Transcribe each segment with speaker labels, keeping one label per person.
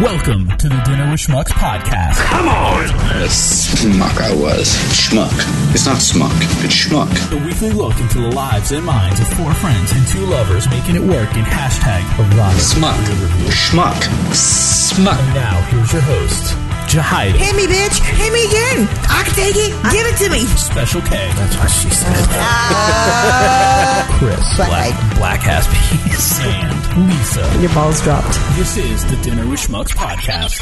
Speaker 1: Welcome to the Dinner with Schmucks podcast.
Speaker 2: Come on!
Speaker 3: A schmuck I was. Schmuck. It's not smuck, it's schmuck.
Speaker 1: A weekly look into the lives and minds of four friends and two lovers making it work in hashtag erotic
Speaker 3: Smuck.
Speaker 1: review.
Speaker 3: Schmuck. Smuck.
Speaker 1: And now, here's your host, Jahida,
Speaker 4: Hit me, bitch. Hit me again. I can take it. Give it to me.
Speaker 1: Special K. That's what she said.
Speaker 4: Ah.
Speaker 1: Chris,
Speaker 4: Black-
Speaker 1: Black, Black Ass Peas, and Lisa.
Speaker 4: Your balls dropped.
Speaker 1: This is the Dinner with Schmucks podcast.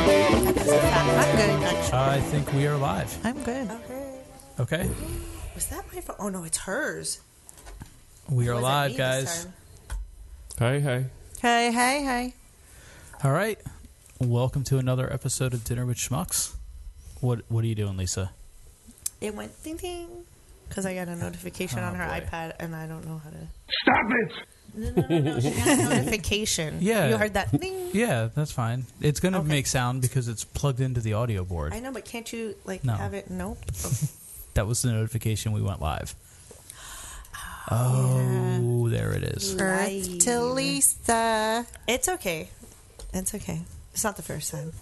Speaker 4: I'm good. actually.
Speaker 1: I think we are live.
Speaker 4: I'm good.
Speaker 1: Okay,
Speaker 4: Was that my phone? Oh no, it's hers.
Speaker 1: we are
Speaker 4: Wasn't
Speaker 1: live,
Speaker 4: me this
Speaker 1: guys.
Speaker 4: time.
Speaker 5: Hey, hey.
Speaker 4: Hey, hey, hey.
Speaker 1: All right, welcome to another episode of Dinner with Schmucks. What What are you doing, Lisa?
Speaker 4: It went ding ding because I got a notification
Speaker 1: Oh,
Speaker 4: on her
Speaker 1: boy.
Speaker 4: iPad, and I don't know how to
Speaker 2: Stop it!
Speaker 4: notification.
Speaker 1: Yeah.
Speaker 4: you heard that ding.
Speaker 1: Yeah, that's fine. It's going to
Speaker 4: Okay.
Speaker 1: make sound because it's plugged into the audio board.
Speaker 4: I know, but can't you like
Speaker 1: No.
Speaker 4: have it? Nope.
Speaker 1: that was the notification we went live. Oh, there it is.
Speaker 4: Earth to Lisa. It's okay. It's okay. It's not the first time.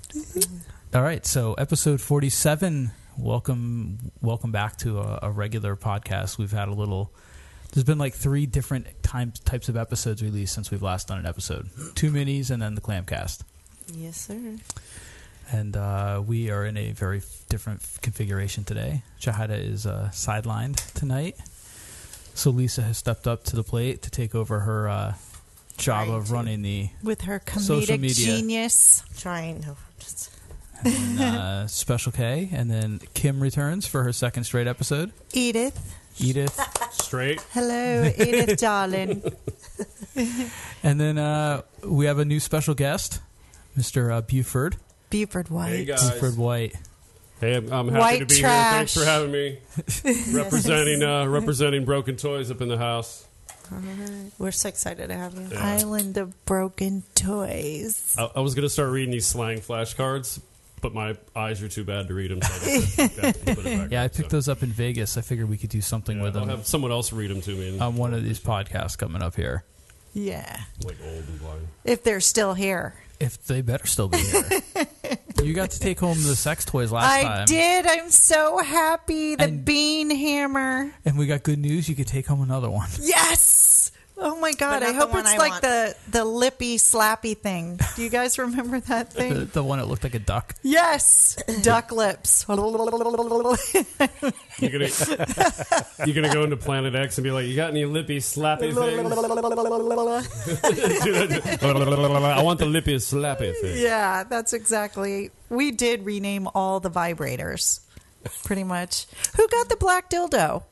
Speaker 1: All right, so episode 47. Welcome welcome back to a, a regular podcast. We've had a little there's been like three different times types of episodes released since we've last done an episode. Two minis and then the clamcast.
Speaker 4: Yes, sir.
Speaker 1: And uh, we are in a very f- different f- configuration today. Shahada is uh, sidelined tonight. So Lisa has stepped up to the plate to take over her uh, job
Speaker 4: Trying
Speaker 1: of
Speaker 4: to.
Speaker 1: running the
Speaker 6: with her
Speaker 1: Social
Speaker 6: comedic
Speaker 1: media.
Speaker 6: genius.
Speaker 4: Trying. No, just
Speaker 1: and, uh, Special K. And then Kim returns for her second straight episode.
Speaker 6: Edith.
Speaker 1: Edith.
Speaker 5: Straight.
Speaker 6: Hello, Edith, darling.
Speaker 1: And then uh, we have a new special guest, Mr. Uh, Buford.
Speaker 6: Buford White.
Speaker 5: Hey, guys.
Speaker 1: Buford White.
Speaker 5: Hey, I'm, I'm happy
Speaker 6: White
Speaker 5: to be
Speaker 6: trash.
Speaker 5: here. Thanks for having me. representing uh, representing Broken Toys up in the house.
Speaker 4: we're so excited to have you.
Speaker 6: Island of Broken Toys.
Speaker 5: I, I was going to start reading these slang flashcards, but my eyes are too bad to read them. So I just got a little bit of background,
Speaker 1: Yeah, I picked
Speaker 5: so.
Speaker 1: those up in Vegas. I figured we could do something
Speaker 5: Yeah,
Speaker 1: with
Speaker 5: I'll
Speaker 1: them
Speaker 5: have someone else read them to me. And,
Speaker 1: on Um, one of these podcasts coming up here.
Speaker 6: Yeah.
Speaker 5: like old and blind.
Speaker 6: If they're still here.
Speaker 1: If they better still be here. you got to take home the sex toys last
Speaker 6: I
Speaker 1: time.
Speaker 6: did. I'm so happy. The
Speaker 1: And-
Speaker 6: bean hammer.
Speaker 1: And we got good news. You could take home another one.
Speaker 6: Yes. Oh my
Speaker 4: But
Speaker 6: god.
Speaker 4: not
Speaker 6: I
Speaker 4: the
Speaker 6: hope
Speaker 4: one
Speaker 6: it's
Speaker 4: I
Speaker 6: like
Speaker 4: want.
Speaker 6: the the lippy slappy thing. Do you guys remember that
Speaker 1: The,
Speaker 6: thing?
Speaker 1: the one that looked like a duck.
Speaker 6: yes. Duck lips.
Speaker 5: You're going to you're gonna go into Planet X and be like, you got any lippy, slappy things? I want the lippy, slappy thing.
Speaker 6: Yeah, that's exactly. We did rename all the vibrators, pretty much. Who got the black dildo?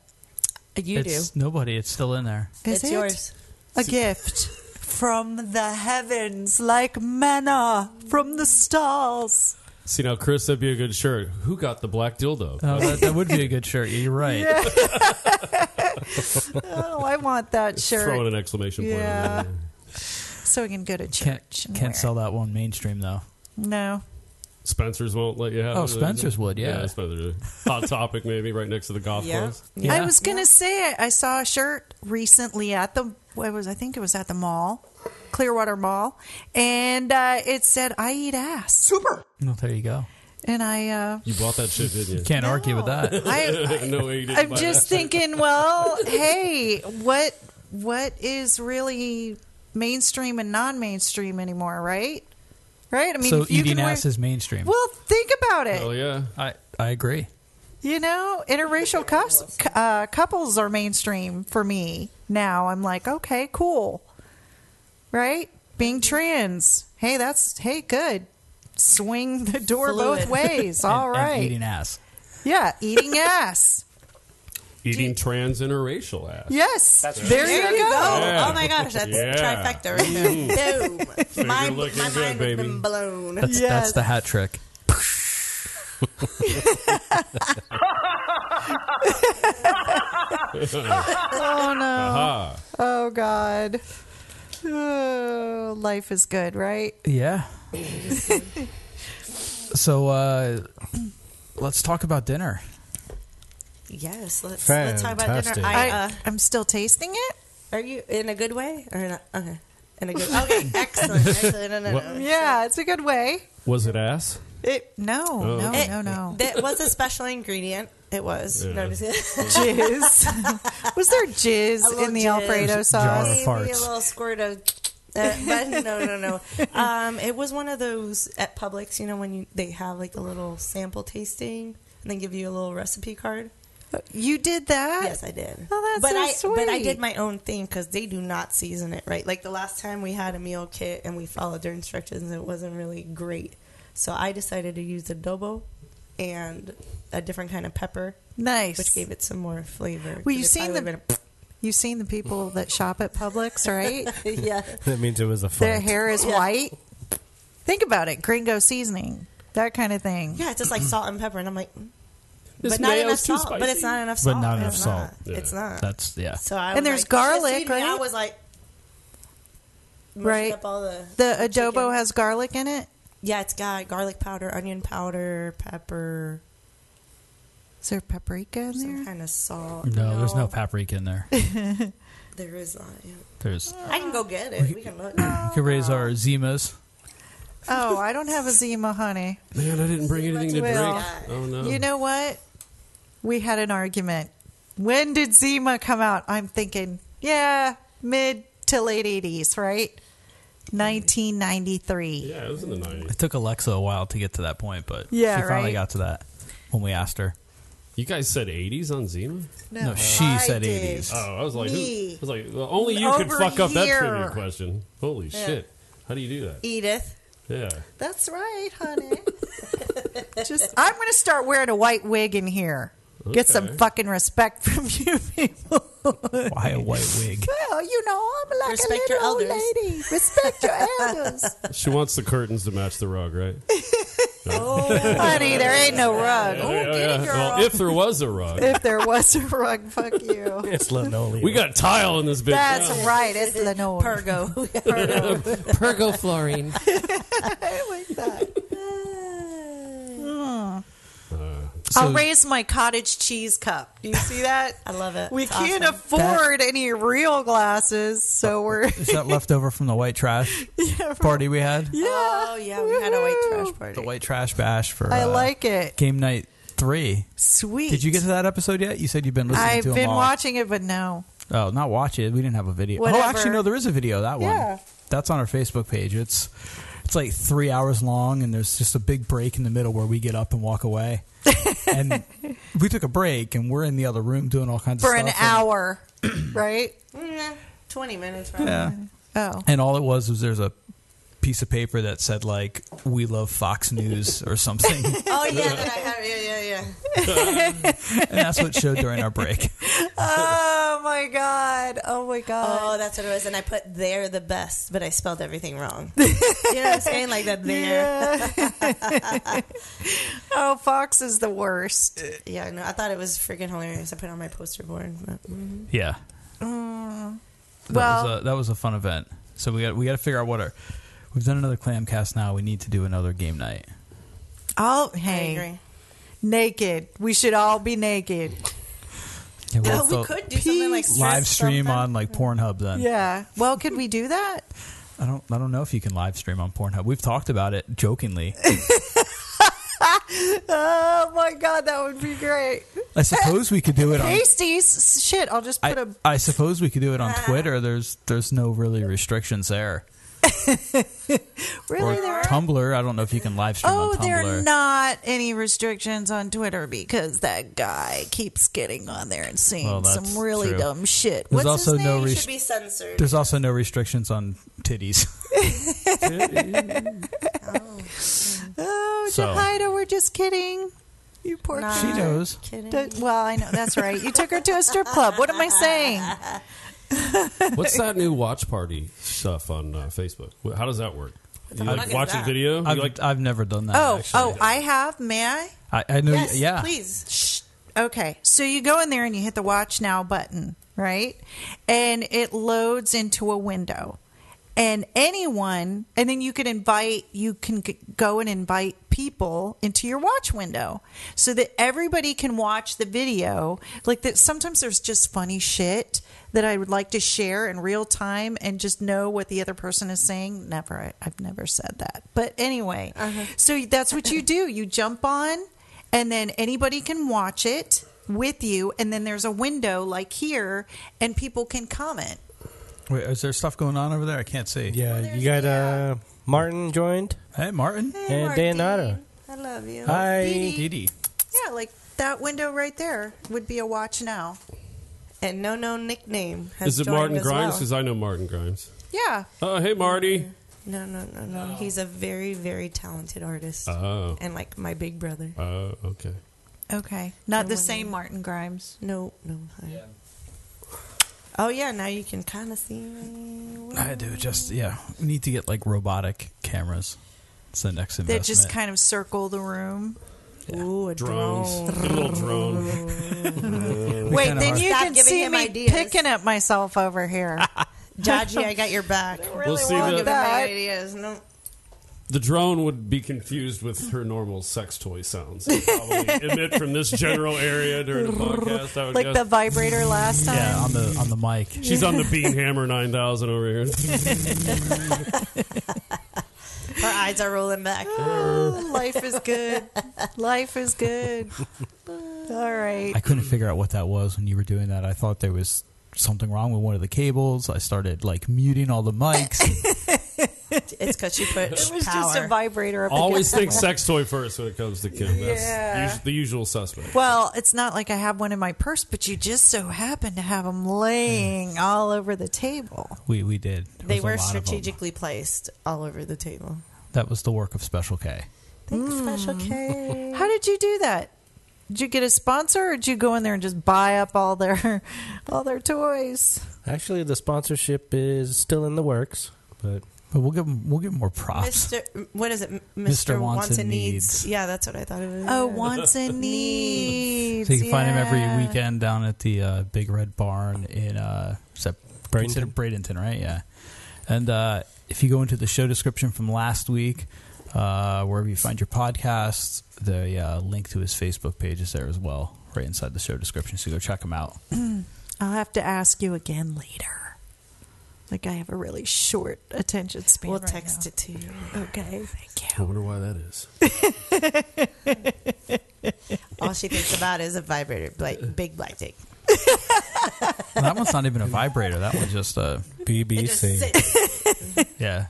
Speaker 4: You
Speaker 1: it's
Speaker 4: do.
Speaker 1: nobody. It's still in there.
Speaker 6: Is
Speaker 4: it's
Speaker 6: it
Speaker 4: yours.
Speaker 6: a gift from the heavens, like manna from the stars?
Speaker 5: See, now, Chris, that'd be a good shirt. Who got the black dildo?
Speaker 1: Oh, that, that would be a good shirt. You're right.
Speaker 6: Oh, I want that
Speaker 5: Throwing
Speaker 6: shirt,
Speaker 5: an exclamation point. on
Speaker 6: Yeah.
Speaker 5: there.
Speaker 6: so we can go to
Speaker 1: Can't,
Speaker 6: church. and wear
Speaker 1: can't
Speaker 6: it.
Speaker 1: sell that one mainstream, though.
Speaker 6: No,
Speaker 5: Spencer's won't let you have.
Speaker 1: Oh,
Speaker 5: it.
Speaker 1: Spencer's would, yeah.
Speaker 5: Spencer's hot topic maybe right next to the golf
Speaker 4: Yeah.
Speaker 5: course.
Speaker 1: Yeah.
Speaker 6: I was gonna say I, I saw a shirt recently at the what was I think it was at the mall, Clearwater Mall, and uh, it said I eat ass,
Speaker 1: Well, there you go.
Speaker 6: and I uh,
Speaker 5: You bought that shit, didn't you?
Speaker 1: Can't argue with that.
Speaker 6: I
Speaker 5: no, you didn't
Speaker 6: I'm
Speaker 5: buy
Speaker 6: just thinking, well, hey, what what is really mainstream and non-mainstream anymore, right? Right? I mean,
Speaker 1: so
Speaker 6: if you
Speaker 1: eating
Speaker 6: can wear-
Speaker 1: ass is mainstream.
Speaker 6: Well, think about
Speaker 5: that.
Speaker 6: it.
Speaker 5: Hell yeah.
Speaker 1: I, I agree.
Speaker 6: You know, interracial cous- cu- uh, couples are mainstream for me now. I'm like, okay, cool. Right? Being trans. Hey, that's hey, good. Swing the door
Speaker 4: Fluid.
Speaker 6: both ways. All
Speaker 1: and,
Speaker 6: right.
Speaker 1: And eating ass.
Speaker 6: yeah, eating ass.
Speaker 5: Eating trans interracial ass.
Speaker 6: Yes. there
Speaker 4: There
Speaker 6: you go.
Speaker 5: Yeah.
Speaker 4: Oh my gosh, that's
Speaker 5: Yeah.
Speaker 4: trifecta right there. Boom. my my
Speaker 5: looking
Speaker 4: mind
Speaker 5: good,
Speaker 4: has
Speaker 5: baby.
Speaker 4: been blown.
Speaker 1: That's, that's
Speaker 6: Yes.
Speaker 1: the hat trick.
Speaker 6: Oh no.
Speaker 1: Uh-huh.
Speaker 5: Ah,
Speaker 6: Oh God. Oh, life is good, right?
Speaker 1: Yeah. so uh, let's talk about dinner.
Speaker 4: Yes, let's, let's talk about
Speaker 2: Fantastic.
Speaker 4: dinner. I, uh,
Speaker 6: I, I'm still tasting it.
Speaker 4: are you in a good way or not? Okay, in a good. Okay, excellent. excellent. No, no, no.
Speaker 6: Yeah, it's a good way.
Speaker 5: was it ass?
Speaker 6: It no, no,
Speaker 4: It-
Speaker 6: no, no.
Speaker 4: That was a special ingredient. It was.
Speaker 5: Yeah.
Speaker 4: Notice it.
Speaker 6: jizz. was there
Speaker 4: A
Speaker 6: jizz
Speaker 4: little
Speaker 6: in the
Speaker 4: jizz.
Speaker 6: Alfredo
Speaker 1: Jar.
Speaker 6: sauce?
Speaker 4: Maybe
Speaker 1: farts.
Speaker 4: a little squirt of. Uh, but no, no, no. Um, it was one of those at Publix, you know, when you, they have like a little sample tasting and they give you a little recipe card.
Speaker 6: You did that?
Speaker 4: Yes, I did.
Speaker 6: Oh, that's
Speaker 4: but I,
Speaker 6: so
Speaker 4: But I
Speaker 6: sweet.
Speaker 4: did my own thing because they do not season it right. Like the last time we had a meal kit and we followed their instructions, it wasn't really great. So I decided to use adobo and a different kind of pepper,
Speaker 6: Nice.
Speaker 4: which gave it some more flavor.
Speaker 6: Well, you
Speaker 4: 'Cause it
Speaker 6: seen
Speaker 4: probably
Speaker 6: the-
Speaker 4: would've-
Speaker 6: you seen the people that shop at Publix, right?
Speaker 4: yeah.
Speaker 2: That means it was a
Speaker 6: Their
Speaker 2: fart.
Speaker 6: hair is
Speaker 4: Yeah.
Speaker 6: white. Think about it, gringo seasoning, that kind of thing.
Speaker 4: Yeah, it's just like salt and pepper, and I'm like, mm.
Speaker 5: This
Speaker 4: but not
Speaker 5: mayo's
Speaker 4: enough
Speaker 5: too
Speaker 4: salt. But it's
Speaker 5: spicy.
Speaker 4: not enough
Speaker 1: But
Speaker 4: salt.
Speaker 1: not enough
Speaker 4: it's
Speaker 1: salt.
Speaker 4: Not. It's
Speaker 5: Yeah.
Speaker 4: not.
Speaker 1: That's yeah.
Speaker 4: so I
Speaker 6: And
Speaker 4: was
Speaker 6: there's
Speaker 4: like, just
Speaker 6: garlic,
Speaker 4: eat me. I
Speaker 6: right?
Speaker 4: was like, mushed
Speaker 6: Right.
Speaker 4: Up all the
Speaker 6: The adobo
Speaker 4: chicken.
Speaker 6: has garlic in it.
Speaker 4: yeah, it's got garlic powder, onion powder, pepper,
Speaker 6: Is there paprika in
Speaker 4: some
Speaker 6: there?
Speaker 4: kind of salt.
Speaker 1: No, there's no paprika in there.
Speaker 4: There is not. yeah.
Speaker 1: There's
Speaker 4: I can go get it. We can look.
Speaker 1: we could raise our zimas.
Speaker 6: Oh, I don't have a Zima, honey.
Speaker 5: Man, I didn't bring anything to drink.
Speaker 6: Well,
Speaker 5: Oh no.
Speaker 6: You know what? We had an argument. When did Zima come out? I'm thinking, yeah, mid to late 80s, right? 1993.
Speaker 5: yeah, it was in the nineties.
Speaker 1: It took Alexa a while to get to that point, but
Speaker 6: Yeah,
Speaker 1: she finally
Speaker 6: right?
Speaker 1: got to that when we asked her.
Speaker 5: You guys said eighties on Zima?
Speaker 1: No, she
Speaker 4: I
Speaker 1: said
Speaker 4: did.
Speaker 1: 80s.
Speaker 5: Oh, I was like, who,
Speaker 4: Me.
Speaker 5: I was like, well, only you could
Speaker 6: Over
Speaker 5: fuck up that
Speaker 6: here.
Speaker 5: trivia question. Holy shit! How do you do that?
Speaker 4: Edith.
Speaker 6: E-
Speaker 5: Yeah.
Speaker 6: That's right, honey. Just I'm going to start wearing a white wig in here. Get some
Speaker 5: Okay.
Speaker 6: fucking respect from you people.
Speaker 1: Why a white wig?
Speaker 6: well, you know, I'm like
Speaker 4: Respect
Speaker 6: a
Speaker 4: your
Speaker 6: little old
Speaker 4: elders.
Speaker 6: lady. Respect your elders.
Speaker 5: She wants the curtains to match the rug, right?
Speaker 6: Oh, honey, there ain't no rug. Oh,
Speaker 5: Yeah, yeah. Oh. Well, if there was a rug,
Speaker 6: If there was a rug, fuck you.
Speaker 2: It's linoleum.
Speaker 5: we got tile in this bitch.
Speaker 6: That's
Speaker 5: now.
Speaker 6: right. It's Lenore.
Speaker 4: Pergo.
Speaker 6: Oh,
Speaker 7: Pergofluorine.
Speaker 6: I'll raise my cottage cheese cup. Do you see that?
Speaker 4: I love it.
Speaker 6: We
Speaker 4: It's
Speaker 6: can't
Speaker 4: awesome.
Speaker 6: afford any real glasses, so we're
Speaker 1: Is that leftover from the white trash party we had?
Speaker 4: Oh yeah, we had a white trash party.
Speaker 1: The white trash bash for
Speaker 6: I
Speaker 1: uh,
Speaker 6: like it.
Speaker 1: game night three.
Speaker 6: Sweet.
Speaker 1: Did you get to that episode yet? You said you've been listening
Speaker 6: I've
Speaker 1: to 'em
Speaker 6: been
Speaker 1: all.
Speaker 6: watching it, but no.
Speaker 1: Oh, not watch it. We didn't have a video.
Speaker 6: Whatever.
Speaker 1: Oh, actually, no, there is a video. That one.
Speaker 6: Yeah.
Speaker 1: That's on our Facebook page. It's it's like three hours long, and there's just a big break in the middle where we get up and walk away. and we took a break, and we're in the other room doing all kinds
Speaker 6: For
Speaker 1: of
Speaker 6: an
Speaker 1: stuff.
Speaker 6: hour, right?
Speaker 4: Nah, Mm, Twenty minutes.
Speaker 1: And,
Speaker 4: Probably.
Speaker 1: yeah.
Speaker 6: Oh.
Speaker 1: And all it was was there's a piece of paper that said like "We love Fox News" or something, and
Speaker 4: Oh yeah, that I have. Yeah, yeah, yeah.
Speaker 1: that's what showed during our break.
Speaker 6: Oh my god. Oh my god.
Speaker 4: Oh, that's what it was. And I put "they're the best," but I spelled everything wrong. you know what I'm saying? Like that. There.
Speaker 6: Oh, Fox is the worst.
Speaker 1: Uh,
Speaker 4: Yeah. no, I thought it was freaking hilarious. I put it on my poster board. But, mm-hmm.
Speaker 1: Yeah. that
Speaker 6: Mm. well-
Speaker 1: was a, that was a fun event. So we got we got to figure out what our we've done another clam cast now. We need to do another game night.
Speaker 6: Oh,
Speaker 4: I
Speaker 6: hey.
Speaker 4: agree.
Speaker 6: Naked. We should all be naked.
Speaker 1: Yeah, we'll
Speaker 4: No,
Speaker 1: have
Speaker 4: we
Speaker 1: to
Speaker 4: could do something like
Speaker 1: live stream
Speaker 4: something.
Speaker 1: on like Pornhub then.
Speaker 6: Yeah. Well, could we do that?
Speaker 1: I don't I don't know if you can live stream on Pornhub. We've talked about it jokingly.
Speaker 6: Oh my god, that would be great.
Speaker 1: I suppose we could do it on
Speaker 6: Pasties. Shit, I'll just put a
Speaker 1: I, I suppose we could do it on Twitter. There's there's no really restrictions there. Or
Speaker 6: really there. Are,
Speaker 1: Tumblr. I don't know if you can live stream
Speaker 6: oh,
Speaker 1: on Tumblr.
Speaker 6: there are not any restrictions on Twitter because that guy keeps getting on there and saying
Speaker 1: Well, that's
Speaker 6: some really
Speaker 1: true.
Speaker 6: dumb shit.
Speaker 1: There's
Speaker 6: What's
Speaker 1: also
Speaker 6: his
Speaker 1: no
Speaker 6: name?
Speaker 1: re-
Speaker 4: Should be censored.
Speaker 1: There's also no restrictions on titties.
Speaker 6: oh,
Speaker 1: So-
Speaker 6: Jahida, we're just kidding. You poor
Speaker 4: Nah.
Speaker 1: she knows.
Speaker 4: Kidding.
Speaker 6: kid. Well, I know that's right. You took her to a strip club. What am I saying?
Speaker 5: What's that new watch party stuff on uh, Facebook? Wh- How does that work? You
Speaker 4: fuck
Speaker 5: like
Speaker 4: is
Speaker 5: watch a
Speaker 4: that?
Speaker 5: video? You
Speaker 1: I've,
Speaker 5: like
Speaker 1: I've never done that.
Speaker 6: Oh,
Speaker 1: actually.
Speaker 6: oh, I have. May I?
Speaker 1: I, I know.
Speaker 4: yes,
Speaker 1: yeah,
Speaker 4: please.
Speaker 6: Shh. Okay, so you go in there and you hit the watch now button, right? And it loads into a window. And anyone, and then you can invite, you can g- go and invite people into your watch window so that everybody can watch the video. Like that, sometimes there's just funny shit that I would like to share in real time and just know what the other person is saying. Never, I, I've never said that. But anyway,
Speaker 4: Uh-huh.
Speaker 6: so that's what you do. You jump on and then anybody can watch it with you and then there's a window like here and people can comment
Speaker 1: Wait, is there stuff going on over there? I can't see.
Speaker 2: Yeah, you got uh, Martin joined.
Speaker 1: Hey, Martin.
Speaker 4: Hey,
Speaker 2: And Dan Natter.
Speaker 4: I love you.
Speaker 2: Hi.
Speaker 4: Dee Dee.
Speaker 1: Didi.
Speaker 6: yeah like that window right there would be a watch now
Speaker 4: And no, no nickname. Has
Speaker 5: Is it
Speaker 4: joined
Speaker 5: Martin
Speaker 4: as
Speaker 5: Grimes?
Speaker 4: well.
Speaker 5: Because I know Martin Grimes.
Speaker 6: yeah
Speaker 5: Oh, hey, Marty.
Speaker 4: No, no, no, no. He's a very, very talented artist.
Speaker 5: Oh.
Speaker 4: And like my big brother.
Speaker 5: Oh, okay.
Speaker 6: okay not
Speaker 4: I
Speaker 6: the
Speaker 4: wonder-
Speaker 6: same martin grimes
Speaker 4: No, no. I- Oh yeah, now you can kind of see me.
Speaker 1: I do just yeah. We need to get like robotic cameras. It's the next
Speaker 6: that
Speaker 1: investment.
Speaker 6: just kind of circle the room
Speaker 4: Ooh, a
Speaker 5: Drones.
Speaker 4: drone.
Speaker 5: Get a little drone.
Speaker 1: We
Speaker 6: wait
Speaker 1: kinda
Speaker 6: then
Speaker 1: are.
Speaker 6: you
Speaker 4: Stop
Speaker 6: can
Speaker 4: giving
Speaker 6: see
Speaker 4: him
Speaker 6: me
Speaker 4: ideas.
Speaker 6: picking up myself over here
Speaker 4: Jaji, I got your back. Really
Speaker 5: We'll see
Speaker 4: give
Speaker 5: the,
Speaker 4: him any ideas. No.
Speaker 5: the drone would be confused with her normal sex toy sounds. It'd Probably emit from this general area during the podcast. I would
Speaker 6: like
Speaker 5: guess.
Speaker 6: the vibrator last time
Speaker 1: yeah on the on the mic.
Speaker 5: She's on the Bean Hammer 9000 over here.
Speaker 4: Her eyes are rolling back.
Speaker 6: Oh, life is good life is good all right
Speaker 1: I couldn't figure out what that was when you were doing that. I thought there was something wrong with one of the cables. I started like muting all the mics.
Speaker 4: It's because she put
Speaker 6: it was
Speaker 4: power.
Speaker 6: just a vibrator up
Speaker 5: Always think sex toy first when it comes to Kim. That's
Speaker 6: Yeah.
Speaker 5: usu- the usual suspect.
Speaker 6: Well, it's not like I have one in my purse, but you just so happen to have them laying all over the table.
Speaker 1: we we did. Mm. There
Speaker 4: They
Speaker 1: was a
Speaker 4: were
Speaker 1: lot of 'em.
Speaker 4: strategically placed all over the table.
Speaker 1: That was the work of Special K.
Speaker 4: Thanks, Special K.
Speaker 6: Mm. How did you do that? Did you get a sponsor, or did you go in there and just buy up all their all their toys?
Speaker 2: Actually, the sponsorship is still in the works, but
Speaker 1: But we'll give 'em- we'll give 'em more props.
Speaker 4: Mr. What is it? M-
Speaker 1: Mr.
Speaker 4: Mr.
Speaker 1: Wants
Speaker 4: Wants
Speaker 1: and
Speaker 4: and needs.
Speaker 1: Needs.
Speaker 4: Yeah, that's what I thought it was.
Speaker 6: Oh,
Speaker 4: Yeah.
Speaker 6: wants and needs.
Speaker 1: So you can find him
Speaker 6: yeah.
Speaker 1: every weekend down at the uh, Big Red Barn in uh, is that
Speaker 2: Bradenton.
Speaker 1: Bradenton, right? Yeah. And uh, if you go into the show description from last week, uh, wherever you find your podcasts, the uh, link to his Facebook page is there as well, right inside the show description. So go check him out.
Speaker 6: I'll have to ask you again later. Like I have a really short attention span.
Speaker 4: We'll
Speaker 6: right
Speaker 4: text it to you.
Speaker 6: now. Okay, thank
Speaker 5: I
Speaker 6: you.
Speaker 5: wonder why that is.
Speaker 4: All she thinks about is a vibrator, like big black dick.
Speaker 1: And that one's not even a vibrator. That one's just a
Speaker 4: It
Speaker 2: BBC.
Speaker 4: just sits.
Speaker 1: yeah,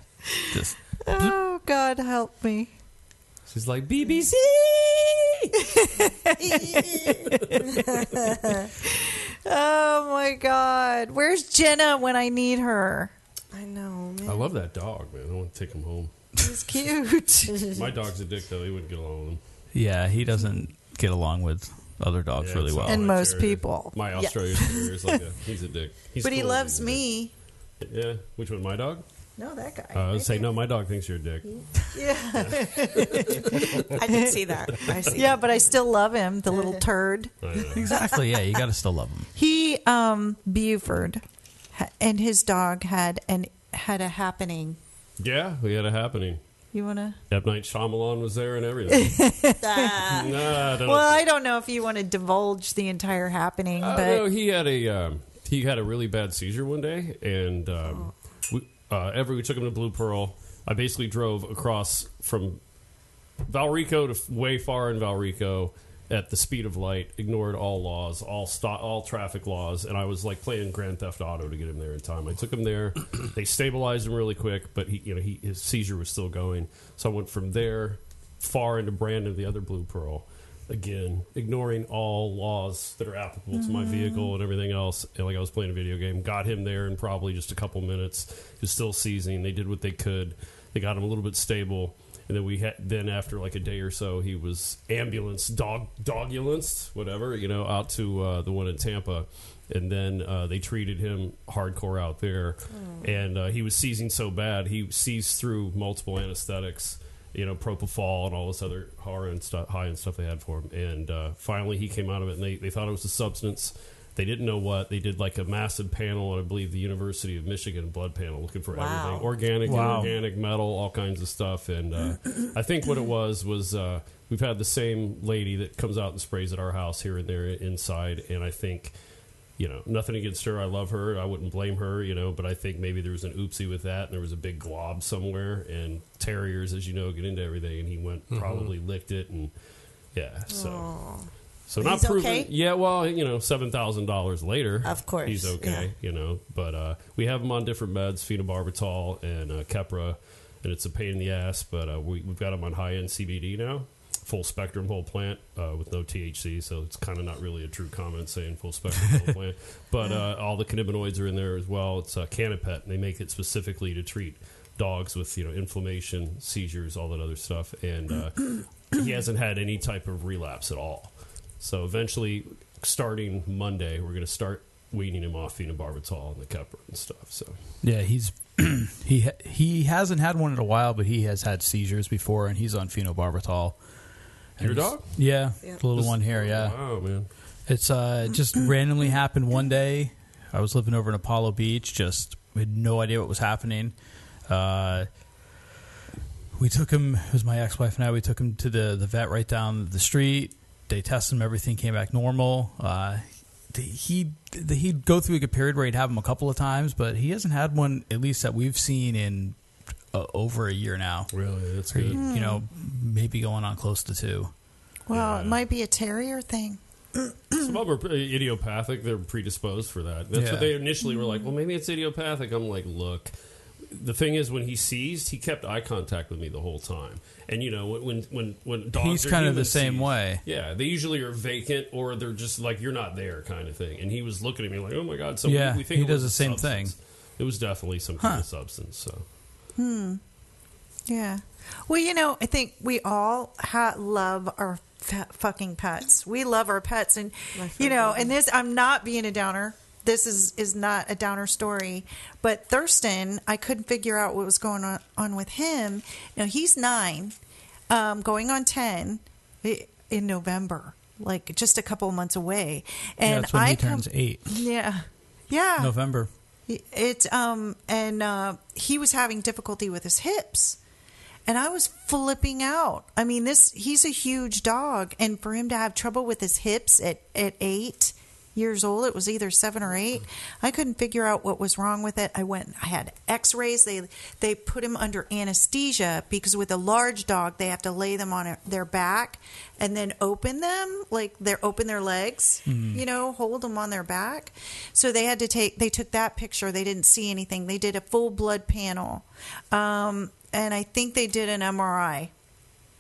Speaker 1: just
Speaker 6: Oh God, help me.
Speaker 5: She's like, BBC.
Speaker 6: Oh my God. Where's Jenna when I need her?
Speaker 4: I know, man.
Speaker 5: I love that dog, man. I want to take him home.
Speaker 6: She's cute.
Speaker 5: My dog's a dick, though. He wouldn't get along with him.
Speaker 1: yeah. He doesn't get along with other dogs
Speaker 5: Yeah,
Speaker 1: really
Speaker 5: it's
Speaker 1: well.
Speaker 5: all
Speaker 6: And
Speaker 5: I
Speaker 6: most
Speaker 5: carry.
Speaker 6: people.
Speaker 5: My Australian terrier is like a, he's a dick. He's
Speaker 6: but he
Speaker 5: cool,
Speaker 6: loves
Speaker 5: he's a
Speaker 6: me.
Speaker 5: dick. Yeah. Which one? My dog?
Speaker 6: No, that guy.
Speaker 5: Uh, I would say, no, my dog thinks you're a dick.
Speaker 6: Yeah.
Speaker 4: I can see that. I see.
Speaker 6: yeah, but I still love him, the little turd.
Speaker 5: I know.
Speaker 1: Exactly. Yeah, you got to still love him.
Speaker 6: He, um, Buford, ha- and his dog had an had a happening.
Speaker 5: Yeah, we had a happening.
Speaker 6: You wanna?
Speaker 5: M. Night Shyamalan was there and everything. nah, I don't
Speaker 6: Well, I don't know if you want to divulge the entire happening,
Speaker 5: Uh,
Speaker 6: but
Speaker 5: no, he had a um, he had a really bad seizure one day, and um, we, uh, every we took him to Blue Pearl. I basically drove across from Valrico to f- way far in Valrico at the speed of light, ignored all laws, all stop, all traffic laws, and I was like playing Grand Theft Auto to get him there in time. I took him there. they stabilized him really quick, but he, you know, he his seizure was still going. So I went from there far into Brandon, the other Blue Pearl, again, ignoring all laws that are applicable to my vehicle and everything else. And, like I was playing a video game, got him there in probably just a couple minutes. He was still seizing. They did what they could. They got him a little bit stable. And then we had then after like a day or so, he was ambulance dog dogulanced, whatever you know, out to uh, the one in Tampa, and then uh, they treated him hardcore out there, and uh, he was seizing so bad he seized through multiple anesthetics you know, propofol and all this other horror and stuff, high and stuff they had for him. And uh, finally, he came out of it, and they, they thought it was a substance. They didn't know what. They did like a massive panel, at, I believe the University of Michigan blood panel, looking for
Speaker 4: Wow.
Speaker 5: everything organic,
Speaker 1: Wow.
Speaker 5: inorganic, metal, all kinds of stuff. And uh, I think what it was was uh, we've had the same lady that comes out and sprays at our house here and there inside. And I think you know, nothing against her. I love her. I wouldn't blame her, you know, but I think maybe there was an oopsie with that and there was a big glob somewhere. And terriers, as you know, get into everything. And he went, probably licked it. And yeah, so. So
Speaker 4: But
Speaker 5: not
Speaker 4: he's
Speaker 5: proven.
Speaker 4: okay?
Speaker 5: Yeah, well, you know, seven thousand dollars later,
Speaker 4: Of course,
Speaker 5: he's okay. You know, but uh, we have him on different meds, phenobarbital and uh, Keppra, and it's a pain in the ass. But uh, we, we've got him on high end CBD now, full spectrum whole plant uh, with no THC. So it's kind of not really a true comment saying full spectrum whole plant. But uh, all the cannabinoids are in there as well. It's uh, Canapet, and they make it specifically to treat dogs with you know inflammation, seizures, all that other stuff, and uh, he hasn't had any type of relapse at all. So eventually, starting Monday, we're going to start weaning him off phenobarbital and the Keppra and stuff. So
Speaker 1: Yeah, he's he ha- he hasn't had one in a while, but he has had seizures before, and he's on phenobarbital. And
Speaker 5: Your
Speaker 1: he's-
Speaker 5: dog? Oh,
Speaker 1: Yeah,
Speaker 4: Yeah.
Speaker 1: the little one here. Yeah,
Speaker 5: wow, man,
Speaker 1: It's uh, it just randomly happened one day. I was living over in Apollo Beach, just had no idea what was happening. Uh, we took him. It was my ex-wife and I. We took him to the the vet right down the street. They tested him. Everything came back normal. Uh, th- he th- he'd go through like a period where he'd have him a couple of times, but he hasn't had one at least that we've seen in uh, over a year now.
Speaker 5: really, that's
Speaker 1: Or,
Speaker 5: good.
Speaker 1: You know, maybe going on close to two.
Speaker 6: Well, it
Speaker 5: Yeah.
Speaker 6: might be a terrier thing.
Speaker 5: Some of them are pretty idiopathic; they're predisposed for that. That's
Speaker 1: Yeah.
Speaker 5: what they initially were like. Well, maybe it's idiopathic. I'm like, look. The thing is, when he seized, he kept eye contact with me the whole time. And you know, when when when dogs
Speaker 1: He's
Speaker 5: or
Speaker 1: kind of the
Speaker 5: humans
Speaker 1: same
Speaker 5: seize-
Speaker 1: way.
Speaker 5: Yeah, they usually are vacant or they're just like you're not there kind of thing. And he was looking at me like, oh my god. So
Speaker 1: Yeah,
Speaker 5: we, we think
Speaker 1: he
Speaker 5: it
Speaker 1: does
Speaker 5: was
Speaker 1: the
Speaker 5: a
Speaker 1: same
Speaker 5: substance.
Speaker 1: thing.
Speaker 5: It was definitely some kind
Speaker 1: Huh.
Speaker 5: of substance. So
Speaker 6: Hmm. Yeah. Well, you know, I think we all ha- love our f- fucking pets. We love our pets, and
Speaker 4: My
Speaker 6: you know,
Speaker 4: favorite.
Speaker 6: and this I'm not being a downer. This is is not a downer story, but Thurston, I couldn't figure out what was going on, on with him. Now he's nine, um, going on ten i- in November, like just a couple months away, and
Speaker 1: yeah, that's when
Speaker 6: I
Speaker 1: he
Speaker 6: come-
Speaker 1: turns eight.
Speaker 6: Yeah, yeah.
Speaker 1: November.
Speaker 6: It um and uh, he was having difficulty with his hips, and I was flipping out. I mean, this he's a huge dog, and for him to have trouble with his hips at at eight years old, it was either seven or eight. I couldn't figure out what was wrong with it. I went, I had X rays. They they put him under anesthesia because with a large dog, they have to lay them on their back and then open them like they're open their legs you know hold them on their back so they had to take they took that picture they didn't see anything they did a full blood panel um, and i think they did an mri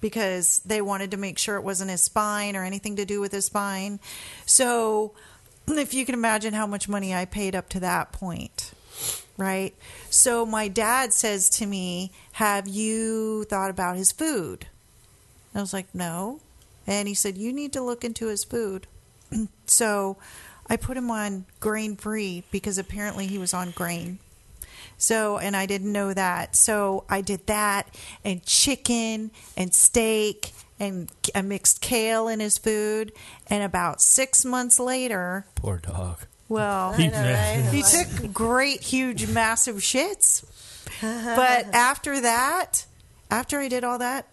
Speaker 6: because they wanted to make sure it wasn't his spine or anything to do with his spine so if you can imagine how much money i paid up to that point right so my dad says to me have you thought about his food I was like, no. And he said, you need to look into his food. so I put him on grain free because apparently he was on grain. So, and I didn't know that. So I did that and chicken and steak and I mixed kale in his food. And about six months later,
Speaker 2: Poor dog.
Speaker 6: well,
Speaker 4: I know, right?
Speaker 6: he took great, huge, massive shits. But after that, after I did all that,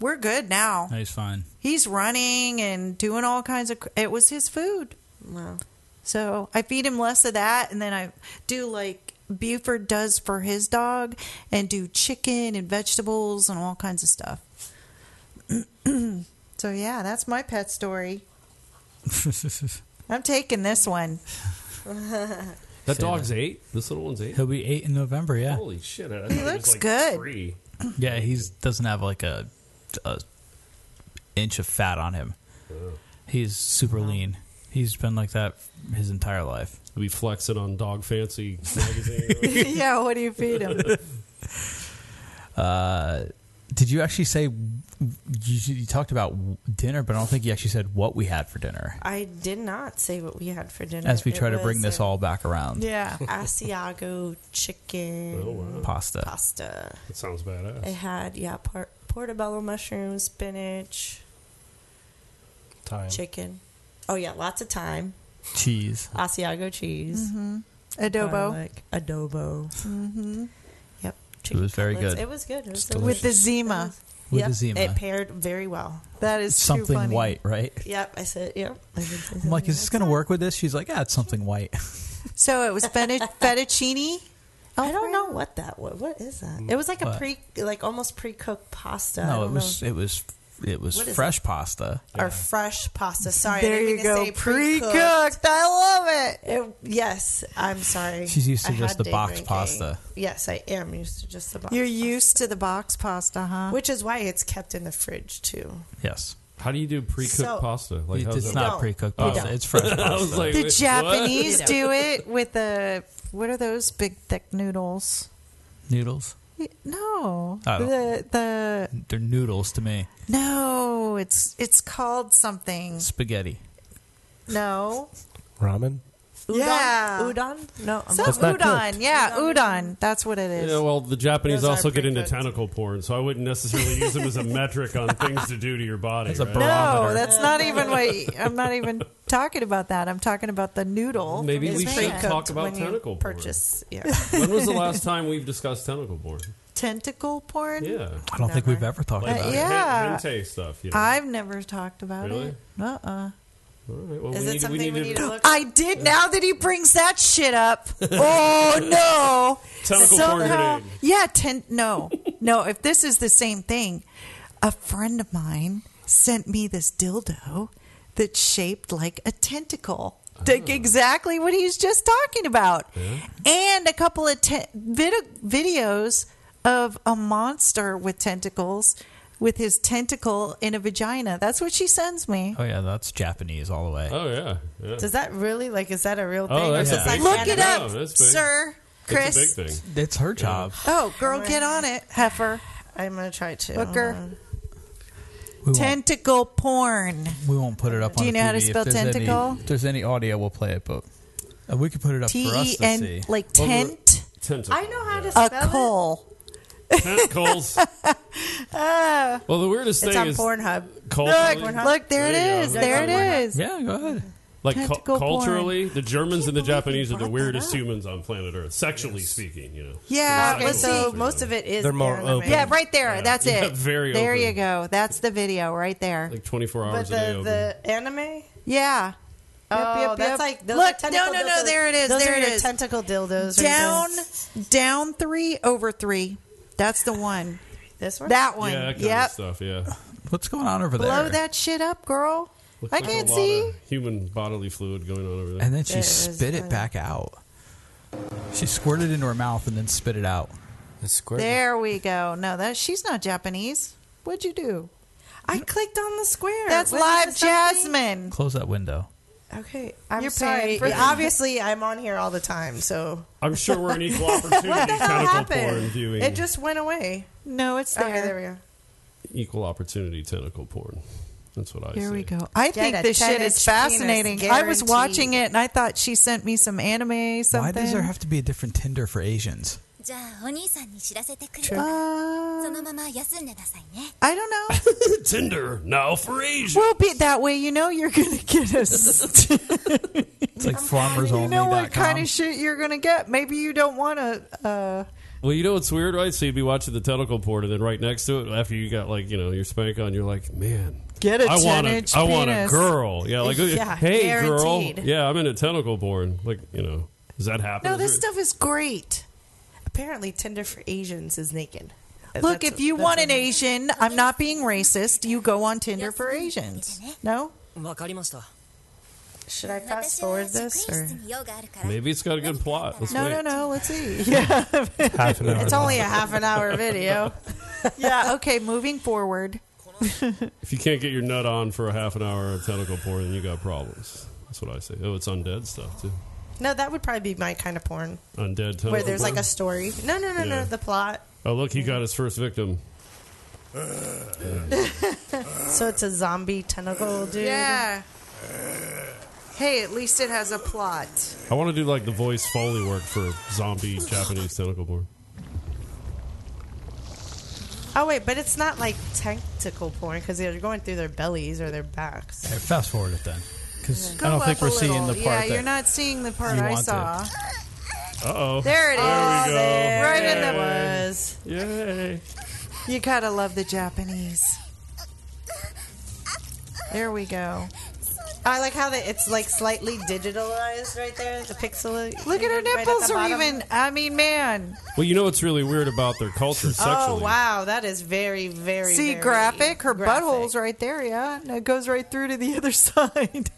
Speaker 6: we're good now
Speaker 1: No, He's fine.
Speaker 6: he's running and doing all kinds of it was his food
Speaker 4: Wow.
Speaker 6: so i feed him less of that and then i do like buford does for his dog and do chicken and vegetables and all kinds of stuff so yeah that's my pet story i'm taking this one
Speaker 5: that
Speaker 1: Say
Speaker 5: dog's eight. This little one's eight.
Speaker 1: He'll be eight in November. Oh, Yeah,
Speaker 5: Holy shit! I he
Speaker 6: looks good.
Speaker 5: Three.
Speaker 1: yeah. He's doesn't have like a, a inch of fat on him. He's super lean. He's been like that his entire life.
Speaker 5: We flexing on Dog Fancy magazine.
Speaker 6: yeah what do you feed him
Speaker 1: Uh, did you actually say you, you talked about dinner? But I don't think you actually said what we had for dinner.
Speaker 4: I did not say what we had for dinner.
Speaker 1: As we
Speaker 4: It
Speaker 1: try to
Speaker 4: was
Speaker 1: bring this
Speaker 4: a
Speaker 1: all back around,
Speaker 6: yeah
Speaker 4: Asiago chicken
Speaker 5: oh wow,
Speaker 1: pasta.
Speaker 4: pasta.
Speaker 5: that sounds
Speaker 4: It
Speaker 5: badass.
Speaker 4: had yeah par- portobello mushrooms, spinach,
Speaker 2: Time.
Speaker 4: chicken. Oh yeah, lots of thyme,
Speaker 1: Cheese.
Speaker 4: Asiago cheese,
Speaker 6: Mm-hmm. adobo
Speaker 4: garlic, adobo. Mm-hmm. Yep,
Speaker 1: was very
Speaker 4: cutlets.
Speaker 1: good.
Speaker 4: It was good. It was
Speaker 1: It's
Speaker 4: delicious.
Speaker 6: with the Zima.
Speaker 1: With
Speaker 4: yep,
Speaker 1: the Zima.
Speaker 4: it paired very well.
Speaker 6: That is too
Speaker 1: something
Speaker 6: funny.
Speaker 1: white, right?
Speaker 4: Yep, I said yep. I did say
Speaker 1: I'm like,
Speaker 4: something
Speaker 1: is this going to work with this? She's like, yeah, it's something white.
Speaker 6: So it was feta- fettuccine.
Speaker 4: I don't know what that was. What is that? It was like a
Speaker 1: What?
Speaker 4: pre, like almost pre-cooked pasta. I
Speaker 1: Mm, no, it
Speaker 4: don't
Speaker 1: was,
Speaker 4: know.
Speaker 1: it was, it was
Speaker 4: What is
Speaker 1: fresh pasta.
Speaker 4: or fresh pasta. Sorry, I
Speaker 6: There
Speaker 4: didn't mean
Speaker 6: you
Speaker 4: to
Speaker 6: go.
Speaker 4: say
Speaker 6: Pre
Speaker 4: pre-cooked.
Speaker 6: cooked. I love it.
Speaker 4: It- yes, I'm sorry.
Speaker 1: She's used to
Speaker 4: I
Speaker 1: just
Speaker 4: had
Speaker 1: the
Speaker 4: day
Speaker 1: boxed pasta.
Speaker 4: Yes, I am used to just the box.
Speaker 6: You're
Speaker 4: pasta.
Speaker 6: used to the box pasta, huh?
Speaker 4: which is why it's kept in the fridge too.
Speaker 1: Yes.
Speaker 5: How do you do pre-cooked
Speaker 4: So-
Speaker 5: pasta? Like, how's
Speaker 1: it's
Speaker 5: that- Oh.
Speaker 4: don't.
Speaker 1: not pre cooked
Speaker 4: You
Speaker 1: pasta.
Speaker 4: don't.
Speaker 1: It's fresh
Speaker 5: I was
Speaker 1: pasta.
Speaker 5: like,
Speaker 6: the
Speaker 5: wait, what?
Speaker 6: Japanese
Speaker 4: You
Speaker 6: do it with the what are those big thick noodles?
Speaker 1: noodles.
Speaker 6: Y- No,
Speaker 1: I don't-
Speaker 6: the the
Speaker 1: They're noodles to me.
Speaker 6: no, it's it's called something.
Speaker 1: Spaghetti.
Speaker 6: No,
Speaker 2: Ramen.
Speaker 4: Udon?
Speaker 6: Yeah.
Speaker 4: udon. No, I'm
Speaker 6: some
Speaker 2: That's not
Speaker 6: udon.
Speaker 2: cooked.
Speaker 6: Yeah, udon. That's what it is.
Speaker 5: Yeah, well, the Japanese
Speaker 4: Those
Speaker 5: also
Speaker 4: are
Speaker 5: get into
Speaker 4: pre-cooked.
Speaker 5: tentacle porn, so I wouldn't necessarily use them as a metric on things to do to your body.
Speaker 1: That's a
Speaker 5: right?
Speaker 6: no,
Speaker 1: barometer.
Speaker 6: that's not even what I'm not even talking about that. I'm talking about the noodle.
Speaker 5: Maybe
Speaker 6: It's
Speaker 5: we should
Speaker 6: pre-cooked
Speaker 5: talk about
Speaker 4: when you
Speaker 5: tentacle porn.
Speaker 4: purchase. Yeah,
Speaker 5: When was the last time we've discussed tentacle porn?
Speaker 6: tentacle porn.
Speaker 5: Yeah,
Speaker 1: I don't think
Speaker 4: Never.
Speaker 1: we've ever talked
Speaker 5: like
Speaker 1: about
Speaker 5: hen-
Speaker 1: it.
Speaker 6: yeah.
Speaker 5: hentai stuff. You know?
Speaker 6: I've never talked about
Speaker 5: Really?
Speaker 6: it. Uh-uh.
Speaker 5: All right, well,
Speaker 4: is
Speaker 5: we
Speaker 4: it
Speaker 5: need,
Speaker 4: something we need, to look?
Speaker 6: I did. Now that he brings that shit up, oh no!
Speaker 5: Tentacle porn grenade.
Speaker 6: yeah, ten, no, no. If this is the same thing, a friend of mine sent me this dildo that's shaped like a tentacle, like
Speaker 5: Oh.
Speaker 6: exactly what he's just talking about, and a couple of te- vid- videos of a monster with tentacles. With his tentacle in a vagina. That's what she sends me.
Speaker 1: Oh, yeah, that's Japanese all the way.
Speaker 5: Oh yeah, yeah.
Speaker 4: Does that really like? Is that a real thing?
Speaker 5: Oh,
Speaker 4: or
Speaker 5: that's
Speaker 4: is
Speaker 5: a
Speaker 4: it
Speaker 5: big
Speaker 4: like
Speaker 6: Look it
Speaker 5: thing.
Speaker 4: anime?
Speaker 6: up,
Speaker 5: No, that's big.
Speaker 6: sir. Chris.
Speaker 5: It's a big thing.
Speaker 1: It's her job.
Speaker 6: Oh, girl, get on it, heifer.
Speaker 4: I'm gonna try to
Speaker 6: Booker.
Speaker 4: Hold on.
Speaker 1: We won't,
Speaker 6: Tentacle porn.
Speaker 1: we won't put it up
Speaker 6: Do
Speaker 1: on
Speaker 6: you
Speaker 1: the
Speaker 6: know how to
Speaker 1: TV. If
Speaker 6: spell
Speaker 1: there's any-
Speaker 6: tentacle?
Speaker 1: if there's any audio, we'll play it, but uh, we could put it up
Speaker 6: T
Speaker 1: for us
Speaker 6: E
Speaker 1: to see.
Speaker 6: N, like tent,
Speaker 5: Tentacle.
Speaker 4: I know how to
Speaker 6: a
Speaker 4: spell it.
Speaker 6: coal.
Speaker 5: Tentacles.
Speaker 6: Ah.
Speaker 5: well, the weirdest
Speaker 4: It's
Speaker 5: thing
Speaker 4: on
Speaker 5: is
Speaker 4: Pornhub.
Speaker 5: culturally,
Speaker 6: Look, look, there it
Speaker 5: There you
Speaker 6: is.
Speaker 5: go.
Speaker 6: There it is.
Speaker 1: Yeah, go ahead.
Speaker 5: like cu-
Speaker 6: tentacle porn.
Speaker 5: culturally, the Germans and the
Speaker 6: believe you
Speaker 5: Japanese are the
Speaker 6: brought that
Speaker 5: weirdest
Speaker 6: up.
Speaker 5: humans on planet Earth, sexually speaking. You know.
Speaker 6: Yeah,
Speaker 5: Okay,
Speaker 4: Okay,
Speaker 6: but
Speaker 4: so
Speaker 6: see,
Speaker 4: most of it is
Speaker 2: They're more
Speaker 4: anime.
Speaker 2: open.
Speaker 6: yeah, right there. That's
Speaker 5: Yeah,
Speaker 6: it.
Speaker 5: very
Speaker 6: there
Speaker 5: open.
Speaker 6: you go. That's the video right there.
Speaker 5: Like 24
Speaker 4: But
Speaker 5: hours a day.
Speaker 4: the,
Speaker 5: open.
Speaker 4: the anime.
Speaker 6: yeah.
Speaker 4: Oh,
Speaker 6: Yep, yep,
Speaker 4: that's
Speaker 6: yep.
Speaker 4: like those
Speaker 6: look.
Speaker 4: Are tentacle
Speaker 6: No, no, no.
Speaker 4: dildos.
Speaker 6: There it is.
Speaker 4: Those
Speaker 6: there
Speaker 4: are
Speaker 6: it
Speaker 4: your
Speaker 6: is.
Speaker 4: Tentacle dildos. right
Speaker 6: down,
Speaker 4: there.
Speaker 6: down three over three. That's the one.
Speaker 4: This one.
Speaker 6: That one.
Speaker 5: yeah, that kind
Speaker 6: yep.
Speaker 5: of stuff. Yeah.
Speaker 1: What's going on over
Speaker 6: Blow
Speaker 1: there?
Speaker 6: that shit up, girl.
Speaker 5: Looks
Speaker 6: I
Speaker 5: like
Speaker 6: can't
Speaker 5: a lot
Speaker 6: see. uh,
Speaker 5: of human bodily fluid going on over there.
Speaker 1: And then she
Speaker 4: There is
Speaker 1: spit it
Speaker 4: one.
Speaker 1: back out. She squirted it into her mouth and then spit it out.
Speaker 2: It's square.
Speaker 6: There we go. No, that she's not Japanese. What'd you do?
Speaker 4: I clicked on the square.
Speaker 6: That's
Speaker 4: Wasn't
Speaker 6: live
Speaker 4: this something?
Speaker 6: Jasmine.
Speaker 1: Close that window.
Speaker 4: Okay, I'm
Speaker 6: You're
Speaker 4: sorry.
Speaker 6: paying
Speaker 4: For-
Speaker 6: for-
Speaker 4: obviously, I'm on here all the time, so
Speaker 5: I'm sure we're an equal opportunity
Speaker 4: what
Speaker 5: tentacle porn
Speaker 4: happened?
Speaker 5: viewing.
Speaker 4: It just went away.
Speaker 6: No, it's there.
Speaker 4: Okay, there we go.
Speaker 5: equal opportunity tentacle porn. That's what I
Speaker 6: Here
Speaker 5: say.
Speaker 6: we go. I think
Speaker 4: a
Speaker 6: this shit
Speaker 4: tennis
Speaker 6: is fascinating.
Speaker 4: penis,
Speaker 6: I was
Speaker 4: guaranteed.
Speaker 6: watching it and I thought she sent me some anime something.
Speaker 1: Why does there have to be a different Tinder for Asians?
Speaker 8: じゃ Ah, あお兄さんに知らせてくれ
Speaker 6: Uh,
Speaker 8: ばそ
Speaker 6: I
Speaker 8: のまま休んでなさいね
Speaker 6: don't know.
Speaker 5: Tinder now for Asia.
Speaker 6: we'll be that way. You know you're gonna get us.
Speaker 1: It's like farmers
Speaker 6: you know what kind of shit you're gonna get. Maybe you don't want to. Uh,
Speaker 5: Well, you know what's weird, right? So you'd be watching the tentacle porn, and then right next to it, after you got like you know your spank on, you're like, man,
Speaker 6: Get a
Speaker 5: I want
Speaker 6: 10-inch
Speaker 5: a, I want a
Speaker 6: penis.
Speaker 5: girl. Yeah, like
Speaker 4: Yeah,
Speaker 5: hey girl,
Speaker 4: guaranteed.
Speaker 5: yeah, I'm into tentacle porn. Like you know, does that happen?
Speaker 6: no,
Speaker 5: Is
Speaker 6: this
Speaker 5: it-
Speaker 6: stuff is great.
Speaker 4: Apparently, Tinder for Asians is naked.
Speaker 6: Look,
Speaker 4: That's-
Speaker 6: if you
Speaker 4: that's
Speaker 6: want
Speaker 4: a-
Speaker 6: an Asian, I'm not being racist. You go on Tinder for Asians. No,
Speaker 9: わかりました。
Speaker 4: should I
Speaker 8: 私
Speaker 4: fast
Speaker 8: は
Speaker 4: forward
Speaker 8: 職員
Speaker 4: this
Speaker 8: 室
Speaker 4: or?
Speaker 8: に用があるから
Speaker 5: Maybe it's got a good plot. Let's
Speaker 6: no, no,
Speaker 5: wait.
Speaker 6: no. Let's see. Yeah,
Speaker 2: Half an hour.
Speaker 4: It's only a half an hour video.
Speaker 6: yeah. Okay, moving forward.
Speaker 5: If you can't get your nut on for a half an hour of tentacle porn, then you got problems. That's what I say. Oh, it's undead stuff too.
Speaker 4: No, that would probably be my kind of porn
Speaker 5: Undead tentacle.
Speaker 4: where there's like a
Speaker 5: porn?
Speaker 4: story. No, no, no,
Speaker 5: Yeah.
Speaker 4: no. The plot.
Speaker 5: Oh, look, he got his first victim.
Speaker 4: So it's a zombie tentacle dude.
Speaker 6: Yeah. Hey, at least it has a plot.
Speaker 5: I want to do like the voice foley work for zombie Japanese tentacle porn.
Speaker 4: Oh wait, but it's not like tentacle porn because they're going through their bellies or their backs.
Speaker 1: All right, fast forward it then, because
Speaker 6: Go
Speaker 1: I don't
Speaker 6: up
Speaker 1: think
Speaker 6: a
Speaker 1: we're seeing
Speaker 6: little.
Speaker 1: the part
Speaker 6: Yeah,
Speaker 1: that
Speaker 6: you're not seeing the part
Speaker 1: you
Speaker 6: I
Speaker 1: want to.
Speaker 6: saw.
Speaker 5: Uh oh.
Speaker 6: There it is.
Speaker 5: we go.
Speaker 6: Right in
Speaker 4: There
Speaker 6: the.
Speaker 4: it was.
Speaker 5: Yay.
Speaker 6: You gotta love the Japanese. There we go.
Speaker 4: I like how they, it's like slightly digitalized right there. The pixel.
Speaker 6: Look at her nipples are even. I mean, man.
Speaker 5: Well, you know what's really weird about their culture
Speaker 4: Oh
Speaker 5: sexually?
Speaker 4: wow, that is very very.
Speaker 6: See,
Speaker 4: very
Speaker 6: graphic. Her
Speaker 4: graphic.
Speaker 6: butthole's right there. Yeah, and it goes right through to the other side.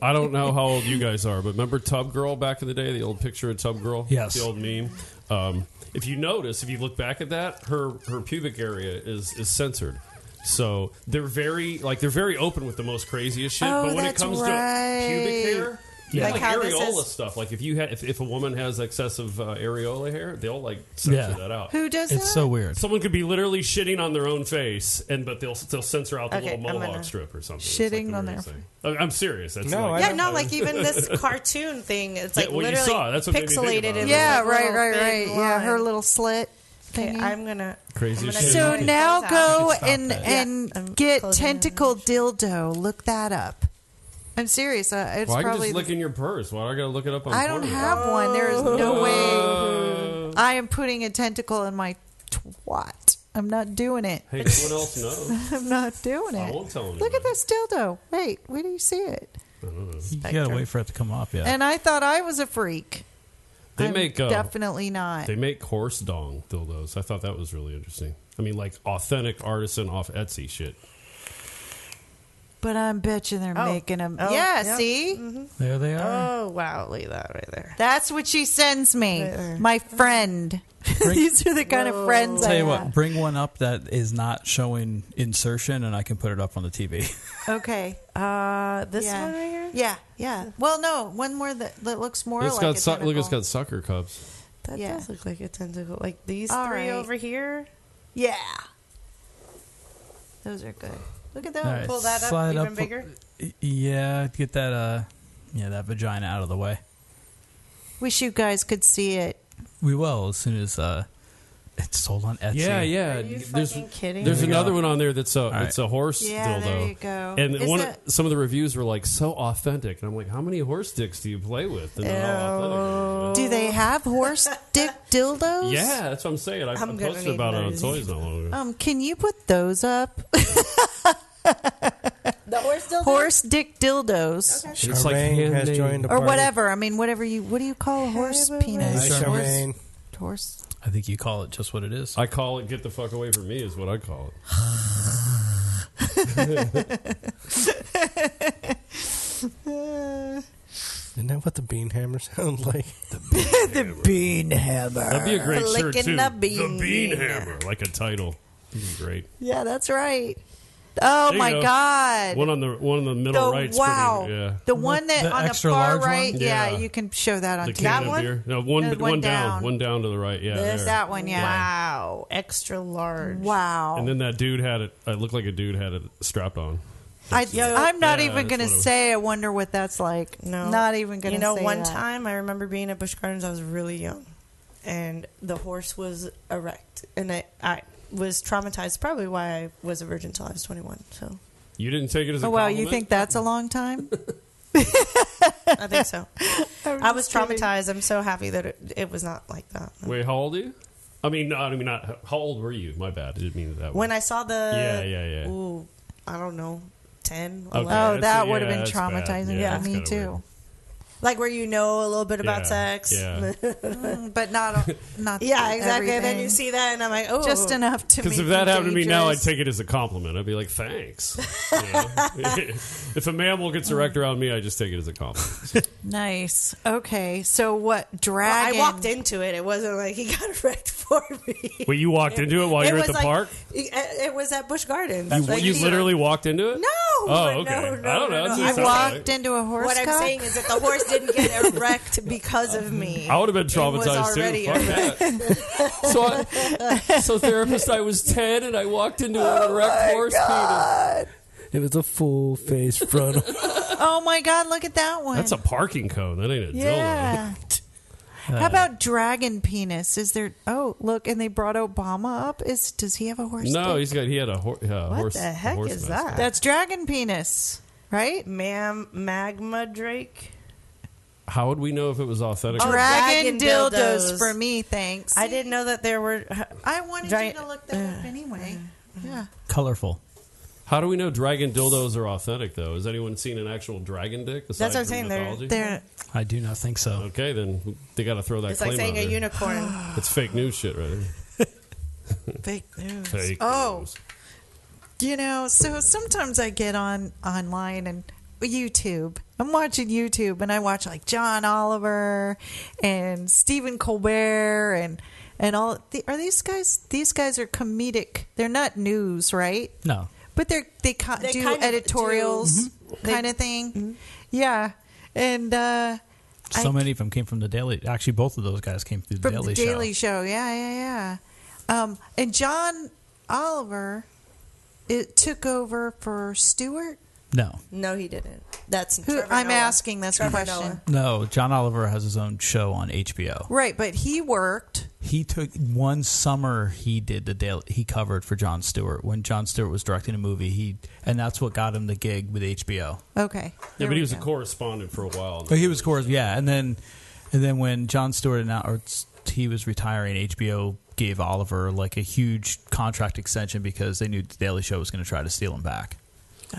Speaker 5: I don't know how old you guys are, but remember Tub Girl back in the day, the old picture of Tub Girl?
Speaker 1: Yes.
Speaker 5: The old meme. Um, if you notice, if you look back at that, her her pubic area is is censored. So they're very like they're very open with the most craziest shit.
Speaker 6: Oh,
Speaker 5: but when
Speaker 6: that's
Speaker 5: it comes
Speaker 6: right.
Speaker 5: to pubic hair,
Speaker 1: Yeah.
Speaker 5: like,
Speaker 4: Like how this
Speaker 5: areola
Speaker 4: is-
Speaker 5: stuff. Like if you ha- if, if a woman has excessive uh, areola hair, they'll like censor
Speaker 1: Yeah.
Speaker 5: that out.
Speaker 6: Who does
Speaker 1: it's
Speaker 6: that?
Speaker 1: so weird.
Speaker 5: Someone could be literally shitting on their own face, and but they'll they'll censor out the
Speaker 4: Okay,
Speaker 5: little
Speaker 4: I'm
Speaker 5: mohawk
Speaker 4: gonna-
Speaker 5: strip or something. It's
Speaker 6: Shitting
Speaker 5: the
Speaker 6: on
Speaker 5: weirdest
Speaker 6: their-
Speaker 5: thing. I- I'm serious. That's
Speaker 2: No,
Speaker 5: like,
Speaker 2: I
Speaker 4: Yeah, no, like even this cartoon thing. It's
Speaker 5: Yeah,
Speaker 4: like
Speaker 5: well, you
Speaker 4: literally
Speaker 5: saw it. That's what made me think
Speaker 4: pixelated.
Speaker 5: about it.
Speaker 4: in,
Speaker 6: Yeah,
Speaker 4: like,
Speaker 6: right,
Speaker 4: little
Speaker 6: right,
Speaker 4: big
Speaker 6: right. Yeah, her
Speaker 4: line.
Speaker 6: little slit.
Speaker 4: Okay,
Speaker 6: thingy.
Speaker 4: I'm gonna.
Speaker 5: Crazy
Speaker 4: I'm gonna
Speaker 5: shit.
Speaker 4: go
Speaker 6: So
Speaker 4: and
Speaker 6: now
Speaker 4: close out.
Speaker 6: go
Speaker 1: I can
Speaker 6: and
Speaker 1: stop that.
Speaker 6: and
Speaker 4: Yeah, I'm
Speaker 6: get
Speaker 4: closing
Speaker 6: tentacle dildo. Look that up. I'm serious. Uh, it's
Speaker 5: Well, I can
Speaker 6: probably.
Speaker 5: just look in your purse. Why do I gotta look it up on?
Speaker 6: I don't
Speaker 5: Pornhub?
Speaker 6: have one. There is
Speaker 4: Oh.
Speaker 6: no way.
Speaker 5: Uh,
Speaker 6: I am putting a tentacle in my twat. I'm not doing it.
Speaker 5: hey, no one else knows.
Speaker 6: I'm not doing it.
Speaker 5: I won't tell
Speaker 6: Look at
Speaker 5: anybody.
Speaker 6: this dildo. Wait, where do you see it?
Speaker 1: You gotta wait for it to come up. Yeah,
Speaker 6: And I thought I was a freak.
Speaker 5: They
Speaker 6: I'm
Speaker 5: make uh,
Speaker 6: definitely not.
Speaker 5: they make horse dong dildos. I thought that was really interesting. I mean, like authentic artisan off Etsy shit.
Speaker 6: But I'm betching they're
Speaker 4: Oh.
Speaker 6: making them.
Speaker 4: Oh,
Speaker 6: yeah,
Speaker 4: yeah.
Speaker 6: see,
Speaker 1: there they are.
Speaker 4: Oh wow, leave that right there.
Speaker 6: that's what she sends me,
Speaker 4: Right there.
Speaker 6: my friend. These are the kind of friends
Speaker 1: Tell
Speaker 6: I
Speaker 1: you what,
Speaker 6: have.
Speaker 1: bring one up that is not showing insertion, and I can put it up on the TV.
Speaker 6: Okay,
Speaker 4: Uh, this
Speaker 6: yeah.
Speaker 4: one right here.
Speaker 6: Yeah, yeah. Well, no, one more that, that looks more
Speaker 5: It's
Speaker 6: like
Speaker 5: got
Speaker 6: a
Speaker 5: su- look. It's
Speaker 6: tentacle.
Speaker 5: got sucker cups.
Speaker 4: That
Speaker 6: Yeah.
Speaker 4: does look like a tentacle. Like these
Speaker 6: All
Speaker 4: three
Speaker 6: right.
Speaker 4: over here.
Speaker 6: Yeah, those are good. Look at those.
Speaker 1: All right.
Speaker 4: Pull that up
Speaker 1: Slide
Speaker 4: even
Speaker 1: up.
Speaker 4: bigger.
Speaker 1: yeah, get that. Uh, yeah, that vagina out of the way.
Speaker 6: Wish you guys could see it.
Speaker 1: We will as soon as uh, it's sold on Etsy.
Speaker 5: yeah.
Speaker 4: Are you fucking kidding?
Speaker 5: There's
Speaker 1: Here we
Speaker 5: another
Speaker 1: go.
Speaker 5: one on there that's a
Speaker 1: right.
Speaker 5: it's a horse
Speaker 6: Yeah,
Speaker 5: dildo.
Speaker 6: there you go.
Speaker 5: And
Speaker 6: Is
Speaker 5: one
Speaker 6: that-
Speaker 5: of, some of the reviews were like so authentic, and I'm like, how many horse dicks do you play with? And they're all authentic.
Speaker 6: Do they have horse dick dildos?
Speaker 5: Yeah, that's what I'm saying. I, I
Speaker 4: I'm gonna
Speaker 5: posted
Speaker 4: need
Speaker 5: about it on
Speaker 4: those.
Speaker 5: Toys not long ago.
Speaker 6: Um, can you put those up?
Speaker 4: the horse dildo.
Speaker 6: horse dick dildos.
Speaker 5: It's like
Speaker 2: Charmaine has
Speaker 5: handmade.
Speaker 2: joined the
Speaker 6: Or
Speaker 2: party.
Speaker 6: whatever. I mean, whatever you. What do you call a horse
Speaker 4: Have a
Speaker 6: penis?
Speaker 1: nice
Speaker 6: Horse,
Speaker 2: Charmaine.
Speaker 6: horse.
Speaker 1: I think you call it just what it is.
Speaker 5: I call it "Get the fuck away from me" is what I call it.
Speaker 2: Isn't that what the bean hammer sound like?
Speaker 6: Bean hammer.
Speaker 5: That'd be a great
Speaker 4: Flicking
Speaker 5: shirt too.
Speaker 4: the bean.
Speaker 5: The Bean Hammer, like a title. That'd be great.
Speaker 6: Yeah, that's right. Oh
Speaker 5: There you
Speaker 6: my
Speaker 5: go.
Speaker 6: god.
Speaker 5: One on the one on the middle
Speaker 6: the
Speaker 5: right's
Speaker 6: wow.
Speaker 5: pretty. Yeah.
Speaker 6: The one that
Speaker 1: The
Speaker 6: on the
Speaker 1: extra
Speaker 6: far
Speaker 1: large one?
Speaker 6: right. Yeah.
Speaker 5: Yeah.
Speaker 6: you can show that on
Speaker 5: The
Speaker 6: TV.
Speaker 5: can of
Speaker 4: one?
Speaker 5: beer. No, one,
Speaker 6: No,
Speaker 5: one,
Speaker 6: one
Speaker 5: down.
Speaker 6: down.
Speaker 5: One down to the right. Yeah.
Speaker 4: This-
Speaker 5: there.
Speaker 6: that one, yeah.
Speaker 4: Wow, extra large.
Speaker 6: Wow.
Speaker 5: And then that dude had it. It looked like a dude had it strapped on.
Speaker 6: I, I'm not
Speaker 5: Yeah,
Speaker 6: even going
Speaker 5: that's
Speaker 6: to
Speaker 5: what it was.
Speaker 6: say I wonder what that's like.
Speaker 4: No,
Speaker 6: Not even going to
Speaker 4: You know,
Speaker 6: say
Speaker 4: one
Speaker 6: that.
Speaker 4: time I remember being at Busch Gardens. I was really young, and the horse was erect, and I, I was traumatized. Probably why I was a virgin until I was 21. So
Speaker 5: You didn't take it as a
Speaker 6: Oh, wow. You
Speaker 5: compliment?
Speaker 6: think that's a long time?
Speaker 4: I think so. I was
Speaker 6: just kidding.
Speaker 4: traumatized. I'm so happy that it, it was not like that.
Speaker 5: Wait, how old are you? I mean, no, I mean, not how old were you? My bad. I didn't mean it that. way.
Speaker 4: When I saw the
Speaker 5: Yeah, yeah, yeah.
Speaker 4: Ooh, I don't know, 10, 11,
Speaker 5: Okay.
Speaker 6: Oh,
Speaker 5: that's-
Speaker 6: that
Speaker 5: yeah,
Speaker 6: would have been
Speaker 5: that's bad.
Speaker 6: traumatizing for
Speaker 5: Yeah, that's
Speaker 6: me
Speaker 5: kinda
Speaker 6: too.
Speaker 4: like where you know a little bit about
Speaker 5: Yeah,
Speaker 4: sex.
Speaker 5: yeah.
Speaker 6: Mm, But not not
Speaker 4: Yeah, exactly. And then you
Speaker 6: everything.
Speaker 4: see that, and I'm like, oh,
Speaker 6: just enough to
Speaker 5: Because
Speaker 6: make
Speaker 5: if that
Speaker 6: you
Speaker 5: happened to me now, I'd
Speaker 6: dangerous.
Speaker 5: take it as a compliment. I'd be like, thanks. You know? if a mammal gets erect around me, I just take it as a compliment.
Speaker 6: nice. Okay, so what
Speaker 4: Well,
Speaker 6: dragon?
Speaker 4: I walked into it. It wasn't like he got wrecked for me.
Speaker 5: Well, you walked into it while
Speaker 4: It
Speaker 5: you were
Speaker 4: was
Speaker 5: at the
Speaker 4: like-
Speaker 5: park?
Speaker 4: It, it was at Busch Gardens.
Speaker 5: You,
Speaker 4: Like,
Speaker 5: you
Speaker 4: these-
Speaker 5: literally walked into it?
Speaker 4: No.
Speaker 5: Oh,
Speaker 4: no, No,
Speaker 5: okay.
Speaker 4: no,
Speaker 5: I don't know.
Speaker 4: no,
Speaker 5: That's
Speaker 4: no.
Speaker 5: just-
Speaker 6: I walked
Speaker 5: I-
Speaker 6: into a horse.
Speaker 4: What I'm
Speaker 6: cock?
Speaker 4: saying is that the horse didn't get erect because of me.
Speaker 5: I would have been traumatized
Speaker 4: was
Speaker 5: too.
Speaker 4: already
Speaker 5: Fuck that. so, I, so therapist, I was ten and I walked into an erect horse penis.
Speaker 2: It was a full face frontal.
Speaker 6: oh my god, look at that one.
Speaker 5: That's a parking cone. That ain't a
Speaker 6: yeah. How about dragon penis? Is there? Oh, look, and they brought Obama up. Is does he have a horse?
Speaker 5: No,
Speaker 6: dick?
Speaker 5: he's got. He had a hor- uh,
Speaker 4: What
Speaker 5: horse.
Speaker 4: the heck
Speaker 5: horse
Speaker 4: is
Speaker 5: mascot.
Speaker 4: that?
Speaker 6: that's dragon penis, right?
Speaker 4: Ma'am, magma Drake.
Speaker 5: How would we know if it was authentic?
Speaker 4: Oh,
Speaker 5: or not?
Speaker 6: Dragon,
Speaker 4: dragon
Speaker 6: dildos.
Speaker 4: dildos.
Speaker 6: for me, thanks.
Speaker 4: I didn't know that there were. uh,
Speaker 6: I wanted
Speaker 4: Giant-
Speaker 6: you to look that up anyway. Yeah.
Speaker 1: Colorful.
Speaker 5: How do we know dragon dildos are authentic though? Has anyone seen an actual dragon dick? aside
Speaker 4: That's what I'm
Speaker 5: from
Speaker 4: saying, they're-
Speaker 5: mythology?
Speaker 6: There.
Speaker 1: I do not think so.
Speaker 5: Okay, then they got to throw that
Speaker 4: It's
Speaker 5: claim
Speaker 4: like saying
Speaker 5: out
Speaker 4: a
Speaker 5: there.
Speaker 4: unicorn.
Speaker 5: It's fake news shit, right?
Speaker 6: Fake news.
Speaker 5: Fake
Speaker 6: oh,
Speaker 5: news.
Speaker 6: you know, so sometimes I get on online and YouTube. I'm watching YouTube and I watch like John Oliver and Stephen Colbert and and all. The, are these guys? These guys are comedic. They're not news, right?
Speaker 1: No.
Speaker 6: But they're, they co-
Speaker 4: They
Speaker 6: do
Speaker 4: kind of Mm-hmm.
Speaker 6: editorials,
Speaker 1: Mm-hmm.
Speaker 6: kind of thing. Yeah, and uh,
Speaker 1: So
Speaker 6: I-
Speaker 1: many of them came from the Daily. Actually, both of those guys came through the
Speaker 6: from the
Speaker 1: Daily,
Speaker 6: Daily
Speaker 1: Show.
Speaker 6: Show. Yeah, yeah, yeah. Um, and John Oliver, it took over for Stewart.
Speaker 1: No,
Speaker 4: No, he didn't. That's
Speaker 6: Who
Speaker 4: Trevor
Speaker 6: I'm
Speaker 4: Noah.
Speaker 6: asking this
Speaker 4: Trevor
Speaker 6: question.
Speaker 4: Noah.
Speaker 1: no. John Oliver has his own show on HBO.
Speaker 6: Right, but he worked.
Speaker 1: He took one summer. He did the Daily. He covered for John Stewart when John Stewart was directing a movie. He and that's what got him the gig with HBO.
Speaker 6: Okay.
Speaker 5: Yeah,
Speaker 6: there
Speaker 5: but
Speaker 6: we
Speaker 5: he was a
Speaker 6: go.
Speaker 5: correspondent for a while.
Speaker 1: But he was course, yeah, and then and then when John Stewart announced he was retiring, HBO gave Oliver like a huge contract extension because they knew the Daily Show was going to try to steal him back.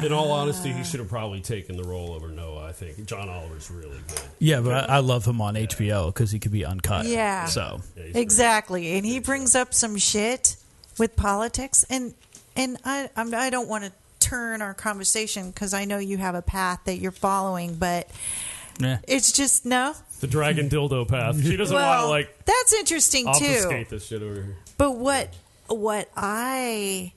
Speaker 5: In all honesty, he should have probably taken the role over Noah. I think John Oliver's really good.
Speaker 1: Yeah, but I, I love him on HBO because he could be uncut.
Speaker 6: Yeah.
Speaker 1: So
Speaker 6: Exactly, and he brings up some shit with politics, and and I I'm, I don't want to turn our conversation because I know you have a path that you're following, but
Speaker 1: yeah.
Speaker 6: it's just no.
Speaker 5: The dragon dildo path. She doesn't want to
Speaker 6: Well,
Speaker 5: like
Speaker 6: that's interesting too.
Speaker 5: obfuscate this shit over here.
Speaker 6: But what what I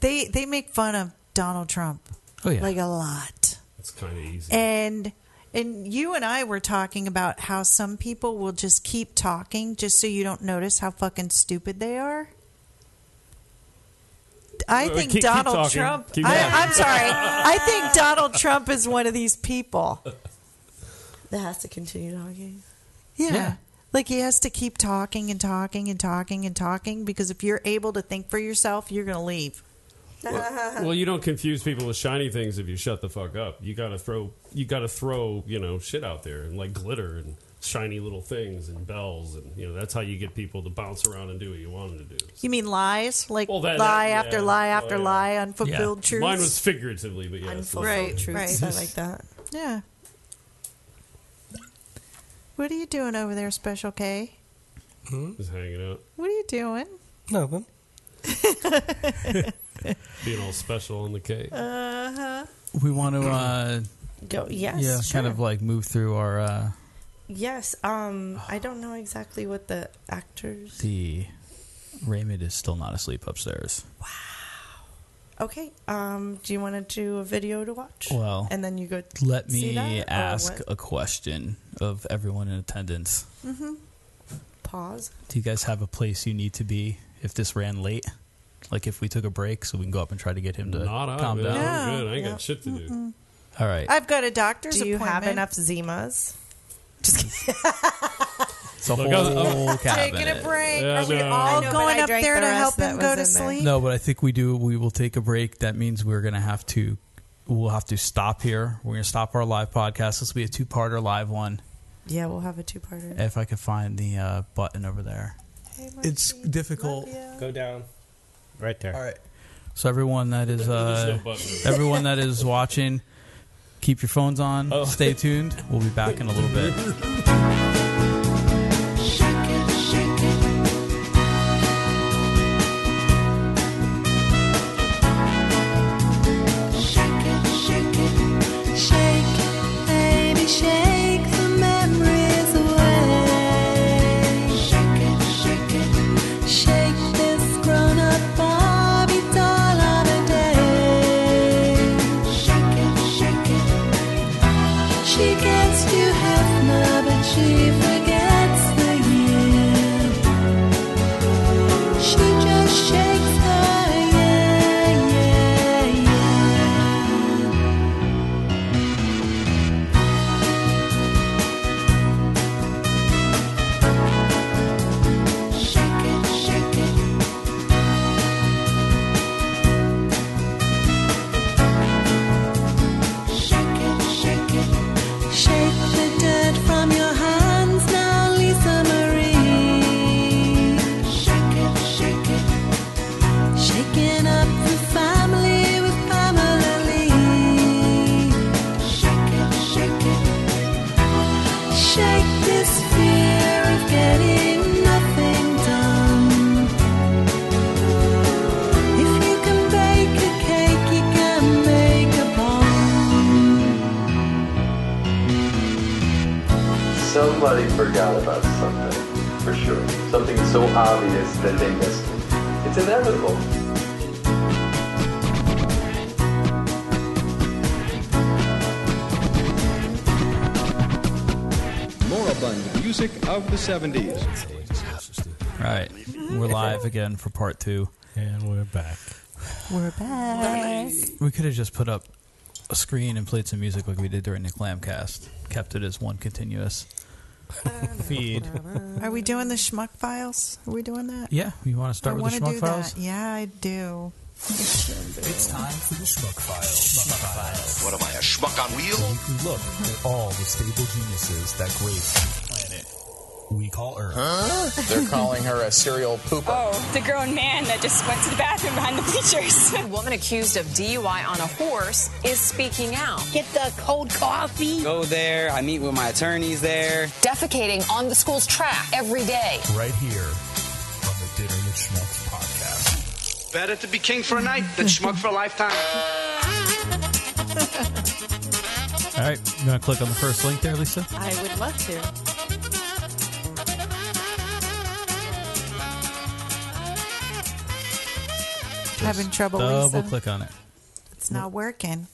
Speaker 6: they they make fun of Donald Trump
Speaker 1: Oh yeah.
Speaker 6: like a lot.
Speaker 5: It's kind of easy.
Speaker 6: And and you and I were talking about how some people will just keep talking just so you don't notice how fucking stupid they are. I
Speaker 5: Well,
Speaker 6: think
Speaker 5: keep- keep
Speaker 6: Donald
Speaker 5: talking.
Speaker 6: Trump.
Speaker 5: Keep
Speaker 6: I,
Speaker 5: talking.
Speaker 6: I'm sorry. I
Speaker 4: Ah.
Speaker 6: think Donald Trump is one of these people.
Speaker 4: That has to continue talking.
Speaker 6: Yeah.
Speaker 1: Yeah.
Speaker 6: Like he has to keep talking and talking and talking and talking because if you're able to think for yourself, you're going to leave.
Speaker 5: well, you don't confuse people with shiny things if you shut the fuck up. You gotta throw, you gotta throw, you know, shit out there and like glitter and shiny little things and bells and you know that's how you get people to bounce around and do what you want them to do.
Speaker 6: You mean lies? Like
Speaker 5: Well, that-
Speaker 6: lie
Speaker 5: that-
Speaker 6: after
Speaker 5: yeah.
Speaker 6: lie after
Speaker 5: Oh, yeah.
Speaker 6: lie, unfulfilled truths.
Speaker 5: Mine was figuratively, but yeah, it's-
Speaker 4: Unfulfilled
Speaker 6: Right,
Speaker 4: truths.
Speaker 6: right.
Speaker 4: I like that.
Speaker 6: Yeah. What are you doing over there, Special K?
Speaker 5: just hanging out,
Speaker 6: What are you doing?
Speaker 2: Nothing.
Speaker 5: being all special on the cake.
Speaker 1: Uh,
Speaker 6: Uh-huh.
Speaker 1: we want to uh,
Speaker 4: Go. Yes.
Speaker 1: yeah,
Speaker 4: sure.
Speaker 1: kind of like move through our uh,
Speaker 4: Yes.
Speaker 1: Oh.
Speaker 4: Um. I don't know exactly what the actors.
Speaker 1: the Raymond is still not asleep upstairs.
Speaker 4: Okay. Um. Do you want to do a video to watch?
Speaker 1: Well,
Speaker 4: And then you go.
Speaker 1: Let
Speaker 4: see
Speaker 1: me
Speaker 4: that, or
Speaker 1: ask
Speaker 4: what?
Speaker 1: a question of everyone in attendance.
Speaker 4: Mm-hmm. Pause.
Speaker 1: Do you guys have a place you need to be if this ran late? Like if we took a break, so we can go up and try to get him to
Speaker 5: Not I,
Speaker 1: calm
Speaker 5: man.
Speaker 1: down.
Speaker 5: I'm
Speaker 6: No.
Speaker 5: good. I ain't
Speaker 4: Yeah.
Speaker 5: got shit to do.
Speaker 1: All right.
Speaker 6: I've got a doctor's
Speaker 4: Do you
Speaker 6: appointment.
Speaker 4: have enough Zimas?
Speaker 1: It's a
Speaker 5: Look, I'm- I'm-
Speaker 1: whole cabinet.
Speaker 6: Taking a break.
Speaker 5: Yeah,
Speaker 6: are we
Speaker 5: no.
Speaker 6: all
Speaker 4: I know, but
Speaker 6: going
Speaker 4: I
Speaker 6: up
Speaker 4: drank
Speaker 6: there
Speaker 4: the
Speaker 6: to
Speaker 4: rest
Speaker 6: help
Speaker 4: that
Speaker 6: him
Speaker 4: was
Speaker 6: go
Speaker 4: in
Speaker 6: to
Speaker 4: there.
Speaker 6: sleep?
Speaker 1: No, but I think we do. We will take a break. That means we're going to have to. We'll have to stop here. We're going to stop our live podcast. This will be a two-parter live one.
Speaker 4: Yeah, we'll have a two-parter.
Speaker 1: If I could find the uh, button over there, it's difficult.
Speaker 2: Go down. Right there.
Speaker 1: All right. So everyone that is
Speaker 5: There's no
Speaker 1: uh,
Speaker 5: button.
Speaker 1: everyone that is watching, keep your phones on.
Speaker 5: Oh.
Speaker 1: Stay tuned. We'll be back in a little bit.
Speaker 9: She gets to have my shake this fear of getting nothing done. If you can bake a cake, you can make a bomb.
Speaker 10: Somebody forgot about something, for sure. Something so obvious that they missed it. It's inevitable.
Speaker 11: Moribund music of the 70s.
Speaker 1: All right, we're live again for part two.
Speaker 2: And we're back.
Speaker 6: We're back.
Speaker 1: We could have just put up a screen and played some music like we did during the Clamcast. Kept it as one continuous feed.
Speaker 6: Are we doing the schmuck files? Are we doing that?
Speaker 1: Yeah, you want to start
Speaker 6: I
Speaker 1: with the
Speaker 6: want to do
Speaker 1: Schmuck Files?
Speaker 6: that. Yeah, I do.
Speaker 12: It's time for the Schmuck Files.
Speaker 3: What am I, a schmuck on wheels?
Speaker 12: Weekly look at all the stable geniuses that grace the planet we call Earth.
Speaker 13: They're calling her a serial pooper.
Speaker 14: Oh, the grown man that just went to the bathroom behind the bleachers. A woman accused of DUI on a horse is speaking out. Get the cold coffee.
Speaker 15: Go there. I meet with my attorneys there.
Speaker 14: Defecating on the school's track every day.
Speaker 12: Right here on the Dinner with Schmucks podcast.
Speaker 15: Better to be king for a night than schmuck for a lifetime.
Speaker 1: All right, you want to click on the first link there, Lisa?
Speaker 9: I would love to.
Speaker 6: Having trouble,
Speaker 1: Double
Speaker 6: Lisa.
Speaker 1: click on it.
Speaker 6: It's not working.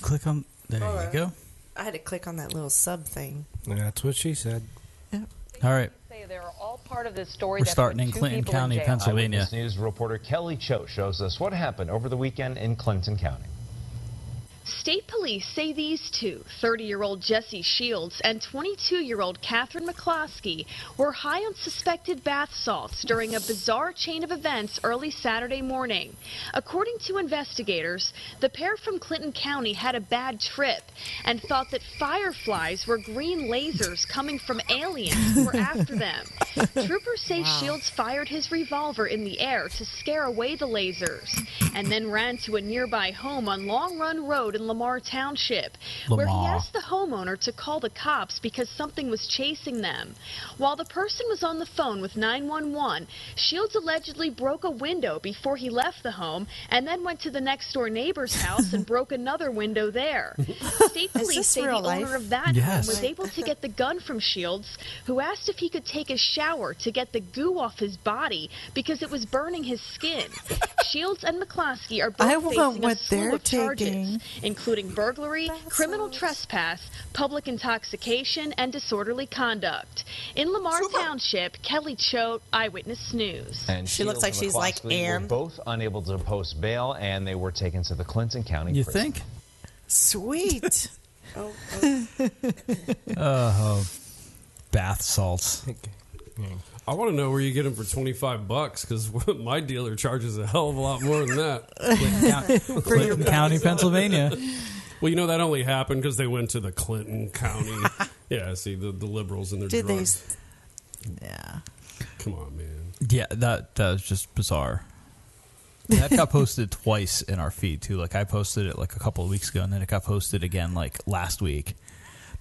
Speaker 1: Click on. There you go.
Speaker 4: I had to click on that little sub thing.
Speaker 2: That's what she said.
Speaker 1: All right,
Speaker 14: They're all part of this story.
Speaker 1: we're starting in Clinton County, Pennsylvania.
Speaker 16: Eyewitness News reporter Kelly Cho shows us what happened over the weekend in Clinton County.
Speaker 17: State police say these two, 30 year old Jesse Shields and 22 year old Catherine McCloskey, were high on suspected bath salts during a bizarre chain of events early Saturday morning. According to investigators, the pair from Clinton County had a bad trip and thought that fireflies were green lasers coming from aliens who were after them. Troopers say Shields fired his revolver in the air to scare away the lasers and then ran to a nearby home on Long Run Road in Lamar Township, where he
Speaker 18: Lamar.
Speaker 17: asked the homeowner to call the cops because something was chasing them. While the person was on the phone with 911, Shields allegedly broke a window before he left the home and then went to the next door neighbor's house and broke another window there. State police
Speaker 4: this
Speaker 17: say the
Speaker 4: real life?
Speaker 17: owner of that
Speaker 4: Yes.
Speaker 17: home was able to get the gun from Shields, who asked if he could take a shower to get the goo off his body because it was burning his skin. Shields and McCloskey are both
Speaker 6: I want
Speaker 17: facing a
Speaker 6: what
Speaker 17: slew
Speaker 6: they're
Speaker 17: of charges,
Speaker 6: taking.
Speaker 17: including burglary, criminal trespass, public intoxication, and disorderly conduct. In Lamar Township, Kelly Choate, Eyewitness News.
Speaker 16: And
Speaker 4: She looks
Speaker 16: Shields
Speaker 4: like
Speaker 16: and
Speaker 4: she's like
Speaker 16: McCloskey
Speaker 4: Anne.
Speaker 16: Were both unable to post bail, and they were taken to the Clinton County.
Speaker 1: You
Speaker 16: prison.
Speaker 1: think?
Speaker 6: Sweet.
Speaker 4: Oh,
Speaker 1: Uh, oh, bath salts.
Speaker 5: I want to know where you get them for twenty five bucks because my dealer charges a hell of a lot more than that.
Speaker 1: Clinton, Clinton County, Pennsylvania.
Speaker 5: Well, you know that only happened because they went to the Clinton County. yeah, see the, the liberals and their
Speaker 6: Did they?
Speaker 5: drugs.
Speaker 6: Yeah.
Speaker 5: Come on, man.
Speaker 1: Yeah, that that was just bizarre. That got posted twice in our feed too. Like I posted it like a couple of weeks ago, and then it got posted again like last week.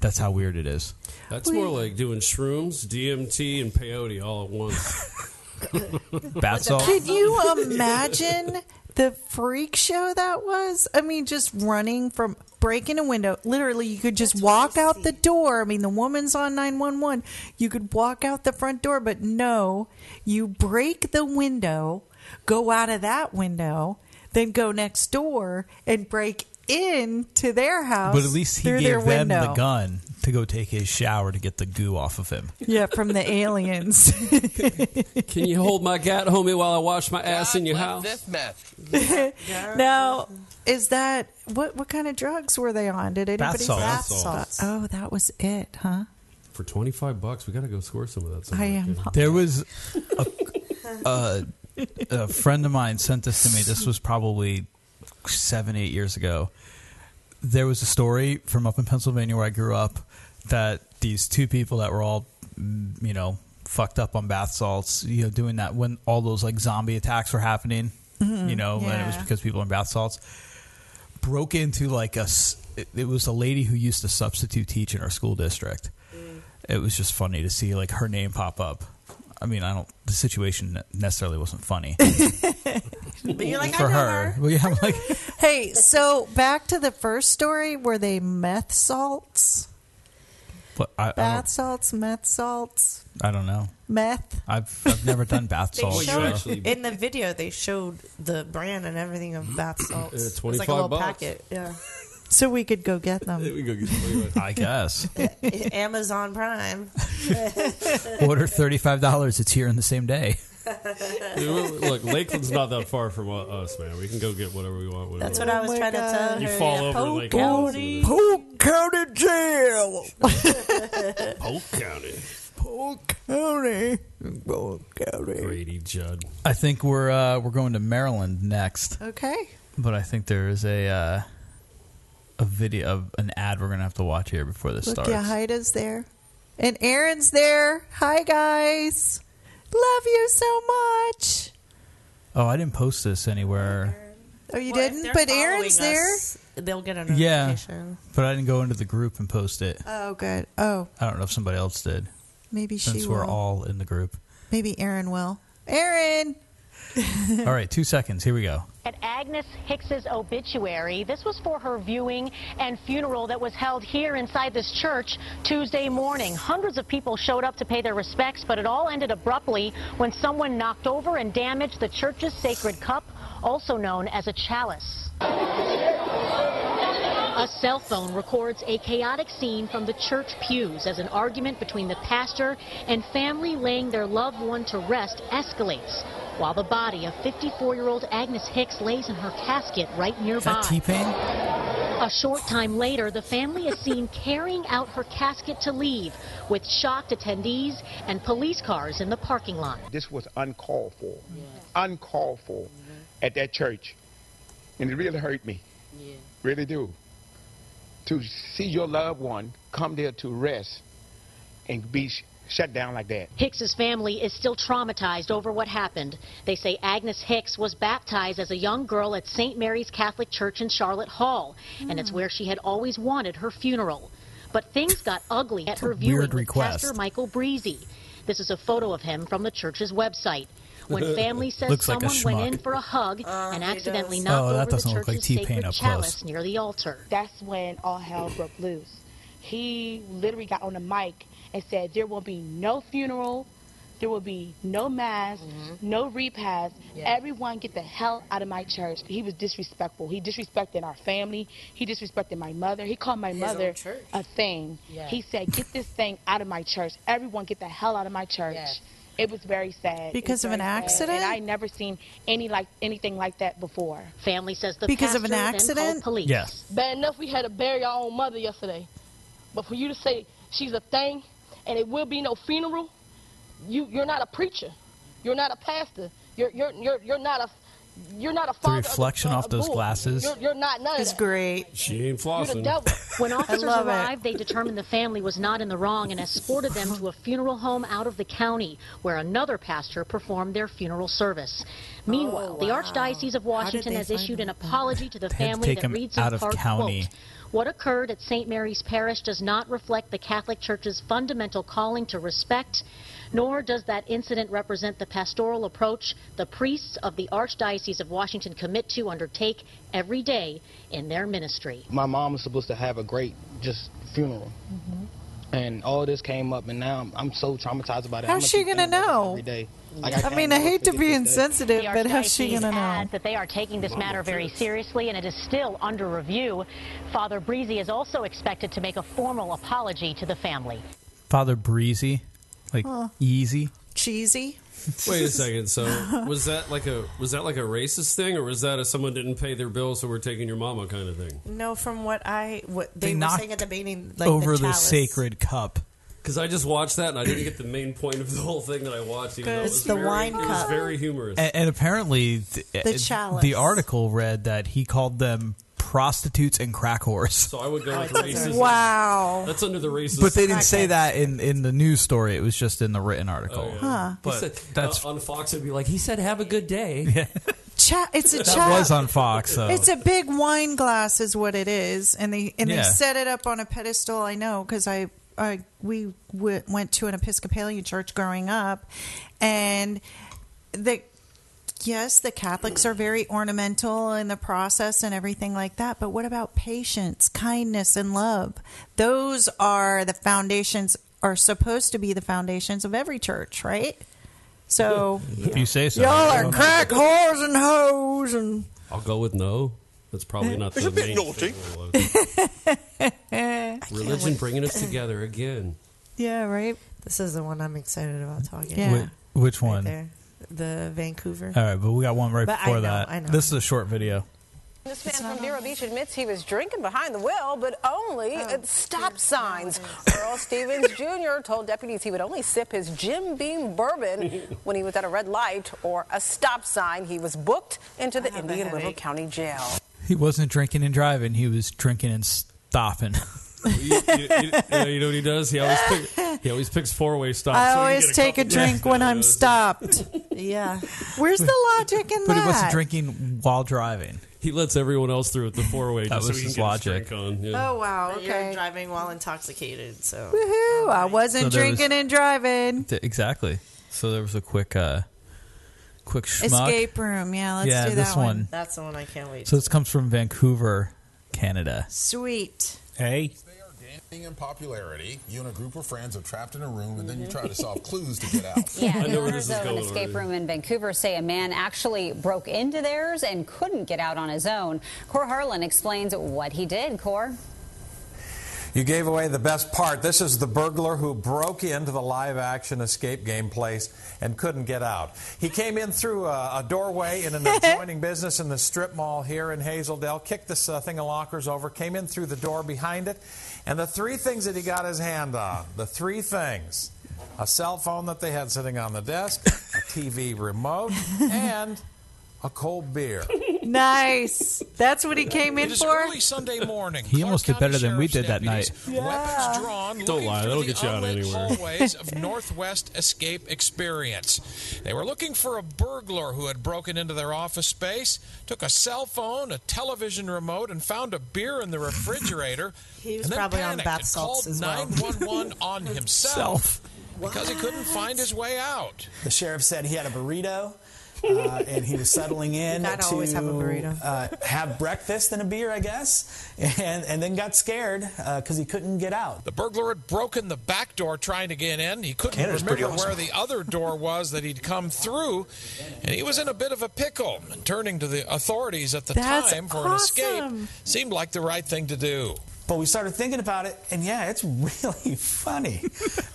Speaker 1: That's how weird it is.
Speaker 5: That's more like doing shrooms, DMT, and peyote all at once.
Speaker 1: Bath salt.
Speaker 6: Could you imagine the freak show that was? I mean, just running from breaking a window. Literally, you could just walk out the door. I mean, the woman's on 911. You could walk out the front door, but no, you break the window, go out of that window, then go next door and break into their house.
Speaker 1: But at least he
Speaker 6: through their
Speaker 1: gave them the
Speaker 6: window.
Speaker 1: gun to go take his shower to get the goo off of him.
Speaker 6: Yeah, from the aliens.
Speaker 5: Can you hold my gat, homie, while I wash my ass in your house?
Speaker 6: now, is that what? What kind of drugs were they on? Did
Speaker 5: Bath
Speaker 6: anybody?
Speaker 5: salts. Bath salts.
Speaker 6: Oh, that was it, huh?
Speaker 5: For twenty five bucks, we got to go score some of that. some
Speaker 6: I am.
Speaker 5: weekend.
Speaker 1: There was a, a, a friend of mine sent this to me. This was probably seven, eight years ago. There was a story from up in Pennsylvania where I grew up that these two people that were all, mm, you know, fucked up on bath salts, you know, doing that when all those like zombie attacks were happening,
Speaker 2: Mhm,
Speaker 4: Mm-hmm.
Speaker 1: you know, and it was
Speaker 2: yeah.
Speaker 1: because people were on bath salts broke
Speaker 4: Mm.
Speaker 1: into like a s- it, it was a lady who used to substitute teach in our school district it was just funny to see like her name pop up. I mean, I don't. The situation necessarily wasn't funny.
Speaker 6: But
Speaker 4: you're like,
Speaker 1: for her. Well, yeah, I'm like,
Speaker 6: Hey, so back to the first story where they meth salts,
Speaker 1: but I, I,
Speaker 6: bath
Speaker 1: don't,
Speaker 6: salts, meth salts,
Speaker 1: I don't know.
Speaker 6: meth.
Speaker 1: I've I've never done bath
Speaker 4: They
Speaker 1: salts.
Speaker 4: showed
Speaker 1: so-
Speaker 4: in the video they showed the brand and everything of bath salts.
Speaker 1: Uh,
Speaker 4: It's like
Speaker 1: 25
Speaker 4: a little
Speaker 1: bucks.
Speaker 4: packet. Yeah.
Speaker 6: So we could go get them.
Speaker 5: we go get
Speaker 1: I guess.
Speaker 4: Amazon Prime.
Speaker 1: Order thirty five dollars. It's here in the same day.
Speaker 5: Look, Lakeland's not that far from uh, us, man. We can go get whatever we want. Whatever.
Speaker 4: That's what
Speaker 1: Oh
Speaker 4: I was trying to tell
Speaker 5: You
Speaker 4: her.
Speaker 5: fall
Speaker 4: yeah.
Speaker 5: over
Speaker 4: Poke
Speaker 5: like County.
Speaker 6: Polk County Jail.
Speaker 5: Polk County.
Speaker 6: Polk County.
Speaker 1: Grady
Speaker 5: Judd.
Speaker 1: I think we're uh, we're going to Maryland next.
Speaker 6: Okay.
Speaker 1: But I think there is a uh, a video of an ad we're gonna have to watch here before this
Speaker 6: Look,
Speaker 1: starts.
Speaker 6: yeah, Heida's there. And Aaron's there. Hi, guys. Love you so much.
Speaker 1: Oh, I didn't post this anywhere.
Speaker 6: Oh, you
Speaker 4: Well, if
Speaker 6: didn't?
Speaker 4: they're
Speaker 6: But
Speaker 4: following
Speaker 6: Aaron's there.
Speaker 4: us, They'll get a
Speaker 1: Yeah,
Speaker 4: notification.
Speaker 1: but I didn't go into the group and post it.
Speaker 6: Oh, good. Oh,
Speaker 1: I don't know if somebody else did.
Speaker 6: Maybe she
Speaker 1: since we're
Speaker 6: will.
Speaker 1: all in the group.
Speaker 6: maybe Aaron will. Aaron.
Speaker 1: all right, two seconds. Here we go.
Speaker 18: At Agnes Hicks's obituary, this was for her viewing and funeral that was held here inside this church Tuesday morning. Hundreds of people showed up to pay their respects, but it all ended abruptly when someone knocked over and damaged the church's sacred cup, also known as a chalice. A cell phone records a chaotic scene from the church pews as an argument between the pastor and family laying their loved one to rest escalates, while the body of 54-year-old Agnes Hicks lays in her casket right nearby. A short time later, the family is seen carrying out her casket to leave, with shocked attendees and police cars in the parking lot.
Speaker 19: This was uncalled for, uncalled for at that church. And it really hurt me, really do. To see your loved one come there to rest and be sh- shut down like that.
Speaker 18: Hicks's family is still traumatized over what happened. They say Agnes Hicks was baptized as a young girl at St. Mary's Catholic Church in Charlotte Hall, and
Speaker 1: Hmm.
Speaker 18: it's where she had always wanted her funeral. But things got ugly at her
Speaker 1: weird
Speaker 18: viewing with
Speaker 1: request.
Speaker 18: Pastor Michael Breezy. This is a photo of him from the church's website. When family says
Speaker 1: Looks like a
Speaker 18: someone
Speaker 1: schmuck.
Speaker 18: went in for a hug and accidentally
Speaker 1: does.
Speaker 18: knocked
Speaker 1: Oh, that
Speaker 18: over the
Speaker 1: doesn't look
Speaker 18: church's
Speaker 1: like T-Pain
Speaker 18: sacred
Speaker 1: up close.
Speaker 18: chalice near the altar.
Speaker 20: That's when all hell broke loose. He literally got on the mic and said, There will be no funeral, there will be no mass,
Speaker 21: Mm-hmm.
Speaker 20: no repast. Everyone get the hell out of my church. He was disrespectful. He disrespected our family. He disrespected my mother. He called my
Speaker 21: His own
Speaker 20: mother
Speaker 21: church.
Speaker 20: a thing.
Speaker 21: Yeah.
Speaker 20: He said, Get this thing out of my church. Everyone get the hell out of my church.
Speaker 21: Yes.
Speaker 20: It was very sad. It was
Speaker 6: Because of
Speaker 20: very
Speaker 6: an
Speaker 20: sad.
Speaker 6: accident?
Speaker 20: And I never seen any like anything like that before.
Speaker 18: Family says the
Speaker 6: Because of an
Speaker 18: pastor then called
Speaker 6: accident?
Speaker 18: police.
Speaker 1: Yes.
Speaker 22: Bad enough we had to bury our own mother yesterday. But for you to say she's a thing and it will be no funeral, you, you're not a preacher. You're not a pastor. You're, you're, you're, you're not a you're not a
Speaker 1: The
Speaker 22: father. of
Speaker 1: reflection off those glasses.
Speaker 22: You're, you're not none of
Speaker 6: It's
Speaker 22: that.
Speaker 6: great.
Speaker 5: She ain't
Speaker 22: You're the devil.
Speaker 18: When officers
Speaker 6: love it.
Speaker 18: arrived, they determined the family was not in the wrong and escorted them to a funeral home out of the county where another pastor performed their funeral service. Meanwhile, the Archdiocese of Washington
Speaker 23: they
Speaker 18: has
Speaker 23: find
Speaker 18: issued an apology to the
Speaker 1: They had to
Speaker 18: family
Speaker 1: take
Speaker 18: that
Speaker 1: him
Speaker 18: reads
Speaker 1: out
Speaker 18: in
Speaker 1: of
Speaker 18: part,
Speaker 1: county.
Speaker 18: quote, what occurred at St. Mary's Parish does not reflect the Catholic Church's fundamental calling to respect, nor does that incident represent the pastoral approach the priests of the Archdiocese of Washington commit to undertake every day in their ministry.
Speaker 24: My mom was supposed to have a great just funeral.
Speaker 18: Mm-hmm.
Speaker 24: And all this came up, and now I'm, I'm so traumatized about it.
Speaker 6: How's she going to know?
Speaker 24: Every day.
Speaker 6: I mean, I hate to be insensitive, but how's she going to
Speaker 18: Archdiocese
Speaker 6: know?
Speaker 18: adds that they are taking this matter very seriously and it is still under review. Father Breezy is also expected to make a formal apology to the family.
Speaker 1: Father Breezy, like
Speaker 18: Huh.
Speaker 1: easy.
Speaker 6: Cheesy.
Speaker 5: Wait a second. So was that like a was that like a racist thing, or was that a someone didn't pay their bill, so we're taking your mama kind of thing?
Speaker 4: No, from what I what they,
Speaker 1: They
Speaker 4: were
Speaker 1: knocked
Speaker 4: saying at the beginning, like
Speaker 1: over
Speaker 4: the, chalice.
Speaker 1: sacred cup.
Speaker 5: Because I just watched that and I didn't get the main point of the whole thing that I watched. Even though it
Speaker 4: It's
Speaker 5: was
Speaker 4: the
Speaker 5: very,
Speaker 4: wine
Speaker 5: it was
Speaker 4: cup.
Speaker 5: very humorous.
Speaker 1: And, and apparently, th-
Speaker 5: The
Speaker 1: uh,
Speaker 5: chalice.
Speaker 1: the article read that he called them prostitutes and crack whores.
Speaker 5: so I would go with racism.
Speaker 6: Wow.
Speaker 5: That's under the racist.
Speaker 1: But they didn't say that in, in the news story. It was just in the written article.
Speaker 5: Oh, Yeah.
Speaker 6: Huh.
Speaker 5: He
Speaker 1: But
Speaker 5: said- uh,
Speaker 1: that's-
Speaker 5: on Fox. It'd be like he said, "Have a good day."
Speaker 6: Cha- it's a
Speaker 1: that
Speaker 6: chalice.
Speaker 1: was on Fox. So
Speaker 6: It's a big wine glass, is what it is, and they and they
Speaker 1: Yeah.
Speaker 6: set it up on a pedestal. I know because I I we w- went to an Episcopalian church growing up, and the yes, the Catholics are very ornamental in the process and everything like that. But what about patience, kindness, and love? Those are the foundations. Are supposed to be the foundations of every church, right? So
Speaker 1: If you say so.
Speaker 6: Y'all are crack whores and hoes and
Speaker 5: I'll go with no. That's probably not
Speaker 6: It's
Speaker 5: the
Speaker 6: a bit
Speaker 5: main
Speaker 6: naughty.
Speaker 5: thing. Religion bringing us together again.
Speaker 6: Yeah, right.
Speaker 4: This is the one I'm excited about talking.
Speaker 1: Yeah. Whi- which
Speaker 4: Right
Speaker 1: one?
Speaker 4: there. the Vancouver.
Speaker 1: All right, but we got one right
Speaker 4: But I
Speaker 1: before
Speaker 4: know,
Speaker 1: that.
Speaker 4: I know.
Speaker 1: This is a short video.
Speaker 7: This man from Vero Beach admits he was drinking behind the wheel, but only at stop signs. Earl Stevens Jr. told deputies he would only sip his Jim Beam bourbon when he was at a red light or a stop sign. He was booked into the Indian River County Jail.
Speaker 1: He wasn't drinking and driving; he was drinking and stopping.
Speaker 5: Yeah, you know what he does? He always pick, he always picks four way stops.
Speaker 6: I
Speaker 5: so he can
Speaker 6: always
Speaker 5: get
Speaker 6: take a
Speaker 5: couple-
Speaker 6: drink when I'm stopped.
Speaker 4: yeah.
Speaker 6: Where's the logic in
Speaker 1: but
Speaker 6: that?
Speaker 1: he wasn't drinking while driving.
Speaker 5: He lets everyone else through at the four way.
Speaker 1: That
Speaker 5: just so
Speaker 1: was
Speaker 5: he can
Speaker 1: his
Speaker 5: get his
Speaker 1: logic.
Speaker 5: drink on. Yeah.
Speaker 6: Oh wow!
Speaker 4: But
Speaker 6: Okay.
Speaker 4: You're driving while intoxicated, so
Speaker 6: Woohoo! I wasn't
Speaker 1: So there was-
Speaker 6: drinking and driving.
Speaker 1: Th- Exactly. So there was a quick, uh, quick schmuck.
Speaker 6: Escape room. Yeah, let's
Speaker 1: Yeah,
Speaker 6: do that
Speaker 1: this
Speaker 6: one.
Speaker 1: one.
Speaker 4: That's the one I can't wait.
Speaker 1: So this comes from Vancouver, Canada.
Speaker 6: Sweet.
Speaker 1: Hey.
Speaker 7: Gaining in popularity, you and a group of friends are trapped in a room, and then you try to solve clues to get out.
Speaker 8: Yeah, the owners of an escape room in Vancouver say a man actually broke into theirs and couldn't get out on his own. Cor Harlan explains what he did, Cor.
Speaker 21: You gave away the best part. This is the burglar who broke into the live action escape game place and couldn't get out. He came in through a, a doorway in an adjoining business in the strip mall here in Hazeldale, kicked this uh, thing of lockers over, came in through the door behind it, and the three things that he got his hand on the three things a cell phone that they had sitting on the desk, a TV remote, and a cold beer.
Speaker 6: nice. That's what he came in
Speaker 21: It is
Speaker 6: for.
Speaker 21: early Sunday morning.
Speaker 1: He almost did better than we did that night.
Speaker 21: Weapons drawn.
Speaker 5: Don't lie, that'll get you out
Speaker 21: unlit
Speaker 5: anywhere.
Speaker 21: hallways of Northwest Escape Experience. They were looking for a burglar who had broken into their office space, took a cell phone, a television remote, and found a beer in the refrigerator.
Speaker 4: He was
Speaker 21: and then
Speaker 4: probably on
Speaker 21: panicked
Speaker 4: bath
Speaker 21: and
Speaker 4: salts
Speaker 21: called
Speaker 4: as well.
Speaker 21: 911 on himself because he couldn't find his way out.
Speaker 23: The sheriff said he had a burrito. Uh, and he was settling in
Speaker 4: Gotta
Speaker 23: to
Speaker 4: always have a burrito.
Speaker 23: Uh, have breakfast and a beer, I guess, and and then got scared because he couldn't get out.
Speaker 21: The burglar had broken the back door trying to get in. He couldn't
Speaker 23: Canada's
Speaker 21: remember
Speaker 23: pretty awesome.
Speaker 21: where the other door was that he'd come through, and he was in a bit of a pickle. And turning to the authorities at the
Speaker 23: That's
Speaker 21: time for an
Speaker 23: awesome.
Speaker 21: escape seemed like the right thing to do.
Speaker 23: But we started thinking about it, and yeah, it's really funny.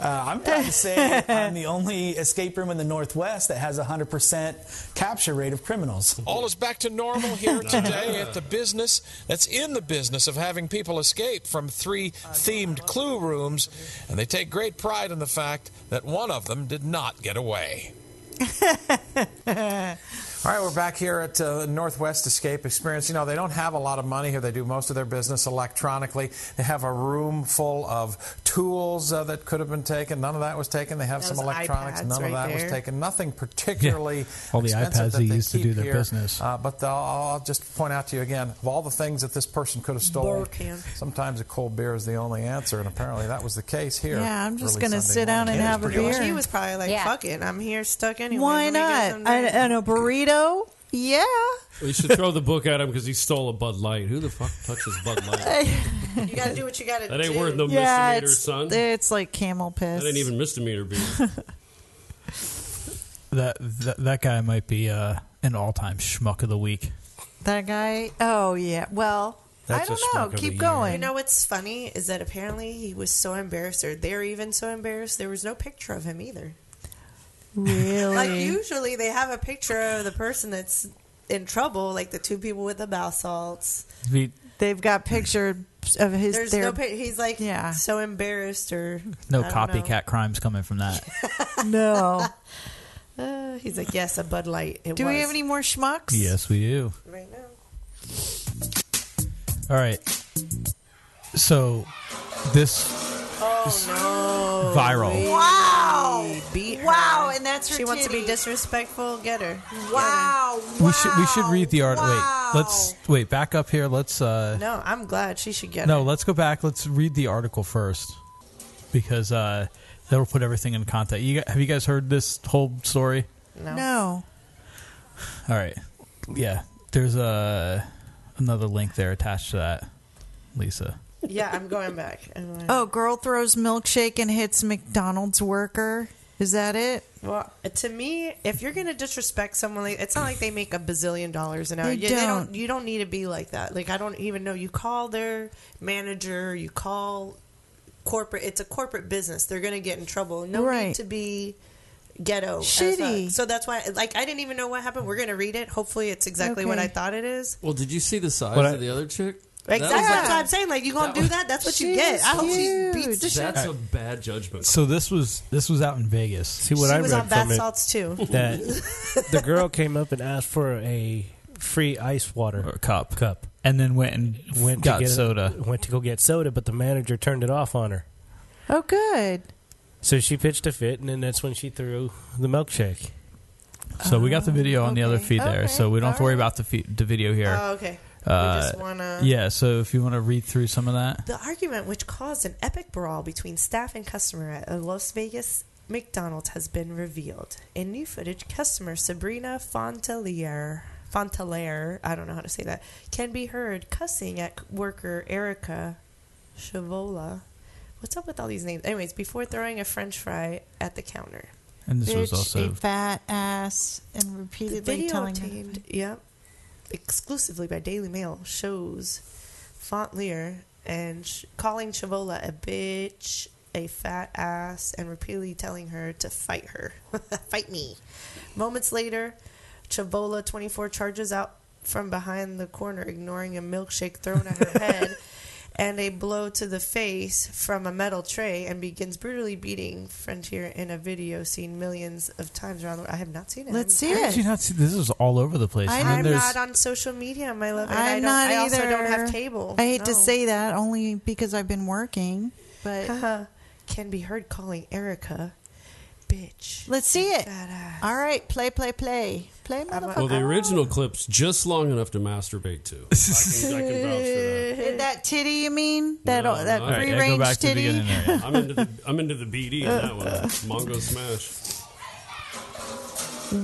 Speaker 23: Uh, I'm proud to say I'm the only escape room in the Northwest that has a 100% capture rate of criminals.
Speaker 21: All is back to normal here today at the business that's in the business of having people escape from three themed clue rooms, and they take great pride in the fact that one of them did not get away. All right, we're back here at uh, Northwest Escape Experience. You know, they don't have a lot of money here. They do most of their business electronically. They have a room full of tools uh, that could have been taken. None of that was taken. They have
Speaker 23: Those
Speaker 21: some electronics.
Speaker 23: iPads
Speaker 21: None
Speaker 23: right
Speaker 21: of that
Speaker 23: there.
Speaker 21: was taken. Nothing particularly
Speaker 1: All the
Speaker 21: expensive
Speaker 1: iPads
Speaker 21: that
Speaker 1: they
Speaker 21: they
Speaker 1: use to
Speaker 21: keep
Speaker 1: do their
Speaker 21: here.
Speaker 1: business.
Speaker 21: Uh, but the- I'll I'll just point out to you again, of all the things that this person could have stolen,
Speaker 4: Beer can.
Speaker 21: sometimes a cold beer is the only answer, and apparently that was the case here.
Speaker 6: Yeah, I'm just
Speaker 21: early
Speaker 6: gonna
Speaker 21: Sunday
Speaker 6: sit down and
Speaker 21: morning.
Speaker 6: have a beer.
Speaker 4: He was probably like,
Speaker 6: Yeah.
Speaker 4: "Fuck it, I'm here stuck anyway."
Speaker 6: Why
Speaker 4: Let me get some
Speaker 6: not? I,
Speaker 4: drink."
Speaker 6: and a burrito. Yeah.
Speaker 5: We should throw the book at him because he stole a Bud Light. Who the fuck touches Bud Light?
Speaker 4: You gotta do what you gotta
Speaker 5: That
Speaker 4: do.
Speaker 5: ain't worth no
Speaker 6: yeah,
Speaker 5: misdemeanor,
Speaker 6: it's,
Speaker 5: son.
Speaker 6: it's like camel
Speaker 5: That
Speaker 6: piss.
Speaker 5: ain't even misdemeanor beer.
Speaker 1: That that, that guy might be uh, an all-time schmuck of the week.
Speaker 6: That guy. Oh yeah. Well,
Speaker 1: That's
Speaker 6: I
Speaker 1: a schmuck
Speaker 6: don't
Speaker 1: of
Speaker 6: know.
Speaker 1: the
Speaker 6: Keep
Speaker 1: year.
Speaker 6: going.
Speaker 4: You know what's funny is that apparently he was so embarrassed, or they're even so embarrassed. There was no picture of him either.
Speaker 6: Really?
Speaker 4: Like usually they have a picture of the person that's in trouble, like the two people with the bath salts.
Speaker 6: They've got pictures of his.
Speaker 4: There's
Speaker 6: their-
Speaker 4: no pic- he's like so embarrassed or
Speaker 1: No
Speaker 4: I don't know.
Speaker 1: copycat crimes coming from that.
Speaker 6: no.
Speaker 4: Uh, he's like, yes, a Bud Light. It
Speaker 6: Do
Speaker 4: was.
Speaker 6: we have any more schmucks?
Speaker 1: yes, we do.
Speaker 4: Right now.
Speaker 1: All right. So this is
Speaker 4: Oh,
Speaker 1: viral.
Speaker 4: Wow!
Speaker 6: Wow, and that's her
Speaker 4: she wants to be
Speaker 6: titty.
Speaker 4: disrespectful. Get her.
Speaker 6: Wow!
Speaker 1: We should we should read the art. Wait, let's wait. Back up here. Let's uh,
Speaker 4: No, I'm glad she should get
Speaker 1: no.
Speaker 4: it.
Speaker 1: Let's go back. Let's read the article first. because uh, that'll put everything in context. You, gu- have you guys heard this whole story?
Speaker 6: No.
Speaker 1: All right. Yeah. There's a another link there attached to that, Lisa.
Speaker 4: Yeah, I'm going back. I'm going
Speaker 6: Oh, girl throws milkshake and hits McDonald's worker. Is that it?
Speaker 4: Well, to me, if you're going to disrespect someone, like it's not like they make a bazillion dollars an hour.
Speaker 6: They
Speaker 4: you, they
Speaker 6: don't.
Speaker 4: You don't need to be like that. Like I don't even know. You call their manager. You call corporate. It's a corporate business. They're going to get in trouble. No
Speaker 6: Right.
Speaker 4: need to be ghetto. as
Speaker 6: Shitty.
Speaker 4: fuck. So that's why. Like I didn't even know what happened. We're going to read it. Hopefully, it's exactly what
Speaker 6: Okay.
Speaker 4: I thought it is.
Speaker 3: Well, did you see the size
Speaker 1: What I-
Speaker 3: of the other chick? That
Speaker 4: Exactly.
Speaker 3: was
Speaker 4: That's
Speaker 3: like-
Speaker 4: what I'm saying. Like you gonna
Speaker 3: that
Speaker 4: do
Speaker 3: was-
Speaker 4: that? That's what you
Speaker 3: She's
Speaker 4: get. I hope she beats the shit.
Speaker 3: That's a bad judgment.
Speaker 1: So this was this was out in Vegas. See
Speaker 2: what
Speaker 4: she
Speaker 2: I
Speaker 4: was
Speaker 2: read
Speaker 4: on bath
Speaker 2: from it,
Speaker 4: salts too.
Speaker 2: That the girl came up and asked for a free ice water
Speaker 1: cup.
Speaker 2: Cup.
Speaker 1: And then went and
Speaker 2: went
Speaker 1: got
Speaker 2: to get
Speaker 1: soda.
Speaker 2: Went to go get soda, but the manager turned it off on her.
Speaker 6: Oh, good.
Speaker 2: So she pitched a fit, and then that's when she threw the milkshake.
Speaker 1: So we got the video on the other feed there, so we don't have to worry about the feed, the video here.
Speaker 4: Oh, okay. We
Speaker 1: Uh,
Speaker 4: just wanna-
Speaker 1: Yeah. So if you want to read through some of that,
Speaker 4: The argument, which caused an epic brawl between staff and customer at a Las Vegas McDonald's, has been revealed. In new footage, customer Sabrina Fontelier, Fontelier, I don't know how to say that, can be heard cussing at worker Erica Chavola. What's up with all these names? Anyways, before throwing a French fry at the counter.
Speaker 1: and this was
Speaker 6: Bitch,
Speaker 1: also
Speaker 6: a fat ass and repeatedly telling him.
Speaker 4: Videotape, yep, exclusively by Daily Mail shows Fontlier and sh- calling Chavola a bitch, a fat ass, and repeatedly telling her to fight her, fight me. Moments later, Chavola, 24, charges out from behind the corner, ignoring a milkshake thrown at her head. And a blow to the face from a metal tray, and begins brutally beating Frontier in a video seen millions of times around the world. I have not seen it.
Speaker 6: Let's see
Speaker 1: How did
Speaker 6: it.
Speaker 1: you not see? This is all over the place. And then
Speaker 4: I'm
Speaker 1: there's-
Speaker 4: not on social media, my love. And I
Speaker 6: I'm
Speaker 4: don't,
Speaker 6: not
Speaker 4: I
Speaker 6: either.
Speaker 4: also don't have cable.
Speaker 6: I hate to
Speaker 4: No.
Speaker 6: say that only because I've been working, but
Speaker 4: can be heard calling Erica bitch.
Speaker 6: Let's see it. All right, play, play, play, play, motherfucker.
Speaker 5: Well, the original clip's just long enough to masturbate to. I can, I can vouch for that.
Speaker 6: Did that titty you mean? That
Speaker 5: No,
Speaker 6: that
Speaker 5: no, I- I go
Speaker 6: free
Speaker 5: back
Speaker 6: range
Speaker 5: to the
Speaker 6: titty?
Speaker 5: beginning there, yeah. I'm into the I'm into the BD in that one. Mongo Smash.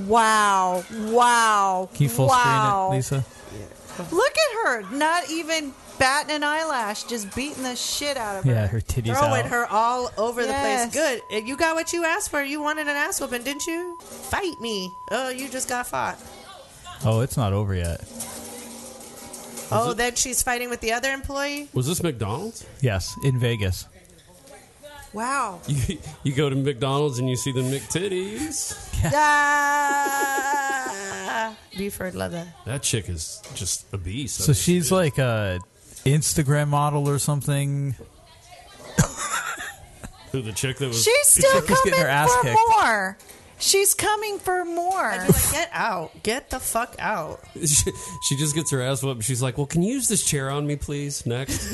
Speaker 6: wow, wow,
Speaker 1: Can you full
Speaker 6: wow.
Speaker 1: screen it, Lisa?
Speaker 6: Look at her, not even batting an eyelash, just beating the shit out of her.
Speaker 1: Yeah, her titties
Speaker 4: Throwing
Speaker 1: out.
Speaker 4: her all over
Speaker 6: Yes.
Speaker 4: the place. Good. You got what you asked for. You wanted an ass whooping, didn't you? Fight me. Oh, you just got fought.
Speaker 1: Oh, it's not over yet.
Speaker 4: oh, then she's fighting with the other employee?
Speaker 5: Was this McDonald's?
Speaker 1: Yes, in Vegas.
Speaker 6: Wow.
Speaker 5: You, you go to McDonald's and you see the McTitties.
Speaker 4: Yeah. Buford, love that.
Speaker 5: That chick is just a beast.
Speaker 1: So she's like a Instagram model or something.
Speaker 5: Who the chick that was?
Speaker 6: She's still
Speaker 1: She's getting
Speaker 6: coming
Speaker 1: her ass
Speaker 6: for
Speaker 1: kicked.
Speaker 6: more. She's coming for more.
Speaker 4: get out. Get the fuck out.
Speaker 5: She, she just gets her ass whooped. She's like, "Well, can you use this chair on me, please?" Next,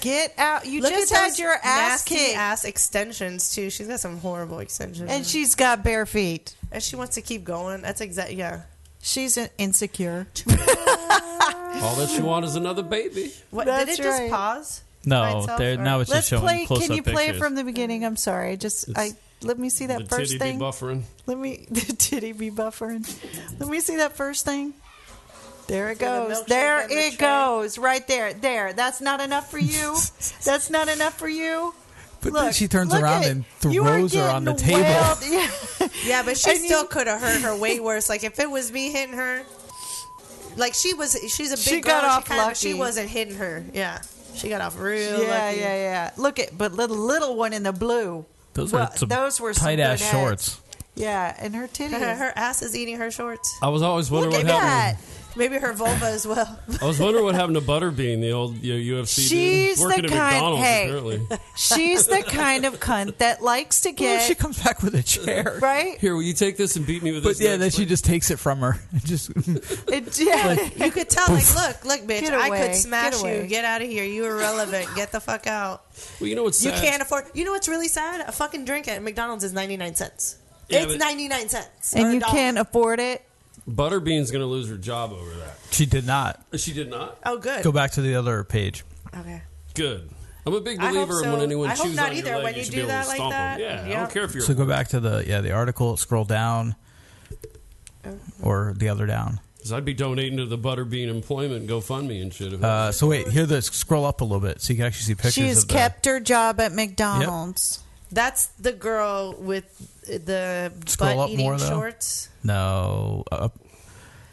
Speaker 6: Get out. You
Speaker 4: Look
Speaker 6: just
Speaker 4: at
Speaker 6: had
Speaker 4: those
Speaker 6: your ass
Speaker 4: nasty
Speaker 6: kicked.
Speaker 4: ass extensions too. She's got some horrible extensions.
Speaker 6: And she's got bare feet.
Speaker 4: And she wants to keep going. That's exact. Yeah.
Speaker 6: She's in- insecure.
Speaker 5: all that she wants is another baby.
Speaker 4: What, did
Speaker 6: That's
Speaker 4: it just
Speaker 6: right.
Speaker 4: pause?
Speaker 1: No,
Speaker 4: Myself,
Speaker 1: Oh, there
Speaker 4: or-
Speaker 1: now it's
Speaker 6: Let's
Speaker 1: just showing
Speaker 6: play.
Speaker 1: close
Speaker 6: Can
Speaker 1: up
Speaker 6: you play
Speaker 1: pictures.
Speaker 6: from the beginning? I'm sorry. I just I let me see that
Speaker 5: the
Speaker 6: first
Speaker 5: titty
Speaker 6: thing.
Speaker 5: be buffering.
Speaker 6: let me the titty be buffering. Let me see that first thing. There it
Speaker 4: See the
Speaker 6: goes.
Speaker 4: milkshake
Speaker 6: There
Speaker 4: and the
Speaker 6: it
Speaker 4: tray.
Speaker 6: goes. Right there. There. That's not enough for you. That's not enough for you.
Speaker 1: But then
Speaker 6: Look,
Speaker 1: she turns
Speaker 6: look
Speaker 1: around
Speaker 6: at-
Speaker 1: and
Speaker 6: you are
Speaker 1: throws her on the
Speaker 6: getting
Speaker 1: table.
Speaker 6: wailed- Yeah.
Speaker 4: Yeah, but she
Speaker 6: And
Speaker 4: still
Speaker 6: you-
Speaker 4: could have hurt her way worse. Like if it was me hitting her, like she was, she's a big
Speaker 6: She
Speaker 4: girl.
Speaker 6: got off
Speaker 4: she, kinda- but she
Speaker 6: lucky.
Speaker 4: wasn't hitting her. Yeah, she got off real.
Speaker 6: yeah,
Speaker 4: lucky.
Speaker 6: yeah, yeah. Look at but little little one in the blue.
Speaker 1: Those
Speaker 6: Well,
Speaker 1: are some
Speaker 6: those were some
Speaker 1: tight ass
Speaker 6: good ads.
Speaker 1: shorts.
Speaker 6: Yeah, and her titty.
Speaker 4: Her, her ass is eating her shorts.
Speaker 5: I was always
Speaker 4: Look
Speaker 5: wondering
Speaker 4: at
Speaker 5: what happened.
Speaker 4: that. Maybe her vulva as well.
Speaker 5: I was wondering what happened to Butterbean, the old you know, UFC
Speaker 6: She's
Speaker 5: dude working
Speaker 6: the
Speaker 5: at
Speaker 6: kind-
Speaker 5: McDonald's.
Speaker 6: hey.
Speaker 5: Apparently,
Speaker 6: She's the kind of cunt that likes to get.
Speaker 1: she comes back with a chair,
Speaker 6: right?
Speaker 5: Here, will you take this and beat me with
Speaker 1: But
Speaker 5: this?
Speaker 1: yeah,
Speaker 5: next
Speaker 1: then she just takes it from her. and Just
Speaker 6: It, yeah.
Speaker 4: you could tell, like, look, look, bitch,
Speaker 6: Get
Speaker 4: I
Speaker 6: away.
Speaker 4: could smash
Speaker 6: Get away.
Speaker 4: you. Get out of here. You irrelevant. Get the fuck out.
Speaker 5: Well, you know what's
Speaker 4: You
Speaker 5: sad?
Speaker 4: can't afford. You know what's really sad? A fucking drink at McDonald's is ninety nine cents.
Speaker 5: Yeah,
Speaker 4: it's
Speaker 5: but-
Speaker 4: ninety nine cents, or
Speaker 6: and
Speaker 4: a
Speaker 6: you
Speaker 4: dollar.
Speaker 6: can't afford it.
Speaker 5: Butterbean's gonna lose her job over that.
Speaker 1: she did not
Speaker 5: She did not.
Speaker 4: Oh, good.
Speaker 1: go back to the other page.
Speaker 4: Okay.
Speaker 5: Good. I'm a big
Speaker 4: I hope
Speaker 5: believer in when
Speaker 4: so.
Speaker 5: anyone
Speaker 4: I hope
Speaker 5: chews
Speaker 4: not
Speaker 5: on
Speaker 4: either.
Speaker 5: your leg,
Speaker 4: When
Speaker 5: you
Speaker 4: you
Speaker 5: should
Speaker 4: do
Speaker 5: be able
Speaker 4: that
Speaker 5: to
Speaker 4: like
Speaker 5: stomp
Speaker 4: that,
Speaker 5: them. Yeah, I
Speaker 4: yeah.
Speaker 5: don't care if you're.
Speaker 1: So go back to the yeah the article. Scroll down, or the other down.
Speaker 5: 'cause I'd be donating to the Butterbean Employment GoFundMe and shit. if-
Speaker 1: Uh, so wait, here the scroll up a little bit so you can actually see pictures.
Speaker 6: She's
Speaker 1: of the,
Speaker 6: kept her job at McDonald's.
Speaker 4: That's the girl with the
Speaker 1: Scroll
Speaker 4: butt
Speaker 1: up
Speaker 4: eating
Speaker 1: more though.
Speaker 4: shorts.
Speaker 1: No, uh,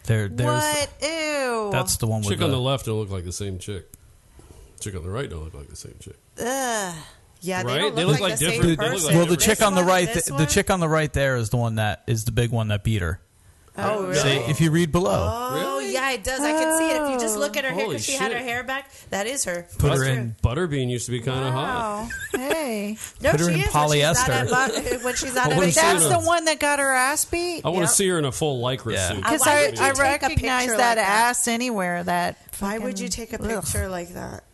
Speaker 1: there, there's
Speaker 4: What? Ew.
Speaker 1: That's the one with
Speaker 5: chick on
Speaker 1: the-
Speaker 5: the left don't look like the same chick. Chick on the right don't look like the same chick.
Speaker 4: Ugh. Yeah,
Speaker 5: Right?
Speaker 4: they don't look,
Speaker 5: They look
Speaker 4: like,
Speaker 5: like
Speaker 4: the same
Speaker 5: different- they look
Speaker 4: person.
Speaker 5: like
Speaker 1: well, the chick on the
Speaker 4: This one
Speaker 1: right,
Speaker 4: and this
Speaker 1: the, the
Speaker 4: one?
Speaker 1: chick on the right there is the one that is the big one that beat her.
Speaker 4: Oh, really?
Speaker 1: See, if you read below,
Speaker 4: Oh, yeah, it does. I can see it. If you just look at her hair
Speaker 5: Holy
Speaker 4: because she had
Speaker 5: shit.
Speaker 4: her hair back, that is her.
Speaker 1: put her
Speaker 5: Butter-
Speaker 1: in.
Speaker 5: Butterbean used to be kind of hot.
Speaker 6: Hey.
Speaker 4: No,
Speaker 5: Put her
Speaker 4: she
Speaker 5: in
Speaker 4: is When she's not
Speaker 5: polyester.
Speaker 4: at, bu- when she's
Speaker 5: I
Speaker 4: not at
Speaker 5: wanna see
Speaker 6: That's
Speaker 5: her-
Speaker 6: the one that got her ass beat.
Speaker 5: I want to see her in a full lycra suit.
Speaker 6: Because
Speaker 4: Why
Speaker 6: I,
Speaker 4: would you
Speaker 6: I
Speaker 4: take a
Speaker 6: recognize
Speaker 4: picture
Speaker 6: that,
Speaker 4: like that?
Speaker 6: ass anywhere. That
Speaker 4: Why would you take a picture like that?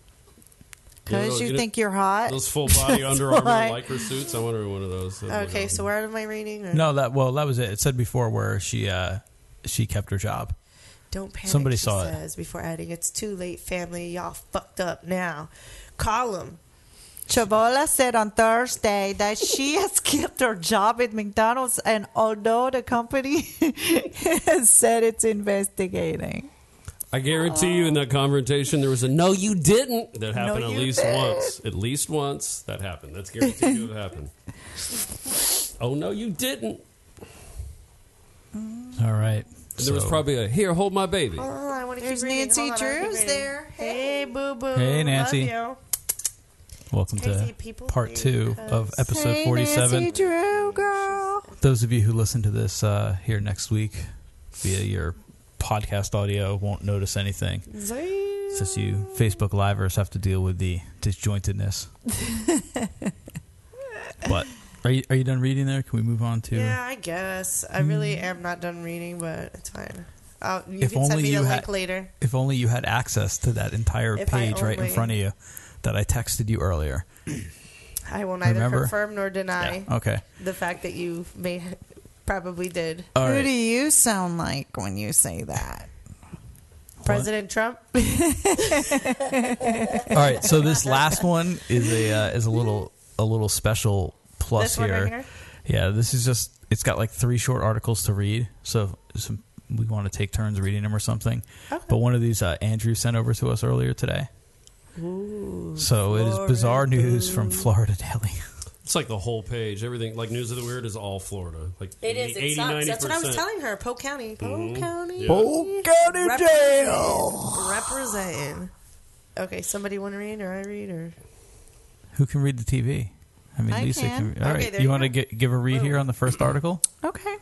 Speaker 6: Because
Speaker 5: those-
Speaker 6: you
Speaker 5: know,
Speaker 6: think you're hot.
Speaker 5: Those full body
Speaker 6: That's
Speaker 5: Under Armour
Speaker 6: why.
Speaker 5: lycra suits. I want her in one of those.
Speaker 4: Okay, so where am I reading? Or-
Speaker 1: No, that well, that was it. It said before where she uh, she kept her job.
Speaker 4: Don't panic.
Speaker 1: Somebody
Speaker 4: she
Speaker 1: saw it.
Speaker 4: says before adding, "It's too late, family. Y'all fucked up now." Call 'em.
Speaker 6: Chavola said on Thursday that she has kept her job at McDonald's, and although the company has said it's investigating.
Speaker 5: I guarantee you, in that confrontation, there was a no, you didn't. That happened at
Speaker 6: you
Speaker 5: least
Speaker 6: didn't.
Speaker 5: once. At least once that happened. That's guaranteed to have happened. Oh no, you didn't.
Speaker 6: Mm.
Speaker 1: All right.
Speaker 5: And there was
Speaker 1: so-
Speaker 5: probably a here, hold my baby.
Speaker 4: Hold on, I want to
Speaker 6: There's
Speaker 4: keep reading.
Speaker 6: Nancy
Speaker 4: Hold on, I wanna keep
Speaker 6: Drews
Speaker 4: reading.
Speaker 6: there.
Speaker 4: Hey, boo boo.
Speaker 1: Hey, Nancy.
Speaker 4: Love
Speaker 1: Welcome to
Speaker 4: Crazy people
Speaker 1: part
Speaker 4: hate
Speaker 1: two of
Speaker 4: us.
Speaker 1: episode
Speaker 6: Hey,
Speaker 1: forty-seven.
Speaker 6: Nancy Drew, girl.
Speaker 1: Those of you who listen to this uh, here next week via your podcast audio won't notice anything. Since you Facebook Livers have to deal with the disjointedness. but are you are you done reading there? Can we move on to?
Speaker 4: you. Yeah, I guess I really am not done reading, but it's fine. I'll, you
Speaker 1: Hmm. if
Speaker 4: can
Speaker 1: only
Speaker 4: send me
Speaker 1: you
Speaker 4: the
Speaker 1: had
Speaker 4: link later.
Speaker 1: if only you had access to that entire
Speaker 4: If I
Speaker 1: page right in
Speaker 4: only-
Speaker 1: front of you that I texted you earlier.
Speaker 4: I will neither
Speaker 1: Remember?
Speaker 4: confirm nor deny.
Speaker 1: Yeah, okay.
Speaker 4: The fact that you may probably did.
Speaker 1: All
Speaker 6: Who
Speaker 1: right.
Speaker 6: do you sound like when you say that?
Speaker 4: President Trump.
Speaker 1: All right, so this last one is a uh, is a little a little special plus
Speaker 4: This one right
Speaker 1: here.
Speaker 4: here?
Speaker 1: Yeah, this is just it's got like three short articles to read, so some, we want to take turns reading them or something. But one of these uh, Andrew sent over to us earlier today.
Speaker 4: Ooh,
Speaker 1: so it is bizarre news from Florida Daily.
Speaker 5: It's like the whole page. Everything like news of the weird is all Florida. Like
Speaker 4: It is. It
Speaker 5: 80,
Speaker 4: sucks. That's what I was
Speaker 5: 90%.
Speaker 4: telling her. Polk County. Polk
Speaker 5: Mhm.
Speaker 4: County.
Speaker 5: Yeah.
Speaker 4: Polk
Speaker 6: County
Speaker 4: Jail. Representing. Okay, somebody want to read or I read or
Speaker 1: Who can read the TV? I mean,
Speaker 4: I
Speaker 1: Lisa.
Speaker 4: can.
Speaker 1: all
Speaker 4: Okay,
Speaker 1: right,
Speaker 4: there
Speaker 1: you
Speaker 4: you
Speaker 1: want to get, give a read here on the first article?
Speaker 6: Okay.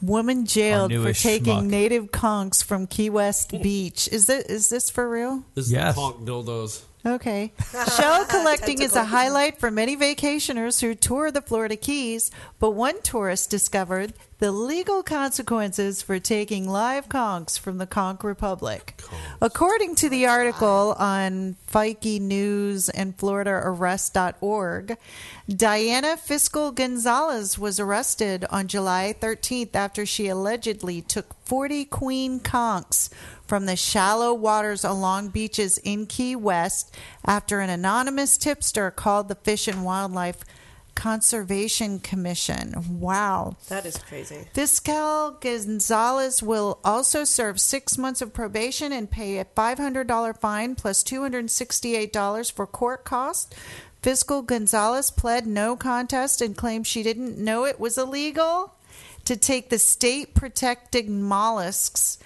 Speaker 6: Woman jailed for
Speaker 1: newest
Speaker 6: taking
Speaker 1: schmuck.
Speaker 6: native conchs from Key West Beach. Is that is this for real?
Speaker 5: This is the conch dildos.
Speaker 6: Okay. Shell collecting is a highlight for many vacationers who tour the Florida Keys, but one tourist discovered the legal consequences for taking live conchs from the Conch Republic. According to the article on Fike News and FloridaArrest.org, Diana Fiscal Gonzalez was arrested on July 13th after she allegedly took 40 queen conchs from the shallow waters along beaches in Key West after an anonymous tipster called the Fish and Wildlife Conservation Commission. Wow.
Speaker 4: that is crazy.
Speaker 6: Fiscal Gonzalez will also serve six months of probation and pay a $500 fine plus $268 for court costs. Fiscal Gonzalez pled no contest and claimed she didn't know it was illegal to take the state protected mollusks.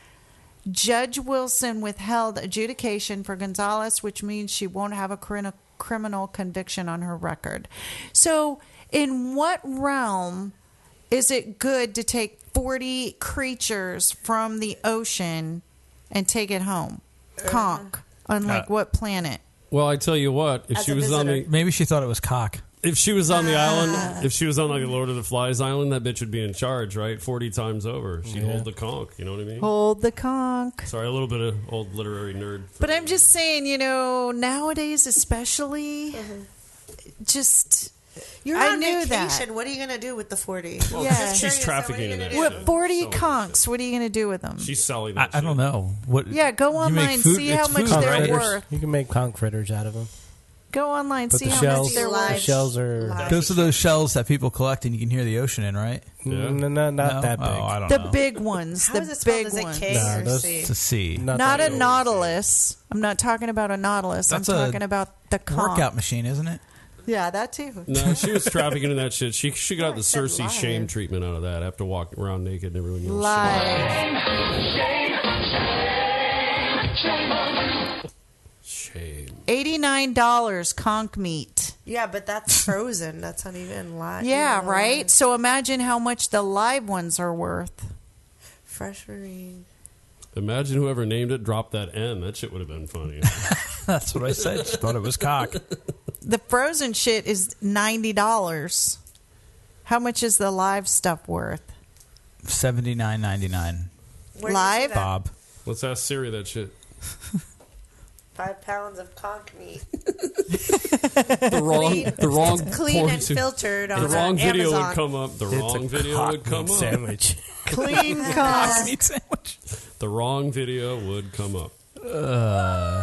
Speaker 6: Judge Wilson withheld adjudication for Gonzalez, which means she won't have a crin- criminal conviction on her record. So, in what realm is it good to take 40 creatures from the ocean and take it home? Conch. Unlike
Speaker 5: Uh,
Speaker 6: what planet?
Speaker 5: Well, I tell you what, if
Speaker 6: As
Speaker 5: she
Speaker 6: a
Speaker 5: was on
Speaker 6: visitor.
Speaker 5: the
Speaker 1: maybe she thought it was cock.
Speaker 5: If she was on the
Speaker 6: Ah.
Speaker 5: island, if she was on like the Lord of the Flies island, that bitch would be in charge, right? Forty times over, she'd hold the conch. You know what I mean?
Speaker 6: Hold the conch.
Speaker 5: Sorry, a little bit of old literary nerd.
Speaker 6: But I'm just saying, you know, nowadays, especially, just.
Speaker 4: Mm-hmm. You're
Speaker 6: I
Speaker 4: on
Speaker 6: knew that.
Speaker 4: vacation. What are you gonna do with the forty?
Speaker 6: Well, Yeah. she's
Speaker 5: She's trafficking in that.
Speaker 6: What,
Speaker 5: shit.
Speaker 6: 40 conchs. What are you going to do with them?
Speaker 5: She's selling
Speaker 1: I,
Speaker 5: that.
Speaker 1: I don't know what.
Speaker 6: Yeah, go
Speaker 1: You make
Speaker 6: online,
Speaker 1: food-
Speaker 6: see how
Speaker 1: it's
Speaker 6: much
Speaker 1: food,
Speaker 6: they're
Speaker 1: right?
Speaker 6: worth.
Speaker 2: You can make conch fritters out of them.
Speaker 6: Go online,
Speaker 1: But
Speaker 6: see
Speaker 1: the
Speaker 6: how
Speaker 1: shells-
Speaker 6: much there
Speaker 1: the
Speaker 6: was.
Speaker 1: shells
Speaker 2: are-
Speaker 1: Those are those shells that people collect and you can hear the ocean in, right?
Speaker 2: Mm, No, no, no, not that big.
Speaker 1: Oh, I don't
Speaker 6: the
Speaker 1: know.
Speaker 6: big ones. the big ones.
Speaker 1: It's a C.
Speaker 6: Not, a nautilus. I'm not talking about a nautilus.
Speaker 1: That's
Speaker 6: I'm
Speaker 1: a
Speaker 6: talking about the conch.
Speaker 1: workout machine, isn't it?
Speaker 6: Yeah, that too.
Speaker 5: No, she was trafficking in that shit. She she got the Cersei shame treatment out of that. I have to walk around naked and everyone yells.
Speaker 6: Live.
Speaker 5: Shame.
Speaker 6: Eighty-nine dollars conch meat.
Speaker 4: Yeah, but that's frozen. that's not even live.
Speaker 6: Yeah,
Speaker 4: even
Speaker 6: right.
Speaker 4: alive.
Speaker 6: So imagine how much the live ones are worth.
Speaker 4: Fresh marine.
Speaker 5: Imagine whoever named it dropped that N. That shit would have been funny.
Speaker 1: That's what I said. She thought it was cock.
Speaker 6: The frozen shit is ninety dollars. How much is the live stuff worth?
Speaker 1: Seventy nine ninety nine.
Speaker 4: Where did you see that?
Speaker 1: Bob.
Speaker 5: Let's ask Siri that shit.
Speaker 4: Five pounds of conch meat.
Speaker 5: The wrong, the wrong,
Speaker 4: clean
Speaker 5: porn
Speaker 4: and
Speaker 5: to-
Speaker 4: filtered
Speaker 5: The
Speaker 4: on,
Speaker 5: wrong
Speaker 4: uh,
Speaker 5: video
Speaker 4: Amazon.
Speaker 5: would come up. The
Speaker 2: It's a
Speaker 5: wrong video
Speaker 2: cock
Speaker 5: would come
Speaker 2: meat
Speaker 5: up.
Speaker 2: sandwich.
Speaker 6: Clean
Speaker 5: Cock
Speaker 6: conch.
Speaker 5: The wrong video would come up.
Speaker 2: Uh,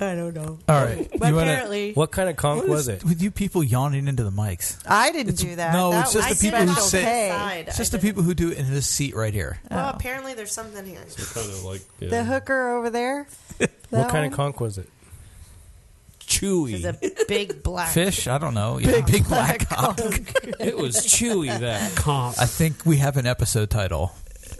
Speaker 4: I don't know.
Speaker 1: all right.
Speaker 6: But
Speaker 1: You wanna-
Speaker 6: apparently-
Speaker 2: What kind of conch
Speaker 1: What
Speaker 2: was
Speaker 1: is
Speaker 2: it?
Speaker 1: With you people yawning into the mics.
Speaker 6: I didn't do that.
Speaker 1: no,
Speaker 6: That
Speaker 1: it's just
Speaker 6: was-
Speaker 1: the
Speaker 6: I
Speaker 1: people who
Speaker 6: said
Speaker 1: sit.
Speaker 6: okay. Oh,
Speaker 1: It's just the people who do it in this seat right here.
Speaker 5: Oh.
Speaker 4: Well, apparently there's something here.
Speaker 5: Kind of like
Speaker 6: The hooker over there.
Speaker 2: What
Speaker 6: That
Speaker 2: kind
Speaker 6: one?
Speaker 2: of conch was it?
Speaker 1: Chewy.
Speaker 4: Big black.
Speaker 1: Fish? I don't know. Yeah. Big, black cock.
Speaker 5: it was chewy, that conch.
Speaker 1: I think we have an episode title.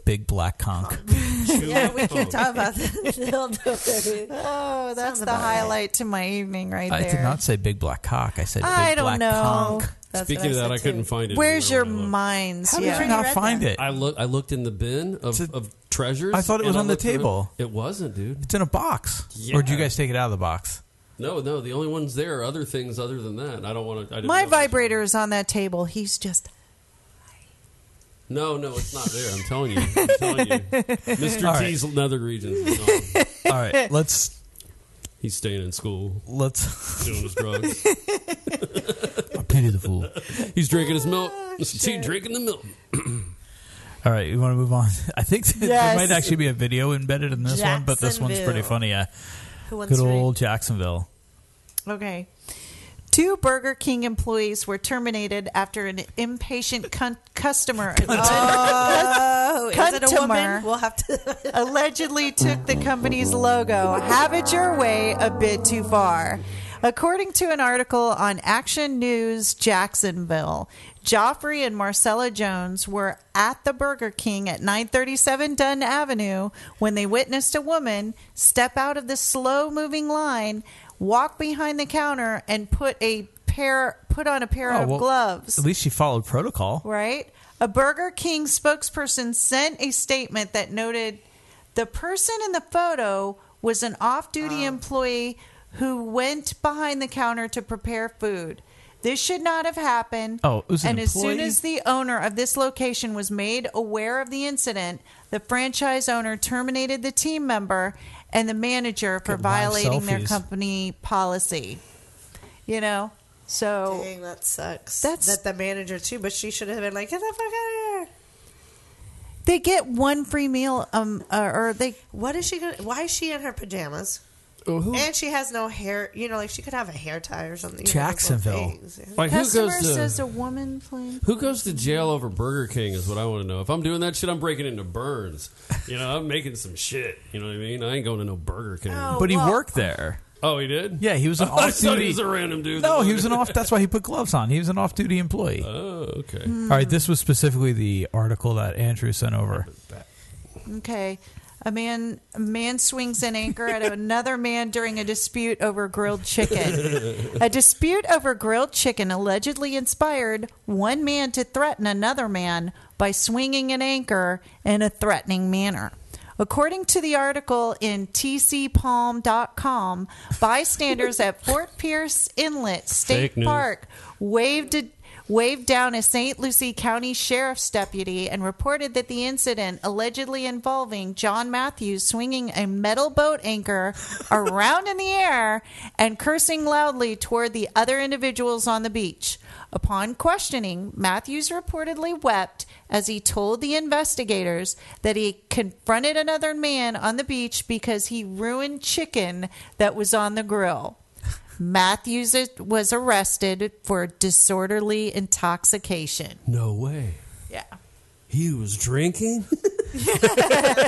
Speaker 1: Big black conch.
Speaker 4: yeah, we can talk about that.
Speaker 6: oh, that's the
Speaker 4: about right.
Speaker 6: highlight to my evening right
Speaker 1: I
Speaker 6: there.
Speaker 1: did not say big black cock. I said big
Speaker 6: I don't
Speaker 1: black
Speaker 6: know.
Speaker 1: conch.
Speaker 5: Speaking of that, I couldn't find it.
Speaker 6: Where's your minds?
Speaker 1: How did
Speaker 6: yeah.
Speaker 1: you not find it?
Speaker 5: I look. I looked in the bin of, of treasures.
Speaker 1: I thought it
Speaker 5: and
Speaker 1: was on the
Speaker 5: looked through it.
Speaker 1: table.
Speaker 5: It wasn't, dude.
Speaker 1: It's in a box. Or did you guys take it out of the box?
Speaker 5: No, no. The only ones there are other things other than that. I don't want to. I didn't
Speaker 6: My
Speaker 5: know.
Speaker 6: vibrator is on that table. He's just
Speaker 5: No, no, it's not there. I'm telling you. I'm telling you. Mr.
Speaker 1: All right.
Speaker 5: T's nether regions. is
Speaker 1: All right, let's.
Speaker 5: He's staying in school.
Speaker 1: Let's
Speaker 5: doing his drugs.
Speaker 1: I pity the fool.
Speaker 5: He's drinking his milk.
Speaker 1: Oh,
Speaker 5: Mr. T drinking the milk.
Speaker 1: All right, you want to move on? I think that
Speaker 5: Yes.
Speaker 1: there might actually be a video embedded in this one, but this one's pretty
Speaker 6: Jacksonville.
Speaker 1: funny. Yeah,
Speaker 6: Who wants
Speaker 1: good
Speaker 6: to read?
Speaker 1: old Jacksonville.
Speaker 6: Okay. Two Burger King employees were terminated after an impatient cun- customer.
Speaker 4: Oh, is it a
Speaker 6: Customer
Speaker 4: woman? We'll have to.
Speaker 6: allegedly took the company's logo, Have It Your Way, a bit too far. According to an article on Action News Jacksonville, Joffrey and Marcella Jones were at the Burger King at 937 Dunn Avenue when they witnessed a woman step out of the slow moving line, walk behind the counter, and put a pair put on a pair
Speaker 1: Oh,
Speaker 6: of
Speaker 1: well,
Speaker 6: gloves
Speaker 1: At least she followed protocol.
Speaker 6: right? A Burger King spokesperson sent a statement that noted the person in the photo was an off duty
Speaker 1: Oh.
Speaker 6: employee who went behind the counter to prepare food. This should not have happened.
Speaker 1: Oh, it was an
Speaker 6: and as soon
Speaker 1: employee?
Speaker 6: as the owner of this location was made aware of the incident, the franchise owner terminated the team member and the manager for
Speaker 1: Good live
Speaker 6: violating their
Speaker 1: selfies.
Speaker 6: company policy. You know? So
Speaker 4: Dang, that sucks. That's that the manager too, but she should have been like, "Get the fuck out of here!"
Speaker 6: They get one free meal, um, uh, or they.
Speaker 4: What is she gonna? Why is she in her pajamas? And she has no hair. You know, like she could have a hair tie or something. you know, those little
Speaker 5: Jacksonville.
Speaker 4: things.
Speaker 5: Like, who
Speaker 6: Customer
Speaker 5: goes to-
Speaker 6: says a woman playing.
Speaker 5: Who goes to jail over Burger King is what I want to know. If I'm doing that shit, I'm breaking into Burns. You know, I'm making some shit. You know what I mean? I ain't going to no Burger King.
Speaker 1: but he worked there.
Speaker 5: Oh, he did.
Speaker 1: Oh, Yeah, he was an
Speaker 5: I
Speaker 1: off
Speaker 5: thought
Speaker 1: duty.
Speaker 5: he was a random dude.
Speaker 1: No, he was an off. That's why he put gloves on. He was an off-duty employee.
Speaker 5: Oh, okay.
Speaker 6: Hmm.
Speaker 1: All right, this was specifically the article that Andrew sent over.
Speaker 6: Okay, a man a man swings an anchor at another man during a dispute over grilled chicken. A dispute over grilled chicken allegedly inspired one man to threaten another man by swinging an anchor in a threatening manner. According to the article in tcpalm.com, bystanders at Fort Pierce Inlet State
Speaker 9: Fake news.
Speaker 6: Park waved a, waved down a St. Lucie County sheriff's deputy and reported that the incident allegedly involving John Matthews swinging a metal boat anchor around in the air and cursing loudly toward the other individuals on the beach. Upon questioning, Matthews reportedly wept as he told the investigators that he confronted another man on the beach because he ruined chicken that was on the grill. Matthews was arrested for disorderly intoxication.
Speaker 5: No way.
Speaker 6: Yeah.
Speaker 5: He was drinking?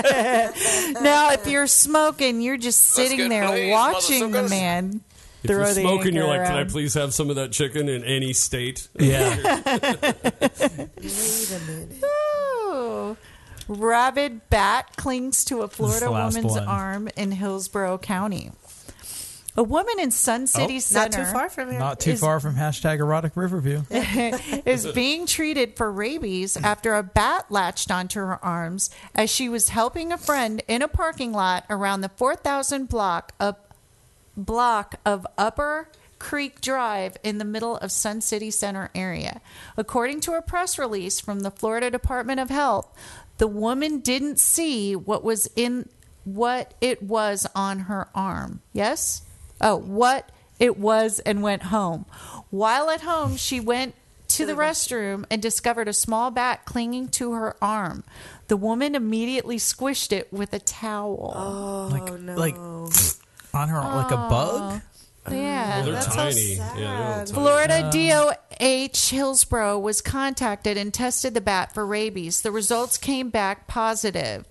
Speaker 6: now, if you're smoking, you're just sitting there watching the man
Speaker 5: If
Speaker 6: throw
Speaker 5: you're
Speaker 6: the
Speaker 5: smoking, you're like,
Speaker 6: anchor
Speaker 5: can I
Speaker 6: around."
Speaker 5: please have some of that chicken in any state?
Speaker 6: Wait a minute. Rabid bat clings to a Florida
Speaker 1: the last
Speaker 6: woman's
Speaker 1: one.
Speaker 6: arm in Hillsborough County. A woman in Sun City
Speaker 1: Oh. Not
Speaker 6: Center.
Speaker 1: too far from Not too
Speaker 6: is,
Speaker 1: far from hashtag erotic Riverview.
Speaker 6: is being treated for rabies after a bat latched onto her arms as she was helping a friend in a parking lot around the 4,000 block of, block of Upper Creek Drive in the middle of Sun City Center area. According to a press release from the Florida Department of Health, the woman didn't see what was in what it was on her arm. Yes? Oh, what it was and went home. While at home, she went to the restroom and discovered a small bat clinging to her arm. The woman immediately squished it with a towel. Oh,
Speaker 1: like, no. like on her like a bug.
Speaker 6: Yeah,
Speaker 1: Oh, they're
Speaker 6: that's
Speaker 1: tiny.
Speaker 6: So
Speaker 1: Yeah,
Speaker 6: sad.
Speaker 1: they're little tiny.
Speaker 6: Florida
Speaker 1: No.
Speaker 6: DOH Hillsborough was contacted and tested the bat for rabies. The results came back positive.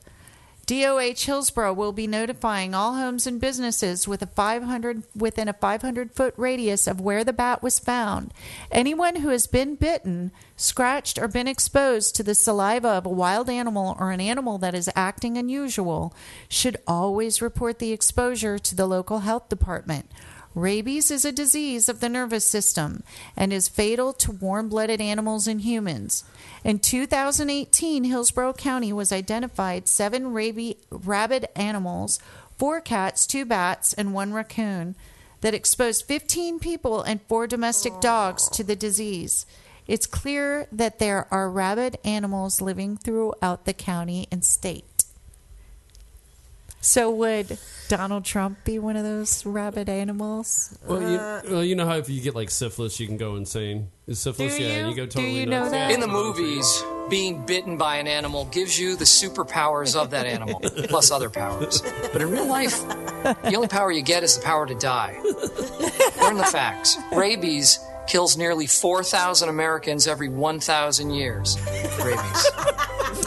Speaker 6: DOH Hillsborough will be notifying all homes and businesses with a 500 within a 500 foot radius of where the bat was found. Anyone who has been bitten, scratched, or been exposed to the saliva of a wild animal or an animal that is acting unusual should always report the exposure to the local health department. Rabies is a disease of the nervous system and is fatal to warm blooded animals and humans. In 2018, Hillsborough County was identified seven rabi- rabid animals, four cats, two bats, and one raccoon that exposed 15 people and four domestic dogs to the disease. It's clear that there are rabid animals living throughout the county and state. So would Donald Trump be one of those rabid animals?
Speaker 5: Well, you, well, you know how if you get like syphilis, you can go insane. Is syphilis?
Speaker 6: Uh, Do
Speaker 5: yeah, and
Speaker 6: you-
Speaker 5: you go
Speaker 6: do
Speaker 5: totally
Speaker 6: you know
Speaker 5: nuts.
Speaker 6: that?
Speaker 10: In the movies, being bitten by an animal gives you the superpowers of that animal, plus other powers. But in real life, the only power you get is the power to die. Learn the facts. Rabies kills nearly 4,000 Americans every 1,000 years. Rabies.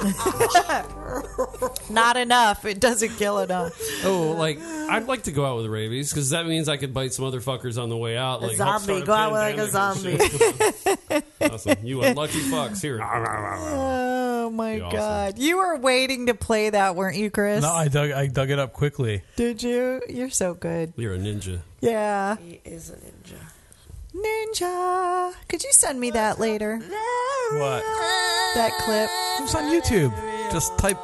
Speaker 6: Not enough. It doesn't kill enough.
Speaker 5: Oh, like I'd like to go out with rabies because that means I could bite some other fuckers on the way out.
Speaker 4: A
Speaker 5: Like, help
Speaker 4: zombie.
Speaker 5: start
Speaker 4: Go out with like a zombie.
Speaker 5: pandemic and shit. awesome, you unlucky fucks. Here,
Speaker 6: Oh my
Speaker 5: Be awesome.
Speaker 6: god! You were waiting to play that, weren't you, Chris?
Speaker 1: No, I dug I dug it up quickly.
Speaker 6: Did you? You're so good.
Speaker 5: you're a ninja.
Speaker 6: Yeah,
Speaker 4: He is a ninja.
Speaker 6: ninja. Could you send me that later?
Speaker 1: What?
Speaker 6: That clip.
Speaker 1: It's on YouTube. Just type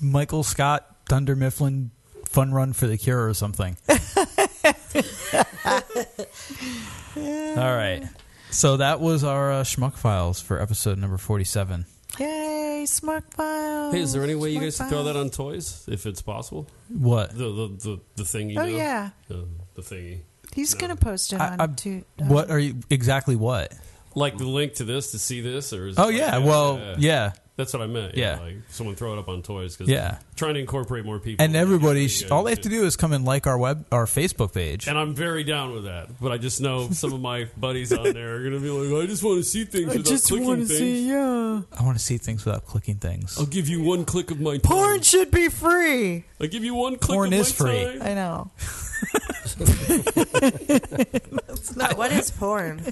Speaker 1: Michael Scott Thunder Mifflin Fun Run for the Cure or something. All right. So that was our uh, schmuck files for episode number forty-seven.
Speaker 6: Yay, smart file.
Speaker 5: Hey, is there any way you guys can throw that on toys if it's possible?
Speaker 1: What?
Speaker 5: the the the, the thing? You
Speaker 6: Oh,
Speaker 5: know?
Speaker 6: yeah.
Speaker 5: the, the thingy.
Speaker 6: He's gonna post it
Speaker 1: I-
Speaker 6: on
Speaker 1: I'm-
Speaker 6: to
Speaker 1: What are you exactly? What?
Speaker 5: Like the link to this to see this, or is it
Speaker 1: Oh,
Speaker 5: like-
Speaker 1: yeah, well, yeah.
Speaker 5: That's what I meant.
Speaker 1: Yeah.
Speaker 5: like someone throw it up on toys because
Speaker 1: Yeah.
Speaker 5: trying to incorporate more people.
Speaker 1: And everybody, sh- all they have to do is come and like our web, our Facebook page.
Speaker 5: And I'm very down with that, but I just know some of my buddies on there are gonna be like, "I just want to see things without clicking
Speaker 1: wanna
Speaker 5: things."
Speaker 1: yeah. I want to see things without clicking things.
Speaker 5: I'll give you one click of my
Speaker 6: Porn should be free.
Speaker 5: I give you one click.
Speaker 1: Porn
Speaker 5: of
Speaker 1: is
Speaker 5: my
Speaker 1: free.
Speaker 5: Time.
Speaker 6: I know.
Speaker 4: what is porn?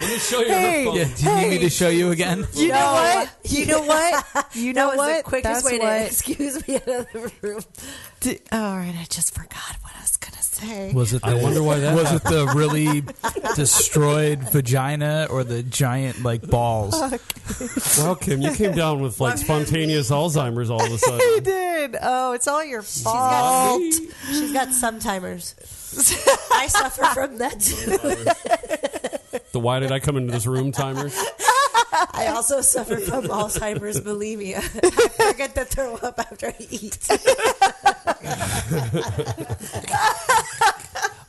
Speaker 5: Let me show you.
Speaker 6: Hey,
Speaker 1: Yeah, do you need me to show you again?
Speaker 6: You know what? You know what? You know
Speaker 4: that was
Speaker 6: what?
Speaker 4: The quickest
Speaker 6: That's
Speaker 4: way
Speaker 6: what-
Speaker 4: to excuse me out of the room.
Speaker 6: D- all right, I just forgot what I was gonna say.
Speaker 1: Was it? The,
Speaker 6: I
Speaker 5: wonder why that
Speaker 1: was
Speaker 5: happened.
Speaker 1: it the really destroyed vagina or the giant like balls?
Speaker 5: Well, Kim, you came down with like spontaneous Alzheimer's all of a sudden.
Speaker 6: I did. Oh, it's all your
Speaker 4: got-
Speaker 6: fault.
Speaker 4: She's got some timers. I suffer from that too.
Speaker 5: The why did I come into this room timers?
Speaker 4: I also suffer from Alzheimer's bulimia. I forget to throw up after I eat.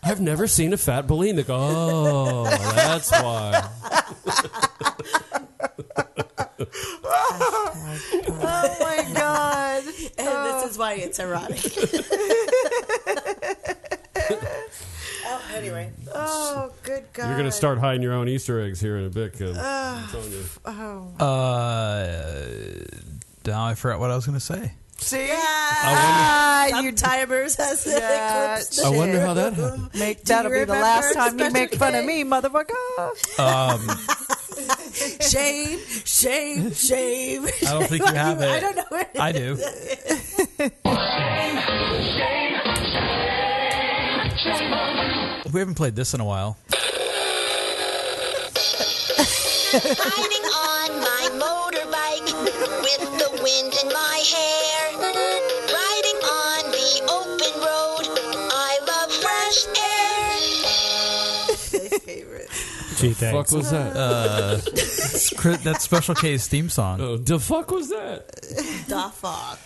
Speaker 5: I've never seen a fat bulimic. Oh, that's why.
Speaker 6: oh my god!
Speaker 4: Oh And this is why it's erotic. Oh,
Speaker 5: You're going to
Speaker 6: Oh, God.
Speaker 5: start hiding your own Easter eggs here in a bit,
Speaker 6: Ugh.
Speaker 5: Kim. I'm telling you.
Speaker 6: Oh.
Speaker 1: Uh, now I forgot what I was going to say.
Speaker 6: See? Ah,
Speaker 1: I
Speaker 4: wonder- you timers has the
Speaker 6: Yeah,
Speaker 4: eclipse the
Speaker 1: I wonder
Speaker 4: shit.
Speaker 1: how that happened.
Speaker 6: Make,
Speaker 4: Do you
Speaker 6: that'll be the
Speaker 4: remember
Speaker 6: last time you
Speaker 4: Inspector
Speaker 6: make fun of
Speaker 4: Gadget?
Speaker 6: me, motherfucker.
Speaker 1: Um,
Speaker 4: shame, shame, shame.
Speaker 1: I don't think you have it.
Speaker 4: I don't know where it
Speaker 1: I do. We haven't played this in a while.
Speaker 9: Riding on my motorbike with the wind in my hair. Riding on the open road. I love fresh air.
Speaker 1: Gee,
Speaker 5: fuck was that?
Speaker 1: Uh, it's cri- that's Special K's theme song.
Speaker 5: Oh, the fuck was that?
Speaker 4: Da fuck.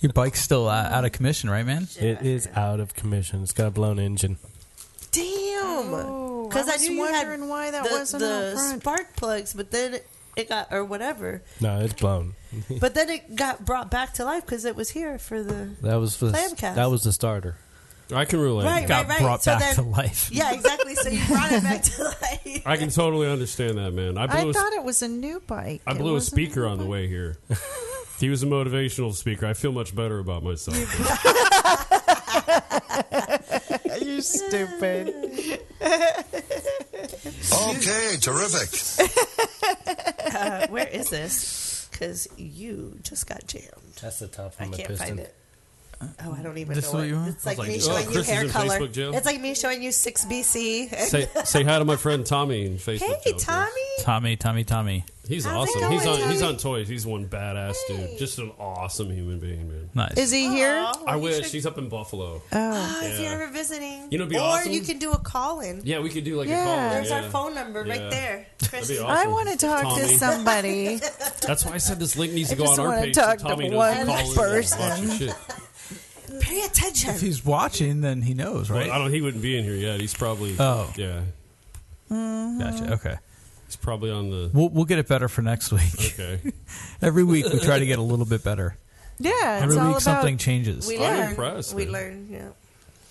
Speaker 1: Your bike's still uh, out of commission, right, man?
Speaker 2: It is out of commission. It's got a blown engine.
Speaker 4: Damn. Because
Speaker 6: I
Speaker 4: I,
Speaker 6: was
Speaker 4: knew you had
Speaker 6: Oh, wondering why that
Speaker 4: the,
Speaker 6: wasn't
Speaker 4: the
Speaker 6: out front.
Speaker 4: spark plugs, but then it got or whatever.
Speaker 2: No, it's blown.
Speaker 4: But then it got brought back to life because it was here for the
Speaker 2: that was the
Speaker 4: Clamcast.
Speaker 2: that was the starter.
Speaker 5: I can relate.
Speaker 4: right, right, right. so then, Yeah, exactly. So you brought it back to life.
Speaker 5: I can totally understand that, man. I
Speaker 6: I,
Speaker 5: blew, a
Speaker 6: thought it was a new bike.
Speaker 5: I
Speaker 6: It
Speaker 5: blew a
Speaker 6: wasn't-
Speaker 5: speaker on the way here. he was a motivational speaker. I feel much better about myself.
Speaker 6: you stupid.
Speaker 11: Okay, terrific.
Speaker 4: Uh, where is this? Because you just got jammed.
Speaker 2: That's the top
Speaker 4: I
Speaker 2: one, the
Speaker 4: can't
Speaker 2: piston.
Speaker 4: find it. Oh, I don't even
Speaker 5: This is
Speaker 4: know.
Speaker 5: what you want?
Speaker 4: It's
Speaker 5: I was
Speaker 4: like, me
Speaker 5: like,
Speaker 4: showing
Speaker 5: oh,
Speaker 4: you
Speaker 5: Chris is
Speaker 4: hair
Speaker 5: in
Speaker 4: color.
Speaker 5: Facebook jail?
Speaker 4: It's like me showing you 6 BC.
Speaker 5: say say hi to my friend Tommy in Facebook.
Speaker 4: hey,
Speaker 5: jail, please.
Speaker 4: Tommy.
Speaker 1: Tommy, Tommy, Tommy.
Speaker 5: He's
Speaker 4: How's it
Speaker 5: awesome. He's on
Speaker 4: going,
Speaker 5: he's
Speaker 4: Tommy?
Speaker 5: on toys. He's one badass dude. Just an awesome human being, man.
Speaker 1: Nice.
Speaker 6: Is he here?
Speaker 5: I wish he's up in Buffalo.
Speaker 4: Oh, if you're
Speaker 5: Yeah.
Speaker 4: ever visiting.
Speaker 5: You know, it'd be
Speaker 4: or
Speaker 5: awesome.
Speaker 4: you can do a call in.
Speaker 5: Yeah, we could do like
Speaker 6: Yeah.
Speaker 5: a call.
Speaker 4: There's
Speaker 5: yeah.
Speaker 4: our phone number right
Speaker 5: Yeah.
Speaker 4: there.
Speaker 5: That'd
Speaker 4: Chris.
Speaker 5: be
Speaker 6: I
Speaker 5: awesome.
Speaker 6: want to talk to
Speaker 5: Tommy.
Speaker 6: somebody.
Speaker 5: That's why I said this link needs to
Speaker 6: I
Speaker 5: go
Speaker 6: just
Speaker 5: on our
Speaker 6: wanna
Speaker 5: page.
Speaker 6: talk
Speaker 5: so
Speaker 6: to
Speaker 5: Tommy
Speaker 6: one
Speaker 5: knows to call in and
Speaker 6: person.
Speaker 5: watch your shit.
Speaker 4: Pay attention.
Speaker 1: If he's watching, then he knows,
Speaker 5: Well,
Speaker 1: right?
Speaker 5: I don't. He wouldn't be in here yet. He's probably.
Speaker 1: Oh.
Speaker 5: yeah.
Speaker 6: Mm-hmm.
Speaker 1: Gotcha. Okay.
Speaker 5: He's probably on the.
Speaker 1: We'll, we'll get it better for next week.
Speaker 5: Okay.
Speaker 1: Every week we try to get a little bit better.
Speaker 6: Yeah, it's
Speaker 1: Every
Speaker 6: all
Speaker 1: week
Speaker 6: about-
Speaker 1: something changes.
Speaker 4: We
Speaker 5: I'm
Speaker 4: learn.
Speaker 5: impressed,
Speaker 4: We
Speaker 5: man.
Speaker 4: learn, yeah.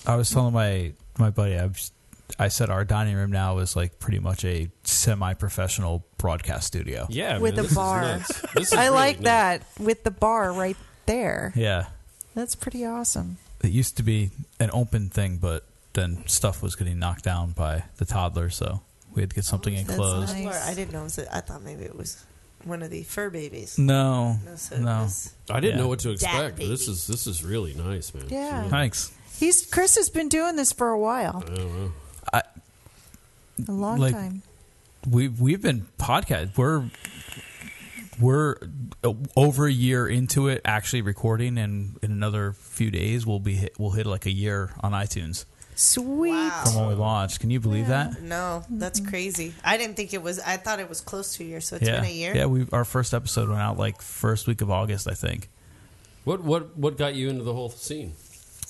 Speaker 1: I was telling my my buddy, I, was, I said our dining room now is like pretty much a semi-professional broadcast studio.
Speaker 5: Yeah,
Speaker 6: with
Speaker 5: man,
Speaker 6: a
Speaker 5: this is
Speaker 6: bar.
Speaker 5: nuts. This is
Speaker 6: I
Speaker 5: really
Speaker 6: like
Speaker 5: nuts.
Speaker 6: that with the bar right there.
Speaker 1: Yeah,
Speaker 6: That's pretty awesome.
Speaker 1: it used to be an open thing, but then stuff was getting knocked down by the toddler, so we had to get something
Speaker 4: Oh, That's
Speaker 1: enclosed.
Speaker 4: nice. I didn't know. It was a, I thought maybe it was one of the fur babies.
Speaker 1: No,
Speaker 4: so it
Speaker 1: no.
Speaker 4: was-
Speaker 5: I didn't
Speaker 1: Yeah.
Speaker 5: know what to
Speaker 4: Dad
Speaker 5: expect. but This
Speaker 4: baby.
Speaker 5: is this is really nice, man. It's
Speaker 6: Yeah.
Speaker 5: really-
Speaker 1: Thanks.
Speaker 6: He's Chris has been doing this for a while,
Speaker 5: I don't know.
Speaker 1: I,
Speaker 6: a long
Speaker 1: Like-
Speaker 6: time.
Speaker 1: we've we've been podcast. We're we're uh, over a year into it actually recording, and in another few days we'll be hit, we'll hit like a year on iTunes
Speaker 6: Sweet.
Speaker 1: from when we launched. Can you believe that?
Speaker 4: No, that's crazy. I didn't think it was. I thought it was close to a year, so it's
Speaker 1: yeah,
Speaker 4: been a year.
Speaker 1: yeah. We our first episode went out like first week of August, I think.
Speaker 5: What what what got you into the whole scene?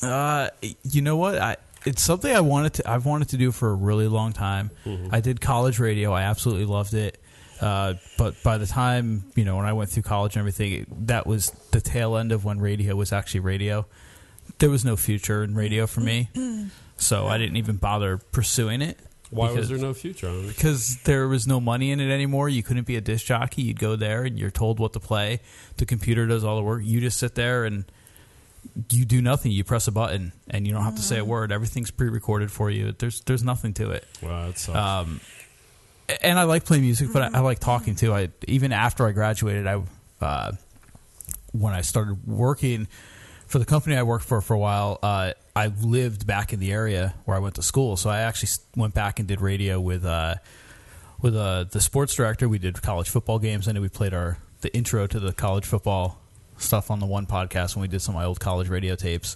Speaker 1: Uh, you know what? I it's something I wanted to I've wanted to do for a really long time.
Speaker 5: Mm-hmm.
Speaker 1: I did college radio. I absolutely loved it. Uh, but by the time you know when I went through college and everything, it, that was the tail end of when radio was actually radio. There was no future in radio for me, so I didn't even bother pursuing it.
Speaker 5: Why was
Speaker 1: because-
Speaker 5: there no future? I don't know.
Speaker 1: because there was no money in it anymore. You couldn't be a disc jockey. You'd go there and you're told what to play. The computer does all the work. You just sit there and you do nothing. You press a button and you don't have to say a word. Everything's pre-recorded for you. There's there's nothing to it.
Speaker 5: Wow, that sucks.
Speaker 1: Um, a- and I like playing music, but I, I like talking too. I even after I graduated, I uh, when I started working for the company I worked for for a while, uh, I lived back in the area where I went to school, so I actually s- went back and did radio with uh, with uh, the sports director. We did college football games, and we played our the intro to the college football stuff on the one podcast when we did some of my old college radio tapes.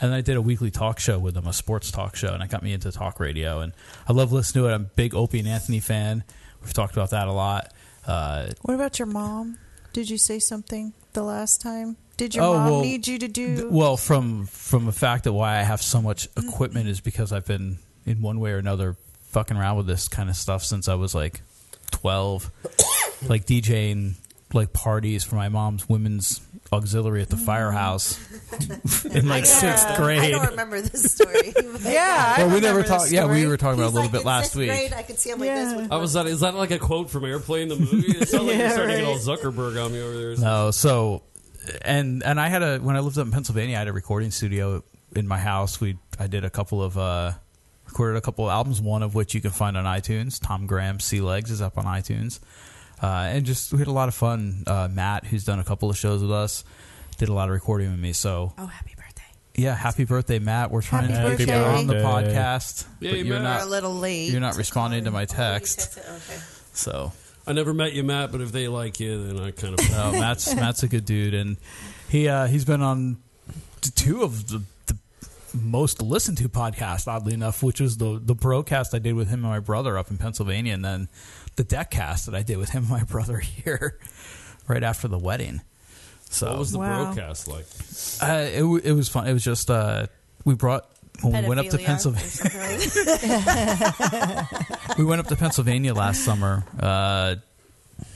Speaker 1: And then I did a weekly talk show with them, a sports talk show, and it got me into talk radio. And I love listening to it. I'm a big Opie and Anthony fan. We've talked about that a lot. Uh,
Speaker 6: What about your mom? Did you say something the last time? Did your mom
Speaker 1: Oh, well,
Speaker 6: need you to do? Mm-hmm.
Speaker 1: th- well from from the fact that why I have so much equipment is because I've been in one way or another fucking around with this kind of stuff since I was like twelve, like DJing like parties for my mom's women's auxiliary at the
Speaker 6: Mm.
Speaker 1: firehouse in like sixth
Speaker 4: I
Speaker 1: grade.
Speaker 4: don't remember this story. but-
Speaker 1: well, we never talked. Yeah, we were talking about it a little bit last
Speaker 4: Sixth
Speaker 1: week.
Speaker 4: grade, I could see him like this. With
Speaker 5: I was like, is that like a quote from Airplane the movie? It sounded like
Speaker 4: Yeah,
Speaker 5: you're starting
Speaker 4: right.
Speaker 5: to get all Zuckerberg on me over there.
Speaker 1: No, so and and I had a when I lived up in Pennsylvania, I had a recording studio in my house. We I did a couple of uh recorded a couple of albums, one of which you can find on iTunes. Tom Graham, Sea Legs is up on iTunes. Uh, and just we had a lot of fun. Uh, Matt, who's done a couple of shows with us, did a lot of recording with me. So
Speaker 4: oh, happy birthday!
Speaker 1: Yeah, happy birthday, Matt. We're trying
Speaker 4: Happy
Speaker 1: to get you
Speaker 4: birthday.
Speaker 1: on the
Speaker 4: Happy birthday.
Speaker 1: podcast,
Speaker 5: Yay,
Speaker 1: but you're
Speaker 5: Matt.
Speaker 1: not
Speaker 5: We're a little late
Speaker 1: You're not
Speaker 5: to
Speaker 1: responding to my text. So
Speaker 5: I never met you, Matt, but if they like you, then I kind of.
Speaker 1: No, Matt's Matt's a good dude, and he uh, he's been on t- two of the, the most listened to podcasts, oddly enough, which was the the broadcast I did with him and my brother up in Pennsylvania, and then the deck cast that I did with him and my brother here, right after the wedding. So
Speaker 5: What was the
Speaker 1: broadcast?
Speaker 5: broadcast like?
Speaker 1: Uh, it, w- it was fun. It was just uh, we brought when we went up to Pennsylvania. we went up to Pennsylvania last summer uh,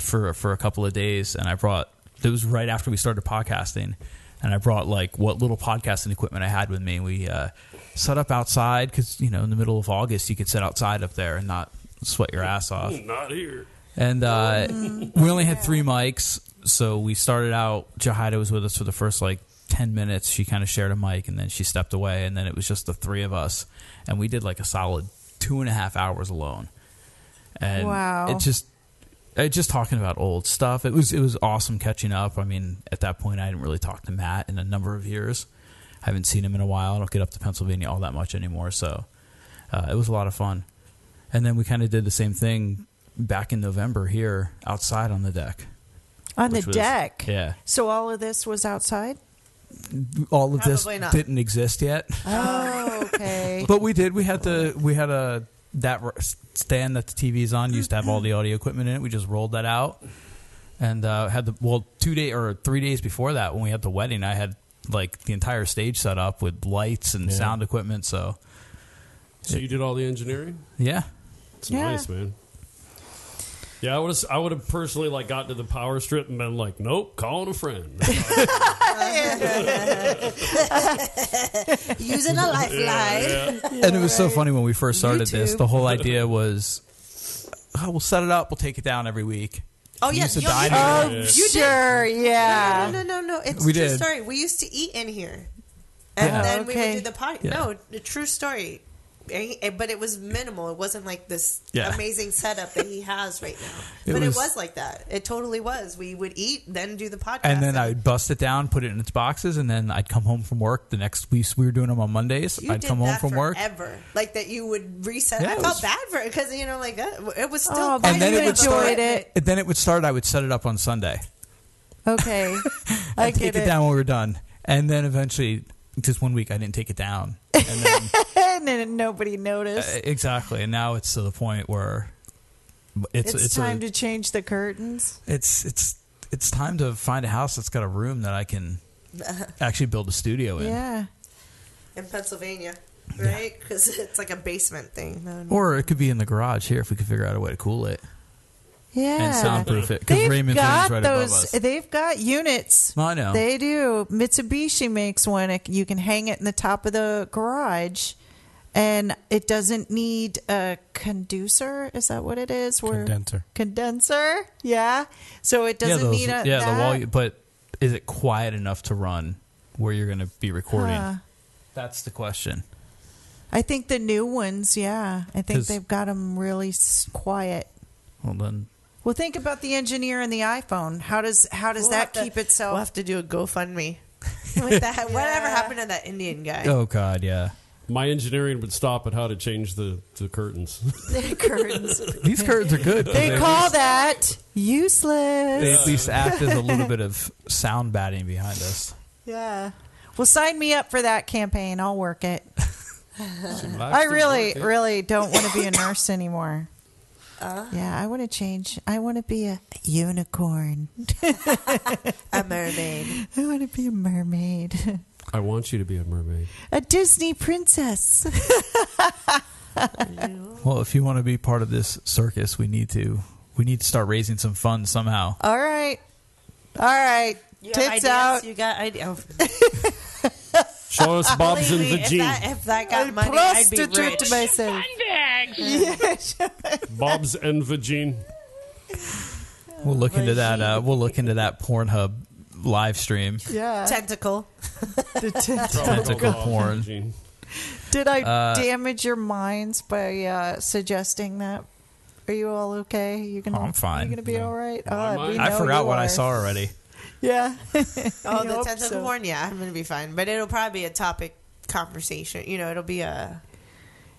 Speaker 1: for for a couple of days, and I brought. It was right after we started podcasting, and I brought like what little podcasting equipment I had with me. and We uh, set up outside because you know in the middle of August you could sit outside up there and not sweat your ass off.
Speaker 5: Not here.
Speaker 1: And uh, we only had three mics, so we started out. Jahida was with us for the first like ten minutes. She kind of shared a mic, and then she stepped away, and then it was just the three of us, and we did like a solid two and a half hours alone. And
Speaker 6: Wow.
Speaker 1: it just. it Uh, just talking about old stuff. It was it was awesome catching up. I mean, at that point, I didn't really talk to Matt in a number of years. I haven't seen him in a while. I don't get up to Pennsylvania all that much anymore, so uh, it was a lot of fun. And then we kind of did the same thing back in November here outside on the deck.
Speaker 6: on the
Speaker 1: Which was-
Speaker 6: deck.
Speaker 1: Yeah.
Speaker 6: So all of this was outside.
Speaker 1: All of
Speaker 6: Probably
Speaker 1: this
Speaker 6: not.
Speaker 1: didn't exist yet.
Speaker 6: Oh, okay.
Speaker 1: But we did. We had the we had a that r- stand that the TV's on used to have all the audio equipment in it. We just rolled that out and uh, had the well two day or three days before that when we had the wedding. I had like the entire stage set up with lights and
Speaker 5: Yeah.
Speaker 1: sound equipment. So
Speaker 5: So you did all the engineering?
Speaker 1: yeah,
Speaker 5: It's nice, man. Yeah, I would have. I would have personally like got to the power strip and been like, "Nope, calling a friend."
Speaker 4: Using a lifeline.
Speaker 1: and it was so funny when we first started this.
Speaker 4: YouTube.
Speaker 1: The whole idea was, oh, we'll set it up, we'll take it down every week.
Speaker 4: Oh
Speaker 1: We
Speaker 4: yeah,
Speaker 1: used to
Speaker 4: you-
Speaker 1: dine
Speaker 4: oh,
Speaker 1: in
Speaker 4: you
Speaker 1: it.
Speaker 4: did.
Speaker 6: Sure, yeah.
Speaker 4: No, no, no, no. no. It's
Speaker 1: We
Speaker 4: a true
Speaker 1: did.
Speaker 4: story. We used to eat in here, and
Speaker 1: Yeah.
Speaker 4: then we
Speaker 6: Okay.
Speaker 4: would do the pot.
Speaker 1: Yeah.
Speaker 4: No, the true story. Eh, eh, But it was minimal. It wasn't like this
Speaker 1: Yeah.
Speaker 4: amazing setup that he has right now.
Speaker 1: It
Speaker 4: but
Speaker 1: was-
Speaker 4: it was like that. It totally was. We would eat, then do the podcast.
Speaker 1: And then I'd bust it down, put it in its boxes, and then I'd come home from work the next week. We were doing them on Mondays.
Speaker 4: You
Speaker 1: I'd
Speaker 4: did
Speaker 1: come home
Speaker 4: that
Speaker 1: from work,
Speaker 4: forever. Like that, you would reset.
Speaker 1: Yeah,
Speaker 4: I
Speaker 1: it
Speaker 4: felt
Speaker 1: was-
Speaker 4: bad for it because you know, like that, it was still.
Speaker 6: Oh,
Speaker 4: quite
Speaker 1: and then
Speaker 4: a
Speaker 1: it
Speaker 4: bit
Speaker 1: would
Speaker 4: of a
Speaker 1: start.
Speaker 4: commitment.
Speaker 1: and then it would start. I would set it up on Sunday.
Speaker 6: Okay. I
Speaker 1: I'd take
Speaker 6: get
Speaker 1: it.
Speaker 6: it.
Speaker 1: down when we were done, and then eventually, just one week, I didn't take it down.
Speaker 6: and then nobody noticed.
Speaker 1: Uh, exactly, and now it's to the point where it's
Speaker 6: it's,
Speaker 1: it's,
Speaker 6: time
Speaker 1: a,
Speaker 6: to change the curtains.
Speaker 1: it's it's it's time to find a house that's got a room that I can actually build a studio in.
Speaker 6: Yeah.
Speaker 4: In Pennsylvania, right? Because it's like a basement thing. No, no.
Speaker 1: Or it could be in the garage here if we could figure out a way to cool it.
Speaker 6: Yeah.
Speaker 1: soundproof it, 'cause
Speaker 6: They've
Speaker 1: Raymond Thing's
Speaker 6: got
Speaker 1: right above
Speaker 6: those.
Speaker 1: us.
Speaker 6: They've got units.
Speaker 1: I know.
Speaker 6: They do. Mitsubishi makes one. It- You can hang it in the top of the garage, and it doesn't need a conducer. Is that what it is? Where-
Speaker 2: Condenser.
Speaker 6: Condenser. Yeah. So it doesn't
Speaker 1: those-
Speaker 6: need a.
Speaker 1: yeah,
Speaker 6: that.
Speaker 1: the wall. But is it quiet enough to run where you're going to be recording?
Speaker 6: Huh.
Speaker 1: That's the question.
Speaker 6: I think the new ones. Yeah. I
Speaker 1: 'Cause-
Speaker 6: think they've got them really s- quiet.
Speaker 1: Well, then
Speaker 6: Well, think about the engineer and the iPhone. How does how does
Speaker 4: We'll
Speaker 6: that
Speaker 4: have to-
Speaker 6: keep itself?
Speaker 4: we'll have to do a GoFundMe. With that, whatever happened to that Indian guy?
Speaker 1: Oh God, yeah.
Speaker 5: My engineering would stop at how to change the, the curtains.
Speaker 6: The curtains.
Speaker 1: These curtains are good. 'cause
Speaker 6: They
Speaker 1: at
Speaker 6: call
Speaker 1: least-
Speaker 6: that useless.
Speaker 1: They at least act as a little bit of sound batting behind us.
Speaker 6: Yeah. Well, sign me up for that campaign. I'll work it. I
Speaker 1: likes to
Speaker 6: really,
Speaker 1: work it.
Speaker 6: really don't want to be a nurse anymore.
Speaker 4: Uh-huh.
Speaker 6: yeah, I want to change. I want to be a unicorn.
Speaker 4: a mermaid.
Speaker 6: I want to be a mermaid.
Speaker 5: I want you to be a mermaid.
Speaker 6: A Disney princess.
Speaker 1: Well, if you want to be part of this circus, we need to we need to start raising some funds somehow.
Speaker 6: All right. All right.
Speaker 4: You have
Speaker 6: Tits
Speaker 4: ideas?
Speaker 6: out.
Speaker 4: You got ideas.
Speaker 5: Show us Bob's and
Speaker 4: Believe
Speaker 5: the
Speaker 4: me, if that, if that got
Speaker 6: I
Speaker 4: money, I'd be
Speaker 6: prostitute
Speaker 4: rich.
Speaker 6: myself.
Speaker 5: Bob's and the Gene.
Speaker 1: We'll look into that. Uh, we'll look into that Pornhub live stream.
Speaker 6: Yeah.
Speaker 4: Tentacle.
Speaker 6: The
Speaker 1: Tentacle
Speaker 6: tentacle.
Speaker 1: porn.
Speaker 6: Did I
Speaker 1: Uh,
Speaker 6: damage your minds by uh, suggesting that? Are you all okay? You gonna,
Speaker 1: Oh, I'm fine.
Speaker 6: You gonna be all right? Oh, we
Speaker 1: I
Speaker 6: know
Speaker 1: forgot
Speaker 6: you
Speaker 1: what I
Speaker 6: are.
Speaker 1: saw already.
Speaker 6: Yeah. oh,
Speaker 4: Oh, the tentacle horn. Yeah, I'm gonna be fine. But it'll probably be a topic conversation. You know, it'll be a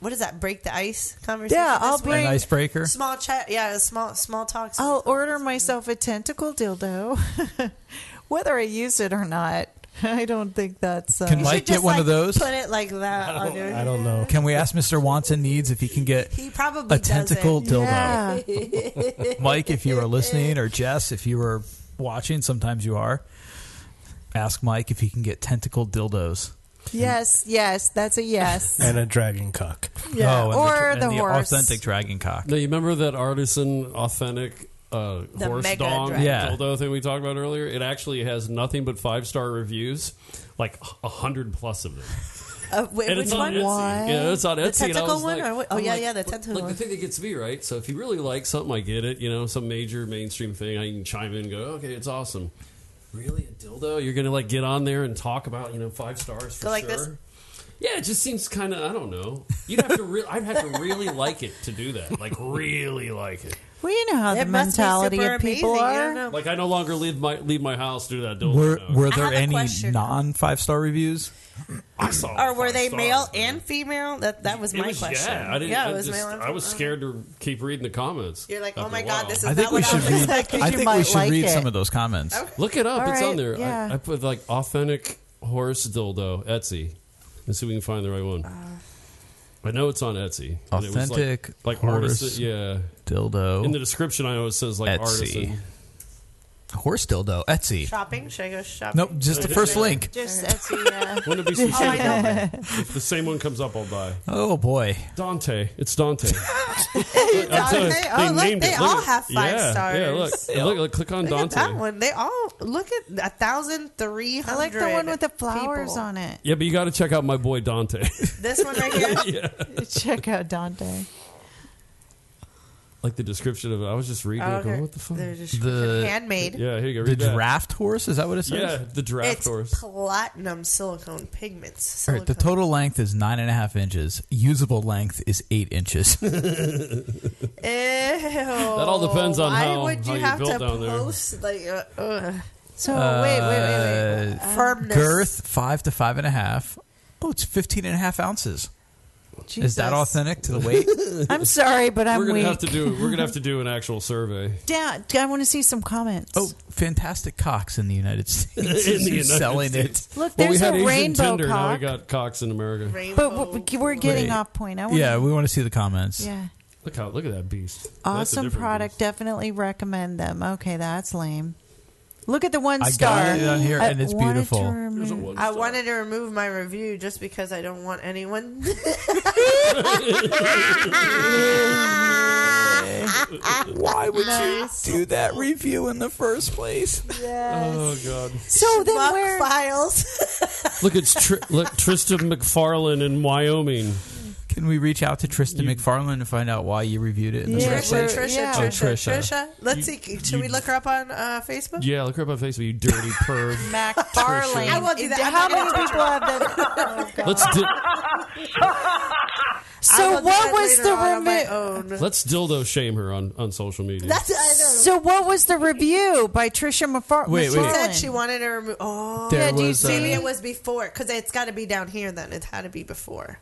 Speaker 4: what is that? Break the ice conversation.
Speaker 6: Yeah, I'll
Speaker 4: That's what-
Speaker 6: bring- An icebreaker?
Speaker 4: Small chat. Yeah, a small small talks.
Speaker 6: I'll order myself a tentacle dildo, whether I use it or not. I don't think that's. Uh,
Speaker 1: Can You Mike should get just, one of like, those?
Speaker 4: Put it like that. on your-
Speaker 1: don't know. Can we ask Mr. Wants and Needs if he can get
Speaker 4: He probably
Speaker 1: a tentacle
Speaker 4: doesn't.
Speaker 1: dildo?
Speaker 4: Yeah.
Speaker 1: Mike, if you are listening, or Jess, if you are watching, sometimes you are. Ask Mike if he can get tentacle dildos.
Speaker 6: Yes, yes, that's a yes.
Speaker 2: and a dragon cock.
Speaker 6: Yeah,
Speaker 1: Oh, and
Speaker 6: or
Speaker 1: the,
Speaker 6: the,
Speaker 1: and the
Speaker 6: horse.
Speaker 1: authentic dragon cock.
Speaker 5: Now, you remember that artisan authentic uh,
Speaker 6: The
Speaker 5: horse
Speaker 6: mega
Speaker 5: dong
Speaker 6: dragon. Yeah.
Speaker 5: dildo thing we talked about earlier? It actually has nothing but five star reviews, like a hundred plus of them.
Speaker 4: Uh, wait,
Speaker 5: And
Speaker 4: which
Speaker 5: it's on
Speaker 4: one?
Speaker 5: Etsy. Yeah, it's on
Speaker 4: The
Speaker 5: Etsy, and I
Speaker 4: tentacle
Speaker 5: was
Speaker 4: one,
Speaker 5: like-
Speaker 4: or what? Oh
Speaker 5: I'm
Speaker 4: yeah,
Speaker 5: like,
Speaker 4: yeah, the tentacle
Speaker 5: Like the
Speaker 4: one.
Speaker 5: thing that gets me right. So if you really like something, I get it. You know, some major mainstream thing, I can chime in and go, okay, it's awesome. Really, a dildo? You're gonna like get on there and talk about you know five stars for
Speaker 4: Go like
Speaker 5: sure.
Speaker 4: this?
Speaker 5: Yeah, it just seems kind of I don't know. You'd have to re- I'd have to really like it to do that. Like really like it.
Speaker 6: Well, you know how the
Speaker 4: must be
Speaker 6: mentality
Speaker 4: super
Speaker 6: of people
Speaker 4: amazing, you
Speaker 6: are.
Speaker 4: don't know.
Speaker 5: Like I no longer leave my leave my house to do that dildo.
Speaker 1: Were,
Speaker 5: now.
Speaker 1: were there any non five star reviews?
Speaker 5: I saw
Speaker 4: Or were they
Speaker 5: five
Speaker 4: male
Speaker 5: stars.
Speaker 4: and female? That that was
Speaker 5: It
Speaker 4: my
Speaker 5: was-
Speaker 4: question.
Speaker 5: Yeah, I didn't.
Speaker 4: Yeah,
Speaker 5: I,
Speaker 4: it was
Speaker 5: just-
Speaker 4: male. and
Speaker 5: I was scared to keep reading the comments.
Speaker 4: You're like, oh
Speaker 5: after
Speaker 4: my
Speaker 5: a
Speaker 4: God,
Speaker 5: while.
Speaker 4: this is
Speaker 1: I think we should read. I think we should read some of those comments.
Speaker 5: Look it up.
Speaker 1: All
Speaker 5: it's
Speaker 1: right,
Speaker 5: on there.
Speaker 1: yeah.
Speaker 5: I, I put like authentic horse dildo Etsy, and see if we can find the right one.
Speaker 4: Uh.
Speaker 5: I know it's on Etsy. and it was, like-
Speaker 1: Authentic
Speaker 5: like,
Speaker 1: horse
Speaker 5: artisan- yeah.
Speaker 1: dildo.
Speaker 5: In the description, I know it says like
Speaker 1: Etsy.
Speaker 5: artisan.
Speaker 1: Horse dildo Etsy.
Speaker 4: Shopping? Should I go shopping?
Speaker 1: Nope, just the first link.
Speaker 4: Just Etsy. Yeah.
Speaker 5: Wouldn't it be so
Speaker 4: Oh, I know.
Speaker 5: sad? if the same one comes up, I'll die.
Speaker 1: Oh boy,
Speaker 5: Dante! It's uh, Dante.
Speaker 4: Dante? Oh, look, they all have five
Speaker 5: yeah,
Speaker 4: stars.
Speaker 5: Yeah, look, look, look, click on
Speaker 4: Look
Speaker 5: Dante.
Speaker 4: at that one. They all look at a thousand three hundred. I like
Speaker 6: the one with the flowers on it.
Speaker 5: Yeah, but you got to check out my boy Dante.
Speaker 4: This one right here.
Speaker 6: Check out Dante.
Speaker 5: like the description of it, I was just reading.
Speaker 4: Oh,
Speaker 5: it, going,
Speaker 4: okay.
Speaker 5: what the fuck?
Speaker 4: There's a description. The- Handmade.
Speaker 5: Yeah, here you go.
Speaker 1: The
Speaker 5: Read that.
Speaker 1: draft horse is that what it says?
Speaker 5: Yeah, the draft
Speaker 4: it's
Speaker 5: horse.
Speaker 4: platinum silicone pigments.
Speaker 1: All right, the
Speaker 4: Silicone.
Speaker 1: total length is nine and a half inches. Usable length is eight inches.
Speaker 4: Ew. That
Speaker 5: all depends on
Speaker 4: Why
Speaker 5: how-
Speaker 4: would
Speaker 5: how
Speaker 4: you
Speaker 5: you
Speaker 4: have
Speaker 5: built
Speaker 4: to
Speaker 5: down there.
Speaker 4: post like? Uh, ugh.
Speaker 6: So
Speaker 1: Uh,
Speaker 4: Firmness.
Speaker 1: Girth five to five and a half. Oh, it's 15 and a half ounces. Is that authentic to the weight?
Speaker 6: I'm sorry, but I'm
Speaker 5: we're gonna
Speaker 6: weak.
Speaker 5: have to do. We're gonna have to do an actual survey.
Speaker 6: Down. I want to see some comments.
Speaker 1: Oh, fantastic cocks in the United States.
Speaker 5: In the United
Speaker 1: selling
Speaker 5: States.
Speaker 1: it.
Speaker 6: Look,
Speaker 5: Well, we
Speaker 6: there's
Speaker 5: had
Speaker 6: a
Speaker 5: Asian
Speaker 6: rainbow
Speaker 5: Tinder, Now we
Speaker 6: cock.
Speaker 5: got cocks in America.
Speaker 6: But we- we're getting
Speaker 1: Wait.
Speaker 6: off point. I want
Speaker 1: yeah, we want to see the comments.
Speaker 6: Yeah.
Speaker 5: Look how look at that beast. That's a
Speaker 6: Awesome
Speaker 5: different
Speaker 6: product. Definitely recommend them. Okay, that's lame. Look at the one
Speaker 1: I got
Speaker 6: star.
Speaker 1: it on here,
Speaker 6: I
Speaker 1: and it's
Speaker 6: wanted
Speaker 1: beautiful.
Speaker 6: to
Speaker 1: There's a
Speaker 6: remove-
Speaker 4: I wanted to remove my review just because I don't want anyone.
Speaker 1: Why would you do that review in the first place?
Speaker 5: Oh god.
Speaker 6: So then
Speaker 4: where files?
Speaker 5: Look, it's Tr- look Tristan McFarlane in Wyoming.
Speaker 1: Can we reach out to Tristan McFarland and find out why you reviewed it in the
Speaker 5: Yeah,
Speaker 1: first
Speaker 5: we're-
Speaker 1: place?
Speaker 5: Trisha,
Speaker 4: Yeah,
Speaker 1: Oh,
Speaker 4: Trisha,
Speaker 1: Trisha.
Speaker 4: Trisha. Let's see. Should we look her up on uh, Facebook?
Speaker 5: Yeah, look her up on Facebook. You dirty
Speaker 4: Oh,
Speaker 5: perv.
Speaker 6: McFarlane.
Speaker 4: I will do that.
Speaker 6: How
Speaker 4: I'm not gonna
Speaker 6: many people have that?
Speaker 5: Let's do-
Speaker 4: I will
Speaker 6: so
Speaker 4: do
Speaker 6: what
Speaker 4: that
Speaker 6: was
Speaker 4: later
Speaker 6: the
Speaker 4: on on my
Speaker 6: remi-
Speaker 4: own.
Speaker 5: Let's dildo shame her on on social media.
Speaker 6: So what was the review by Trisha McFar-
Speaker 5: Wait,
Speaker 4: She
Speaker 5: wait.
Speaker 4: said she wanted to remove. Oh,
Speaker 1: There Yeah, do you was,
Speaker 4: maybe
Speaker 1: uh,
Speaker 4: it was before because it's got to be down here. Then it had to be before.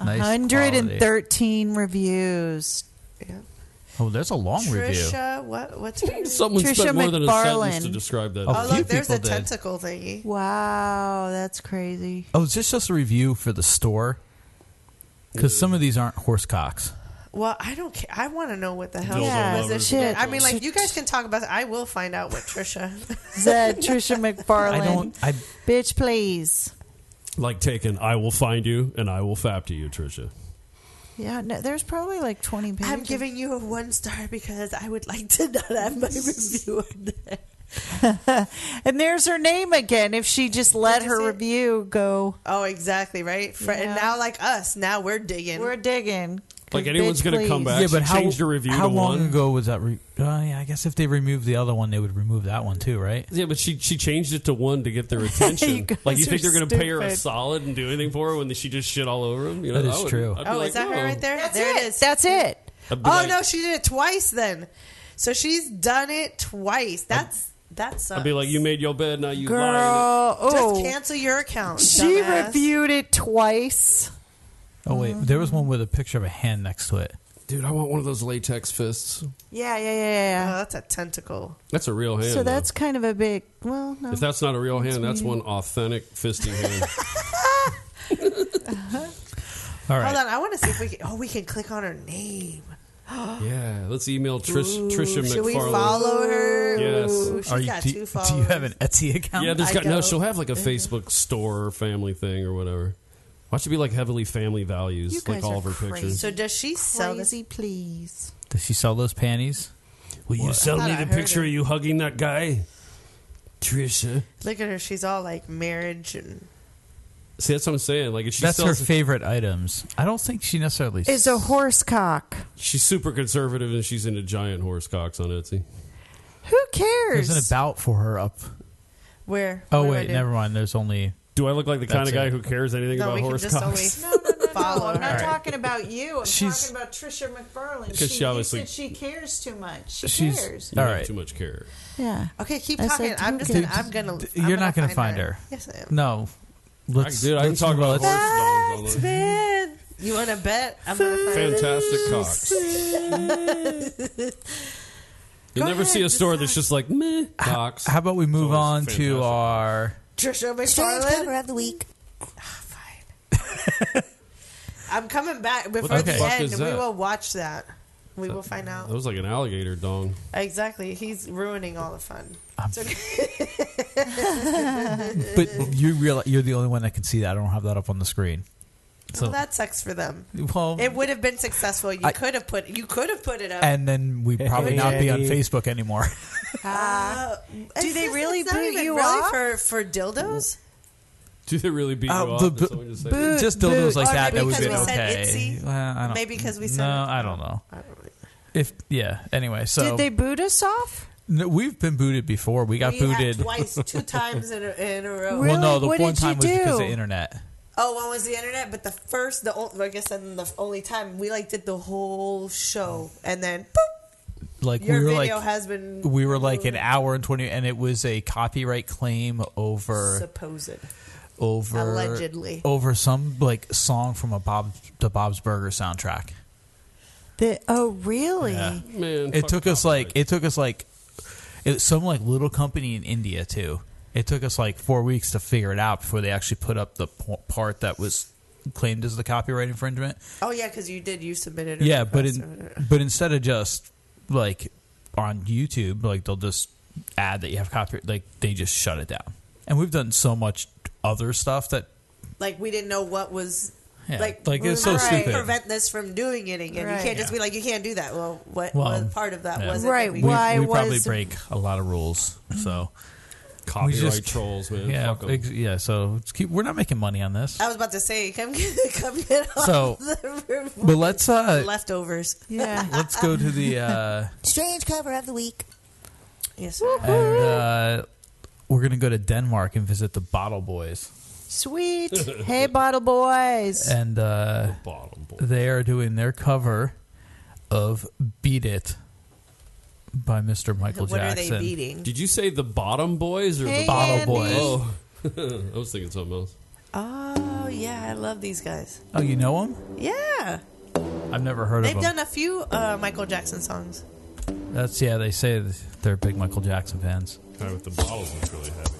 Speaker 1: Nice quality.
Speaker 6: 113 reviews.
Speaker 1: Oh, there's a long review.
Speaker 4: Trisha, what? What's her name?
Speaker 5: Someone
Speaker 6: Trisha
Speaker 5: spent more than a
Speaker 6: McFarlane.
Speaker 5: sentence to describe that.
Speaker 1: A
Speaker 4: Oh,
Speaker 1: few
Speaker 4: look, there's a
Speaker 1: people did.
Speaker 4: tentacle thingy.
Speaker 6: Wow, that's crazy.
Speaker 1: Oh, is this just a review for the store? Because some of these aren't horse cocks.
Speaker 4: Well, I don't care. I want to know what the hell
Speaker 1: Dildo
Speaker 4: yeah, was
Speaker 1: lovers.
Speaker 4: this
Speaker 1: Shit.
Speaker 4: shit. I mean, like you guys can talk about. it. I will find out what Trisha.
Speaker 6: Zed, Trisha McFarland.
Speaker 5: I don't- I-
Speaker 6: Bitch, please.
Speaker 5: Like taken, I will find you and I will fap to you, Trisha.
Speaker 6: Yeah, no, there's probably like 20 pages.
Speaker 4: I'm giving you a one star because I would like to not have my review on there.
Speaker 6: And there's her name again. If she just let
Speaker 4: Did you
Speaker 6: her
Speaker 4: see it?
Speaker 6: review go,
Speaker 4: Oh, exactly right. Fr-
Speaker 6: Yeah.
Speaker 4: And now, like us, now we're digging. We're
Speaker 6: digging.
Speaker 5: Like anyone's going to come back,
Speaker 1: yeah, but how,
Speaker 5: change the review to
Speaker 1: how long
Speaker 5: one.
Speaker 1: ago was that? Re- uh, yeah, I guess if they removed the other one, they would remove that one too, right?
Speaker 5: Yeah, but she she changed it to one to get their attention. like you
Speaker 1: guys
Speaker 5: think
Speaker 1: are
Speaker 5: they're going to pay her a
Speaker 1: stupid.
Speaker 5: solid and do anything for her when she just shit all over him? You know,
Speaker 1: That is
Speaker 5: I would-
Speaker 1: true.
Speaker 5: I'd be
Speaker 4: Oh,
Speaker 5: like,
Speaker 4: is that
Speaker 5: "Whoa."
Speaker 4: her right there? there it is. That's
Speaker 6: it.
Speaker 5: I'd be
Speaker 4: Oh
Speaker 5: like-
Speaker 4: no, she did it twice then. So she's done it twice. That's that's.
Speaker 5: I'd be like, you made your bed, now you
Speaker 6: girl,
Speaker 5: lying.
Speaker 6: oh,
Speaker 4: just cancel your account.
Speaker 6: she
Speaker 4: dumbass.
Speaker 6: reviewed it twice.
Speaker 1: Oh
Speaker 4: Uh-huh.
Speaker 1: wait, there was one with a picture of a hand next to it.
Speaker 5: Dude, I want one of those latex fists.
Speaker 6: Yeah, yeah, yeah, yeah.
Speaker 4: Oh, that's a tentacle.
Speaker 5: That's a
Speaker 1: Oh,
Speaker 5: real hand.
Speaker 6: so
Speaker 5: though.
Speaker 6: that's kind of a big. Well, no.
Speaker 5: if that's not a real hand, that's
Speaker 6: weird.
Speaker 5: one authentic fisting hand. All
Speaker 4: Hold on, I want to see if we can. Oh, we can click on her name.
Speaker 5: Yeah, let's email Trish, Trisha McFarland.
Speaker 4: should we follow her?
Speaker 5: Yes.
Speaker 4: Ooh, she's Are you- got do- two do you followers.
Speaker 1: have an Etsy account?
Speaker 5: Yeah, there's
Speaker 1: I
Speaker 5: got, no.
Speaker 1: don't.
Speaker 5: She'll have like a Facebook store or family thing or whatever. Why should it be like heavily family values, like all of her pictures?
Speaker 4: So does she sell
Speaker 6: Crazy, please?
Speaker 1: Does she sell those panties?
Speaker 5: Will you sell
Speaker 4: I me thought the I heard picture it.
Speaker 5: of you hugging that guy, Trisha?
Speaker 4: Look at her. She's all like marriage and.
Speaker 5: See, that's what I'm saying. Like, if she
Speaker 1: That's her
Speaker 5: sells,
Speaker 1: favorite items. I don't think she necessarily.
Speaker 6: Is a horse cock.
Speaker 5: she's super conservative and she's into giant horse cocks on Etsy.
Speaker 6: Who cares?
Speaker 1: There's an about for her up.
Speaker 4: Where?
Speaker 1: Oh
Speaker 4: What do I
Speaker 1: wait,
Speaker 4: do?
Speaker 1: never mind. There's only.
Speaker 5: Do I look like the
Speaker 1: That's
Speaker 5: kind of guy
Speaker 1: it.
Speaker 5: who cares anything
Speaker 4: No,
Speaker 5: about
Speaker 4: we can
Speaker 5: horse
Speaker 4: just
Speaker 5: cocks?
Speaker 4: always
Speaker 6: No,
Speaker 4: follow her.
Speaker 6: I'm not talking about you. I'm
Speaker 1: She's-
Speaker 6: talking about Trisha McFarland.
Speaker 5: 'Cause she obviously-
Speaker 6: thinks that she cares too much. She cares.
Speaker 5: You
Speaker 1: all
Speaker 5: have
Speaker 1: right.
Speaker 5: Too much care.
Speaker 6: Yeah.
Speaker 4: Okay, keep
Speaker 6: I
Speaker 4: talking.
Speaker 6: said
Speaker 4: I'm
Speaker 6: who
Speaker 4: just.
Speaker 6: cares?
Speaker 4: Gonna, I'm gonna. I'm
Speaker 1: You're not
Speaker 4: gonna
Speaker 1: going to find her.
Speaker 4: Yes, I am.
Speaker 1: No. Let's,
Speaker 5: I- dude, I can
Speaker 1: let's
Speaker 5: talk
Speaker 1: move on.
Speaker 5: about horse dogs all day.
Speaker 4: Man, you want to bet? I'm gonna find her.
Speaker 5: Fantastic cocks. You'll never see a store that's just like meh cocks.
Speaker 1: How about we move on to
Speaker 5: fantastic.
Speaker 1: our?
Speaker 4: Trisha McFarland.
Speaker 9: Strange cover of the week.
Speaker 4: I'm coming back before
Speaker 5: the
Speaker 4: the,
Speaker 5: fuck
Speaker 4: end.
Speaker 5: is
Speaker 4: We
Speaker 5: that?
Speaker 4: will watch that. We will find
Speaker 5: That
Speaker 4: out.
Speaker 5: was like an alligator dong.
Speaker 4: Exactly. He's ruining all the fun. It's okay.
Speaker 1: But you realize you're the only one that can see that. I don't have that up on the screen. So
Speaker 4: well, that sucks for them.
Speaker 1: Well-
Speaker 4: it would have been successful. You
Speaker 1: I-
Speaker 4: could have put you could have put it up.
Speaker 1: and then we'd probably not be on
Speaker 2: Hey.
Speaker 1: Facebook anymore.
Speaker 4: Uh, do
Speaker 6: they really
Speaker 4: it's not
Speaker 6: boot
Speaker 4: even
Speaker 6: you
Speaker 4: really
Speaker 6: off?
Speaker 4: for for dildos?
Speaker 5: Do they really beat you
Speaker 1: Uh,
Speaker 5: up?
Speaker 1: the
Speaker 5: Did
Speaker 1: bo-
Speaker 5: someone just say
Speaker 1: boot-
Speaker 5: that?
Speaker 1: Just dildos like
Speaker 4: Or
Speaker 1: that, that
Speaker 4: maybe
Speaker 1: would
Speaker 4: because
Speaker 1: be
Speaker 4: we said
Speaker 1: okay.
Speaker 4: Itsy?
Speaker 1: Well, I don't,
Speaker 4: Maybe because we said-
Speaker 1: no, I don't know.
Speaker 4: I don't
Speaker 1: If yeah, anyway, so
Speaker 6: Did they boot us off?
Speaker 1: No, we've been booted before. We got
Speaker 4: We had
Speaker 1: booted
Speaker 4: twice, two times in a, in a row.
Speaker 1: Well, no, the
Speaker 6: What
Speaker 1: one
Speaker 6: did you
Speaker 1: time was because of
Speaker 6: do?
Speaker 1: the internet.
Speaker 4: Oh, one was the internet, but the first, the only, like I said, the only time we like did the whole show, and then boop,
Speaker 1: Like
Speaker 4: Your
Speaker 1: we were
Speaker 4: video
Speaker 1: like
Speaker 4: has been
Speaker 1: we were like an hour and twenty, and it was a copyright claim over
Speaker 4: supposed.
Speaker 1: over
Speaker 4: Allegedly.
Speaker 1: over some like song from a Bob the Bob's Burger soundtrack.
Speaker 6: The, oh, really?
Speaker 1: Yeah.
Speaker 5: Man,
Speaker 1: it took us like it took us like it, some like little company in India too. It took us like four weeks to figure it out before they actually put up the p- part that was claimed as the copyright infringement.
Speaker 4: Oh yeah, because you did. You submitted. a
Speaker 1: Yeah, but
Speaker 4: request
Speaker 1: in,
Speaker 4: or-
Speaker 1: but instead of just like on YouTube, like they'll just add that you have copyright. Like they just shut it down. And we've done so much other stuff that
Speaker 4: like we didn't know what was.
Speaker 1: Yeah,
Speaker 4: Like,
Speaker 1: like, it's
Speaker 4: how
Speaker 1: so
Speaker 4: do I
Speaker 1: stupid.
Speaker 4: Prevent this from doing it again.
Speaker 6: Right.
Speaker 4: You can't just be like, you can't do that. Well, what,
Speaker 1: Well,
Speaker 4: what part of that
Speaker 1: yeah.
Speaker 4: was it?
Speaker 6: Right,
Speaker 4: that we-
Speaker 1: we,
Speaker 6: Why
Speaker 1: we probably
Speaker 6: was- Mm-hmm.
Speaker 1: break a lot of rules. So
Speaker 5: Copyright
Speaker 1: We
Speaker 5: trolls, man.
Speaker 1: Yeah,
Speaker 5: Fuck 'em.
Speaker 1: ex- yeah. So it's keep, we're not making money on this.
Speaker 4: I was about to say, come get, come get all
Speaker 1: So,
Speaker 4: the
Speaker 1: but let's, uh,
Speaker 4: leftovers.
Speaker 6: Yeah.
Speaker 1: Let's go to the uh,
Speaker 9: Strange cover of the week.
Speaker 4: Yes. Sir.
Speaker 1: and uh, we're gonna go to Denmark and visit the Bottle Boys.
Speaker 6: Sweet. hey, Bottle Boys.
Speaker 1: and uh, they are doing their cover of "Beat It" by Mr. Michael
Speaker 4: What are they
Speaker 1: Jackson.
Speaker 4: beating?
Speaker 5: Did you say the bottom boys or
Speaker 4: Hey,
Speaker 5: the bottle
Speaker 4: Andy.
Speaker 5: boys? Oh. I was thinking something else.
Speaker 4: Oh yeah, I love these guys.
Speaker 1: Oh, you know them?
Speaker 4: Yeah,
Speaker 1: I've never heard
Speaker 4: they've
Speaker 1: of them.
Speaker 4: done a few uh, Michael Jackson songs.
Speaker 1: That's yeah. They say th- they're big Michael Jackson fans.
Speaker 5: Guy with the bottles looks really heavy.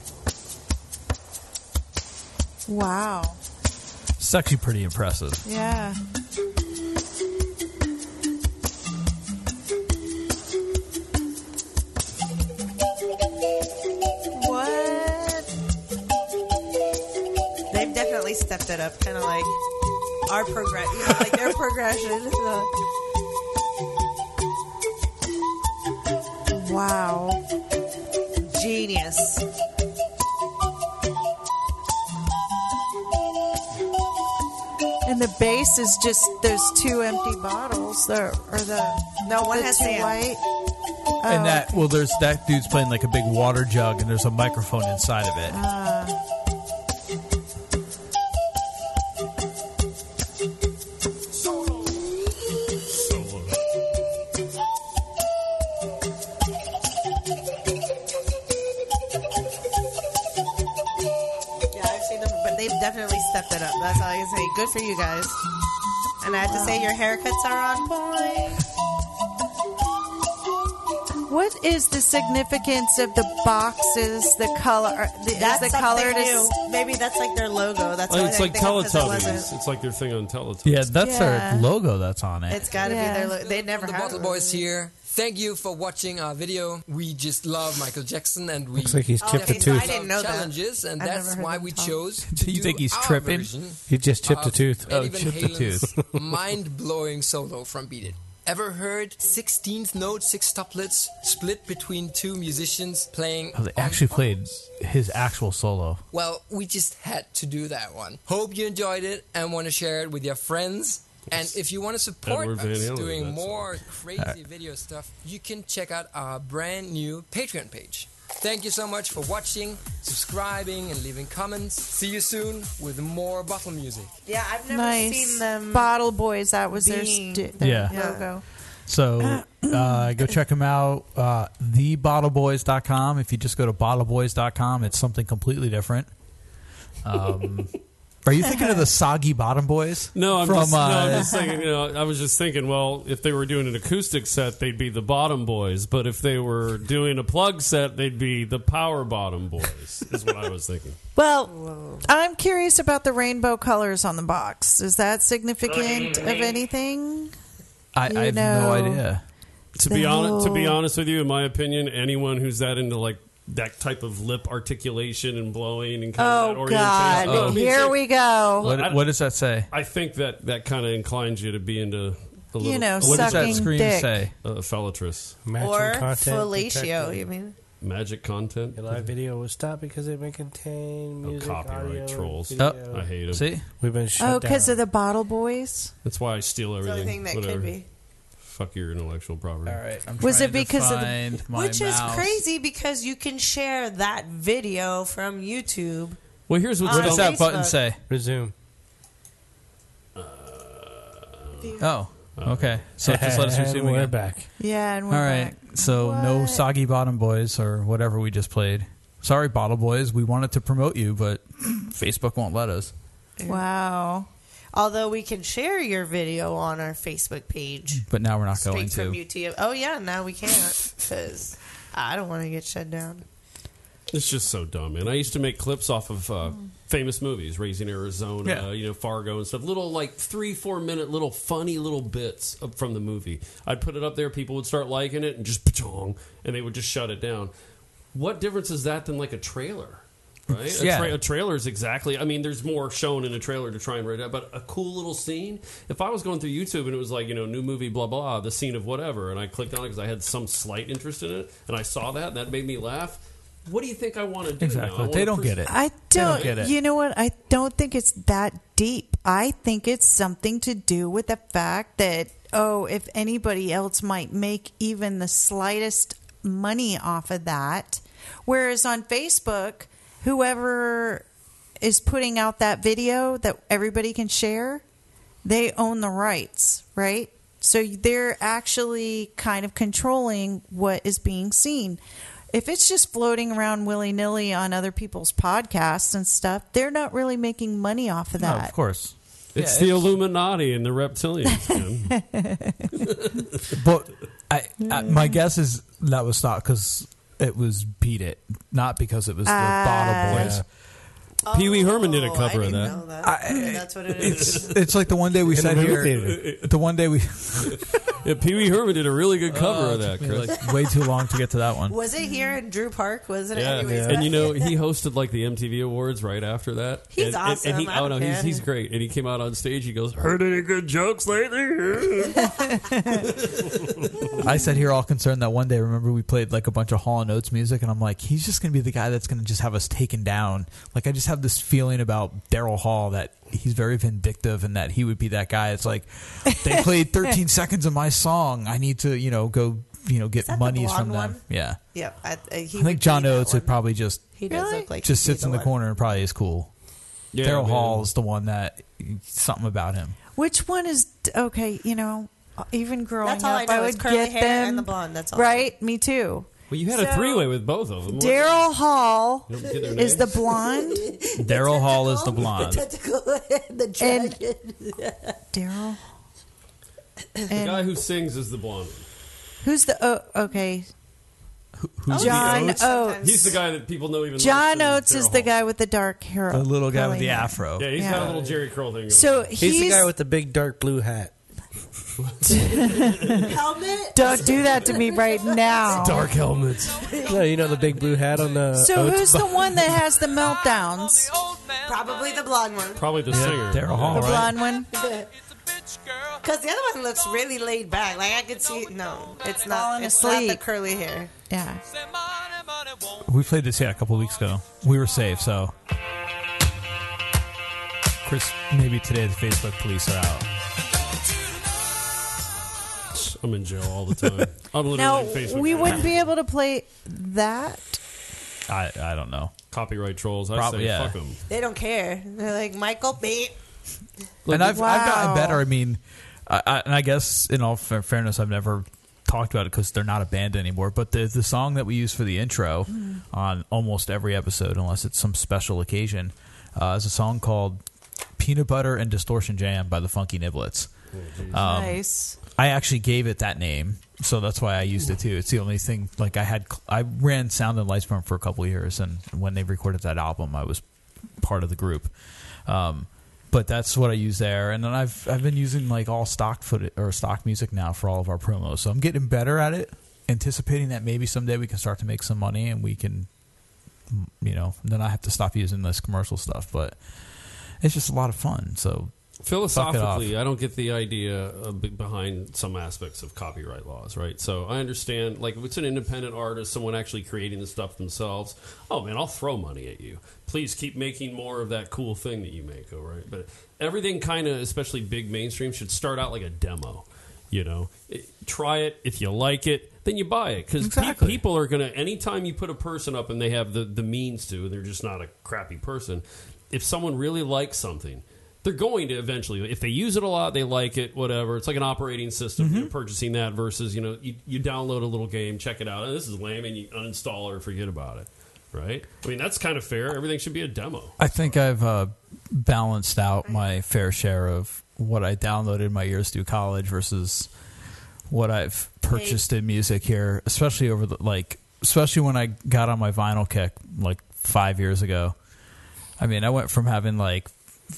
Speaker 6: Wow.
Speaker 1: It's actually pretty impressive.
Speaker 6: Yeah. What?
Speaker 4: They've definitely stepped it up, kind of like our progress, you know, like their progression.
Speaker 6: Wow.
Speaker 11: Genius.
Speaker 6: And the base is just those two empty bottles. The or the
Speaker 11: No, one
Speaker 6: the
Speaker 11: has
Speaker 6: two
Speaker 11: sand.
Speaker 6: white. Oh.
Speaker 1: And that well, there's that dude's playing like a big water jug, and there's a microphone inside of it.
Speaker 6: Ah. Oh.
Speaker 11: Yeah, I've seen them, but they've definitely stepped it up. That's all I can say. Good for you guys. And I have to say, your haircuts are on point.
Speaker 6: What is the significance of the boxes? The color? The,
Speaker 11: That's
Speaker 6: is the
Speaker 11: something
Speaker 6: color to
Speaker 11: new. Maybe that's like their logo. That's
Speaker 1: Oh,
Speaker 5: Like,
Speaker 11: all
Speaker 5: it's
Speaker 11: I
Speaker 5: like
Speaker 11: think of 'cause it wasn't.
Speaker 5: Teletubbies. It's like their thing on Teletubbies.
Speaker 1: Yeah, that's
Speaker 11: Yeah.
Speaker 1: our logo that's on it.
Speaker 11: It's got to Yeah. be their logo. They never
Speaker 10: the
Speaker 11: have.
Speaker 10: Bottle Boys here. Thank you for watching our video. We just love Michael Jackson, and we
Speaker 2: Looks like he's chipped
Speaker 10: definitely
Speaker 2: a tooth.
Speaker 10: love
Speaker 11: I didn't know that.
Speaker 10: challenges, and
Speaker 11: I've
Speaker 10: that's
Speaker 11: never heard
Speaker 10: why
Speaker 11: them
Speaker 10: we
Speaker 11: talk.
Speaker 10: chose.
Speaker 1: Do you think he's tripping?
Speaker 2: He just chipped a tooth.
Speaker 10: Eddie Van Halen's mind-blowing solo from Beat It. Ever heard 16th note, six tuplets, split between two musicians playing?
Speaker 1: Oh, they actually played his actual solo.
Speaker 10: Well, we just had to do that one. Hope you enjoyed it and want to share it with your friends. And if you want to support
Speaker 5: Edward Van
Speaker 10: us
Speaker 5: Halen,
Speaker 10: doing
Speaker 5: that's-
Speaker 10: more crazy
Speaker 1: Alright.
Speaker 10: video stuff, you can check out our brand new Patreon page. Thank you so much for watching, subscribing, and leaving comments. See you soon with more bottle music.
Speaker 11: Yeah, I've never
Speaker 6: nice
Speaker 11: seen them.
Speaker 6: bottle boys. That was their,
Speaker 11: being-
Speaker 6: st- their
Speaker 1: Yeah.
Speaker 6: logo.
Speaker 1: So uh, go check him out. Uh, thebottleboys.com. If you just go to bottleboys.com, it's something completely different. Um, are you thinking of the soggy bottom boys?
Speaker 5: No, I'm, just, no, I'm
Speaker 1: uh,
Speaker 5: just thinking. You know, I was just thinking. Well, if they were doing an acoustic set, they'd be the Bottom Boys. But if they were doing a plug set, they'd be the Power Bottom Boys. Is what I was thinking.
Speaker 6: Well, I'm curious about the rainbow colors on the box. Is that significant of anything?
Speaker 1: I,
Speaker 6: you
Speaker 1: I have
Speaker 6: know,
Speaker 1: no idea.
Speaker 5: To be
Speaker 6: The
Speaker 5: honest, to be
Speaker 6: whole-
Speaker 5: honest with you, in my opinion, anyone who's that into like that type of lip articulation and blowing and kind of that
Speaker 6: Oh God!
Speaker 5: orientation. No, I mean,
Speaker 6: Here
Speaker 5: so-
Speaker 6: we go.
Speaker 5: What- I-
Speaker 1: What does that say?
Speaker 5: I think that that kind of inclines you to be into.
Speaker 6: You
Speaker 5: The little,
Speaker 6: know, What does that sucking screen dick.
Speaker 1: say?
Speaker 5: Uh, fellatress.
Speaker 11: Or fellatio, you mean?
Speaker 5: Magic content.
Speaker 2: Your live video was stopped because it may contain
Speaker 5: Oh,
Speaker 2: music,
Speaker 5: copyright
Speaker 2: audio,
Speaker 5: trolls.
Speaker 2: video.
Speaker 5: I hate them.
Speaker 1: Oh. See?
Speaker 2: We've been
Speaker 6: Oh,
Speaker 2: shut
Speaker 6: because
Speaker 2: down.
Speaker 6: of the bottle boys.
Speaker 5: That's why I steal
Speaker 6: the
Speaker 5: everything.
Speaker 6: only thing that could
Speaker 5: Whatever.
Speaker 6: be.
Speaker 5: Fuck your intellectual property. All
Speaker 1: right.
Speaker 6: Was it because of the?
Speaker 11: Which is crazy because you can share that video from YouTube.
Speaker 1: Well, here's
Speaker 11: what's
Speaker 1: what does
Speaker 11: on
Speaker 1: that button
Speaker 11: Facebook.
Speaker 1: say?
Speaker 2: Resume.
Speaker 1: Oh, okay. So just let us
Speaker 2: And
Speaker 1: resume
Speaker 2: we're
Speaker 1: again.
Speaker 2: back.
Speaker 6: Yeah, and
Speaker 1: All
Speaker 6: we're
Speaker 1: right. So no soggy bottom boys or whatever we just played. Sorry, bottle boys. We wanted to promote you, but Facebook won't let us.
Speaker 6: Wow.
Speaker 11: Although we can share your video on our Facebook page.
Speaker 1: But now we're not
Speaker 11: Straight
Speaker 1: going
Speaker 11: from
Speaker 1: to.
Speaker 11: YouTube. Oh, yeah, now we can't because I don't want to get shut down.
Speaker 5: It's just so dumb, and I used to make clips off of uh, famous movies, Raising Arizona,
Speaker 1: Yeah.
Speaker 5: you know, Fargo and stuff. Little like three, four minute, little funny little bits up from the movie. I'd put it up there, people would start liking it, and just pachong, and they would just shut it down. What difference is that than like a trailer? Right? A,
Speaker 1: Yeah.
Speaker 5: tra- a trailer is exactly. I mean, there's more shown in a trailer to try and write out, but a cool little scene. If I was going through YouTube and it was like, you know, new movie, blah blah, the scene of whatever, and I clicked on it because I had some slight interest in it, and I saw that, and that made me laugh. What do you think I want to do?
Speaker 1: Exactly.
Speaker 5: now? I
Speaker 1: They
Speaker 5: wanna
Speaker 1: don't
Speaker 5: pres-
Speaker 1: get it.
Speaker 6: I don't.
Speaker 1: get it.
Speaker 6: You know what? I don't think it's that deep. I think it's something to do with the fact that oh, if anybody else might make even the slightest money off of that, whereas on Facebook, whoever is putting out that video that everybody can share, they own the rights, right? So they're actually kind of controlling what is being seen. If it's just floating around willy nilly on other people's podcasts and stuff, they're not really making money off of
Speaker 5: No,
Speaker 6: that.
Speaker 5: of
Speaker 1: course.
Speaker 5: It's
Speaker 1: Yeah,
Speaker 5: the Illuminati and the reptilians. man.
Speaker 1: But I, I,
Speaker 5: Mm.
Speaker 1: my guess is that was not because it was beat it, not because it was the
Speaker 6: Ah. Oh,
Speaker 1: bottle boys.
Speaker 5: Pee Wee Herman did a cover of that.
Speaker 4: That's what it
Speaker 1: It's, it's like the one day we
Speaker 5: In a
Speaker 1: said
Speaker 5: movie
Speaker 1: here.
Speaker 5: theater.
Speaker 1: The one day we
Speaker 5: Yeah, Pee Wee Herman did a really good cover
Speaker 1: Oh,
Speaker 5: of that,
Speaker 1: it took me,
Speaker 5: Chris.
Speaker 1: like, way too long to get to that one.
Speaker 4: Was it here in Drew Park? Was it?
Speaker 5: Yeah,
Speaker 4: Anyways,
Speaker 5: and you know he hosted like the MTV Awards right after that.
Speaker 4: He's
Speaker 5: and, and-
Speaker 4: awesome.
Speaker 5: And, he,
Speaker 4: I
Speaker 5: oh
Speaker 4: don't
Speaker 5: no, he's,
Speaker 4: care.
Speaker 5: he's great. And he came out on stage. He goes, "Heard any good jokes lately?"
Speaker 1: I said here all concerned that one day. Remember we played like a bunch of Hall and Oates music, and I'm like, he's just gonna be the guy that's gonna just have us taken down. Like I just have this feeling about Daryl Hall that he's very vindictive and that he would be that guy. It's like they played 13 seconds of my song. I need to you know go you know get monies from
Speaker 4: blonde
Speaker 1: them.
Speaker 4: one?
Speaker 1: Yeah,
Speaker 4: Yep. I, I, he
Speaker 1: I think
Speaker 4: would
Speaker 1: John
Speaker 4: be that
Speaker 1: Oates would probably just
Speaker 4: He does Really? look like
Speaker 1: just
Speaker 4: he'd be
Speaker 1: sits in
Speaker 4: the
Speaker 1: the
Speaker 4: one.
Speaker 1: corner and probably is cool.
Speaker 5: Yeah,
Speaker 1: Daryl
Speaker 5: man.
Speaker 1: Hall's the one that something about him.
Speaker 6: Which one is okay? You know, even growing
Speaker 4: That's all I
Speaker 6: up,
Speaker 4: know
Speaker 6: I,
Speaker 4: is
Speaker 6: would
Speaker 4: curly
Speaker 6: get
Speaker 4: hair
Speaker 6: them
Speaker 4: and the blonde, that's all I know.
Speaker 6: right. Me too.
Speaker 5: well, you had a
Speaker 6: So-
Speaker 5: three-way with both of them.
Speaker 6: Daryl Hall
Speaker 5: You don't get their
Speaker 6: is the
Speaker 5: names?
Speaker 6: blonde.
Speaker 1: Daryl Hall is the blonde.
Speaker 6: the Daryl.
Speaker 5: The guy
Speaker 6: And
Speaker 5: who sings is the blonde.
Speaker 6: who's the oh, okay?
Speaker 5: Who's the
Speaker 6: John
Speaker 5: Oates?
Speaker 6: Oates.
Speaker 5: He's the guy that people know even.
Speaker 6: John
Speaker 5: less than
Speaker 6: Oates is
Speaker 5: Daryl
Speaker 6: the guy with the dark hair.
Speaker 1: The little guy with
Speaker 6: curly
Speaker 1: the
Speaker 6: hair.
Speaker 1: afro.
Speaker 5: Yeah, he's
Speaker 6: Yeah.
Speaker 5: got a little Jerry Curl thing.
Speaker 6: So
Speaker 5: going on.
Speaker 6: he's,
Speaker 2: the guy with the big dark blue hat.
Speaker 4: Helmet.
Speaker 6: Don't do that to me right now.
Speaker 2: helmets. no, you know the big blue hat on
Speaker 1: uh,
Speaker 2: the.
Speaker 6: So
Speaker 2: Oates
Speaker 6: who's the
Speaker 2: box?
Speaker 6: one that has the meltdowns?
Speaker 4: Probably the blonde one.
Speaker 5: probably the singer.
Speaker 1: Daryl Hall,
Speaker 6: the
Speaker 1: right?
Speaker 6: blonde one.
Speaker 4: Because the other one looks really laid back. Like I could see. No, it's not. It's not the curly hair.
Speaker 6: Yeah.
Speaker 1: We played this yeah a couple weeks ago. We were safe, so Chris, maybe today the Facebook police are out.
Speaker 5: I'm in jail all the time. I'm literally
Speaker 6: Now
Speaker 5: on Facebook.
Speaker 6: we
Speaker 5: right
Speaker 6: wouldn't
Speaker 5: now.
Speaker 6: be able to play that.
Speaker 1: I I don't know.
Speaker 5: Copyright trolls. I
Speaker 1: Probably,
Speaker 5: say
Speaker 1: yeah.
Speaker 5: fuck them.
Speaker 4: They don't care. They're like Michael Beat.
Speaker 1: and I've I've gotten
Speaker 4: Wow.
Speaker 1: better. I mean, I, I, and I guess in all fair- fairness, I've never talked about it because they're not a band anymore. But the the song that we use for the intro
Speaker 6: Mhm.
Speaker 1: on almost every episode, unless it's some special occasion, uh, is a song called "Peanut Butter and Distortion Jam" by the Funky Niblets. Um,
Speaker 6: Nice.
Speaker 1: I actually gave it that name, so that's why I used it too. It's the only thing like I had. I ran Sound and Lightstorm for a couple of years, and when they recorded that album, I was part of the group. Um, but that's what I use there, and then I've I've been using like all stock footage or stock music now for all of our promos, so I'm getting better at it. Anticipating that maybe someday we can start to make some money and we can, mm, you know, then I have to stop using this commercial stuff. But it's just a lot of fun. So suck it off.
Speaker 5: Philosophically, I don't get the idea uh, be- behind some aspects of copyright laws, right? So I understand, like, if it's an independent artist, someone actually creating the stuff themselves, oh man, I'll throw money at you. Please keep making more of that cool thing that you make, all right? But everything kind of, especially big mainstream, should start out like a demo, you know? It- try it. If you like it, then you buy it. Because people are going to, anytime you put a person up and they have the, the means to, they're just not a crappy person. If someone really likes something, they're going to eventually if they use it a lot they like it whatever it's like an operating system you're purchasing that versus you know you, you download a little game check it out oh, this is lame and you uninstall or forget about it right i mean that's kind of fair everything should be a demo
Speaker 1: I think I've uh, balanced out my fair share of what I downloaded my years through college versus what I've purchased in music here, especially over the like, especially when I got on my vinyl kick like five years ago. I mean, I went from having like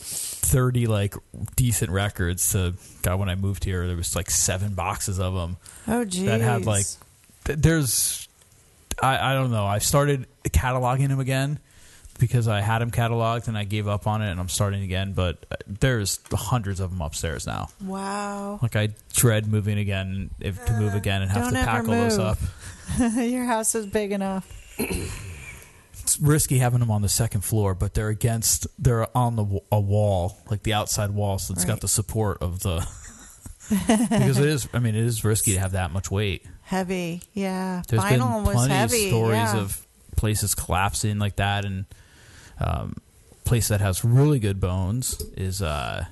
Speaker 1: thirty like decent records to God when I moved here, there was like seven boxes of them.
Speaker 6: Oh,
Speaker 1: that had
Speaker 6: jeez.
Speaker 1: like th- there's I, I don't know. I started cataloging them again because I had them cataloged and I gave up on it and I'm starting again. But uh, there's hundreds of them upstairs now.
Speaker 6: Wow.
Speaker 1: Like I dread moving again if to move again and have
Speaker 6: Uh, Don't
Speaker 1: to
Speaker 6: ever
Speaker 1: pack all
Speaker 6: move.
Speaker 1: those up.
Speaker 6: Your house is big enough.
Speaker 1: It's risky having them on the second floor, but they're against they're on the w- a wall like the outside wall, so it's
Speaker 6: Right.
Speaker 1: got the support of the. because it is, I mean, it is risky to have that much weight.
Speaker 6: Heavy. Yeah.
Speaker 1: There's
Speaker 6: Vinyl
Speaker 1: been
Speaker 6: was
Speaker 1: plenty
Speaker 6: heavy.
Speaker 1: of stories
Speaker 6: yeah.
Speaker 1: of places collapsing like that, and um, place that has really good bones is uh,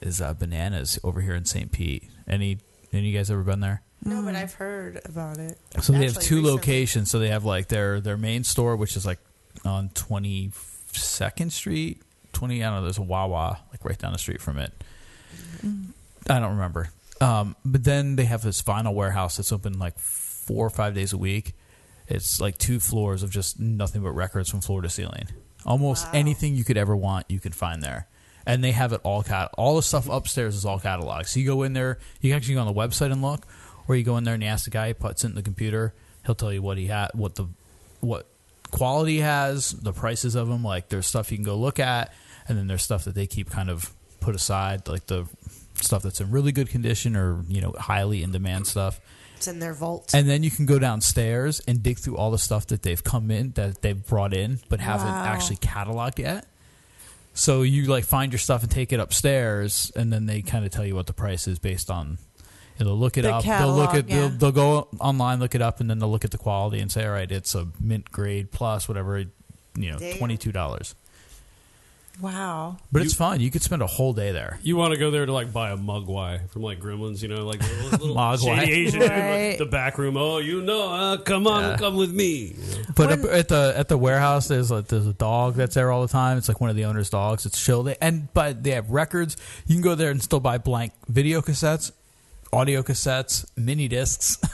Speaker 1: is uh, bananas over here in St. Pete. Any any of you guys ever been there?
Speaker 4: No, but I've heard about it.
Speaker 1: So they have
Speaker 4: Actually,
Speaker 1: two
Speaker 4: recently.
Speaker 1: locations. So they have like their their main store, which is like on Twenty Second Street. Twenty, I don't know. There's a Wawa like right down the street from it. I don't remember. Um, but then they have this vinyl warehouse that's open like four or five days a week. It's like two floors of just nothing but records from floor to ceiling. Almost anything you could ever want, you can find there. And they have it all cat. All the stuff upstairs is all cataloged. So you go in there, you can actually go on the website and look, or you go in there and you ask the guy. He puts it in the computer. He'll tell you what he had, what the, what quality he has, the prices of them. Like there's stuff you can go look at, and then there's stuff that they keep kind of put aside, like the stuff that's in really good condition or you know highly in demand stuff.
Speaker 4: It's in their vault.
Speaker 1: And then you can go downstairs and dig through all the stuff that they've come in that they've brought in but haven't
Speaker 4: Wow.
Speaker 1: actually cataloged yet. So you like find your stuff and take it upstairs, and then they kind of tell you what the price is based on. And they'll look it
Speaker 6: The
Speaker 1: up. they'll look
Speaker 6: catalog,
Speaker 1: at. They'll,
Speaker 6: yeah.
Speaker 1: they'll go online, look it up, and then they'll look at the quality and say, "All right, it's a mint grade plus whatever, you know,
Speaker 6: Damn.
Speaker 1: twenty two dollars."
Speaker 6: Wow.
Speaker 1: But it's fun. You could spend a whole day there.
Speaker 5: You want to go there to like buy a mugwai from like Gremlins, you know, like little, little
Speaker 1: Mogwai.
Speaker 5: shady Asian dude, like,
Speaker 1: Right.
Speaker 5: the back room. Oh, you know, uh, come on,
Speaker 1: Yeah.
Speaker 5: come with me.
Speaker 1: But up at the at the warehouse, there's like there's a dog that's there all the time. It's like one of the owner's dogs. It's chill. They, and but they have records. You can go there and still buy blank video cassettes, audio cassettes, mini discs.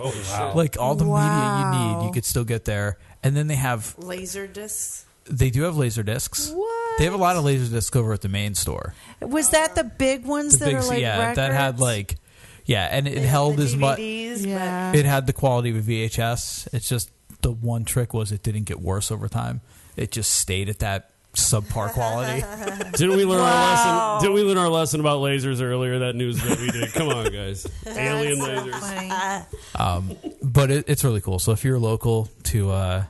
Speaker 5: Oh, shit.
Speaker 1: like all the media you need,
Speaker 4: Wow.
Speaker 1: you could still get there. And then they have
Speaker 4: Laser discs.
Speaker 1: they do have laser discs. What? They have a lot of laser discs over at the main store.
Speaker 6: Was that the big ones that are like
Speaker 1: yeah,
Speaker 6: records?
Speaker 1: that had like yeah, and it held as much.
Speaker 6: Yeah.
Speaker 1: It had the quality of a VHS. It's just the one trick was it didn't get worse over time. It just stayed at that subpar quality.
Speaker 5: Didn't we learn our lesson? Didn't we learn our lesson about lasers earlier? That news that we did. Come on, guys. Alien lasers.
Speaker 1: Um, but it, it's really cool. So if you're local to uh,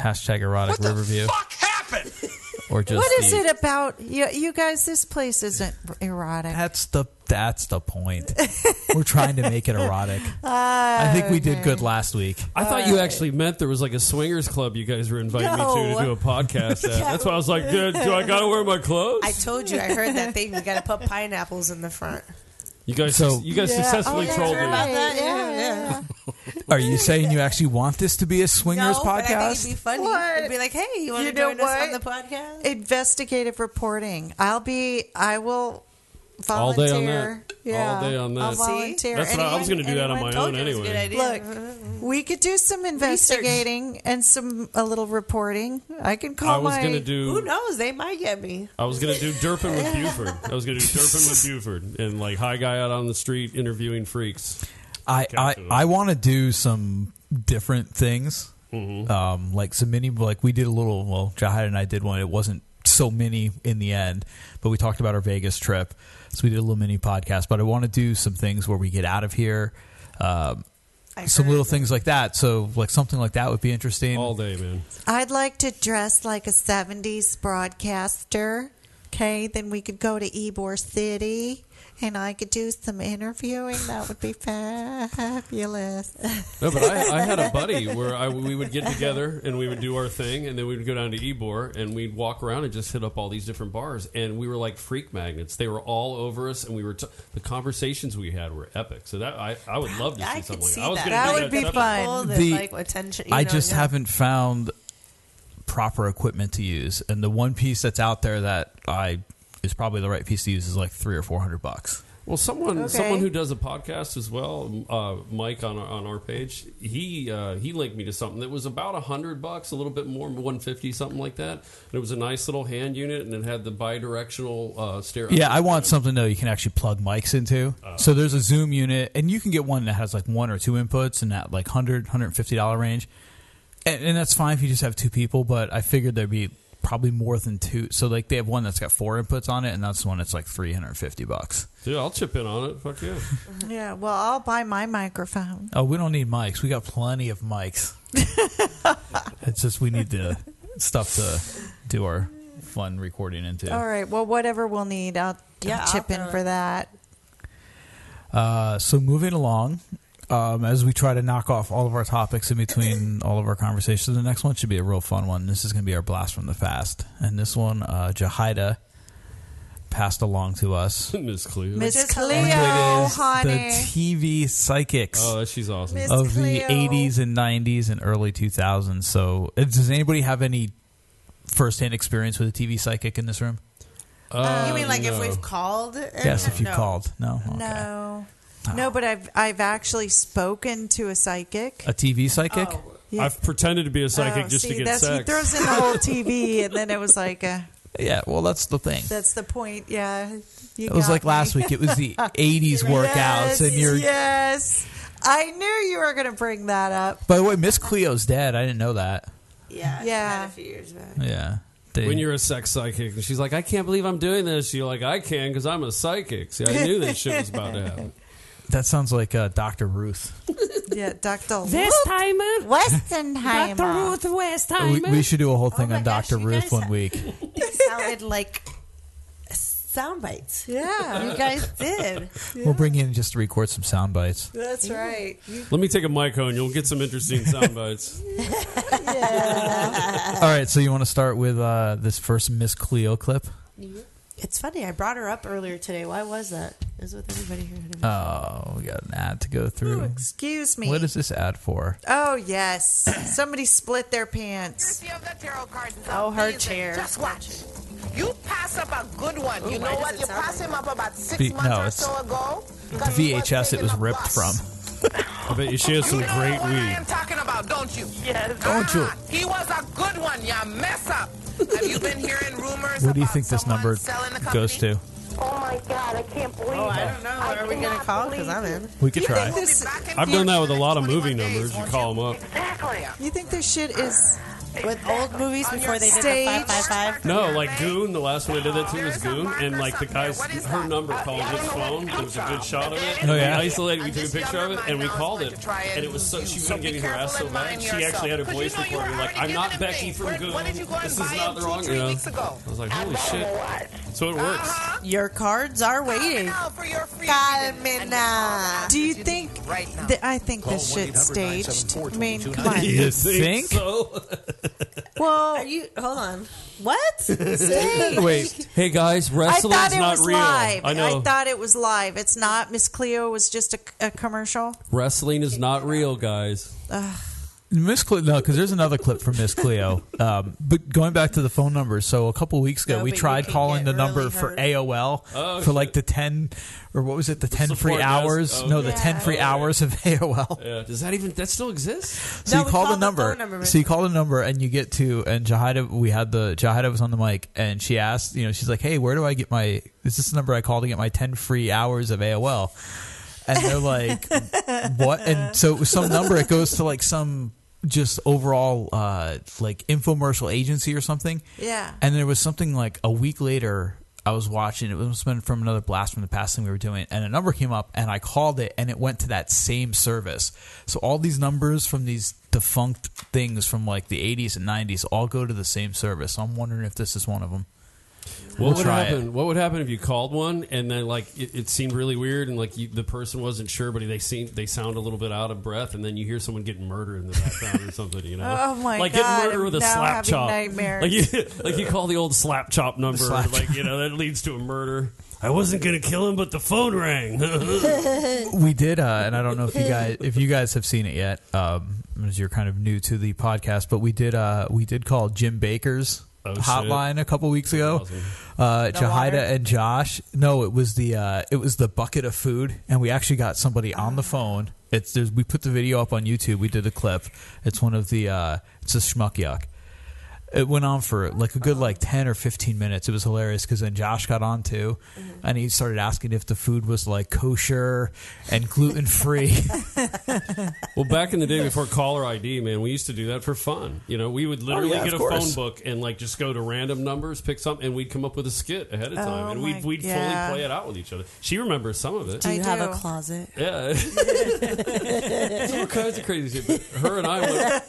Speaker 1: hashtag erotic Riverview, or just
Speaker 6: what is
Speaker 1: the-
Speaker 6: it about you, you guys? This place isn't erotic.
Speaker 1: That's the that's the point. We're trying to make it erotic. I think we did good last week.
Speaker 5: I thought you actually meant there was like a swingers club you guys were inviting me to
Speaker 4: No.
Speaker 5: to do a podcast at. That's why I was like, do, do I gotta wear my clothes?
Speaker 4: I told you. I heard that thing. You got to put pineapples in the front.
Speaker 5: You guys,
Speaker 1: So-
Speaker 5: you guys
Speaker 1: Yeah.
Speaker 5: successfully
Speaker 1: Oh,
Speaker 5: trolled
Speaker 1: yeah.
Speaker 5: me.
Speaker 4: About that? Yeah, yeah.
Speaker 1: Are you saying you actually want this to be a swingers
Speaker 4: no, But I think
Speaker 1: podcast?
Speaker 4: it'd be funny. It'd be like, hey, you want
Speaker 6: You
Speaker 4: to
Speaker 6: know
Speaker 4: join us on the
Speaker 6: what?
Speaker 4: podcast?
Speaker 6: Investigative reporting. I'll be. I will
Speaker 5: All
Speaker 6: volunteer.
Speaker 5: day on that.
Speaker 6: Yeah,
Speaker 5: All day on that.
Speaker 6: I'll volunteer.
Speaker 5: That's what I- I was going to do that on my own
Speaker 6: Anyone-
Speaker 5: anyway.
Speaker 6: Look, we could do some investigating and some a little reporting. I can call
Speaker 5: I was
Speaker 6: my.
Speaker 5: gonna do- Who
Speaker 4: knows? Oh, They might get me.
Speaker 5: I was gonna do Durpin with Buford. I was gonna do Durpin with Buford and like high guy out on the street interviewing freaks.
Speaker 1: I I, I want to do some different things,
Speaker 5: Mm-hmm.
Speaker 1: um, like some mini. Like we did a little. Well, Jahad and I did one. It wasn't so many in the end, but we talked about our Vegas trip, so we did a little mini podcast. But I want to do some things where we get out of here. Um, some little things like that. So, like something like that would be interesting. All
Speaker 5: day, man.
Speaker 6: I'd like to dress like a '70s broadcaster. Okay, then we could go to Ybor City, and I could do some interviewing. That would be fabulous.
Speaker 5: No, but I, I had a buddy where I, we would get together and we would do our thing, and then we would go down to Ebor and we'd walk around and just hit up all these different bars, and we were like freak magnets. They were all over us, and we were t- the conversations we had were epic. So that I, I would love to see
Speaker 4: I
Speaker 5: something.
Speaker 4: could
Speaker 5: like
Speaker 4: see
Speaker 5: I was
Speaker 4: that.
Speaker 5: gonna
Speaker 4: That
Speaker 5: do
Speaker 4: would be
Speaker 5: separate.
Speaker 4: fun. People that
Speaker 1: The-
Speaker 4: like attention. you
Speaker 1: I
Speaker 4: know,
Speaker 1: just
Speaker 4: yeah.
Speaker 1: haven't found proper equipment to use, and the one piece that's out there that I is probably the right piece to use is like three or four hundred bucks.
Speaker 5: Well, someone
Speaker 1: Okay.
Speaker 5: someone who does a podcast as well, uh, Mike on our, on our page, he uh, he linked me to something that was about hundred bucks, a little bit more, one fifty, something like that. And it was a nice little hand unit, and it had the bidirectional uh, stereo.
Speaker 1: Yeah, I want something though you can actually plug mics into. so there's a Zoom unit, and you can get one that has like one or two inputs in that like 100 $150 range. And, and that's fine if you just have two people, but I figured there'd be probably more than two. So like they have one that's got four inputs on it, and that's the one that's like 350 bucks.
Speaker 5: Dude, I'll chip in on it. Fuck yeah.
Speaker 6: Yeah, well, I'll buy my microphone.
Speaker 1: Oh, we don't need mics. We got plenty of mics. it's just we need the stuff to do our fun recording into.
Speaker 6: All right. Well, whatever we'll need, I'll
Speaker 4: Yeah, I'll
Speaker 6: chip in
Speaker 4: throw
Speaker 6: for that.
Speaker 1: Uh, so moving along, um, as we try to knock off all of our topics in between all of our conversations, the next one should be a real fun one. This is going to be our blast from the past, and this one, uh, Jahida passed along to us.
Speaker 5: Miss Cleo,
Speaker 6: Miss
Speaker 4: Which is
Speaker 6: Cleo,
Speaker 4: hilarious.
Speaker 6: honey.
Speaker 1: the TV psychics.
Speaker 5: Oh, she's awesome. Miss
Speaker 1: Of the
Speaker 5: Cleo.
Speaker 1: 80s and 90s and early 2000s. So, uh, does anybody have any firsthand experience with a TV psychic in this room?
Speaker 5: Uh,
Speaker 4: you mean like
Speaker 5: Um,
Speaker 4: if we've called?
Speaker 1: Yes, if you called. No.
Speaker 6: No, no, but I've I've actually spoken to a psychic.
Speaker 4: Oh.
Speaker 1: A TV psychic?
Speaker 6: Oh, Yeah.
Speaker 5: I've pretended to be a psychic
Speaker 6: Oh,
Speaker 5: just
Speaker 6: see,
Speaker 5: to get
Speaker 6: that's, He
Speaker 5: sex.
Speaker 6: throws in the whole TV, and then it was like, uh,
Speaker 1: Yeah, well, that's the thing.
Speaker 6: that's the point. Yeah, you
Speaker 1: It was
Speaker 6: got
Speaker 1: like last
Speaker 6: me.
Speaker 1: week. It was the
Speaker 6: Yes,
Speaker 1: 80s workouts, and you're.
Speaker 6: yes. I knew you were going to bring that up.
Speaker 1: By the way, Miss Cleo's dead. I didn't know that.
Speaker 4: Yeah,
Speaker 6: yeah.
Speaker 1: Yeah.
Speaker 5: When you're a sex psychic, and she's like, "I can't believe I'm doing this," you're like, "I can because I'm a psychic." See, I knew this shit was about to happen.
Speaker 1: That sounds like uh, Dr. Ruth.
Speaker 6: Yeah, Dr.
Speaker 12: This
Speaker 6: time, Westenheimer.
Speaker 12: Dr. Ruth
Speaker 1: We,
Speaker 12: Westheimer.
Speaker 1: we should do a whole
Speaker 6: Oh
Speaker 1: thing on Dr. Ruth one week.
Speaker 4: These sounded like sound bites.
Speaker 6: Yeah.
Speaker 4: You guys did.
Speaker 1: We'll bring you in just to record some sound bites.
Speaker 6: That's right. You-
Speaker 5: Let me take a mic home. You'll get some interesting sound bites.
Speaker 1: All right, so you want to start with uh, this first Miss Cleo clip?
Speaker 4: It's funny. I brought her up earlier today. Why was that? It was with everybody here.
Speaker 5: Uh,
Speaker 1: Oh, we got an ad to go through.
Speaker 6: excuse me.
Speaker 1: What is this ad for?
Speaker 6: Oh, yes. Somebody split their pants. Oh, her chair.
Speaker 11: Just watch. You pass up a good one.
Speaker 9: Ooh,
Speaker 11: you
Speaker 9: why does
Speaker 11: know what?
Speaker 9: it
Speaker 11: You
Speaker 9: sound
Speaker 11: pass him up about six
Speaker 1: Be-
Speaker 11: months
Speaker 1: no,
Speaker 11: or
Speaker 1: it's-
Speaker 11: so ago.
Speaker 1: The VHS it was ripped from.
Speaker 5: I bet you she has some great weed.
Speaker 11: I'm talking about, don't you? Yes.
Speaker 1: E. Don't you?
Speaker 11: He was a good one, ya mess up. Have you been hearing rumors?
Speaker 1: What do you think this number goes to?
Speaker 11: Oh my God, I can't believe oh, I don't know. Are we going to call? Because I'm in.
Speaker 1: We could try.
Speaker 5: I've done that with a lot of movie numbers. You call them up.
Speaker 6: You think this shit is
Speaker 4: with old movies before they did the
Speaker 6: Staged.
Speaker 4: five five five?
Speaker 5: No, like Goon. The last one I did that to was Goon, and like the guy's her number called his phone. It was a good shot of it.
Speaker 1: Oh, yeah?
Speaker 5: We isolated. We took a picture of it, and we called it. And it was so she wasn't getting her ass so bad. She actually had her voice recorded. Like I'm not Becky from Goon. This is not the wrong. You know. I was like, holy shit. So it works.
Speaker 4: Your cards are waiting.
Speaker 6: Calme now. Do you think? that- I think this shit's staged. I mean, come on.
Speaker 1: You think?
Speaker 6: Well,
Speaker 4: are you? Hold on. What?
Speaker 6: Staged.
Speaker 5: Wait, hey guys, wrestling's
Speaker 6: I thought it
Speaker 5: not
Speaker 6: was
Speaker 5: real.
Speaker 6: live.
Speaker 5: I know
Speaker 6: thought it was live. It's not. Miss Cleo was just a, a commercial.
Speaker 5: wrestling is not real, guys.
Speaker 6: Ugh.
Speaker 1: Miss Cleo, no, because there's another clip from Miss Cleo. Um, but going back to the phone number, so a couple weeks ago, we tried calling the number for AOL
Speaker 5: Oh,
Speaker 1: for like the 10, or what was it, the 10 free
Speaker 5: support desk.
Speaker 1: hours?
Speaker 5: Oh,
Speaker 1: no,
Speaker 5: okay.
Speaker 1: the 10 free hours of AOL.
Speaker 5: Yeah. Does that even that still exist?
Speaker 1: So you call the number. so you call the number and you get to and Jahida. We had the Jahida was on the mic and she asked, you know, she's like, "Hey, where do I get my? Is this the number I call to get my ten free hours of AOL?" And they're like, "What?" And so it was some number. It goes to like some just overall uh like infomercial agency or something.
Speaker 6: Yeah.
Speaker 1: And there was something like a week later. I was watching it was been from another blast from the past thing we were doing, and a number came up, and I called it, and it went to that same service. So all these numbers from these defunct things from like the 80s and 90s all go to the same service. So I'm wondering if this is one of them.
Speaker 5: What would happen? What would happen if you called one and then like it, it seemed really weird and like you, the person wasn't sure, but they seemed they sound a little bit out of breath, and then you hear someone getting murdered in the background or something, you know?
Speaker 6: Oh, my
Speaker 5: like
Speaker 6: God,
Speaker 5: getting murdered with
Speaker 6: I'm
Speaker 5: a
Speaker 6: now
Speaker 5: slap
Speaker 6: having
Speaker 5: chop.
Speaker 6: nightmares.
Speaker 5: Like you, like you call the old slap chop number,
Speaker 1: Slap
Speaker 5: like you know that leads to a murder. I wasn't gonna kill him, but the phone rang. That's
Speaker 1: we did, uh, and I don't know if you guys if you guys have seen it yet, um, as you're kind of new to the podcast, but we did uh, we did call Jim Baker's
Speaker 5: Oh, shit.
Speaker 1: hotline a couple weeks ago. Uh,
Speaker 5: The water?
Speaker 1: Jahida and Josh. No, it was the uh, it was the bucket of food, and we actually got somebody on the
Speaker 5: Ah.
Speaker 1: phone. It's there's, we put the video up on YouTube. We did a clip. It's one of the uh, it's a schmuck yuck. It went on for like a good like ten or fifteen minutes. It was hilarious because then Josh got on too,
Speaker 5: Mm-hmm.
Speaker 1: and he started asking if the food was like kosher and gluten free.
Speaker 5: Well, back in the day before caller ID, man, we used to do that for fun. You know, we would literally
Speaker 1: Oh, yeah,
Speaker 5: get a
Speaker 1: of course.
Speaker 5: phone book and like just go to random numbers, pick something, and we'd come up with a skit ahead of time,
Speaker 6: Oh,
Speaker 5: and
Speaker 6: my
Speaker 5: we'd we'd
Speaker 6: God.
Speaker 5: fully play it out with each other. She remembers some of it.
Speaker 4: Do you have a closet?
Speaker 5: Yeah. It's all kinds of crazy shit. But her and I were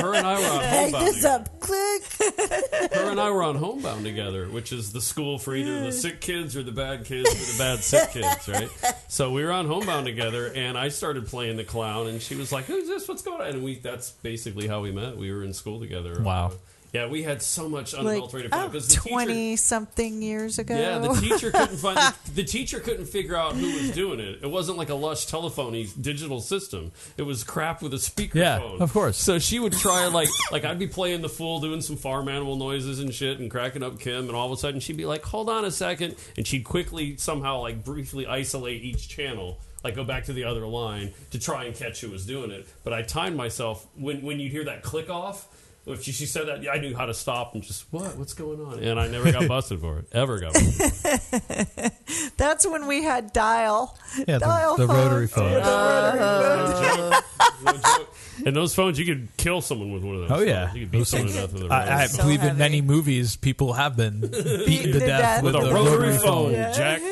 Speaker 5: her and I were on homebound. together.
Speaker 4: up. Click.
Speaker 5: Her and I were on homebound together, which is the school for either the sick kids or the bad kids or the bad sick kids, right? So we were on homebound together, and I started playing the clown, and she was like, "Who's this? What's going on?" And we—that's basically how we met. We were in school together.
Speaker 1: Wow.
Speaker 5: Yeah, we had so much
Speaker 6: Like
Speaker 5: unadulterated fun
Speaker 6: oh,
Speaker 5: because the teacher
Speaker 6: twenty something years ago.
Speaker 5: yeah, the teacher couldn't find the, the teacher couldn't figure out who was doing it. It wasn't like a lush telephony digital system. It was crap with a speakerphone.
Speaker 1: Yeah, of course.
Speaker 5: So she would try like like I'd be playing the fool, doing some farm animal noises and shit, and cracking up Kim, and all of a sudden she'd be like, "Hold on a second. and she'd quickly somehow like briefly isolate each channel. like go back to the other line to try and catch who was doing it. But I timed myself when when you hear that click off. If she, she said that, I knew how to stop and just what what's going on, and I never got busted for it. Ever got busted.
Speaker 6: That's when we had dial.
Speaker 5: Yeah, the-
Speaker 6: dial
Speaker 5: the rotary
Speaker 6: phones.
Speaker 5: phone.
Speaker 6: The rotary
Speaker 5: Uh,
Speaker 6: phone.
Speaker 5: And those phones, you could kill someone with one of those.
Speaker 1: Oh yeah,
Speaker 5: phones. you could beat
Speaker 1: Those
Speaker 5: someone to
Speaker 1: things-
Speaker 5: death with a
Speaker 1: I, I
Speaker 5: rotary.
Speaker 1: believe in many movies, people have been beaten to death with,
Speaker 5: a rotary phone, Jack.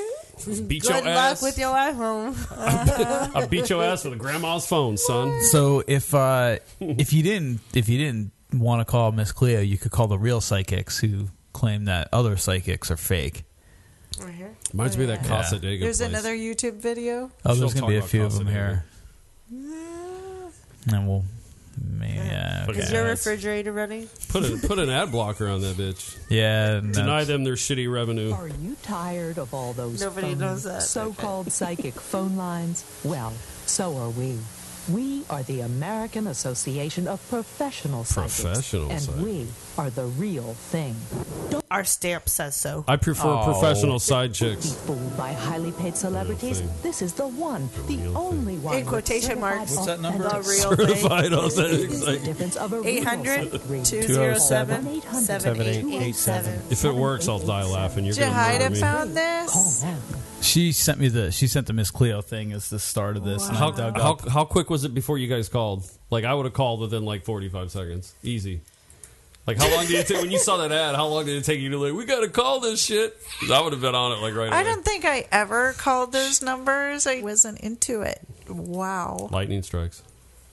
Speaker 5: Beat
Speaker 4: Good
Speaker 5: your
Speaker 4: luck
Speaker 5: ass.
Speaker 4: with your iPhone. Uh,
Speaker 5: I beat your ass with a grandma's phone, son.
Speaker 1: So if uh, if you didn't if you didn't want to call Miss Cleo, you could call the real psychics who claim that other psychics are fake.
Speaker 5: Reminds me of that
Speaker 1: Yeah.
Speaker 5: Casa
Speaker 6: There's another YouTube video.
Speaker 1: Oh, there's
Speaker 5: She'll
Speaker 1: gonna be a
Speaker 5: talk
Speaker 1: few
Speaker 5: about
Speaker 1: of them
Speaker 5: Casa
Speaker 1: here. And we'll, yeah,
Speaker 5: Fucking
Speaker 1: okay.
Speaker 25: Is your
Speaker 5: ads.
Speaker 25: refrigerator running?
Speaker 5: Put a, put an ad blocker on that bitch.
Speaker 1: Yeah,
Speaker 5: deny them their shitty revenue.
Speaker 9: Are you tired of all those
Speaker 25: Nobody
Speaker 9: phony,
Speaker 25: knows that.
Speaker 9: so-called psychic phone lines? Well, so are we. We are the American Association of Professional Psychics,
Speaker 5: Professional
Speaker 9: and
Speaker 5: psych-
Speaker 9: we are the real thing.
Speaker 4: Our stamp says so.
Speaker 5: I prefer
Speaker 9: Oh.
Speaker 5: professional side chicks.
Speaker 9: Fooled by highly paid celebrities,
Speaker 5: thing.
Speaker 9: this is the one, the, only one.
Speaker 4: In quotation marks. What's that number? The real thing.
Speaker 5: Certified authentic
Speaker 9: The
Speaker 5: psychic.
Speaker 9: difference of a real
Speaker 4: 800
Speaker 9: psychic.
Speaker 4: 207
Speaker 9: 7887.
Speaker 5: If it works, I'll die laughing. You're gonna murder
Speaker 6: Jahida
Speaker 5: me.
Speaker 6: found this.
Speaker 5: Oh,
Speaker 1: She sent me the she sent the Miss Cleo thing as the start of this. and I
Speaker 5: How,
Speaker 1: dug
Speaker 5: how,
Speaker 1: up-
Speaker 5: how quick was it before you guys called? Like I would have called within like forty five seconds, easy. Like how long did it take when you saw that ad? How long did it take you to like? We gotta call this shit. I would have been on it like right
Speaker 6: I
Speaker 5: away.
Speaker 6: don't think I ever called those numbers. I wasn't into it. Wow.
Speaker 5: Lightning strikes.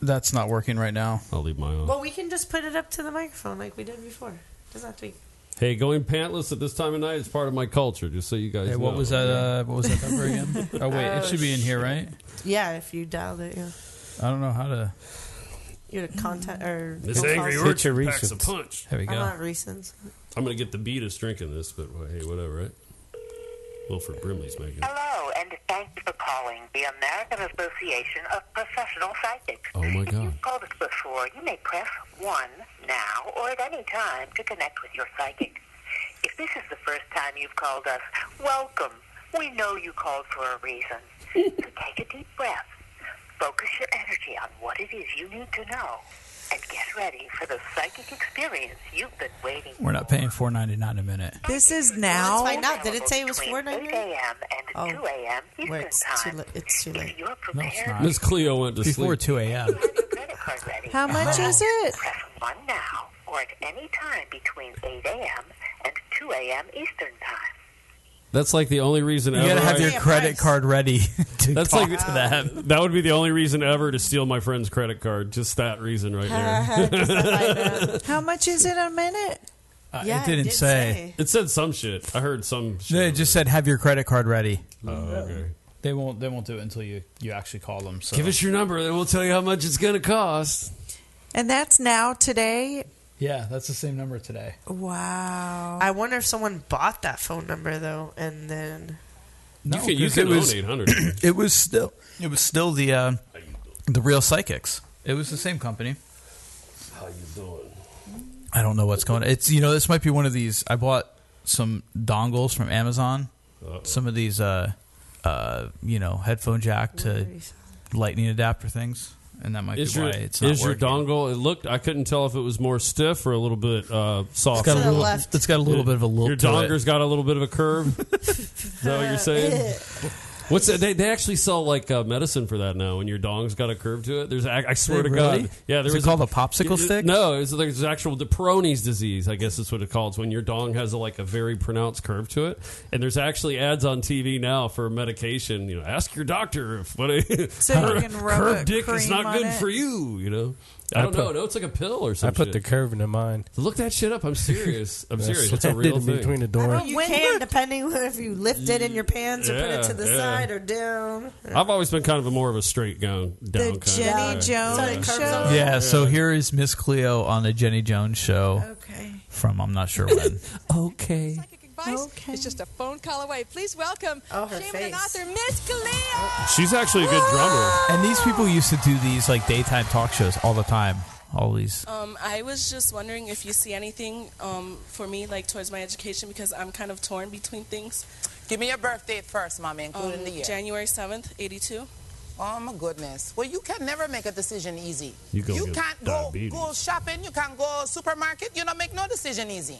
Speaker 1: That's not working right now.
Speaker 5: I'll leave my own.
Speaker 4: Well, we can just put it up to the microphone like we did before. Doesn't have to be.
Speaker 5: Hey, going pantless at this time of night is part of my culture. Just so you guys.
Speaker 1: Hey, what
Speaker 5: know.
Speaker 1: was that? Uh, what was that number again? Oh wait, it should be in here, right?
Speaker 4: Yeah, if you dialed it, yeah.
Speaker 1: I don't know how to.
Speaker 4: You had a contact or.
Speaker 5: This
Speaker 4: phone
Speaker 5: angry
Speaker 4: call.
Speaker 5: orchard packs a punch.
Speaker 1: There we
Speaker 4: I'm
Speaker 5: go.
Speaker 4: not recent.
Speaker 5: I'm gonna get the beat us drinking this, but well, hey, whatever, right? Wilfred Brimley's making. it.
Speaker 13: Hello, and thank you for calling the American Association of Professional Psychics.
Speaker 5: Oh my god.
Speaker 13: Called us before. You may press 1 now or at any time to connect with your psychic. If this is the first time you've called us, welcome. We know you called for a reason. so take a deep breath. Focus your energy on what it is you need to know and get ready for the psychic experience you've been waiting
Speaker 1: We're not paying four ninety nine a minute.
Speaker 6: This is now. Oh.
Speaker 4: Why not? Did it say it was 4 9
Speaker 13: a.m. and 2 a.m. Eastern Time.
Speaker 4: It's too late.
Speaker 1: No, it's not.
Speaker 5: Miss Cleo went to
Speaker 1: before
Speaker 5: sleep.
Speaker 1: two a.m.
Speaker 13: Uh-huh.
Speaker 6: How much is it?
Speaker 13: Press 1 now or at any time between 8 a.m. and 2 a.m. Eastern Time.
Speaker 5: That's like the only reason
Speaker 1: You
Speaker 5: ever.
Speaker 1: gotta have
Speaker 5: I-
Speaker 1: your credit card ready to
Speaker 5: That's
Speaker 1: talk
Speaker 5: like
Speaker 1: to that.
Speaker 5: That would be the only reason ever to steal my friend's credit card. Just that reason right there.
Speaker 6: How much is it a minute?
Speaker 1: Uh, it Yeah, it didn't did say.
Speaker 5: It said some shit. I heard some.
Speaker 1: No, it just said have your credit card ready.
Speaker 5: Oh, okay.
Speaker 1: They won't. They won't do it until you, you actually call them. So
Speaker 5: Give us your number, and we'll tell you how much it's gonna cost.
Speaker 6: And that's now today.
Speaker 1: Yeah, that's the same number today.
Speaker 6: Wow.
Speaker 4: I wonder if someone bought that phone number though, and then.
Speaker 5: you can, you can
Speaker 1: it was-
Speaker 5: own eight hundred.
Speaker 1: It was still. It was still the uh, the real psychics. It was the same company.
Speaker 5: How you doing?
Speaker 1: I don't know what's going. on. It's you know this might be one of these. I bought some dongles from Amazon. Some of these uh, uh, you know headphone jack to lightning adapter things, and that might
Speaker 5: Is
Speaker 1: be
Speaker 5: your,
Speaker 1: why it's not
Speaker 5: is your
Speaker 1: working.
Speaker 5: dongle? It looked. I couldn't tell if it was more stiff or a little bit uh, soft.
Speaker 1: got a To the little- left. it's got a little bit of a lilt
Speaker 5: Your
Speaker 1: to it.
Speaker 5: donger's got a little bit of a curve. is that what you're saying? What's that? They, they actually sell like uh, medicine for that now. When your dong's got a curve to it, there's I, I swear to
Speaker 1: really?
Speaker 5: God, yeah. There
Speaker 1: Is it
Speaker 5: was
Speaker 1: called a popsicle
Speaker 5: Yeah,
Speaker 1: stick?
Speaker 5: No, it's, there's actual the Peyronie's disease. I guess that's what it calls when your dong has a, like a very pronounced curve to it. And there's actually ads on TV now for medication. You know, ask your doctor if what a
Speaker 6: So you can rub
Speaker 5: curved
Speaker 6: a
Speaker 5: dick is
Speaker 6: cream
Speaker 5: not
Speaker 6: on
Speaker 5: good
Speaker 6: it?
Speaker 5: for you. You know, I
Speaker 2: I
Speaker 5: don't know.
Speaker 2: put-
Speaker 5: No, it's like a pill or
Speaker 2: I
Speaker 5: something.
Speaker 2: put the curve into mine.
Speaker 5: Look that shit up. I'm serious. I'm
Speaker 2: Yeah,
Speaker 5: serious. It's a
Speaker 2: slammed it
Speaker 5: real
Speaker 2: in
Speaker 5: thing.
Speaker 2: between the door.
Speaker 4: Well, you can, depending on if you lift it in your pants or put it
Speaker 5: Yeah,
Speaker 4: to the
Speaker 5: yeah.
Speaker 4: side or down.
Speaker 5: I've always been kind of a more of a straight gown down kind
Speaker 4: Jenny
Speaker 5: of guy.
Speaker 4: Jones So it curves
Speaker 5: Yeah.
Speaker 4: show?
Speaker 1: Yeah, so here is Miss Cleo on the Jenny Jones show.
Speaker 16: Okay.
Speaker 1: From I'm not sure when. okay.
Speaker 16: advice. It's just a phone call away. Please welcome
Speaker 9: Oh,
Speaker 16: Shaman and author Miss Galea.
Speaker 5: She's actually a good drummer.
Speaker 1: And these people used to do these like daytime talk shows all the time. All these.
Speaker 20: Um, I was just wondering if you see anything um, for me, like towards my education, because I'm kind of torn between things.
Speaker 26: Give me your birthday first, mommy, including
Speaker 20: Um,
Speaker 26: the year.
Speaker 20: January 7th, 82.
Speaker 16: Oh my goodness. Well, you can never make a decision easy.
Speaker 5: You go get
Speaker 16: can't go,
Speaker 5: diabetes.
Speaker 16: go shopping, you can't go supermarket, you don't make no decision easy.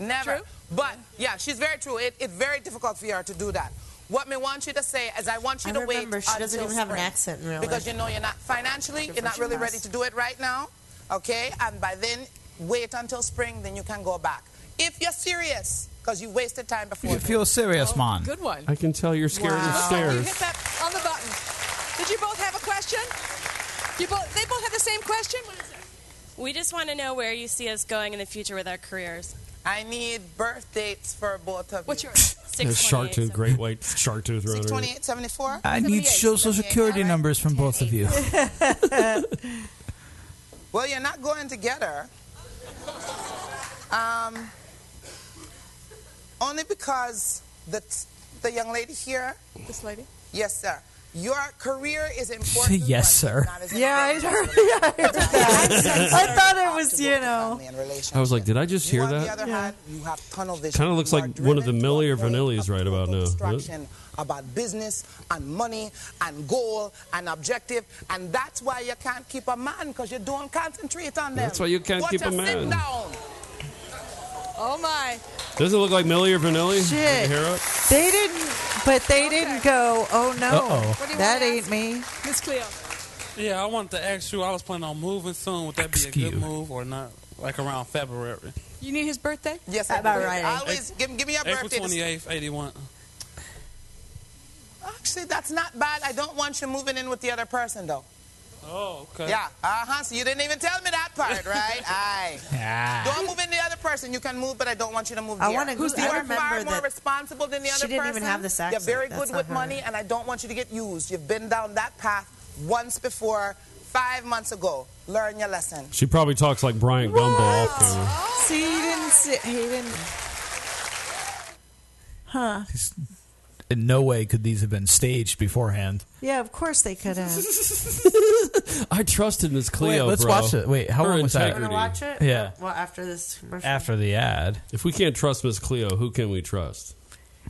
Speaker 16: Never. But yeah, she's very true. It, it's very difficult for her to do that. What me want you to say is I want you
Speaker 4: I
Speaker 16: to
Speaker 4: remember
Speaker 16: wait
Speaker 4: she doesn't
Speaker 16: until
Speaker 4: even have an
Speaker 16: spring.
Speaker 4: accent in real life.
Speaker 16: Because you know you're not financially, you're not
Speaker 4: she
Speaker 16: really
Speaker 4: does.
Speaker 16: ready to do it right now. Okay? And by then wait until spring, then you can go back. If you're serious, because you wasted time before. Oh,
Speaker 1: You feel serious, man.
Speaker 16: good one.
Speaker 5: I can tell you're scared of stairs.
Speaker 14: Hit that on the button. Did you both have a question? You both, they both have the same question? What is it?
Speaker 15: We just want to know where you see us going in the future with our careers.
Speaker 16: I need birth dates for both of What's yours?
Speaker 5: There's shark tooth, great white shark tooth runner.
Speaker 16: 28, 74?
Speaker 1: I need social security numbers from both of you.
Speaker 16: Well, you're not going together. Um, only because the, the young lady here. This lady? Yes, sir. Your career is important.
Speaker 1: yes, sir.
Speaker 16: Yeah, I heard,
Speaker 6: I thought it was, you know.
Speaker 5: I was like, did I just hear that?
Speaker 16: You have tunnel vision.
Speaker 5: Kind of looks
Speaker 16: You
Speaker 5: like one of the Millie or Vanillis right about now.
Speaker 16: distraction about business and money and goal and objective. And that's why you can't keep a man because you don't concentrate on them.
Speaker 5: That's why you can't
Speaker 16: Watch
Speaker 5: keep a
Speaker 16: her
Speaker 5: man.
Speaker 16: Sit down.
Speaker 14: Oh my.
Speaker 5: Doesn't it look like Millie or Vanilli?
Speaker 6: Shit.
Speaker 5: Hero?
Speaker 6: They didn't, but they didn't go, oh
Speaker 5: Uh-oh. What
Speaker 6: no,
Speaker 5: do you
Speaker 6: that
Speaker 14: wanna
Speaker 6: ain't me.
Speaker 14: Miss Cleo.
Speaker 17: Yeah, I wanted to ask you. I was planning on moving soon. Would that be a good move or not? Like around February.
Speaker 14: You need his birthday?
Speaker 16: Yes,
Speaker 14: I
Speaker 16: About
Speaker 14: do.
Speaker 16: right. Always give, give me your
Speaker 17: April
Speaker 16: birthday.
Speaker 17: twenty eighth, eighty one.
Speaker 16: Actually, that's not bad. I don't want you moving in with the other person, though.
Speaker 17: Oh, okay.
Speaker 16: Yeah. Uh huh. So you didn't even tell me that part, right? Aye.
Speaker 17: Ah.
Speaker 16: Don't move in the other person. You can move, but I don't want you to move.
Speaker 4: I
Speaker 16: there.
Speaker 4: wanna-
Speaker 16: Who's
Speaker 4: I
Speaker 16: you are
Speaker 4: remember
Speaker 16: far more
Speaker 4: that
Speaker 16: responsible than the
Speaker 4: she
Speaker 16: other
Speaker 4: didn't even
Speaker 16: person.
Speaker 4: have this accent.
Speaker 16: You're very
Speaker 4: That's
Speaker 16: good
Speaker 4: not
Speaker 16: with
Speaker 4: her.
Speaker 16: money, and I don't want you to get used. You've been down that path once before, five months ago. Learn your lesson.
Speaker 5: She probably talks like Brian Gumble off camera.
Speaker 6: See, he didn't sit, he didn't. Huh.
Speaker 1: In no way could these have been staged beforehand.
Speaker 6: Yeah, of course they could have.
Speaker 5: I trusted Miss
Speaker 1: Wait,
Speaker 5: Cleo.
Speaker 1: let's
Speaker 5: bro.
Speaker 1: watch it. Wait, how
Speaker 5: Her
Speaker 1: long was that?
Speaker 5: integrity.
Speaker 1: Wanna watch it? Yeah.
Speaker 4: Well, after this commercial,
Speaker 5: the ad. If we can't trust Miss Cleo, who can we trust?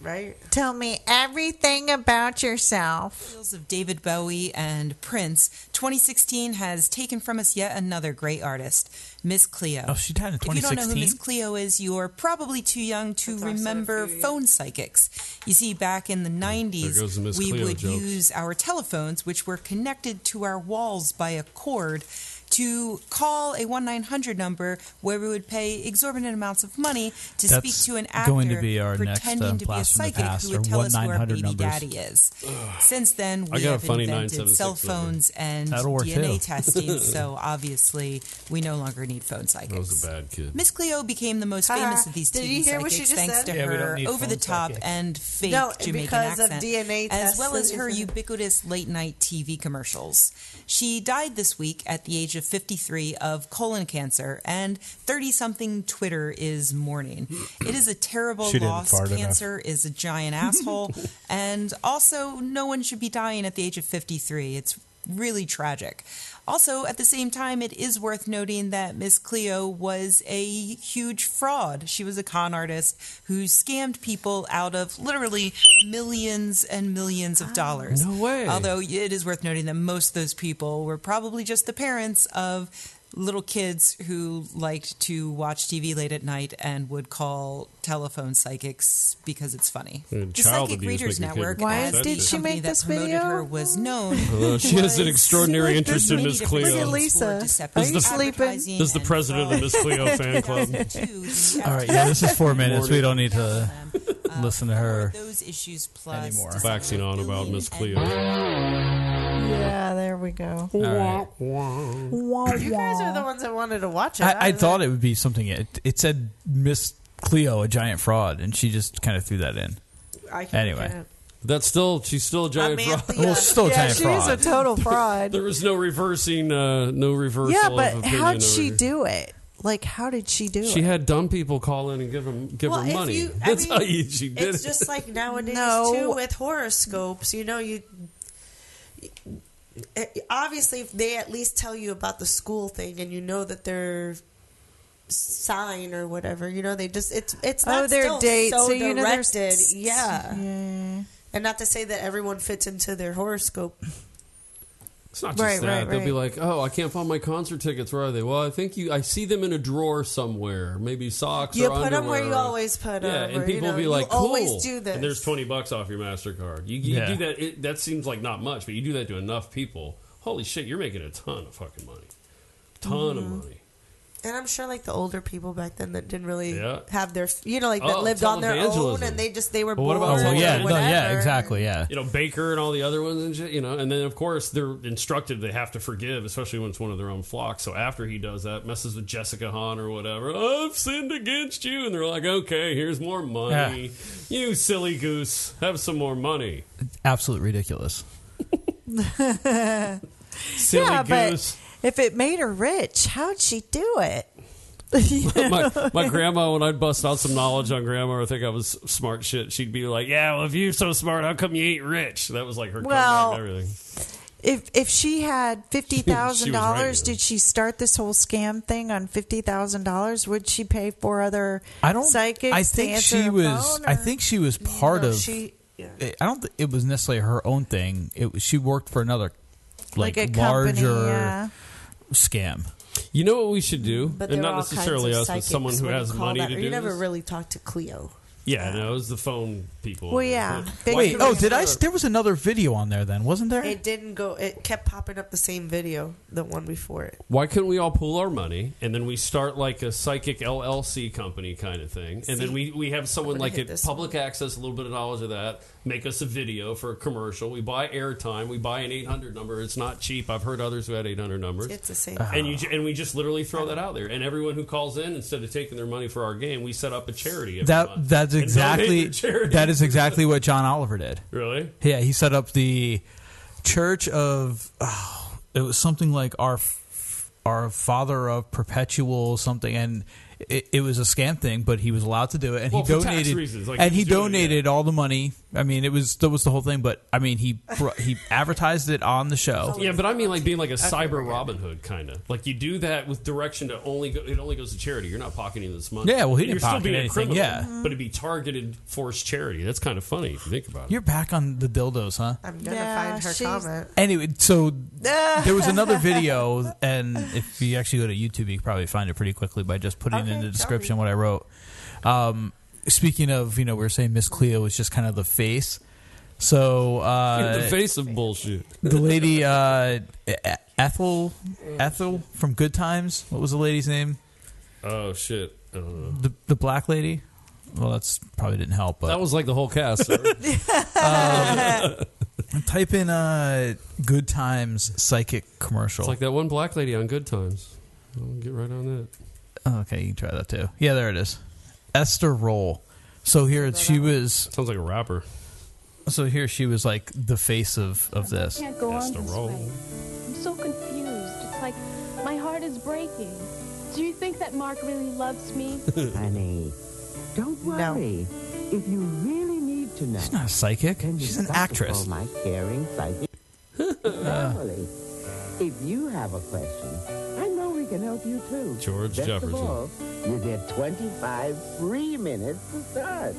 Speaker 4: right?
Speaker 6: Tell me everything about yourself.
Speaker 19: Tales of David Bowie and Prince, 2016 has taken from us yet another great artist, Miss Cleo.
Speaker 1: Oh, she died in
Speaker 19: If you don't know who
Speaker 1: 2016?
Speaker 19: Miss Cleo is, you're probably too young to remember phone psychics. You see, back in the 90s,
Speaker 5: goes the Miss
Speaker 19: we
Speaker 5: Cleo
Speaker 19: would
Speaker 5: jokes.
Speaker 19: use our telephones, which were connected to our walls by a cord, to call a 1 900 number where we would pay exorbitant amounts of money to
Speaker 1: That's
Speaker 19: speak to an actor
Speaker 1: going to be our next,
Speaker 19: pretending
Speaker 1: um,
Speaker 19: to be a
Speaker 1: Blast from the
Speaker 19: psychic
Speaker 1: Past,
Speaker 19: who would
Speaker 1: or
Speaker 19: tell us who our
Speaker 1: 1-900
Speaker 19: baby
Speaker 1: numbers.
Speaker 19: daddy is. Since then,
Speaker 5: I
Speaker 19: we
Speaker 5: got a
Speaker 19: have
Speaker 5: funny
Speaker 19: invented
Speaker 5: 976
Speaker 19: cell
Speaker 5: number.
Speaker 19: phones and
Speaker 5: That'll work,
Speaker 19: DNA
Speaker 5: too.
Speaker 19: testing, so obviously we no longer need phone psychics.
Speaker 5: That was a bad kid.
Speaker 19: Miss Cleo became the most
Speaker 4: Ah,
Speaker 19: famous of these
Speaker 4: did
Speaker 19: TV
Speaker 4: you hear what she
Speaker 19: psychics
Speaker 4: just
Speaker 19: thanks
Speaker 4: said?
Speaker 19: to
Speaker 4: Yeah, we don't
Speaker 19: her
Speaker 4: need phone
Speaker 19: over-the-top
Speaker 4: psychics.
Speaker 19: and fake
Speaker 4: No,
Speaker 19: Jamaican
Speaker 4: because of
Speaker 19: accent,
Speaker 4: DNA
Speaker 19: as well
Speaker 4: tests
Speaker 19: as her
Speaker 4: and-
Speaker 19: ubiquitous late-night TV commercials. She died this week at the age of 53 of colon cancer, and 30-something Twitter is mourning. It is a terrible
Speaker 17: She didn't
Speaker 19: loss.
Speaker 17: fart enough.
Speaker 19: Cancer is a giant asshole, and also no one should be dying at the age of 53. It's really tragic. Also, at the same time, it is worth noting that Miss Cleo was a huge fraud. She was a con artist who scammed people out of literally millions and millions of dollars.
Speaker 5: Ah. No way.
Speaker 19: Although it is worth noting that most of those people were probably just the parents of little kids who liked to watch TV late at night and would call telephone psychics because it's funny.
Speaker 5: And
Speaker 19: the
Speaker 5: child
Speaker 19: Psychic
Speaker 5: abuse
Speaker 19: Readers
Speaker 5: making people
Speaker 19: Network,
Speaker 5: Why
Speaker 19: as
Speaker 5: did
Speaker 19: the
Speaker 5: she
Speaker 19: company
Speaker 6: make
Speaker 19: that
Speaker 6: this
Speaker 19: promoted
Speaker 6: video?
Speaker 19: her, was known.
Speaker 5: Uh, she has an
Speaker 19: was-
Speaker 5: extraordinary interest in
Speaker 19: many
Speaker 5: Miss
Speaker 19: different
Speaker 5: Cleo.
Speaker 19: reasons for deceptive
Speaker 5: This is the-
Speaker 19: advertising
Speaker 5: This is the
Speaker 19: and
Speaker 5: president of the Miss Cleo fan club.
Speaker 1: All right, yeah, this is four minutes. We don't need to
Speaker 4: um,
Speaker 1: listen to her.
Speaker 19: Those issues plus
Speaker 1: Anymore.
Speaker 5: Waxing on about Miss Cleo.
Speaker 6: Yeah, there we go.
Speaker 1: All right.
Speaker 4: You guys are the ones that wanted to watch it.
Speaker 1: I, I thought it would be something. It, it said Miss Cleo, a giant fraud, and she just kind of threw that in.
Speaker 4: I
Speaker 1: Anyway,
Speaker 5: that's still she's still a giant fraud.
Speaker 1: Well, Oh, still a giant fraud.
Speaker 6: total fraud.
Speaker 5: there was no reversing, uh, no reversal.
Speaker 6: yeah,
Speaker 5: of
Speaker 6: but
Speaker 5: opinion
Speaker 6: how'd she
Speaker 5: or-
Speaker 6: do it? Like, how did she do
Speaker 5: She
Speaker 6: it?
Speaker 5: had dumb people call in and give them give
Speaker 4: Well,
Speaker 5: her
Speaker 4: if
Speaker 5: money.
Speaker 4: you- I
Speaker 5: That's
Speaker 4: mean,
Speaker 5: how you, she did
Speaker 4: it's
Speaker 5: it.
Speaker 4: just like nowadays
Speaker 6: No.
Speaker 4: too with horoscopes. You know, you eh, obviously if they at least tell you about the school thing, and you know that their sign or whatever. You know, they just it's it's
Speaker 6: Oh,
Speaker 4: not
Speaker 6: their
Speaker 4: still
Speaker 6: date,
Speaker 4: so,
Speaker 6: so you know their s-
Speaker 4: directed. yeah.
Speaker 6: yeah.
Speaker 4: and not to say that everyone fits into their horoscope.
Speaker 5: It's not just
Speaker 6: Right,
Speaker 5: that.
Speaker 6: right,
Speaker 5: They'll be
Speaker 6: right.
Speaker 5: like, "Oh, I can't find my concert tickets. Where are they?" Well, I think you. I see them in a drawer somewhere. Maybe socks.
Speaker 4: You
Speaker 5: or
Speaker 4: put 'em where
Speaker 5: underwear
Speaker 4: you
Speaker 5: or-
Speaker 4: always put
Speaker 5: Yeah,
Speaker 4: 'em,
Speaker 5: and
Speaker 4: or,
Speaker 5: people
Speaker 4: you know,
Speaker 5: will be
Speaker 4: you
Speaker 5: like,
Speaker 4: always
Speaker 5: "Cool."
Speaker 4: do
Speaker 5: And there's twenty bucks off your Mastercard. You, you
Speaker 1: Yeah.
Speaker 5: do that. It, that seems like not much, but you do that to enough people. Holy shit, you're making a ton of fucking money. Ton of
Speaker 4: Mhm.
Speaker 5: money.
Speaker 4: And I'm sure like the older people back then that didn't really
Speaker 5: Yeah.
Speaker 4: have their, you know, like that
Speaker 5: Oh,
Speaker 4: lived on their own
Speaker 5: televangelism.
Speaker 4: and they just, they were
Speaker 1: But
Speaker 4: born.
Speaker 1: what about
Speaker 4: or
Speaker 1: Oh, yeah, no,
Speaker 4: whatever.
Speaker 1: yeah, exactly, yeah.
Speaker 5: You know, Baker and all the other ones and shit, you know, and then of course they're instructed they have to forgive, especially when it's one of their own flock. So after he does that, messes with Jessica Hahn or whatever, "Oh, I've sinned against you. And they're like, okay, here's more money. You silly goose, have some more money.
Speaker 1: Absolute ridiculous.
Speaker 5: Silly
Speaker 6: yeah,
Speaker 5: goose.
Speaker 6: but if it made her rich, how'd she do it?
Speaker 5: my, my grandma, when I'd bust out some knowledge on grandma or think I was smart shit, she'd be like, yeah, well, if you're so smart, how come you ain't rich? That was like her
Speaker 6: Well,
Speaker 5: comeback and everything.
Speaker 6: If if she had fifty thousand dollars,
Speaker 5: right.
Speaker 6: did she start this whole scam thing on fifty thousand dollars? Would she pay for other
Speaker 1: I don't.
Speaker 6: psychics?
Speaker 1: I
Speaker 6: to
Speaker 1: think
Speaker 6: answer
Speaker 1: she
Speaker 6: the
Speaker 1: was.
Speaker 6: phone,
Speaker 1: I
Speaker 6: or-
Speaker 1: think she was part
Speaker 6: No,
Speaker 1: of.
Speaker 6: she-
Speaker 1: I I don't. thi- It was necessarily her own thing. It was, she worked for another,
Speaker 6: Like
Speaker 1: like,
Speaker 6: a company,
Speaker 1: larger
Speaker 6: yeah.
Speaker 1: scam.
Speaker 5: You know what we should do?
Speaker 4: But
Speaker 5: and
Speaker 4: there
Speaker 5: not
Speaker 4: are all
Speaker 5: necessarily
Speaker 4: kinds of
Speaker 5: us, but
Speaker 4: psychics.
Speaker 5: someone who
Speaker 4: What do you
Speaker 5: has
Speaker 4: call
Speaker 5: money
Speaker 4: that?
Speaker 5: to
Speaker 4: You
Speaker 5: do
Speaker 4: never
Speaker 5: this.
Speaker 4: really talked to Cleo.
Speaker 5: Yeah, no, it was the phone people.
Speaker 6: Well, yeah.
Speaker 5: Why
Speaker 1: Wait.
Speaker 5: can't
Speaker 1: Oh,
Speaker 5: we
Speaker 1: did I?
Speaker 5: have
Speaker 1: There was another video on there. Then wasn't there?
Speaker 4: It didn't go. It kept popping up the same video, the one before it.
Speaker 5: Why couldn't we all pool our money and then we start like a psychic LLC company kind of thing? And then
Speaker 4: See?
Speaker 5: we, we have someone
Speaker 4: gonna
Speaker 5: like
Speaker 4: hit
Speaker 5: at
Speaker 4: this
Speaker 5: public access, a little bit of knowledge of that, make us a video for a commercial. We buy airtime, we buy an 800 number. It's not cheap. I've heard others who had 800 numbers.
Speaker 4: It's Uh-huh. the same.
Speaker 1: Uh-huh.
Speaker 5: And, you, ju- and we just literally throw that out there. And everyone who calls in, instead of taking their money for our game, we set up a charity. every
Speaker 1: That
Speaker 5: month.
Speaker 1: that's
Speaker 5: And donate
Speaker 1: exactly
Speaker 5: to charity.
Speaker 1: that is exactly what John Oliver did.
Speaker 5: Really?
Speaker 1: Yeah, he set up the Church of oh, it was something like our F- our Father of Perpetual something, and it, it was a scam thing, but he was allowed to do it, and
Speaker 5: Well,
Speaker 1: he
Speaker 5: for tax
Speaker 1: donated
Speaker 5: reasons, like
Speaker 1: and
Speaker 5: he
Speaker 1: he
Speaker 5: was doing it,
Speaker 1: donated all the money. I mean, it was that was the whole thing, but I mean, he br- he advertised it on the show.
Speaker 5: Yeah, but I mean like being like a cyber Robin Hood kind of. Like you do that with direction to only go, it only goes to charity. You're not pocketing this money.
Speaker 1: Yeah, well, he
Speaker 5: And you're
Speaker 1: didn't pocket
Speaker 5: still being a
Speaker 1: anything,
Speaker 5: criminal,
Speaker 1: yeah.
Speaker 5: but it'd be targeted forced charity. That's kind of funny if you think about it.
Speaker 1: You're back on the dildos, huh?
Speaker 4: I'm gonna
Speaker 6: Yeah,
Speaker 4: find her
Speaker 6: she's-
Speaker 4: comment.
Speaker 1: Anyway, so there was another video, and if you actually go to YouTube, you can probably find it pretty quickly by just putting in the description what I wrote. Um, speaking of, you know, we were saying Miss Cleo was just kind of the face. So uh,
Speaker 5: In the face of bullshit.
Speaker 1: the lady uh, Ethel Ethel from Good Times. What was the lady's name?
Speaker 5: Oh shit. I don't know.
Speaker 1: The the black lady. Well, that's probably didn't help. But
Speaker 5: that was like the whole cast. sir.
Speaker 1: type in uh, Good Times psychic commercial.
Speaker 5: it's like that one black lady on Good Times. I'll get right on that.
Speaker 1: Oh, Okay, you can try that too. Yeah, there it is. Esther Roll. So here she was.
Speaker 5: Sounds like a rapper.
Speaker 1: So here she was like the face of of this.
Speaker 18: can't go on this way. I'm so confused. It's like my heart is breaking. Do you think that Mark really loves me?
Speaker 20: Honey, don't worry. If you really need to know,
Speaker 1: She's not a psychic. She's an actress.
Speaker 20: My caring psychic family. If you have a question, I know we can help you too.
Speaker 5: George
Speaker 20: Best
Speaker 5: Jefferson.
Speaker 20: Of all, you get 25 free minutes to start.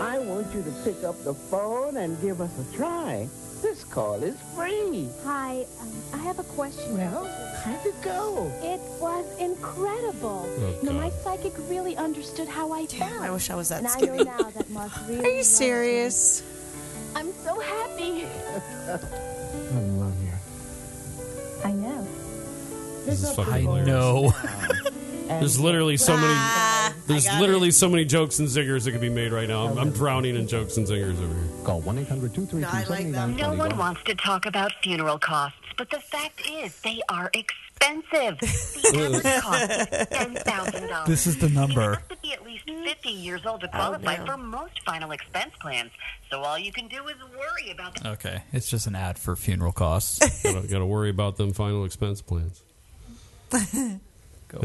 Speaker 20: I want you to pick up the phone and give us a try. This call is free.
Speaker 18: Hi, um, I have a question.
Speaker 20: Well, how'd it go?
Speaker 18: It was incredible.
Speaker 20: Oh,
Speaker 18: no,
Speaker 20: God.
Speaker 18: my psychic really understood how I felt.
Speaker 4: I wish I was that
Speaker 18: And I know
Speaker 4: skinny.
Speaker 18: now that Mark really.
Speaker 6: Are you
Speaker 18: loves me.
Speaker 6: serious?
Speaker 18: I'm so happy.
Speaker 20: I love you.
Speaker 18: I know.
Speaker 5: This is fucking
Speaker 18: I
Speaker 5: hilarious.
Speaker 1: know.
Speaker 5: There's literally so many. There's literally so many jokes and zingers that could be made right now. I'm, I'm drowning in jokes and zingers over here. Call one 800
Speaker 22: No one wants to talk about funeral costs, but the fact is they are expensive. The average cost is ten thousand dollars.
Speaker 1: This is the number.
Speaker 22: To be at least fifty years old to
Speaker 6: Oh,
Speaker 22: qualify for most final expense plans, so all you can do is worry about the
Speaker 1: Okay, it's just an ad for funeral costs.
Speaker 5: Got to worry about them final expense plans. and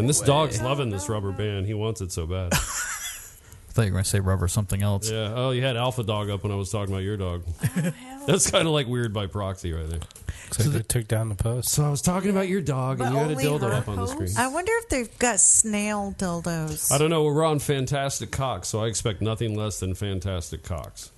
Speaker 5: this dog's loving this rubber band. He wants it so bad.
Speaker 1: I thought you were going to say rubber something else.
Speaker 5: yeah. Oh, you had Alpha Dog up when I was talking about your dog. That's kind of like weird by proxy right there.
Speaker 2: So they took down the post.
Speaker 5: So I was talking about your dog,
Speaker 2: and
Speaker 5: you had a dildo up on the screen.
Speaker 6: I wonder if they've got snail dildos.
Speaker 5: I don't know. We're on Fantastic Cox, so I expect nothing less than Fantastic Cox.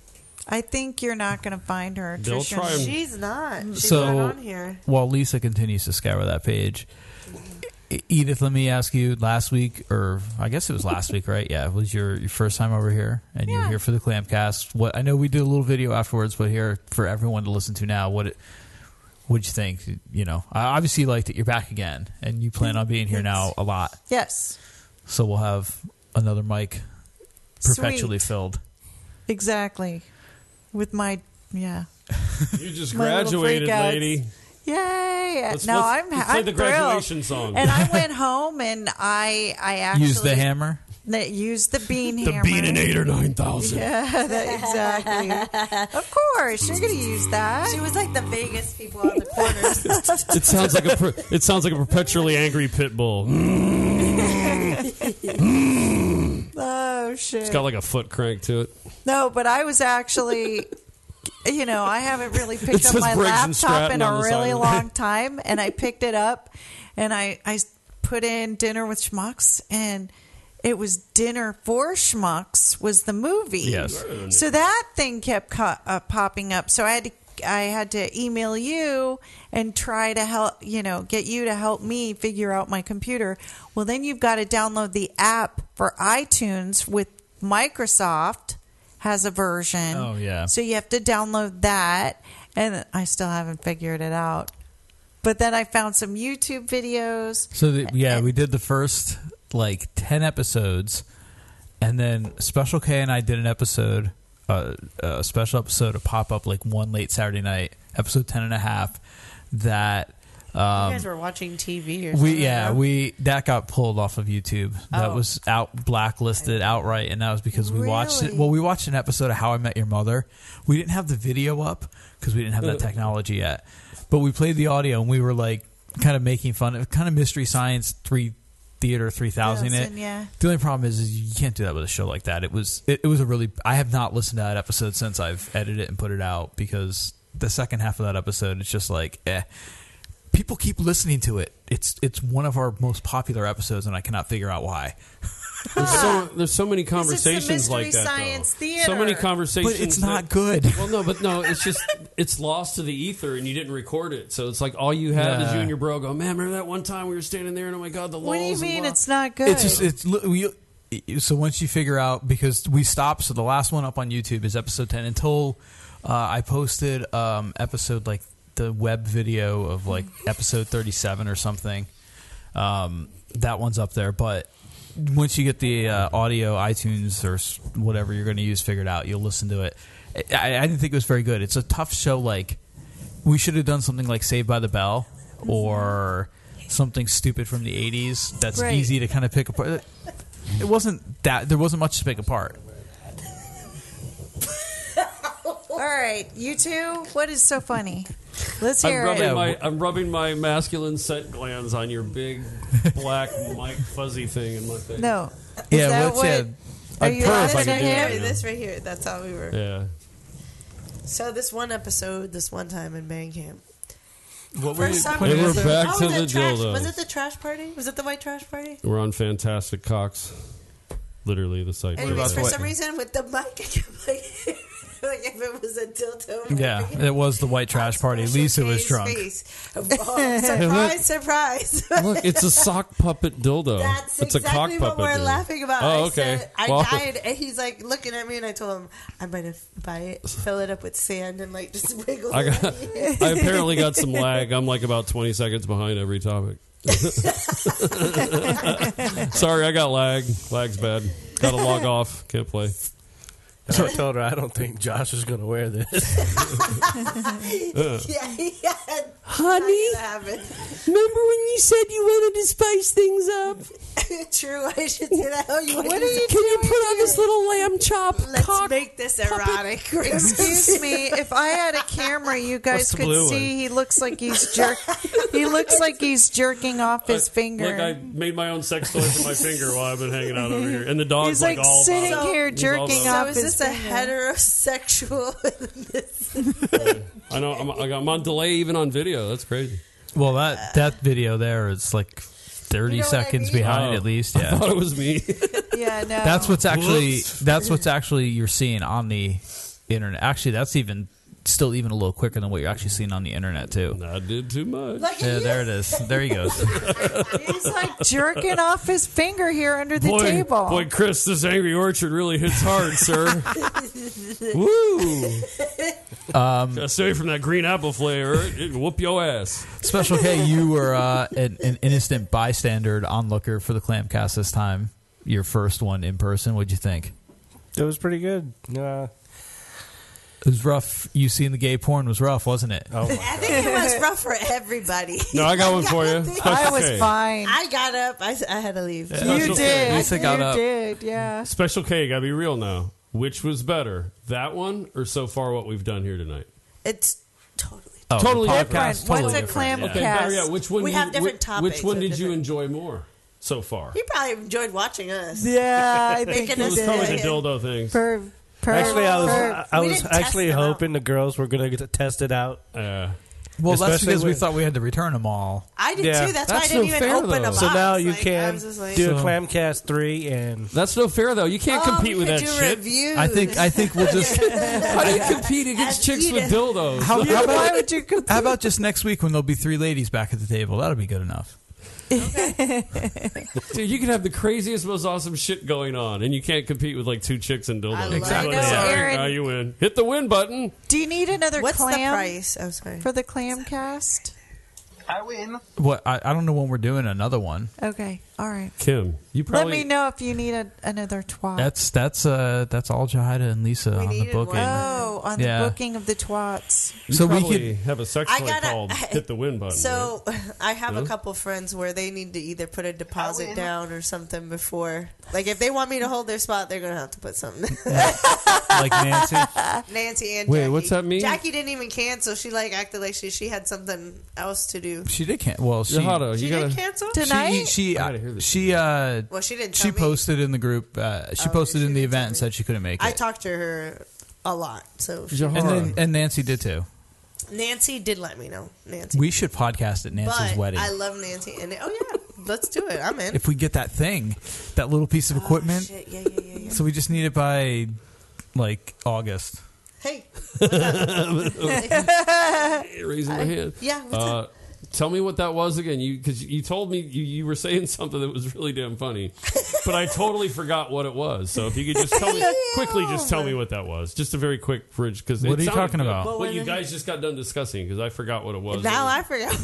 Speaker 6: I think you're not going to find her.
Speaker 1: They'll
Speaker 6: Trish.
Speaker 1: try and-
Speaker 4: She's not. She's
Speaker 1: so
Speaker 4: not on here.
Speaker 1: while Lisa continues to scour that page,
Speaker 6: Mm-hmm.
Speaker 1: E- Edith, let me ask you: last week, or I guess it was last week, right? Yeah, it was your, your first time over here, and you were here for the Clamcast. What I know, we did a little video afterwards, but here for everyone to listen to now, what it, what'd you think? You know, I obviously liked that you're back again, and you plan on being here now a lot.
Speaker 6: Yes,
Speaker 1: So we'll have another mic perpetually filled.
Speaker 6: exactly. With my yeah.
Speaker 5: You just
Speaker 6: My little
Speaker 5: graduated,
Speaker 6: freakouts.
Speaker 5: lady.
Speaker 6: Yay!
Speaker 5: Let's-
Speaker 6: no,
Speaker 5: let's-
Speaker 6: I'm.
Speaker 5: let's
Speaker 6: I'm
Speaker 5: play the
Speaker 6: thrilled.
Speaker 5: graduation song.
Speaker 6: And I went home and I I actually
Speaker 1: Use the hammer.
Speaker 6: That used the bean
Speaker 1: The
Speaker 6: hammer.
Speaker 1: bean and eight or nine thousand.
Speaker 6: Yeah, that, exactly. Of course, you're gonna use that. She was like the Vegas people on the corners.
Speaker 5: It sounds like a per- it sounds like a perpetually angry pit bull. Mm, it's
Speaker 6: oh shit.
Speaker 5: got like a foot crank to it.
Speaker 6: No, but I was actually, you know, I haven't really
Speaker 5: It
Speaker 6: picked up
Speaker 5: says
Speaker 6: my
Speaker 5: Briggs
Speaker 6: laptop
Speaker 5: and
Speaker 6: in
Speaker 5: Stratton
Speaker 6: a
Speaker 5: on the
Speaker 6: really
Speaker 5: side of it.
Speaker 6: long time, and I picked it up, and I I put in dinner with schmucks, and it was dinner for schmucks was the movie.
Speaker 7: Yes.
Speaker 6: So that thing kept co- uh, popping up. So I had to. I had to email you and try to help, you know, get you to help me figure out my computer. Well, then you've got to download the app for iTunes with Microsoft has a version.
Speaker 1: Oh, yeah.
Speaker 6: So you have to download that, and I still haven't figured it out. But then I found some YouTube videos.
Speaker 1: So the, yeah, we did the first like ten episodes, and then Special K and I did an episode, uh, a special episode, a pop up like one late Saturday night, episode ten and a half. That um,
Speaker 11: you guys were watching TV or something.
Speaker 1: we yeah
Speaker 11: huh?
Speaker 1: we that got pulled off of YouTube. That
Speaker 11: Oh.
Speaker 1: was out blacklisted outright, and that was because we watched it. Well, we watched an episode of How I Met Your Mother. We didn't have the video up because we didn't have that technology yet, but we played the audio and we were like kind of making fun of kind of mystery science three theater three thousand. It
Speaker 6: Thousand, yeah.
Speaker 1: The only problem is, is you can't do that with a show like that. It was it, it was a really I have not listened to that episode since I've edited it and put it out because the second half of that episode it's just like eh people keep listening to it. It's it's one of our most popular episodes, and I cannot figure out why.
Speaker 5: There's so, there's so many conversations like
Speaker 6: mystery
Speaker 5: that.
Speaker 6: science
Speaker 5: though.
Speaker 6: theater.
Speaker 5: So many conversations.
Speaker 1: But it's
Speaker 5: that-
Speaker 1: not good.
Speaker 5: Well, no, but no, it's just it's lost to the ether, and you didn't record it, so it's like all you had is
Speaker 1: Yeah.
Speaker 5: you and your bro go. Man, remember that one time we were standing there, and oh my god, the
Speaker 6: What do you
Speaker 5: lulls and
Speaker 6: mean
Speaker 5: blah."
Speaker 6: it's not good?
Speaker 1: It's just it's li- we, so once you figure out because we stopped. So the last one up on YouTube is episode ten. Until uh, I posted um, episode like the web video of like episode thirty seven or something. Um, that one's up there, but once you get the uh, audio iTunes or s- whatever you're going to use figured out, you'll listen to it. I, I didn't think it was very good. It's a tough show. Like we should have done something like Saved by the Bell or something stupid from the '80s that's
Speaker 6: Right.
Speaker 1: easy to kind of pick apart. It wasn't that there wasn't much to pick apart.
Speaker 6: All right, you two, what is so funny? Let's
Speaker 5: I'm
Speaker 6: hear
Speaker 5: rubbing
Speaker 6: it.
Speaker 5: my I'm rubbing my masculine scent glands on your big black mic fuzzy thing in my face.
Speaker 6: No.
Speaker 1: Yeah, what's yeah,
Speaker 6: Are
Speaker 5: I'd
Speaker 6: you
Speaker 5: purr
Speaker 6: on
Speaker 5: if
Speaker 6: this
Speaker 5: I could
Speaker 6: right
Speaker 5: do
Speaker 6: here?
Speaker 5: it, you know.
Speaker 4: This right here. That's how we were.
Speaker 5: Yeah.
Speaker 4: So this one episode, this one time in band camp.
Speaker 5: What
Speaker 4: For some
Speaker 5: And we're
Speaker 4: reason-
Speaker 5: back
Speaker 4: Oh,
Speaker 5: to
Speaker 4: was
Speaker 5: the
Speaker 4: it trash-
Speaker 5: dildo.
Speaker 4: Was it the trash party? Was it the white trash party?
Speaker 5: We're on Fantastic Cox. Literally the site.
Speaker 4: Anyways, for some reason, with the mic, I kept like, like if it was a dildo.
Speaker 1: Yeah, it was the white trash party. Lisa was drunk.
Speaker 4: Face. Oh, surprise, surprise.
Speaker 5: Look, it's a sock puppet dildo.
Speaker 4: That's
Speaker 5: it's
Speaker 4: exactly
Speaker 5: a
Speaker 4: what
Speaker 5: cock puppet.
Speaker 4: we're
Speaker 5: dildo.
Speaker 4: laughing about.
Speaker 5: Oh,
Speaker 4: I,
Speaker 5: okay.
Speaker 4: said, I
Speaker 5: Well,
Speaker 4: died, and he's like looking at me, and I told him I'm gonna f- buy it, fill it up with sand, and like just wiggle.
Speaker 5: I got.
Speaker 4: it.
Speaker 5: I apparently got some lag. I'm like about 20 seconds behind every topic. Sorry, I got lag. Lag's bad. Got to log off. Can't play.
Speaker 2: So I told her I don't think Josh is going to wear this.
Speaker 9: yeah, yeah.
Speaker 4: Honey,
Speaker 9: remember when you said you wanted to spice things up?
Speaker 4: True, I should say that. Oh, you
Speaker 9: What
Speaker 4: wanted
Speaker 9: are
Speaker 4: to say-
Speaker 9: you Can you put on this little lamb chop?
Speaker 4: Let's make this erotic.
Speaker 6: Excuse me, if I had a camera, you
Speaker 5: What's
Speaker 6: guys
Speaker 5: the
Speaker 6: could
Speaker 5: blue
Speaker 6: see he looks like he's jerk. he looks like he's jerking off his finger.
Speaker 5: Look, Uh, I made my own sex toy for my finger while I've been hanging out over here, and the dog's
Speaker 6: He's,
Speaker 5: like,
Speaker 6: like,
Speaker 5: all
Speaker 6: sitting
Speaker 5: about it.
Speaker 6: here
Speaker 5: He's all
Speaker 6: jerking
Speaker 5: about
Speaker 4: So
Speaker 5: it.
Speaker 4: is this a heterosexual?
Speaker 5: I know. I'm, I'm on delay even on video. That's crazy.
Speaker 1: Well, that that video there is like thirty
Speaker 5: You know what I
Speaker 1: seconds
Speaker 5: mean?
Speaker 1: behind
Speaker 5: Oh.
Speaker 1: at least.
Speaker 5: I
Speaker 1: Yeah,
Speaker 5: thought it was me.
Speaker 6: yeah, no.
Speaker 1: That's what's actually that's what's actually you're seeing on the internet. Actually, that's even still even a little quicker than what you're actually seeing on the internet too.
Speaker 5: I did too much.
Speaker 6: Look at
Speaker 1: yeah,
Speaker 6: you.
Speaker 1: there it is. There he goes.
Speaker 6: He's like jerking off his finger here under the
Speaker 5: boy,
Speaker 6: table.
Speaker 5: boy, Chris, this Angry Orchard really hits hard, sir. Woo!
Speaker 1: Um,
Speaker 5: Gotta stay away from that green apple flavor. It whoop your ass.
Speaker 1: Special K, you were uh, an, an innocent bystander, onlooker for the Clamcast this time. Your first one in person. What'd you think?
Speaker 2: It was pretty good. Uh,
Speaker 1: It was rough. You seeing the gay porn was rough, wasn't it?
Speaker 2: Oh,
Speaker 4: I think it was rough for everybody.
Speaker 1: No, I got one for you.
Speaker 4: I think-
Speaker 1: I was Okay. fine.
Speaker 4: I got up. I, s- I had to leave.
Speaker 5: Yeah. You Special did. Lisa
Speaker 4: I
Speaker 5: got up.
Speaker 6: did, yeah.
Speaker 5: Special K, gotta be real now. Which was better, that one or so far what we've done here tonight?
Speaker 4: It's
Speaker 5: Oh, Totally
Speaker 4: Different.
Speaker 5: different.
Speaker 4: What's Totally a different. clamcast?
Speaker 5: Okay, better yet, which one?
Speaker 4: We
Speaker 5: you-
Speaker 4: have different
Speaker 5: which,
Speaker 4: topics
Speaker 5: Which one
Speaker 4: of
Speaker 5: did you enjoy more so far?
Speaker 4: You probably enjoyed watching us.
Speaker 6: Yeah, I
Speaker 4: Making
Speaker 5: it
Speaker 4: us
Speaker 5: was probably the
Speaker 4: laugh.
Speaker 5: dildo thing.
Speaker 6: Perv,
Speaker 2: actually, I was
Speaker 4: perv.
Speaker 2: I
Speaker 4: We
Speaker 2: was
Speaker 4: didn't test
Speaker 2: actually hoping the girls were going to test it out.
Speaker 5: Uh,
Speaker 1: Well, that's because we thought we had to return them all.
Speaker 4: I did too. That's, why I didn't even open a box.
Speaker 2: So now you
Speaker 4: Like, I
Speaker 2: can
Speaker 4: was just like-
Speaker 2: do a
Speaker 1: So-
Speaker 2: Clamcast three, and
Speaker 5: that's no fair though. You can't
Speaker 4: Oh, compete we with could that do shit. reviews.
Speaker 1: I think. I think we'll just.
Speaker 5: How do you compete against chicks with dildos?
Speaker 1: How, how about, how about just next week when there'll be three ladies back at the table? That'll be good enough.
Speaker 5: Dude, you can have the craziest, most awesome shit going on, and you can't compete with like two chicks and dildos.
Speaker 6: Exactly.
Speaker 5: Like,
Speaker 6: I know,
Speaker 5: sorry,
Speaker 6: Aaron.
Speaker 5: now you win. Hit the win button.
Speaker 6: Do you need another
Speaker 4: What's the
Speaker 6: clam?
Speaker 4: price? I'm sorry.
Speaker 6: For the clam cast?
Speaker 22: I win.
Speaker 1: What? I, I don't know when we're doing another one.
Speaker 6: Okay, all right.
Speaker 5: Kim, you
Speaker 6: Let me know if you need a, another twat.
Speaker 1: That's that's uh that's all Jahida and Lisa on the booking.
Speaker 6: Oh, on
Speaker 1: yeah.
Speaker 6: the booking of the twats.
Speaker 5: You
Speaker 1: So we
Speaker 5: probably
Speaker 1: could-
Speaker 5: have a
Speaker 4: I
Speaker 5: section
Speaker 4: gotta-
Speaker 5: called "Hit the Win" button.
Speaker 4: So I have
Speaker 5: No?
Speaker 4: a couple friends where they need to either put a deposit down or something before. Like if they want me to hold their spot, they're gonna have to put something.
Speaker 1: like Nancy.
Speaker 4: Nancy and
Speaker 1: Wait,
Speaker 4: Jackie.
Speaker 1: what's that mean?
Speaker 4: Jackie didn't even cancel. She like acted like she she had something else to do.
Speaker 1: She did can well. She,
Speaker 5: Jahida, you She
Speaker 4: did gotta- cancel?
Speaker 1: She-
Speaker 4: Tonight?
Speaker 1: She she, uh,
Speaker 4: Well, she didn't
Speaker 1: She
Speaker 4: tell me.
Speaker 1: posted in the group. Uh, she posted in the event and said she couldn't make
Speaker 4: I
Speaker 1: it.
Speaker 4: talked to her a lot, so she,
Speaker 1: and then, and Nancy did too.
Speaker 4: Nancy did let me know. Nancy,
Speaker 1: We should podcast at Nancy's
Speaker 4: but
Speaker 1: wedding.
Speaker 4: I love Nancy, and oh yeah, let's do it. I'm in.
Speaker 1: if we get that thing, that little piece of
Speaker 6: Ah,
Speaker 1: equipment.
Speaker 4: shit. Yeah, yeah, yeah, yeah.
Speaker 1: So we just need it by like August.
Speaker 4: Hey.
Speaker 5: raising my hand.
Speaker 4: Yeah, what's
Speaker 5: Uh, tell me what that was again. You because you told me you, you were saying something that was really damn funny, but I totally forgot what it was. So if you could just tell me quickly, just tell me what that was. Just a very quick bridge. Because
Speaker 1: What are you talking about?
Speaker 5: What,
Speaker 1: What
Speaker 5: you guys just got done discussing? Because I forgot what it was.
Speaker 4: Now I forgot.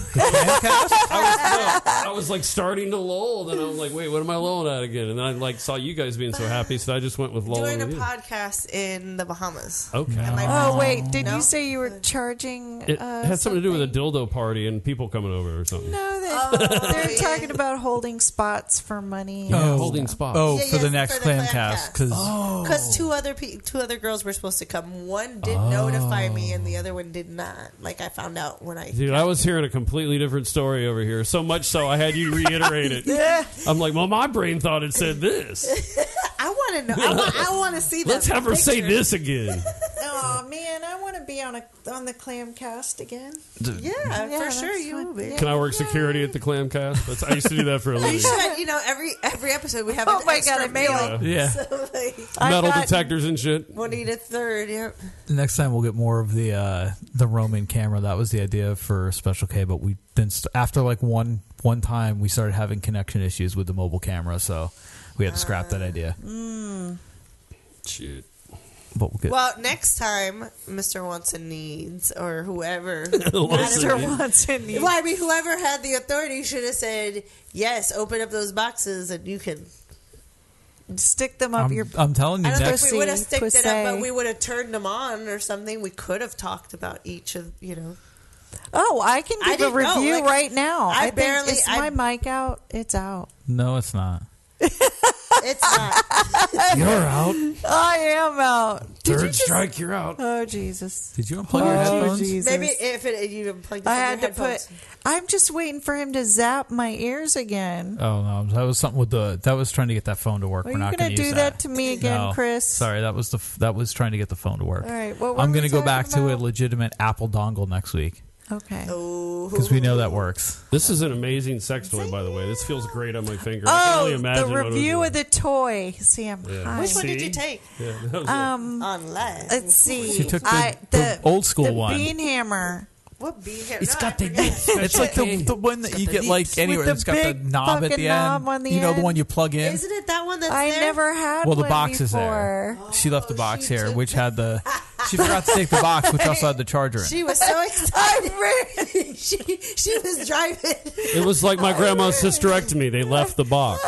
Speaker 5: I was like starting to lull, then I'm like, wait, what am I lulling at again? And then I like saw you guys being so happy, so I just went with lulling.
Speaker 4: Doing a
Speaker 5: with you.
Speaker 4: podcast in the Bahamas.
Speaker 5: Okay.
Speaker 6: Oh, wait. Did you say you were charging?
Speaker 5: It
Speaker 6: uh,
Speaker 5: had something to do with a dildo party and people coming over or something.
Speaker 6: No, they, they're talking about holding spots for money.
Speaker 5: holding spots. Oh,
Speaker 1: Oh,
Speaker 4: Yeah,
Speaker 1: for the
Speaker 4: yes,
Speaker 1: next
Speaker 4: for the
Speaker 1: clam
Speaker 4: clam
Speaker 1: cast because
Speaker 4: Because two other pe- two other girls were supposed to come. One did
Speaker 5: Oh.
Speaker 4: notify me, and the other one did not. Like I found out when I.
Speaker 5: Dude, I was hearing a completely different story over here. So much so, I had you reiterate it. I'm like, well, my brain thought it said this.
Speaker 4: I want to know. I want, I want to see. That
Speaker 5: Let's have her say
Speaker 4: picture.
Speaker 5: this again.
Speaker 6: Oh man, I want to be on a on the clam cast again.
Speaker 5: Dude.
Speaker 4: Yeah, for sure you will be.
Speaker 5: Can I work security at the clam cast? That's, I used to do that for a
Speaker 4: You
Speaker 5: living.
Speaker 4: should. You know, every every episode we have.
Speaker 6: Oh
Speaker 4: an
Speaker 6: my
Speaker 4: extra
Speaker 6: God, I feel
Speaker 4: meal.
Speaker 5: like- Yeah.
Speaker 4: So like,
Speaker 5: Metal detectors and shit.
Speaker 4: We'll need a third. Yeah.
Speaker 1: next time we'll get more of the uh, the Roman camera. That was the idea for Special K, but we then st- after like one one time we started having connection issues with the mobile camera, so we had to scrap
Speaker 6: Ah.
Speaker 1: that idea.
Speaker 6: Hmm.
Speaker 4: Mm.
Speaker 5: Shit.
Speaker 1: But we'll get
Speaker 4: Well, next time, Mr. Watson needs, or whoever.
Speaker 1: Watson
Speaker 6: Mr. needs. Watson needs.
Speaker 4: Why, I mean, whoever had the authority should have said, yes, open up those boxes and you can.
Speaker 6: Stick them up
Speaker 1: I'm,
Speaker 6: your.
Speaker 1: I'm telling you,
Speaker 4: I don't
Speaker 1: next
Speaker 4: think we would have sticked it up,
Speaker 6: pussy.
Speaker 4: but we would have turned them on or something. We could have talked about each of, you know.
Speaker 6: Oh, I can
Speaker 4: I
Speaker 6: give a
Speaker 4: didn't know,
Speaker 6: review
Speaker 4: like,
Speaker 6: right now.
Speaker 4: I
Speaker 6: I, think-
Speaker 4: barely-
Speaker 6: Is
Speaker 4: I-
Speaker 6: my mic out? It's out.
Speaker 1: no, it's not.
Speaker 4: It's not.
Speaker 1: You're out.
Speaker 6: I am out. Did you
Speaker 1: Third
Speaker 6: just-
Speaker 1: strike, you're out.
Speaker 6: Oh Jesus!
Speaker 1: Did you unplug your
Speaker 6: Oh,
Speaker 1: headphones?
Speaker 6: Jesus.
Speaker 4: Maybe if it, you plugged it
Speaker 6: I
Speaker 4: from
Speaker 6: had
Speaker 4: your
Speaker 6: to put. I'm just waiting for him to zap my ears again.
Speaker 1: Oh no, that was something with the that was trying to get that phone to work.
Speaker 6: Are
Speaker 1: We're
Speaker 6: you
Speaker 1: not
Speaker 6: gonna
Speaker 1: going to
Speaker 6: do
Speaker 1: use
Speaker 6: that to me again,
Speaker 1: No.
Speaker 6: Chris?
Speaker 1: Sorry, that was the f- that was trying to get the phone to work.
Speaker 6: All right, what were
Speaker 1: I'm
Speaker 6: we
Speaker 1: gonna go
Speaker 6: talking
Speaker 1: back to a legitimate Apple dongle next week.
Speaker 6: Okay.
Speaker 1: because we know that works.
Speaker 5: This is an amazing sex toy, by the way. This feels great on my finger. I can
Speaker 6: Oh,
Speaker 5: only imagine
Speaker 6: the
Speaker 5: what it would
Speaker 6: review
Speaker 5: look
Speaker 6: of the toy. See, I'm
Speaker 5: Yeah.
Speaker 6: high.
Speaker 5: Which one did you See?
Speaker 4: take?
Speaker 5: like. Yeah, that was it.
Speaker 6: Um,
Speaker 4: Unless
Speaker 6: let's see,
Speaker 1: She took the-
Speaker 6: I,
Speaker 1: the
Speaker 6: the
Speaker 1: old school
Speaker 6: the
Speaker 1: one.
Speaker 6: Bean hammer.
Speaker 4: What bean hammer?
Speaker 1: It's got the it's like the, the one that you
Speaker 6: the
Speaker 1: get like
Speaker 6: leaps.
Speaker 1: anywhere.
Speaker 6: With
Speaker 1: and It's
Speaker 6: the
Speaker 1: got the
Speaker 6: big
Speaker 1: knob at
Speaker 6: fucking
Speaker 1: the
Speaker 6: knob
Speaker 1: end.
Speaker 6: on the
Speaker 1: you know the
Speaker 6: end.
Speaker 1: one you plug in.
Speaker 4: Isn't it that one that's
Speaker 6: I
Speaker 4: there?
Speaker 6: never had.
Speaker 1: well, the
Speaker 6: one
Speaker 1: box is
Speaker 6: before.
Speaker 1: there. She
Speaker 6: Oh,
Speaker 1: left the box here, which had the. She forgot to take the box, which also had the charger in. it.
Speaker 4: She was so excited. she she was driving.
Speaker 5: It was like my grandma's hysterectomy. They left the box.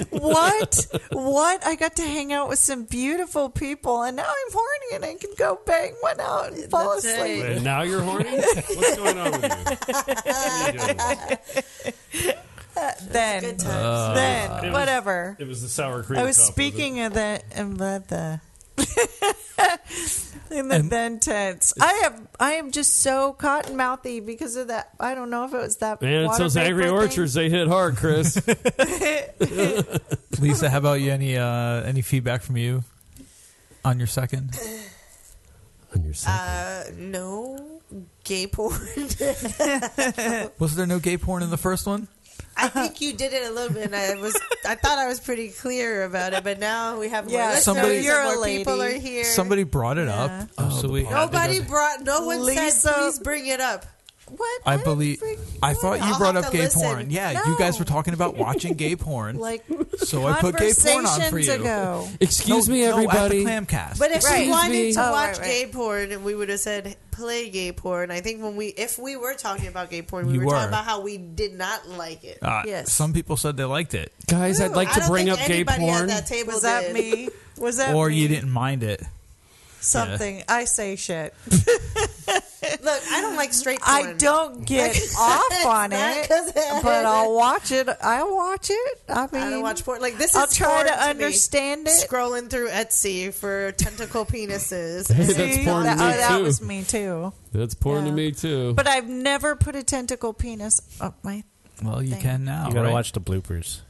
Speaker 6: what? What? I got to hang out with some beautiful people, and now I'm horny, and I can go bang one out and fall
Speaker 5: That's it.
Speaker 6: asleep.
Speaker 5: Wait, now you're horny? What's going on with you?
Speaker 6: then,
Speaker 5: Uh,
Speaker 6: then,
Speaker 5: it was-
Speaker 6: whatever.
Speaker 5: it was the sour cream
Speaker 6: I was
Speaker 5: cup, wasn't
Speaker 6: speaking of that about the. In the
Speaker 1: And-
Speaker 6: then tense, I have I am just so cotton mouthy because of that. I don't know if it was that.
Speaker 5: Man, it's
Speaker 6: water
Speaker 5: those angry
Speaker 6: vapor thing.
Speaker 5: orchards. They hit hard, Chris.
Speaker 1: Lisa, how about you? Any uh, any feedback from you on your second?
Speaker 5: On your
Speaker 4: Uh, no gay porn.
Speaker 1: Was there no gay porn in the first one?
Speaker 4: I think you did it a little bit. And I was I thought I was pretty clear about it, but now we have
Speaker 6: Yeah,
Speaker 4: more listeners.
Speaker 1: somebody-
Speaker 4: and
Speaker 6: You're a
Speaker 4: more people are
Speaker 6: lady.
Speaker 4: here.
Speaker 1: Somebody brought it up, Oh, so we. had to go-
Speaker 4: Nobody brought. No one
Speaker 6: Lisa-
Speaker 4: said please bring it up. What?
Speaker 1: I believe. I thought you
Speaker 4: I'll
Speaker 1: brought
Speaker 4: have
Speaker 1: up
Speaker 4: to
Speaker 1: gay
Speaker 4: listen.
Speaker 1: porn. Yeah, you guys were talking about watching gay porn.
Speaker 6: Like
Speaker 1: So I put gay porn on for
Speaker 6: conversations
Speaker 1: you.
Speaker 6: ago.
Speaker 5: Excuse me, everybody.
Speaker 1: No, at the Clamcast.
Speaker 4: But if
Speaker 6: Right.
Speaker 4: we wanted
Speaker 6: me.
Speaker 4: to
Speaker 6: Oh,
Speaker 4: watch
Speaker 6: right, right.
Speaker 4: gay porn, and we would have said play gay porn. I think when we, if we were talking about gay porn, we
Speaker 1: You
Speaker 4: were,
Speaker 1: were.
Speaker 4: talking about how we did not like it.
Speaker 1: Uh, Some people said they liked it,
Speaker 5: guys. I'd like
Speaker 4: I
Speaker 5: to
Speaker 4: don't
Speaker 5: bring
Speaker 4: think
Speaker 5: up gay
Speaker 4: anybody at
Speaker 5: porn.
Speaker 4: that table
Speaker 6: Was
Speaker 4: did.
Speaker 6: that me? Was that
Speaker 1: or
Speaker 6: me?
Speaker 1: you didn't mind it.
Speaker 6: something? I say shit.
Speaker 4: Look, I don't like straight. Porn.
Speaker 6: I don't get off on it, but I'll watch it. I'll watch it. I mean,
Speaker 4: I don't watch porn. Like this
Speaker 6: I'll
Speaker 4: is
Speaker 6: try
Speaker 4: porn
Speaker 6: to
Speaker 4: me.
Speaker 6: understand it.
Speaker 4: Scrolling through Etsy for tentacle penises.
Speaker 5: Hey, that's
Speaker 6: See?
Speaker 5: porn to
Speaker 6: That-
Speaker 5: me
Speaker 6: oh, that
Speaker 5: too.
Speaker 6: was me too.
Speaker 5: That's porn
Speaker 6: Yeah.
Speaker 5: to me too.
Speaker 6: But I've never put a tentacle penis up my.
Speaker 1: Well, you
Speaker 6: thing.
Speaker 1: can now.
Speaker 2: You gotta
Speaker 1: right?
Speaker 2: watch the bloopers.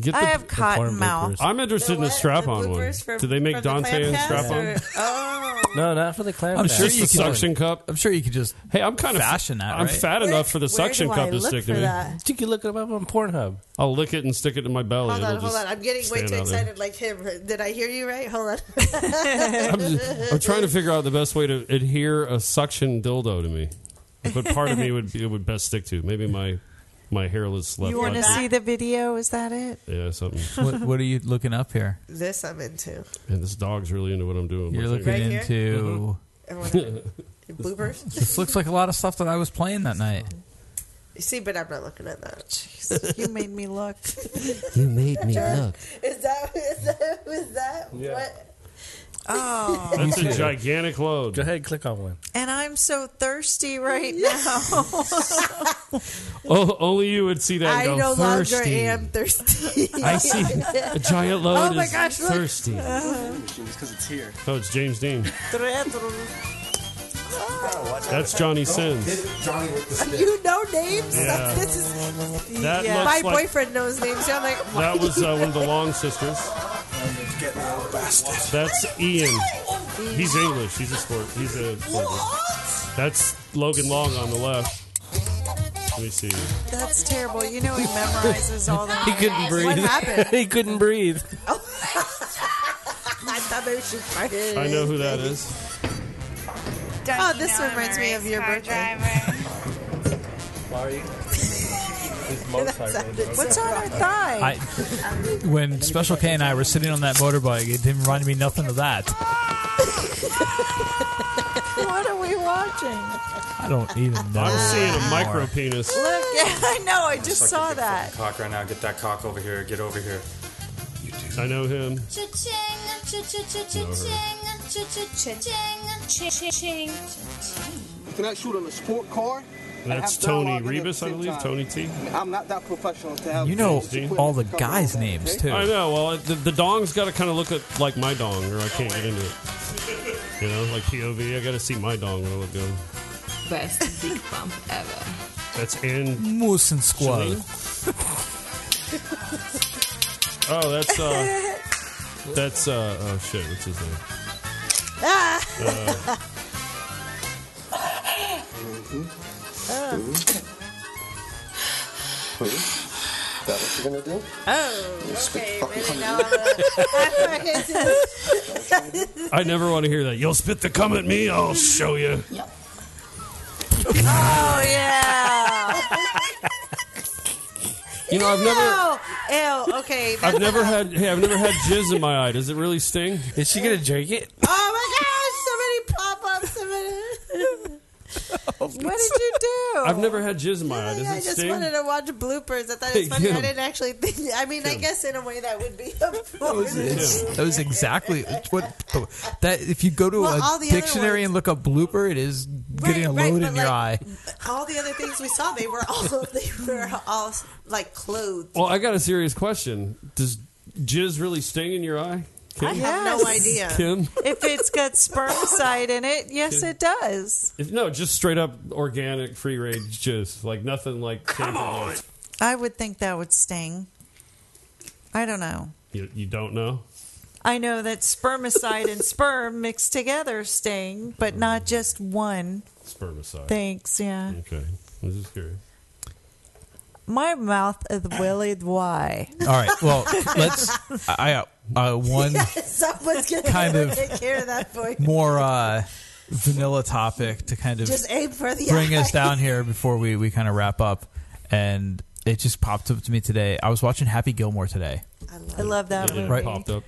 Speaker 5: Get
Speaker 6: I have cotton mouth.
Speaker 5: I'm interested in the strap-on one.
Speaker 4: bloopers for-
Speaker 5: Do they
Speaker 4: for
Speaker 5: make
Speaker 4: the
Speaker 5: Dante and
Speaker 4: Clamcast
Speaker 5: strap-on?
Speaker 4: or- Oh,
Speaker 2: No, not for the clam.
Speaker 1: I'm
Speaker 2: chowder.
Speaker 1: sure
Speaker 5: Just
Speaker 1: you
Speaker 5: the
Speaker 1: can.
Speaker 5: suction cup.
Speaker 1: I'm sure you could just.
Speaker 5: Hey, I'm kind of
Speaker 1: fashion that.
Speaker 5: I'm
Speaker 1: right?
Speaker 5: fat enough for the suction
Speaker 4: do I
Speaker 5: cup to
Speaker 4: look
Speaker 5: stick
Speaker 4: for
Speaker 5: to me.
Speaker 4: that?
Speaker 2: You can look them up on Pornhub.
Speaker 5: I'll lick it and stick it in my belly.
Speaker 4: Hold
Speaker 5: It'll
Speaker 4: on, hold
Speaker 5: just
Speaker 4: on. I'm getting way
Speaker 5: stand
Speaker 4: too
Speaker 5: out there.
Speaker 4: excited like him. Did I hear you right? Hold
Speaker 5: I'm, just, I'm trying to figure out the best way to adhere a suction dildo to me. But part of me would it would best stick to maybe my my hairless left.
Speaker 6: You want to
Speaker 5: leg.
Speaker 6: see the video? Is that it?
Speaker 5: Yeah, something.
Speaker 1: What, what are you looking up here?
Speaker 4: on. This I'm into.
Speaker 5: Man, this dog's really into what I'm doing.
Speaker 1: You're
Speaker 5: I think-
Speaker 1: looking
Speaker 4: Right here?
Speaker 1: into.
Speaker 4: Everyone- bloopers.
Speaker 1: This looks like a lot of stuff that I was playing that night.
Speaker 4: You see, but I'm not looking at that.
Speaker 6: You made me look.
Speaker 1: You made
Speaker 4: me look. Is that is that is that
Speaker 5: Yeah.
Speaker 4: what?
Speaker 6: Oh,
Speaker 5: Uh-huh. That's
Speaker 2: Me
Speaker 5: a
Speaker 2: too.
Speaker 5: gigantic load.
Speaker 2: Go ahead, click on one.
Speaker 6: and I'm so thirsty right now.
Speaker 5: Oh, only you would see that.
Speaker 4: I
Speaker 5: and
Speaker 4: no
Speaker 5: go, thirsty.
Speaker 4: longer am thirsty.
Speaker 5: I see a giant load.
Speaker 4: Oh my
Speaker 5: is
Speaker 4: gosh! Look.
Speaker 5: thirsty.
Speaker 7: because it's here.
Speaker 5: Oh, it's James Dean.
Speaker 7: That's
Speaker 5: That's Johnny Sins.
Speaker 7: Johnny with the stick.
Speaker 4: You know names.
Speaker 5: Yeah.
Speaker 4: This is
Speaker 5: That
Speaker 4: yeah. my
Speaker 5: looks like-
Speaker 4: boyfriend knows names. So I'm like,
Speaker 5: That was uh, one of the Long sisters.
Speaker 7: Get me old bastard.
Speaker 5: That's Ian. He's English. He's a sport. He's a. Sport. That's Logan Long on the left. Let me see.
Speaker 6: That's terrible. You know he memorizes all the.
Speaker 2: He couldn't breathe.
Speaker 6: What happened?
Speaker 2: he couldn't breathe.
Speaker 4: I thought maybe she farted.
Speaker 5: I know who that is.
Speaker 4: Oh, this reminds me of your birthday.
Speaker 2: Sorry.
Speaker 6: What's on her thigh?
Speaker 1: I, when Special K and I were sitting on that motorbike, it didn't remind me nothing of that.
Speaker 6: what are we watching?
Speaker 1: I don't even know.
Speaker 5: I'm seeing a micro penis.
Speaker 6: Look, yeah, I know. I just saw that.
Speaker 7: Cock right now. Get that cock over here. Get over here.
Speaker 5: I know him.
Speaker 8: Can I shoot on a sport car?
Speaker 5: That's
Speaker 8: I have dialogue
Speaker 5: Tony
Speaker 8: in it
Speaker 5: Rebus, I
Speaker 8: at the
Speaker 5: believe.
Speaker 8: same
Speaker 5: Tony T.
Speaker 8: time. I'm not that professional to have.
Speaker 1: You know
Speaker 8: things to put
Speaker 1: all
Speaker 8: in
Speaker 1: the
Speaker 8: cover all
Speaker 1: guys'
Speaker 8: that,
Speaker 1: names
Speaker 8: okay?
Speaker 1: too.
Speaker 5: I know. Well, the, the dong's got to kind of look at, like my dong, or I can't get into it. You know, like POV. I got to see my dong when I look good.
Speaker 23: Best dick bump ever.
Speaker 5: That's Ann.
Speaker 1: Moose and Squall.
Speaker 5: Oh, that's uh, that's uh, oh shit, what's his name?
Speaker 4: Ah.
Speaker 5: Uh,
Speaker 4: Uh.
Speaker 7: Is that what you're gonna do?
Speaker 4: Oh,
Speaker 7: You spit
Speaker 4: okay.
Speaker 7: fucking
Speaker 4: Really
Speaker 7: cum
Speaker 4: now
Speaker 7: at me?
Speaker 4: the-
Speaker 5: I never want to hear that. You'll spit the cum at me. I'll show you.
Speaker 4: oh yeah.
Speaker 5: You know, I've
Speaker 4: Ew.
Speaker 5: never.
Speaker 4: Ew. Okay.
Speaker 5: I've never had hey, I've never had jizz in my eye. Does it really sting? Is she gonna drink it?
Speaker 4: Oh my gosh! So many pop ups. So many. what did you do?
Speaker 5: I've never had jizz in my eye. Does
Speaker 4: I
Speaker 5: it
Speaker 4: just
Speaker 5: sting?
Speaker 4: wanted to watch bloopers. I thought
Speaker 5: Hey,
Speaker 4: it was funny.
Speaker 5: get
Speaker 4: I
Speaker 5: 'em.
Speaker 4: didn't actually think. I mean, I guess in a way that would be a
Speaker 1: That was exactly what that. If you go to
Speaker 4: Well, all
Speaker 1: a
Speaker 4: the other
Speaker 1: dictionary and look up blooper, it is getting a
Speaker 4: right,
Speaker 1: load
Speaker 4: but
Speaker 1: in your eye.
Speaker 4: All the other things we saw, they were all they were all like clothed.
Speaker 5: Well, I got a serious question. Does jizz really sting in your eye?
Speaker 6: I have no idea.
Speaker 5: Kim?
Speaker 6: if it's got spermicide in it, yes, it does.
Speaker 5: If, no, just straight up organic free range jizz. Like nothing like Come on.
Speaker 6: I would think that would sting. I don't know.
Speaker 5: You, you don't know?
Speaker 6: I know that spermicide and sperm mixed together sting, but not just one.
Speaker 5: Spermicide.
Speaker 6: Thanks, yeah.
Speaker 5: Okay. I'm just curious.
Speaker 6: My mouth is willy why.
Speaker 1: All right, well, let's. I uh, one
Speaker 4: Someone's gonna
Speaker 1: Kind of.
Speaker 4: take care of that for you.
Speaker 1: more uh, vanilla topic to kind of
Speaker 4: Just aim for the
Speaker 1: bring
Speaker 4: eye.
Speaker 1: us down here before we, we kind of wrap up. And it just popped up to me today. I was watching Happy Gilmore today.
Speaker 6: I love that movie.
Speaker 1: Right.
Speaker 5: up.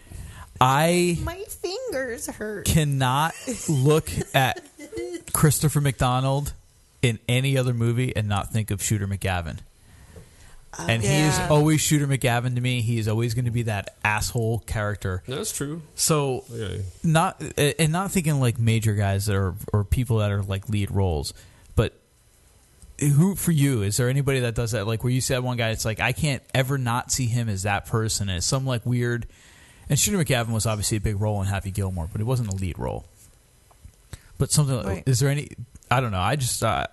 Speaker 1: I
Speaker 4: My fingers hurt.
Speaker 1: cannot look at Christopher McDonald in any other movie and not think of Shooter McGavin. And he is
Speaker 5: Yeah.
Speaker 1: always Shooter McGavin to me. He is always going to be that asshole character.
Speaker 5: That's true.
Speaker 1: So
Speaker 5: Okay.
Speaker 1: not and not thinking like major guys that are or people that are like lead roles, but who for you is there anybody that does that? Like where you said one guy, it's like I can't ever not see him as that person. And it's some like weird. And Shooter McGavin was obviously a big role in Happy Gilmore, but it wasn't a lead role. But something like,
Speaker 6: Right.
Speaker 1: is there any? I don't know. I just uh,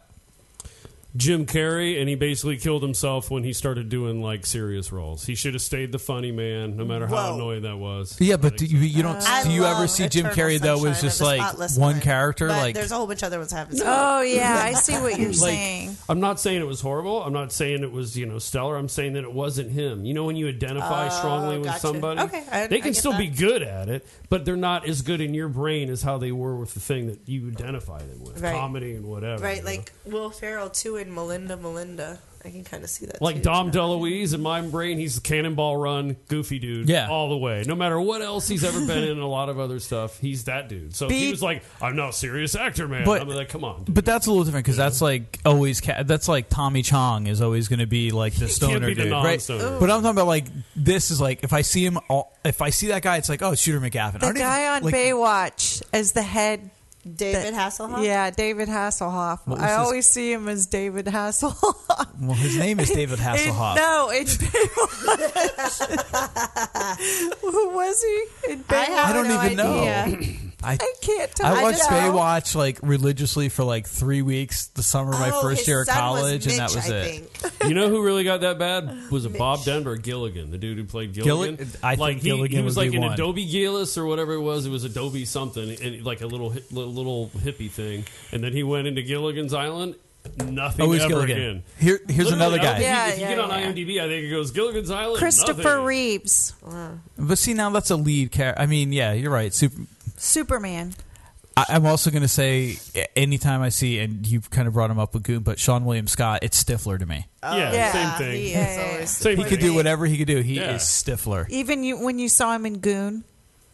Speaker 5: Jim Carrey, and he basically killed himself when he started doing like serious roles. He should have stayed the funny man, no matter how
Speaker 1: Whoa.
Speaker 5: annoying that was.
Speaker 1: yeah. But do you, you don't
Speaker 4: I
Speaker 1: do you ever
Speaker 4: love
Speaker 1: see Jim
Speaker 4: Eternal
Speaker 1: Carrey though? Was
Speaker 4: Sunshine of
Speaker 1: just
Speaker 4: the
Speaker 1: like
Speaker 4: Spotless
Speaker 1: one
Speaker 4: Mind.
Speaker 1: character
Speaker 4: But
Speaker 1: like
Speaker 4: there's a whole bunch of other ones I haven't seen.
Speaker 6: Oh yeah, I see what you're
Speaker 5: Like,
Speaker 6: saying.
Speaker 5: I'm not saying it was horrible. I'm not saying it was you know stellar. I'm saying that it wasn't him. You know when you identify
Speaker 4: Oh,
Speaker 5: strongly with
Speaker 4: gotcha.
Speaker 5: somebody,
Speaker 4: Okay, I-
Speaker 5: they
Speaker 4: I
Speaker 5: can
Speaker 4: get
Speaker 5: still
Speaker 4: that.
Speaker 5: be good at it, but they're not as good in your brain as how they were with the thing that you identify them with,
Speaker 4: Right.
Speaker 5: comedy and whatever.
Speaker 4: right,
Speaker 5: you know?
Speaker 4: like Will Ferrell too, and Melinda, Melinda. I can kind of see that.
Speaker 5: Like
Speaker 4: too.
Speaker 5: Dom DeLuise in my brain, he's the Cannonball Run goofy dude,
Speaker 1: Yeah.
Speaker 5: all the way. No matter what else he's ever been in, and a lot of other stuff, he's that dude. So if he
Speaker 1: Be-
Speaker 5: was like, "I'm not a serious actor, man,"
Speaker 1: But-
Speaker 5: I'm like, "Come on,
Speaker 1: But that's a little different because that's like always. Ca- that's like Tommy Chong is always going to be like the stoner
Speaker 5: be the
Speaker 1: dude, right?
Speaker 5: non-stoner.
Speaker 6: Oh.
Speaker 1: But I'm talking about like this is like if I see him, all, if I see that guy, it's like oh Shooter McGavin. I
Speaker 6: The
Speaker 1: don't even-
Speaker 6: guy on
Speaker 1: like,
Speaker 6: Baywatch as the head.
Speaker 4: David Hasselhoff?
Speaker 6: Yeah, David Hasselhoff.
Speaker 1: What was
Speaker 6: I
Speaker 1: his-
Speaker 6: always see him as David Hasselhoff.
Speaker 1: Well, his name is David Hasselhoff.
Speaker 6: no, it's Baywatch. Who was he? In Baywatch?
Speaker 1: I have I don't no even know. idea. I,
Speaker 6: I can't tell.
Speaker 1: I watched
Speaker 6: just-
Speaker 1: Baywatch like religiously for like three weeks the summer of my
Speaker 6: Oh,
Speaker 1: first
Speaker 6: his
Speaker 1: year of
Speaker 6: son was
Speaker 1: college, and
Speaker 6: Mitch,
Speaker 1: that was
Speaker 6: I
Speaker 1: it.
Speaker 5: You know who really got that bad was a Bob Denver Gilligan, the dude who played
Speaker 1: Gilli-
Speaker 5: Gilligan.
Speaker 1: I think
Speaker 5: like he,
Speaker 1: Gilligan
Speaker 5: he was
Speaker 1: would
Speaker 5: like
Speaker 1: be
Speaker 5: an
Speaker 1: one.
Speaker 5: Adobe Gillis or whatever it was. It was Adobe something, and like a little hi- little, little hippie thing. And then he went into Gilligan's Island. Nothing
Speaker 1: Always
Speaker 5: ever
Speaker 1: Oh, Gilligan.
Speaker 5: again.
Speaker 1: Here- here's
Speaker 5: Literally,
Speaker 1: another
Speaker 5: I don't
Speaker 1: guy.
Speaker 5: think
Speaker 1: Yeah,
Speaker 5: if you
Speaker 1: yeah,
Speaker 5: get on
Speaker 1: yeah.
Speaker 5: IMDb, I think it goes Gilligan's Island.
Speaker 6: Christopher
Speaker 5: nothing.
Speaker 6: Reeves,
Speaker 1: But see, now that's a lead character. I mean, yeah, you're right. Super.
Speaker 6: Superman.
Speaker 1: I, I'm also going to say a- anytime I see, and you kind of brought him up with Goon, but Sean William Scott, it's Stifler to me.
Speaker 4: Oh,
Speaker 5: yeah,
Speaker 6: Yeah,
Speaker 5: same thing.
Speaker 6: he is Yeah, always
Speaker 1: He could do whatever he could do. He
Speaker 5: Yeah.
Speaker 1: is Stifler.
Speaker 6: Even you when you saw him in Goon.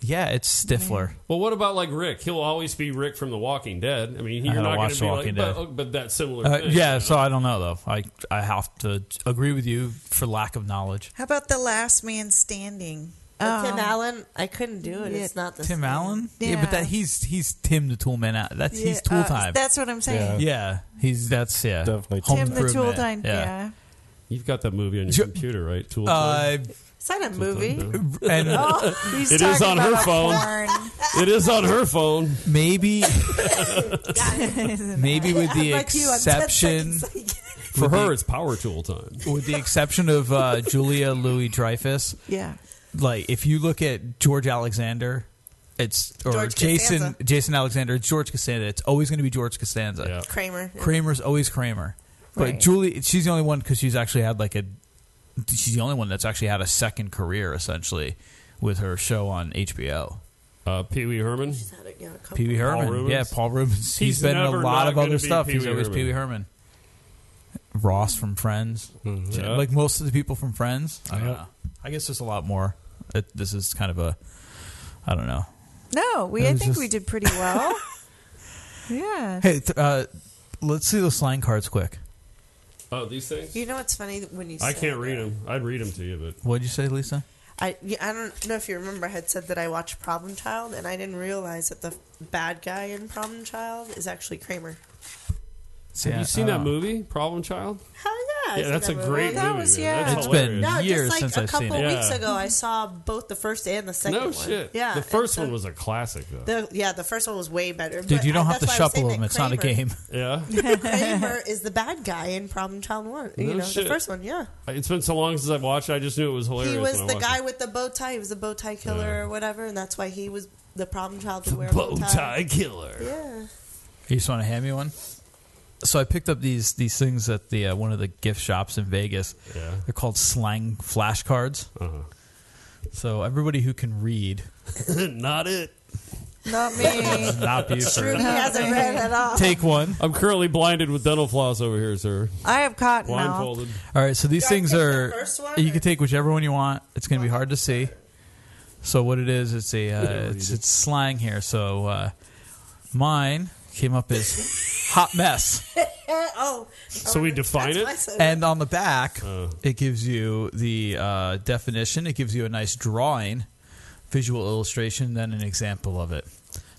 Speaker 1: Yeah, it's Stifler.
Speaker 5: Well, what about like Rick? He'll always be Rick from The Walking Dead. I mean,
Speaker 1: I
Speaker 5: you're
Speaker 1: haven't
Speaker 5: not going
Speaker 1: watched
Speaker 5: to
Speaker 1: The
Speaker 5: be like,
Speaker 1: Walking
Speaker 5: but,
Speaker 1: Dead.
Speaker 5: oh, but that similar.
Speaker 1: Uh,
Speaker 5: thing.
Speaker 1: yeah, so I don't know though. I I have to agree with you for lack of knowledge.
Speaker 6: How about the Last Man Standing?
Speaker 4: But Tim
Speaker 6: Um,
Speaker 4: Allen, I couldn't do it. It's not the
Speaker 1: Tim
Speaker 4: same.
Speaker 1: Allen? Yeah. but that he's he's Tim the Tool Man. That's he's
Speaker 6: Yeah,
Speaker 1: Tool
Speaker 6: uh,
Speaker 1: Time.
Speaker 6: that's what I'm saying.
Speaker 1: Yeah, he's that's yeah. Definitely
Speaker 6: Tim the Tool Time. Yeah.
Speaker 5: You've got that movie on your computer, right? Tool
Speaker 1: Uh,
Speaker 4: Is that a movie?
Speaker 1: and
Speaker 6: Oh,
Speaker 4: Oh,
Speaker 5: It is on her phone. It is on her phone.
Speaker 1: Maybe maybe with the
Speaker 5: Like you, I'm 10
Speaker 1: exception
Speaker 5: For her, it's power tool time.
Speaker 1: with the exception of uh, Julia Louis Dreyfus.
Speaker 6: Yeah.
Speaker 1: Like if you look at George Alexander, It's or
Speaker 4: George
Speaker 1: Jason
Speaker 4: Costanza.
Speaker 1: Jason Alexander. It's George Costanza. It's always going to be George Costanza.
Speaker 4: Kramer.
Speaker 1: Kramer's always Kramer. But
Speaker 4: Right.
Speaker 1: Julie, she's the only one because she's actually had like a. She's the only one that's actually had a second career essentially with her show on HBO.
Speaker 5: Uh, Pee Wee Herman.
Speaker 1: Pee Wee Herman. yeah, Paul
Speaker 5: He's
Speaker 1: Rubens. he's been in a
Speaker 5: never
Speaker 1: lot
Speaker 5: not
Speaker 1: of other
Speaker 5: gonna be
Speaker 1: stuff. He's
Speaker 5: Pee Wee
Speaker 1: always
Speaker 5: Herman.
Speaker 1: Pee Wee Herman. Ross from Friends.
Speaker 5: Mm-hmm. Yeah.
Speaker 1: Like most of the people from Friends. I don't
Speaker 5: Yeah.
Speaker 1: know. I guess there's a lot more. It, this is kind of a. I don't know.
Speaker 6: No, we.
Speaker 1: It
Speaker 6: I
Speaker 1: was
Speaker 6: think
Speaker 1: just-
Speaker 6: we did pretty well. yeah.
Speaker 1: Hey, th- uh, let's see those line cards quick.
Speaker 5: Oh, these things.
Speaker 4: You know what's funny when you
Speaker 5: I
Speaker 4: said
Speaker 5: can't read them. I'd read them to you, but
Speaker 1: What'd you say, Lisa?
Speaker 4: I yeah, I don't know if you remember. I had said that I watched Problem Child, and I didn't realize that the bad guy in Problem Child is actually Kramer.
Speaker 5: have
Speaker 1: Yeah,
Speaker 5: you seen
Speaker 1: oh.
Speaker 5: that movie, Problem Child?
Speaker 4: Hell yeah! I
Speaker 5: Yeah,
Speaker 4: seen
Speaker 5: that's a
Speaker 4: that movie.
Speaker 5: great
Speaker 4: That
Speaker 5: movie.
Speaker 4: was-
Speaker 5: man.
Speaker 4: yeah.
Speaker 5: That's
Speaker 1: It's been
Speaker 5: hilarious.
Speaker 4: No,
Speaker 1: years
Speaker 4: just like
Speaker 1: since
Speaker 4: a
Speaker 1: I've
Speaker 4: couple
Speaker 1: seen it.
Speaker 4: weeks
Speaker 5: Yeah.
Speaker 4: ago, I saw both the first and the second
Speaker 5: no
Speaker 4: one.
Speaker 5: shit.
Speaker 4: Yeah,
Speaker 5: the
Speaker 4: and
Speaker 5: first
Speaker 4: so-
Speaker 5: one was a classic though.
Speaker 4: The, yeah, the first one was way better.
Speaker 1: Dude,
Speaker 4: but
Speaker 1: you don't
Speaker 4: I-
Speaker 1: have to
Speaker 4: that's why I was
Speaker 1: shuffle
Speaker 4: saying
Speaker 1: them.
Speaker 4: that
Speaker 1: It's not a
Speaker 4: Kramer-
Speaker 1: game.
Speaker 5: Yeah.
Speaker 4: Kramer is the bad guy in Problem Child One. You
Speaker 5: No
Speaker 4: know,
Speaker 5: shit.
Speaker 4: the first one. Yeah,
Speaker 5: It's been so long since I've watched. it, I just knew it was hilarious.
Speaker 4: he
Speaker 5: when
Speaker 4: was
Speaker 5: I
Speaker 4: the
Speaker 5: watched
Speaker 4: guy
Speaker 5: it.
Speaker 4: with the bow tie. He was a bow tie killer or whatever, and that's why he was the Problem Child. The
Speaker 5: bow tie killer.
Speaker 4: Yeah.
Speaker 1: You just want to hand me one? So I picked up these these things at the uh, one of the gift shops in Vegas.
Speaker 5: Yeah.
Speaker 1: They're called slang flashcards.
Speaker 5: Uh-huh.
Speaker 1: So everybody who can read,
Speaker 5: Not it.
Speaker 6: Not me.
Speaker 1: not be for-
Speaker 6: Trudy hasn't read at all.
Speaker 1: Take one.
Speaker 5: I'm currently blinded with dental floss over here, sir.
Speaker 6: I have cotton mouth.
Speaker 5: Blindfolded.
Speaker 1: All right, so these
Speaker 6: Do I
Speaker 1: things
Speaker 6: take the
Speaker 1: are
Speaker 6: first one,
Speaker 1: you can take whichever one you want. It's going to be hard to see. So what it is, it's a uh, it's, it's slang here. So uh, mine came up as hot mess,
Speaker 4: oh.
Speaker 5: So we define
Speaker 4: That's why I
Speaker 5: it. Oh.
Speaker 4: said
Speaker 1: and on the back it gives you the uh, definition. It gives you a nice drawing, visual illustration, then an example of it.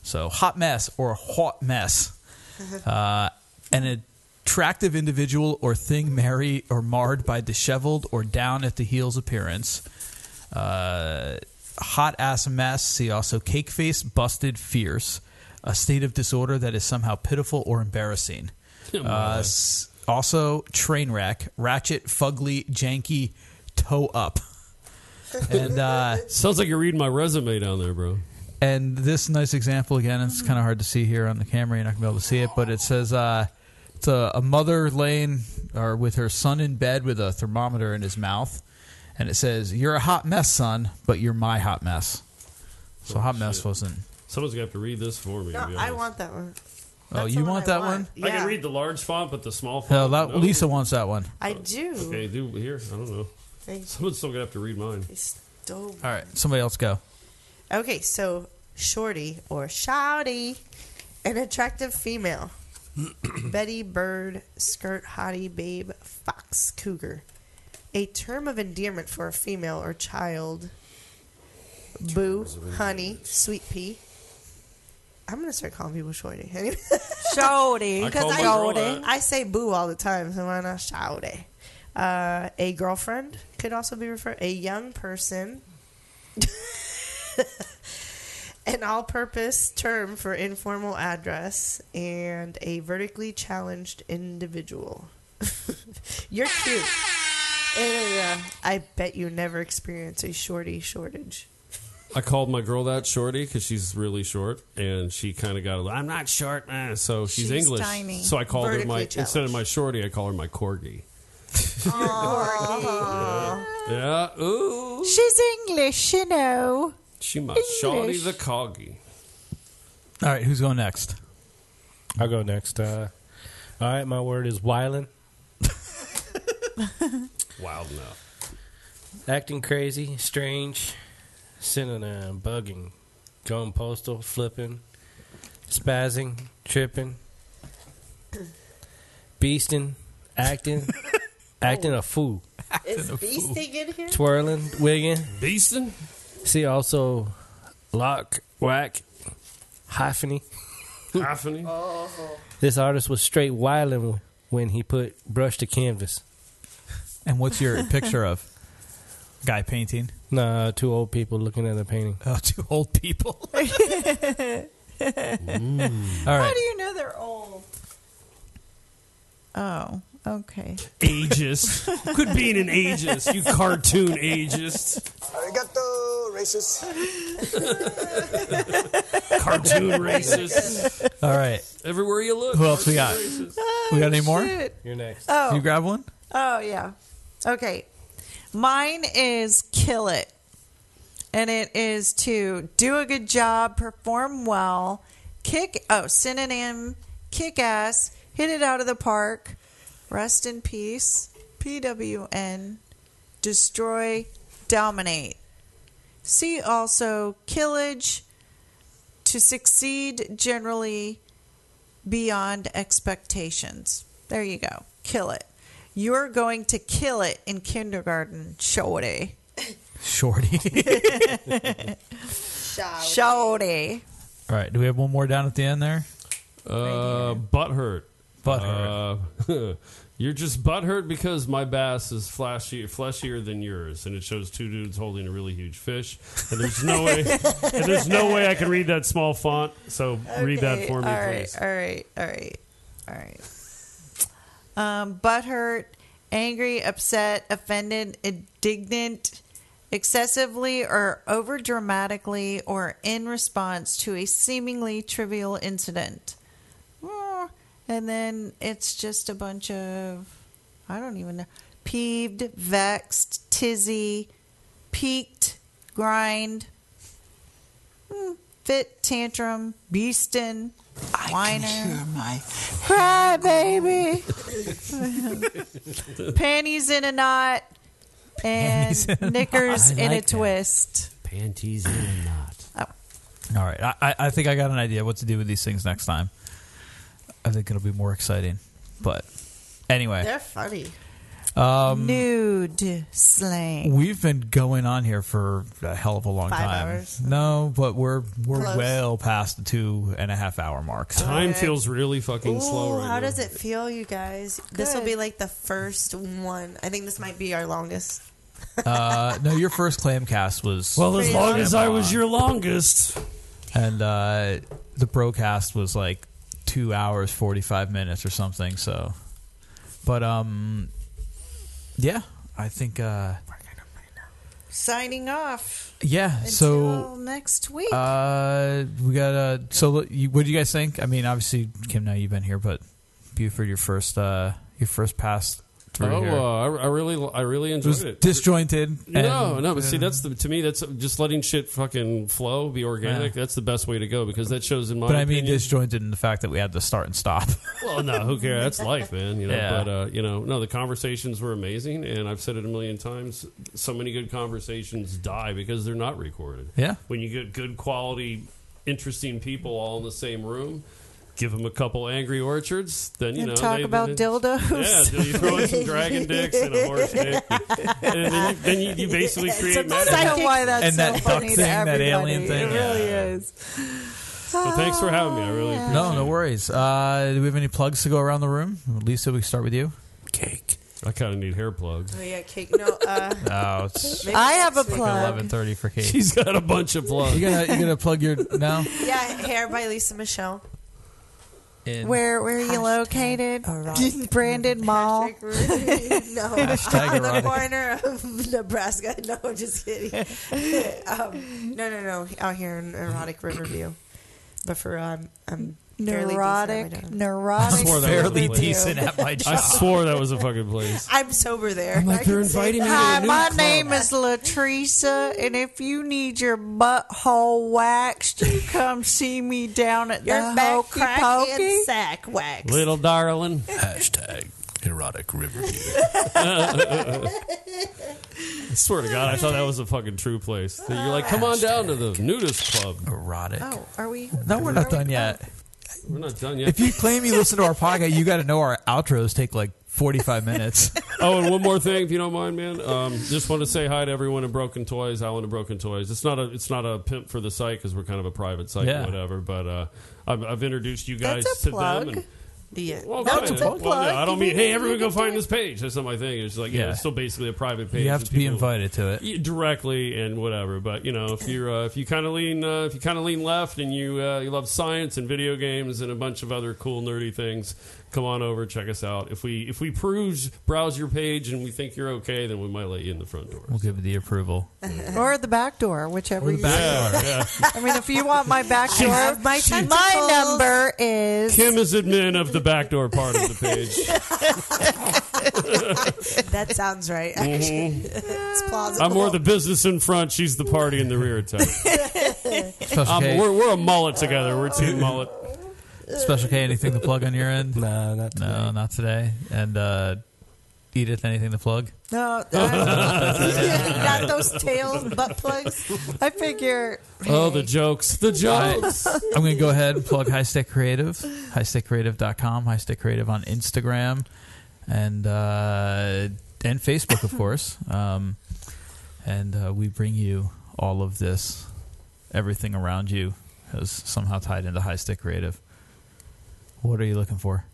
Speaker 1: So hot mess or hot mess, uh, an attractive individual or thing marry or marred by disheveled or down at the heels appearance. Uh, hot ass mess. See also cake face, busted, fierce. A state of disorder that is somehow pitiful or embarrassing. Uh, s- also, train wreck, ratchet, fugly, janky, toe up. And uh,
Speaker 5: Sounds like you're reading my resume down there, bro.
Speaker 1: and this nice example again, it's kind of hard to see here on the camera. You're not gonna be able to see it, but it says uh, it's a, a mother laying or with her son in bed with a thermometer in his mouth, and it says, "You're a hot mess, son, but you're my hot mess." So hot mess wasn't.
Speaker 5: Someone's gonna have to read this for me. to
Speaker 4: No,
Speaker 5: be
Speaker 4: I
Speaker 5: honest.
Speaker 4: want that one.
Speaker 1: Oh, you want that one?
Speaker 5: I
Speaker 4: Yeah.
Speaker 5: can read the large font, but the small font.
Speaker 1: Hell, that,
Speaker 5: no.
Speaker 1: Lisa wants that one.
Speaker 4: I do.
Speaker 5: Oh, Okay, do here. I don't know.
Speaker 4: Thank-
Speaker 5: Someone's still gonna have to read mine.
Speaker 4: Dope.
Speaker 1: All right, somebody else go.
Speaker 4: Okay, so shorty or shouty, an attractive female. Betty Bird, skirt hottie, babe, fox cougar. A term of endearment for a female or child. Boo, honey, sweet pea. I'm gonna start calling people shorty.
Speaker 6: Shorty. I
Speaker 4: because
Speaker 6: call
Speaker 4: I,
Speaker 6: my girl that.
Speaker 4: I say boo all the time, so why not shorty? Uh, a girlfriend could also be referred. A young person. An all-purpose term for informal address and a vertically challenged individual. You're cute. Yeah, I bet you never experience a shorty shortage.
Speaker 5: I called my girl that shorty because she's really short, and she kind of got. A, I'm not short, eh, so she's,
Speaker 6: She's
Speaker 5: English.
Speaker 6: tiny.
Speaker 5: So I called her my
Speaker 6: Vertically
Speaker 5: instead of my shorty, I call her my corgi. Yeah, ooh,
Speaker 6: She's English, you know.
Speaker 5: she my shorty
Speaker 6: English.
Speaker 5: the corgi.
Speaker 1: All right, who's going next?
Speaker 2: I'll go next. Uh, all right, my word is wildin'.
Speaker 5: Wild now.
Speaker 2: Acting crazy, strange, synonym, bugging, going postal, flipping, spazzing, tripping, beasting, acting, acting a fool,
Speaker 4: Oh. Is beasting in here?
Speaker 2: twirling, wigging,
Speaker 5: beasting.
Speaker 2: See also lock, whack, hypheny.
Speaker 5: Hypheny.
Speaker 2: This artist was straight wildin' when he put brush to canvas.
Speaker 1: And what's your picture of? Guy painting.
Speaker 2: Nah, two old people looking at a painting.
Speaker 1: Oh, two old people.
Speaker 2: Mm.
Speaker 1: All
Speaker 6: How
Speaker 1: right.
Speaker 6: do you know they're old? Oh, okay.
Speaker 5: Aegis. Quit being an ageist, you cartoon ageist.
Speaker 8: Arigato,
Speaker 3: racist.
Speaker 5: Cartoon racist.
Speaker 1: All right.
Speaker 5: Everywhere you look.
Speaker 1: Who else we got?
Speaker 5: cartoon racist.
Speaker 1: we got any more?
Speaker 6: Shit.
Speaker 5: You're next.
Speaker 6: Oh.
Speaker 1: Can you grab one?
Speaker 6: Oh yeah. Okay. Mine is kill it. And it is to do a good job, perform well, kick oh, synonym, kick ass, hit it out of the park, rest in peace, PWN, destroy, dominate. See also killage to succeed generally beyond expectations. There you go. Kill it. You're going to kill it in kindergarten, shorty.
Speaker 1: Shorty.
Speaker 6: shorty.
Speaker 1: All right. Do we have one more down at the end there?
Speaker 5: Uh, butthurt.
Speaker 1: Butthurt.
Speaker 5: Uh, you're just butthurt because my bass is flashy, fleshier than yours, and it shows two dudes holding a really huge fish. And there's no way, and there's no way I can read that small font. So read that
Speaker 6: Okay,
Speaker 5: for me,
Speaker 6: all right,
Speaker 5: please.
Speaker 6: All right, all right, all right. Um, butthurt, angry, upset, offended, indignant, excessively or over dramatically, or in response to a seemingly trivial incident. Mm, And then it's just a bunch of, I don't even know, peeved, vexed, tizzy, peaked, grind, mm, fit, tantrum, beastin, whiner,
Speaker 10: my
Speaker 6: cry baby, panties in a knot, and
Speaker 1: Panties in a knot.
Speaker 6: knickers
Speaker 1: I
Speaker 6: in a
Speaker 1: like that.
Speaker 6: twist.
Speaker 5: Panties in a knot.
Speaker 4: Oh.
Speaker 1: All right. I, I- I think I got an idea what to do with these things next time. I think it'll be more exciting. But anyway,
Speaker 4: They're funny.
Speaker 1: um,
Speaker 6: Nude slang.
Speaker 1: we've been going on here for a hell of a long
Speaker 6: Five
Speaker 1: time.
Speaker 6: hours.
Speaker 1: No, but we're we're
Speaker 4: Close.
Speaker 1: well past the two and a half hour mark.
Speaker 5: Time feels really fucking
Speaker 4: Ooh,
Speaker 5: slow right
Speaker 4: how
Speaker 5: now.
Speaker 4: does it feel, you guys? This will
Speaker 6: Good.
Speaker 4: be like the first one. I think this might be our longest.
Speaker 1: uh, no, your first clam cast was
Speaker 5: Well, as long as I was your
Speaker 1: longest, and uh, the broadcast was like two hours forty five minutes or something. So, but um, yeah, I think uh,
Speaker 6: Signing off.
Speaker 1: yeah.
Speaker 6: Until
Speaker 1: So
Speaker 6: next week.
Speaker 1: uh, we got uh, so what you- what do you guys think? I mean, obviously, Kim, now you've been here, but Buford, your first uh, your first pass through
Speaker 5: Oh,
Speaker 1: here.
Speaker 5: uh, I, I really, I really enjoyed
Speaker 1: was
Speaker 5: it.
Speaker 1: disjointed and- uh,
Speaker 5: no, no, but see, that's the to me, that's just letting shit fucking flow, be organic.
Speaker 1: Yeah.
Speaker 5: That's the best way to go because that shows in my.
Speaker 1: but I mean
Speaker 5: opinion-
Speaker 1: disjointed in the fact that we had to start and stop.
Speaker 5: well, no, who cares? That's life, man. You know,
Speaker 1: Yeah.
Speaker 5: but uh, you know, no, the conversations were amazing, and I've said it a million times. So many good conversations die because they're not recorded.
Speaker 1: Yeah.
Speaker 5: when you get good quality, interesting people all in the same room. Give them a couple angry orchards, then you
Speaker 6: And
Speaker 5: know
Speaker 6: talk
Speaker 5: they-
Speaker 6: about dildos.
Speaker 5: Yeah, you throw in some dragon dicks and a horse dick, and then you, then you, you basically create. magic.
Speaker 6: I don't know why that's
Speaker 1: And
Speaker 6: so
Speaker 1: that duck
Speaker 6: funny to
Speaker 1: thing, that
Speaker 6: everybody.
Speaker 1: alien thing,
Speaker 6: It
Speaker 1: yeah.
Speaker 6: really is.
Speaker 5: Well, thanks for having me. I really appreciate
Speaker 1: No, no worries. Uh, do we have any plugs to go around the room? Lisa, we can start with you.
Speaker 5: Cake. I kind of need hair plugs.
Speaker 4: Oh yeah, cake. No, uh,
Speaker 1: Oh, it's
Speaker 4: Maybe I
Speaker 6: have a next week. plug.
Speaker 1: Eleven thirty for Kate.
Speaker 5: She's got a bunch of plugs.
Speaker 1: You gonna you gonna plug your now?
Speaker 4: yeah, hair by Lisa Michelle.
Speaker 6: Where where are you located? Brandon Mall.
Speaker 4: no,
Speaker 6: Hashtag
Speaker 4: on the
Speaker 6: erotic.
Speaker 4: corner of Nebraska. No, I'm just kidding. um, no, no, no. Out here in erotic Riverview. But for real, I'm, I'm fairly decent at my
Speaker 6: Neurotic,
Speaker 4: job.
Speaker 6: neurotic.
Speaker 5: Fairly
Speaker 1: decent at my
Speaker 5: I
Speaker 1: job.
Speaker 5: swore that was a fucking place.
Speaker 4: I'm sober there.
Speaker 5: I'm like,
Speaker 4: I can
Speaker 5: they're
Speaker 4: say
Speaker 5: inviting me
Speaker 4: that.
Speaker 5: to
Speaker 6: Hi, my name is Latresa, and if you need your butthole waxed, you come see me down at
Speaker 4: Your
Speaker 6: the
Speaker 4: back
Speaker 6: Hokey
Speaker 4: crack and
Speaker 6: Pokey.
Speaker 4: sack wax.
Speaker 5: Little darling.
Speaker 10: Hashtag erotic Riverview.
Speaker 5: I swear to God, I thought that was a fucking true place. You're like, come on down to the nudist club.
Speaker 1: Erotic.
Speaker 4: Ah.
Speaker 6: Oh, are we?
Speaker 1: No, we're not done yet.
Speaker 5: We're not done yet.
Speaker 1: If you claim you listen to our podcast, you got to know our outros take like forty five minutes.
Speaker 5: oh, and one more thing, if you don't mind, man. Um, just want to say hi to everyone in Broken Toys. Alan and Broken Toys. It's not a it's not a pimp for the site because we're kind of a private site
Speaker 1: Yeah.
Speaker 5: or whatever. But uh, I've, I've introduced you guys
Speaker 4: That's a
Speaker 5: to
Speaker 4: plug.
Speaker 5: them. And,
Speaker 4: Yeah.
Speaker 5: well,
Speaker 4: That's
Speaker 5: kinda.
Speaker 4: a
Speaker 5: Oh, Well,
Speaker 4: plug.
Speaker 5: no, I don't
Speaker 4: You
Speaker 5: mean, hey,
Speaker 4: you
Speaker 5: everyone go
Speaker 4: can
Speaker 5: find
Speaker 4: do
Speaker 5: this page. That's not my thing. It's like, yeah,
Speaker 1: Yeah.
Speaker 5: it's still basically a private page.
Speaker 1: You have
Speaker 5: It's
Speaker 1: to be
Speaker 5: people-
Speaker 1: invited to it.
Speaker 5: Yeah, directly and whatever. But you know, if you're uh, if you kind of lean uh, if you kind of lean left and you uh, you love science and video games and a bunch of other cool nerdy things, come on over, check us out. If we if we peruse, browse your page, and we think you're okay, then we might let you in the front door.
Speaker 1: We'll give you the approval.
Speaker 5: Mm.
Speaker 6: or the back door, whichever.
Speaker 1: Or the
Speaker 6: you
Speaker 1: back
Speaker 6: say.
Speaker 5: door,
Speaker 6: I mean, if you want my back
Speaker 5: She-
Speaker 6: door,
Speaker 5: My
Speaker 6: my,
Speaker 5: tentacles.
Speaker 6: number is
Speaker 5: Kim is admin of the backdoor part of the page.
Speaker 4: that sounds right. Actually,
Speaker 1: Mm-hmm.
Speaker 4: it's plausible.
Speaker 5: I'm more the business in front. She's the party in the rear. Type.
Speaker 1: Special
Speaker 5: Um,
Speaker 1: K.
Speaker 5: we're we're a mullet together. We're team mullet.
Speaker 1: Special K, anything to plug on your end?
Speaker 2: no, not today.
Speaker 1: No, not today. And uh, Edith, anything to plug?
Speaker 6: No,
Speaker 1: I-
Speaker 6: not those tails, butt plugs. I figure.
Speaker 1: Oh, the jokes. The
Speaker 6: jokes.
Speaker 1: I'm going to go ahead and plug High Stick Creative, highstickcreative.com, High Stick Creative on Instagram, and uh, and Facebook, of course. Um, and uh, we bring you all of this. Everything around you is somehow tied into High Stick Creative. What are you looking for?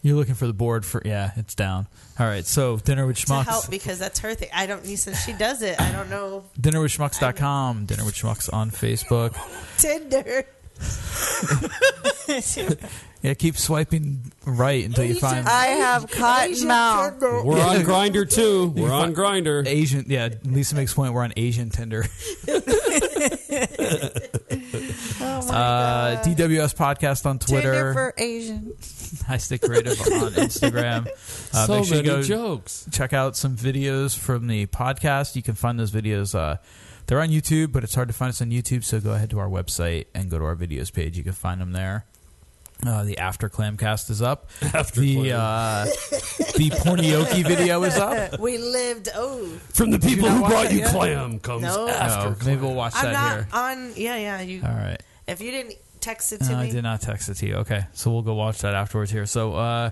Speaker 1: You're looking for the board for yeah, it's down. All right, so dinner with
Speaker 4: to
Speaker 1: schmucks.
Speaker 4: help because that's her thing. I don't. Since she does it, I don't know
Speaker 1: dinnerwithschmucks.com, dinner with schmucks on Facebook.
Speaker 4: Tinder.
Speaker 1: Yeah, keep swiping right until you find.
Speaker 6: I have cotton mouth.
Speaker 5: We're on Grinder too. We're on Grinder.
Speaker 1: Asian, yeah. Lisa makes point. We're on Asian Tinder.
Speaker 6: Oh
Speaker 1: uh, DWS podcast on
Speaker 6: Tinder
Speaker 1: Twitter.
Speaker 6: for Asian.
Speaker 1: I stick creative on Instagram. Uh,
Speaker 5: So
Speaker 1: make sure you
Speaker 5: many
Speaker 1: go
Speaker 5: jokes.
Speaker 1: Check out some videos from the podcast. You can find those videos. Uh, they're on YouTube, but it's hard to find us on YouTube. So go ahead to our website and go to our videos page. You can find them there. Uh, the after clamcast is up. After the uh, the pornioki video is up.
Speaker 4: We lived. Oh,
Speaker 1: From the people
Speaker 4: Did you
Speaker 1: who
Speaker 4: not watch
Speaker 1: brought
Speaker 4: that
Speaker 1: you
Speaker 4: yet?
Speaker 1: clam comes
Speaker 4: no.
Speaker 1: after No, maybe we'll watch
Speaker 4: I'm
Speaker 1: that
Speaker 4: not
Speaker 1: here.
Speaker 4: On yeah, yeah. You.
Speaker 1: All right.
Speaker 4: If you didn't text it to
Speaker 1: No,
Speaker 4: me,
Speaker 1: I did not text it to you. Okay, so we'll go watch that afterwards here. So, uh,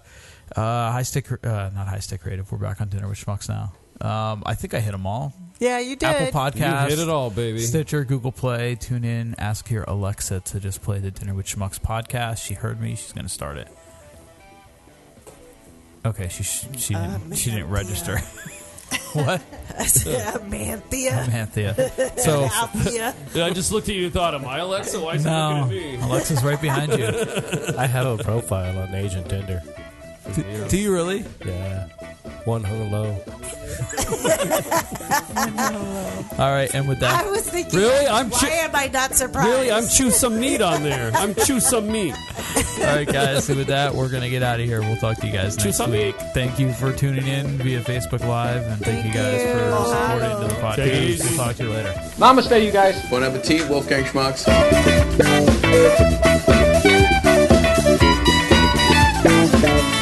Speaker 1: uh, high stick, uh, not high stick creative. We're back on dinner with schmucks now. Um, I think I hit them all.
Speaker 6: Yeah, you did.
Speaker 1: Apple Podcasts,
Speaker 5: You hit it all, baby.
Speaker 1: Stitcher, Google Play, tune in. Ask your Alexa to just play the Dinner with Schmucks podcast. She heard me. She's going to start it. Okay, she she
Speaker 4: Uh,
Speaker 1: didn't, she didn't
Speaker 4: man,
Speaker 1: register. what?
Speaker 4: I said, Amanthea.
Speaker 1: Amanthea. So-
Speaker 4: Althea.
Speaker 5: Yeah, I just looked at you and thought, "Am I Alexa? Why is
Speaker 1: No.
Speaker 5: he looking at me?"
Speaker 1: Alexa's right behind you.
Speaker 2: I have a profile on Asian Tinder.
Speaker 1: Do, do you really?
Speaker 2: Yeah. One hung low.
Speaker 1: All right, and with that,
Speaker 4: I was thinking.
Speaker 5: Really? I'm
Speaker 4: why
Speaker 5: chi-
Speaker 4: am I not surprised?
Speaker 5: Really, I'm chew some meat on there. I'm chew some meat.
Speaker 1: All right, guys. So with that, we're gonna get out of here. We'll talk to you guys next week. Thank you for tuning in via Facebook Live, and thank, you guys for supporting the podcast.
Speaker 5: Take it easy.
Speaker 1: We'll talk to you later.
Speaker 7: Namaste, you guys. Bon appetit, Wolfgang Schmucks.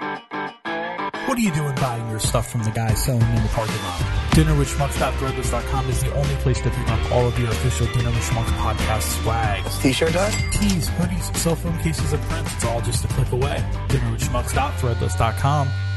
Speaker 1: What are you doing buying your stuff from the guy selling in the parking lot? DinnerWithSchmucks.threadless.com is the only place to pick up all of your official Dinner with Schmucks podcast swags.
Speaker 7: T-shirt does?
Speaker 1: Tees, hoodies, cell phone cases, and prints. It's all just a click away. DinnerWithSchmucks.threadless.com.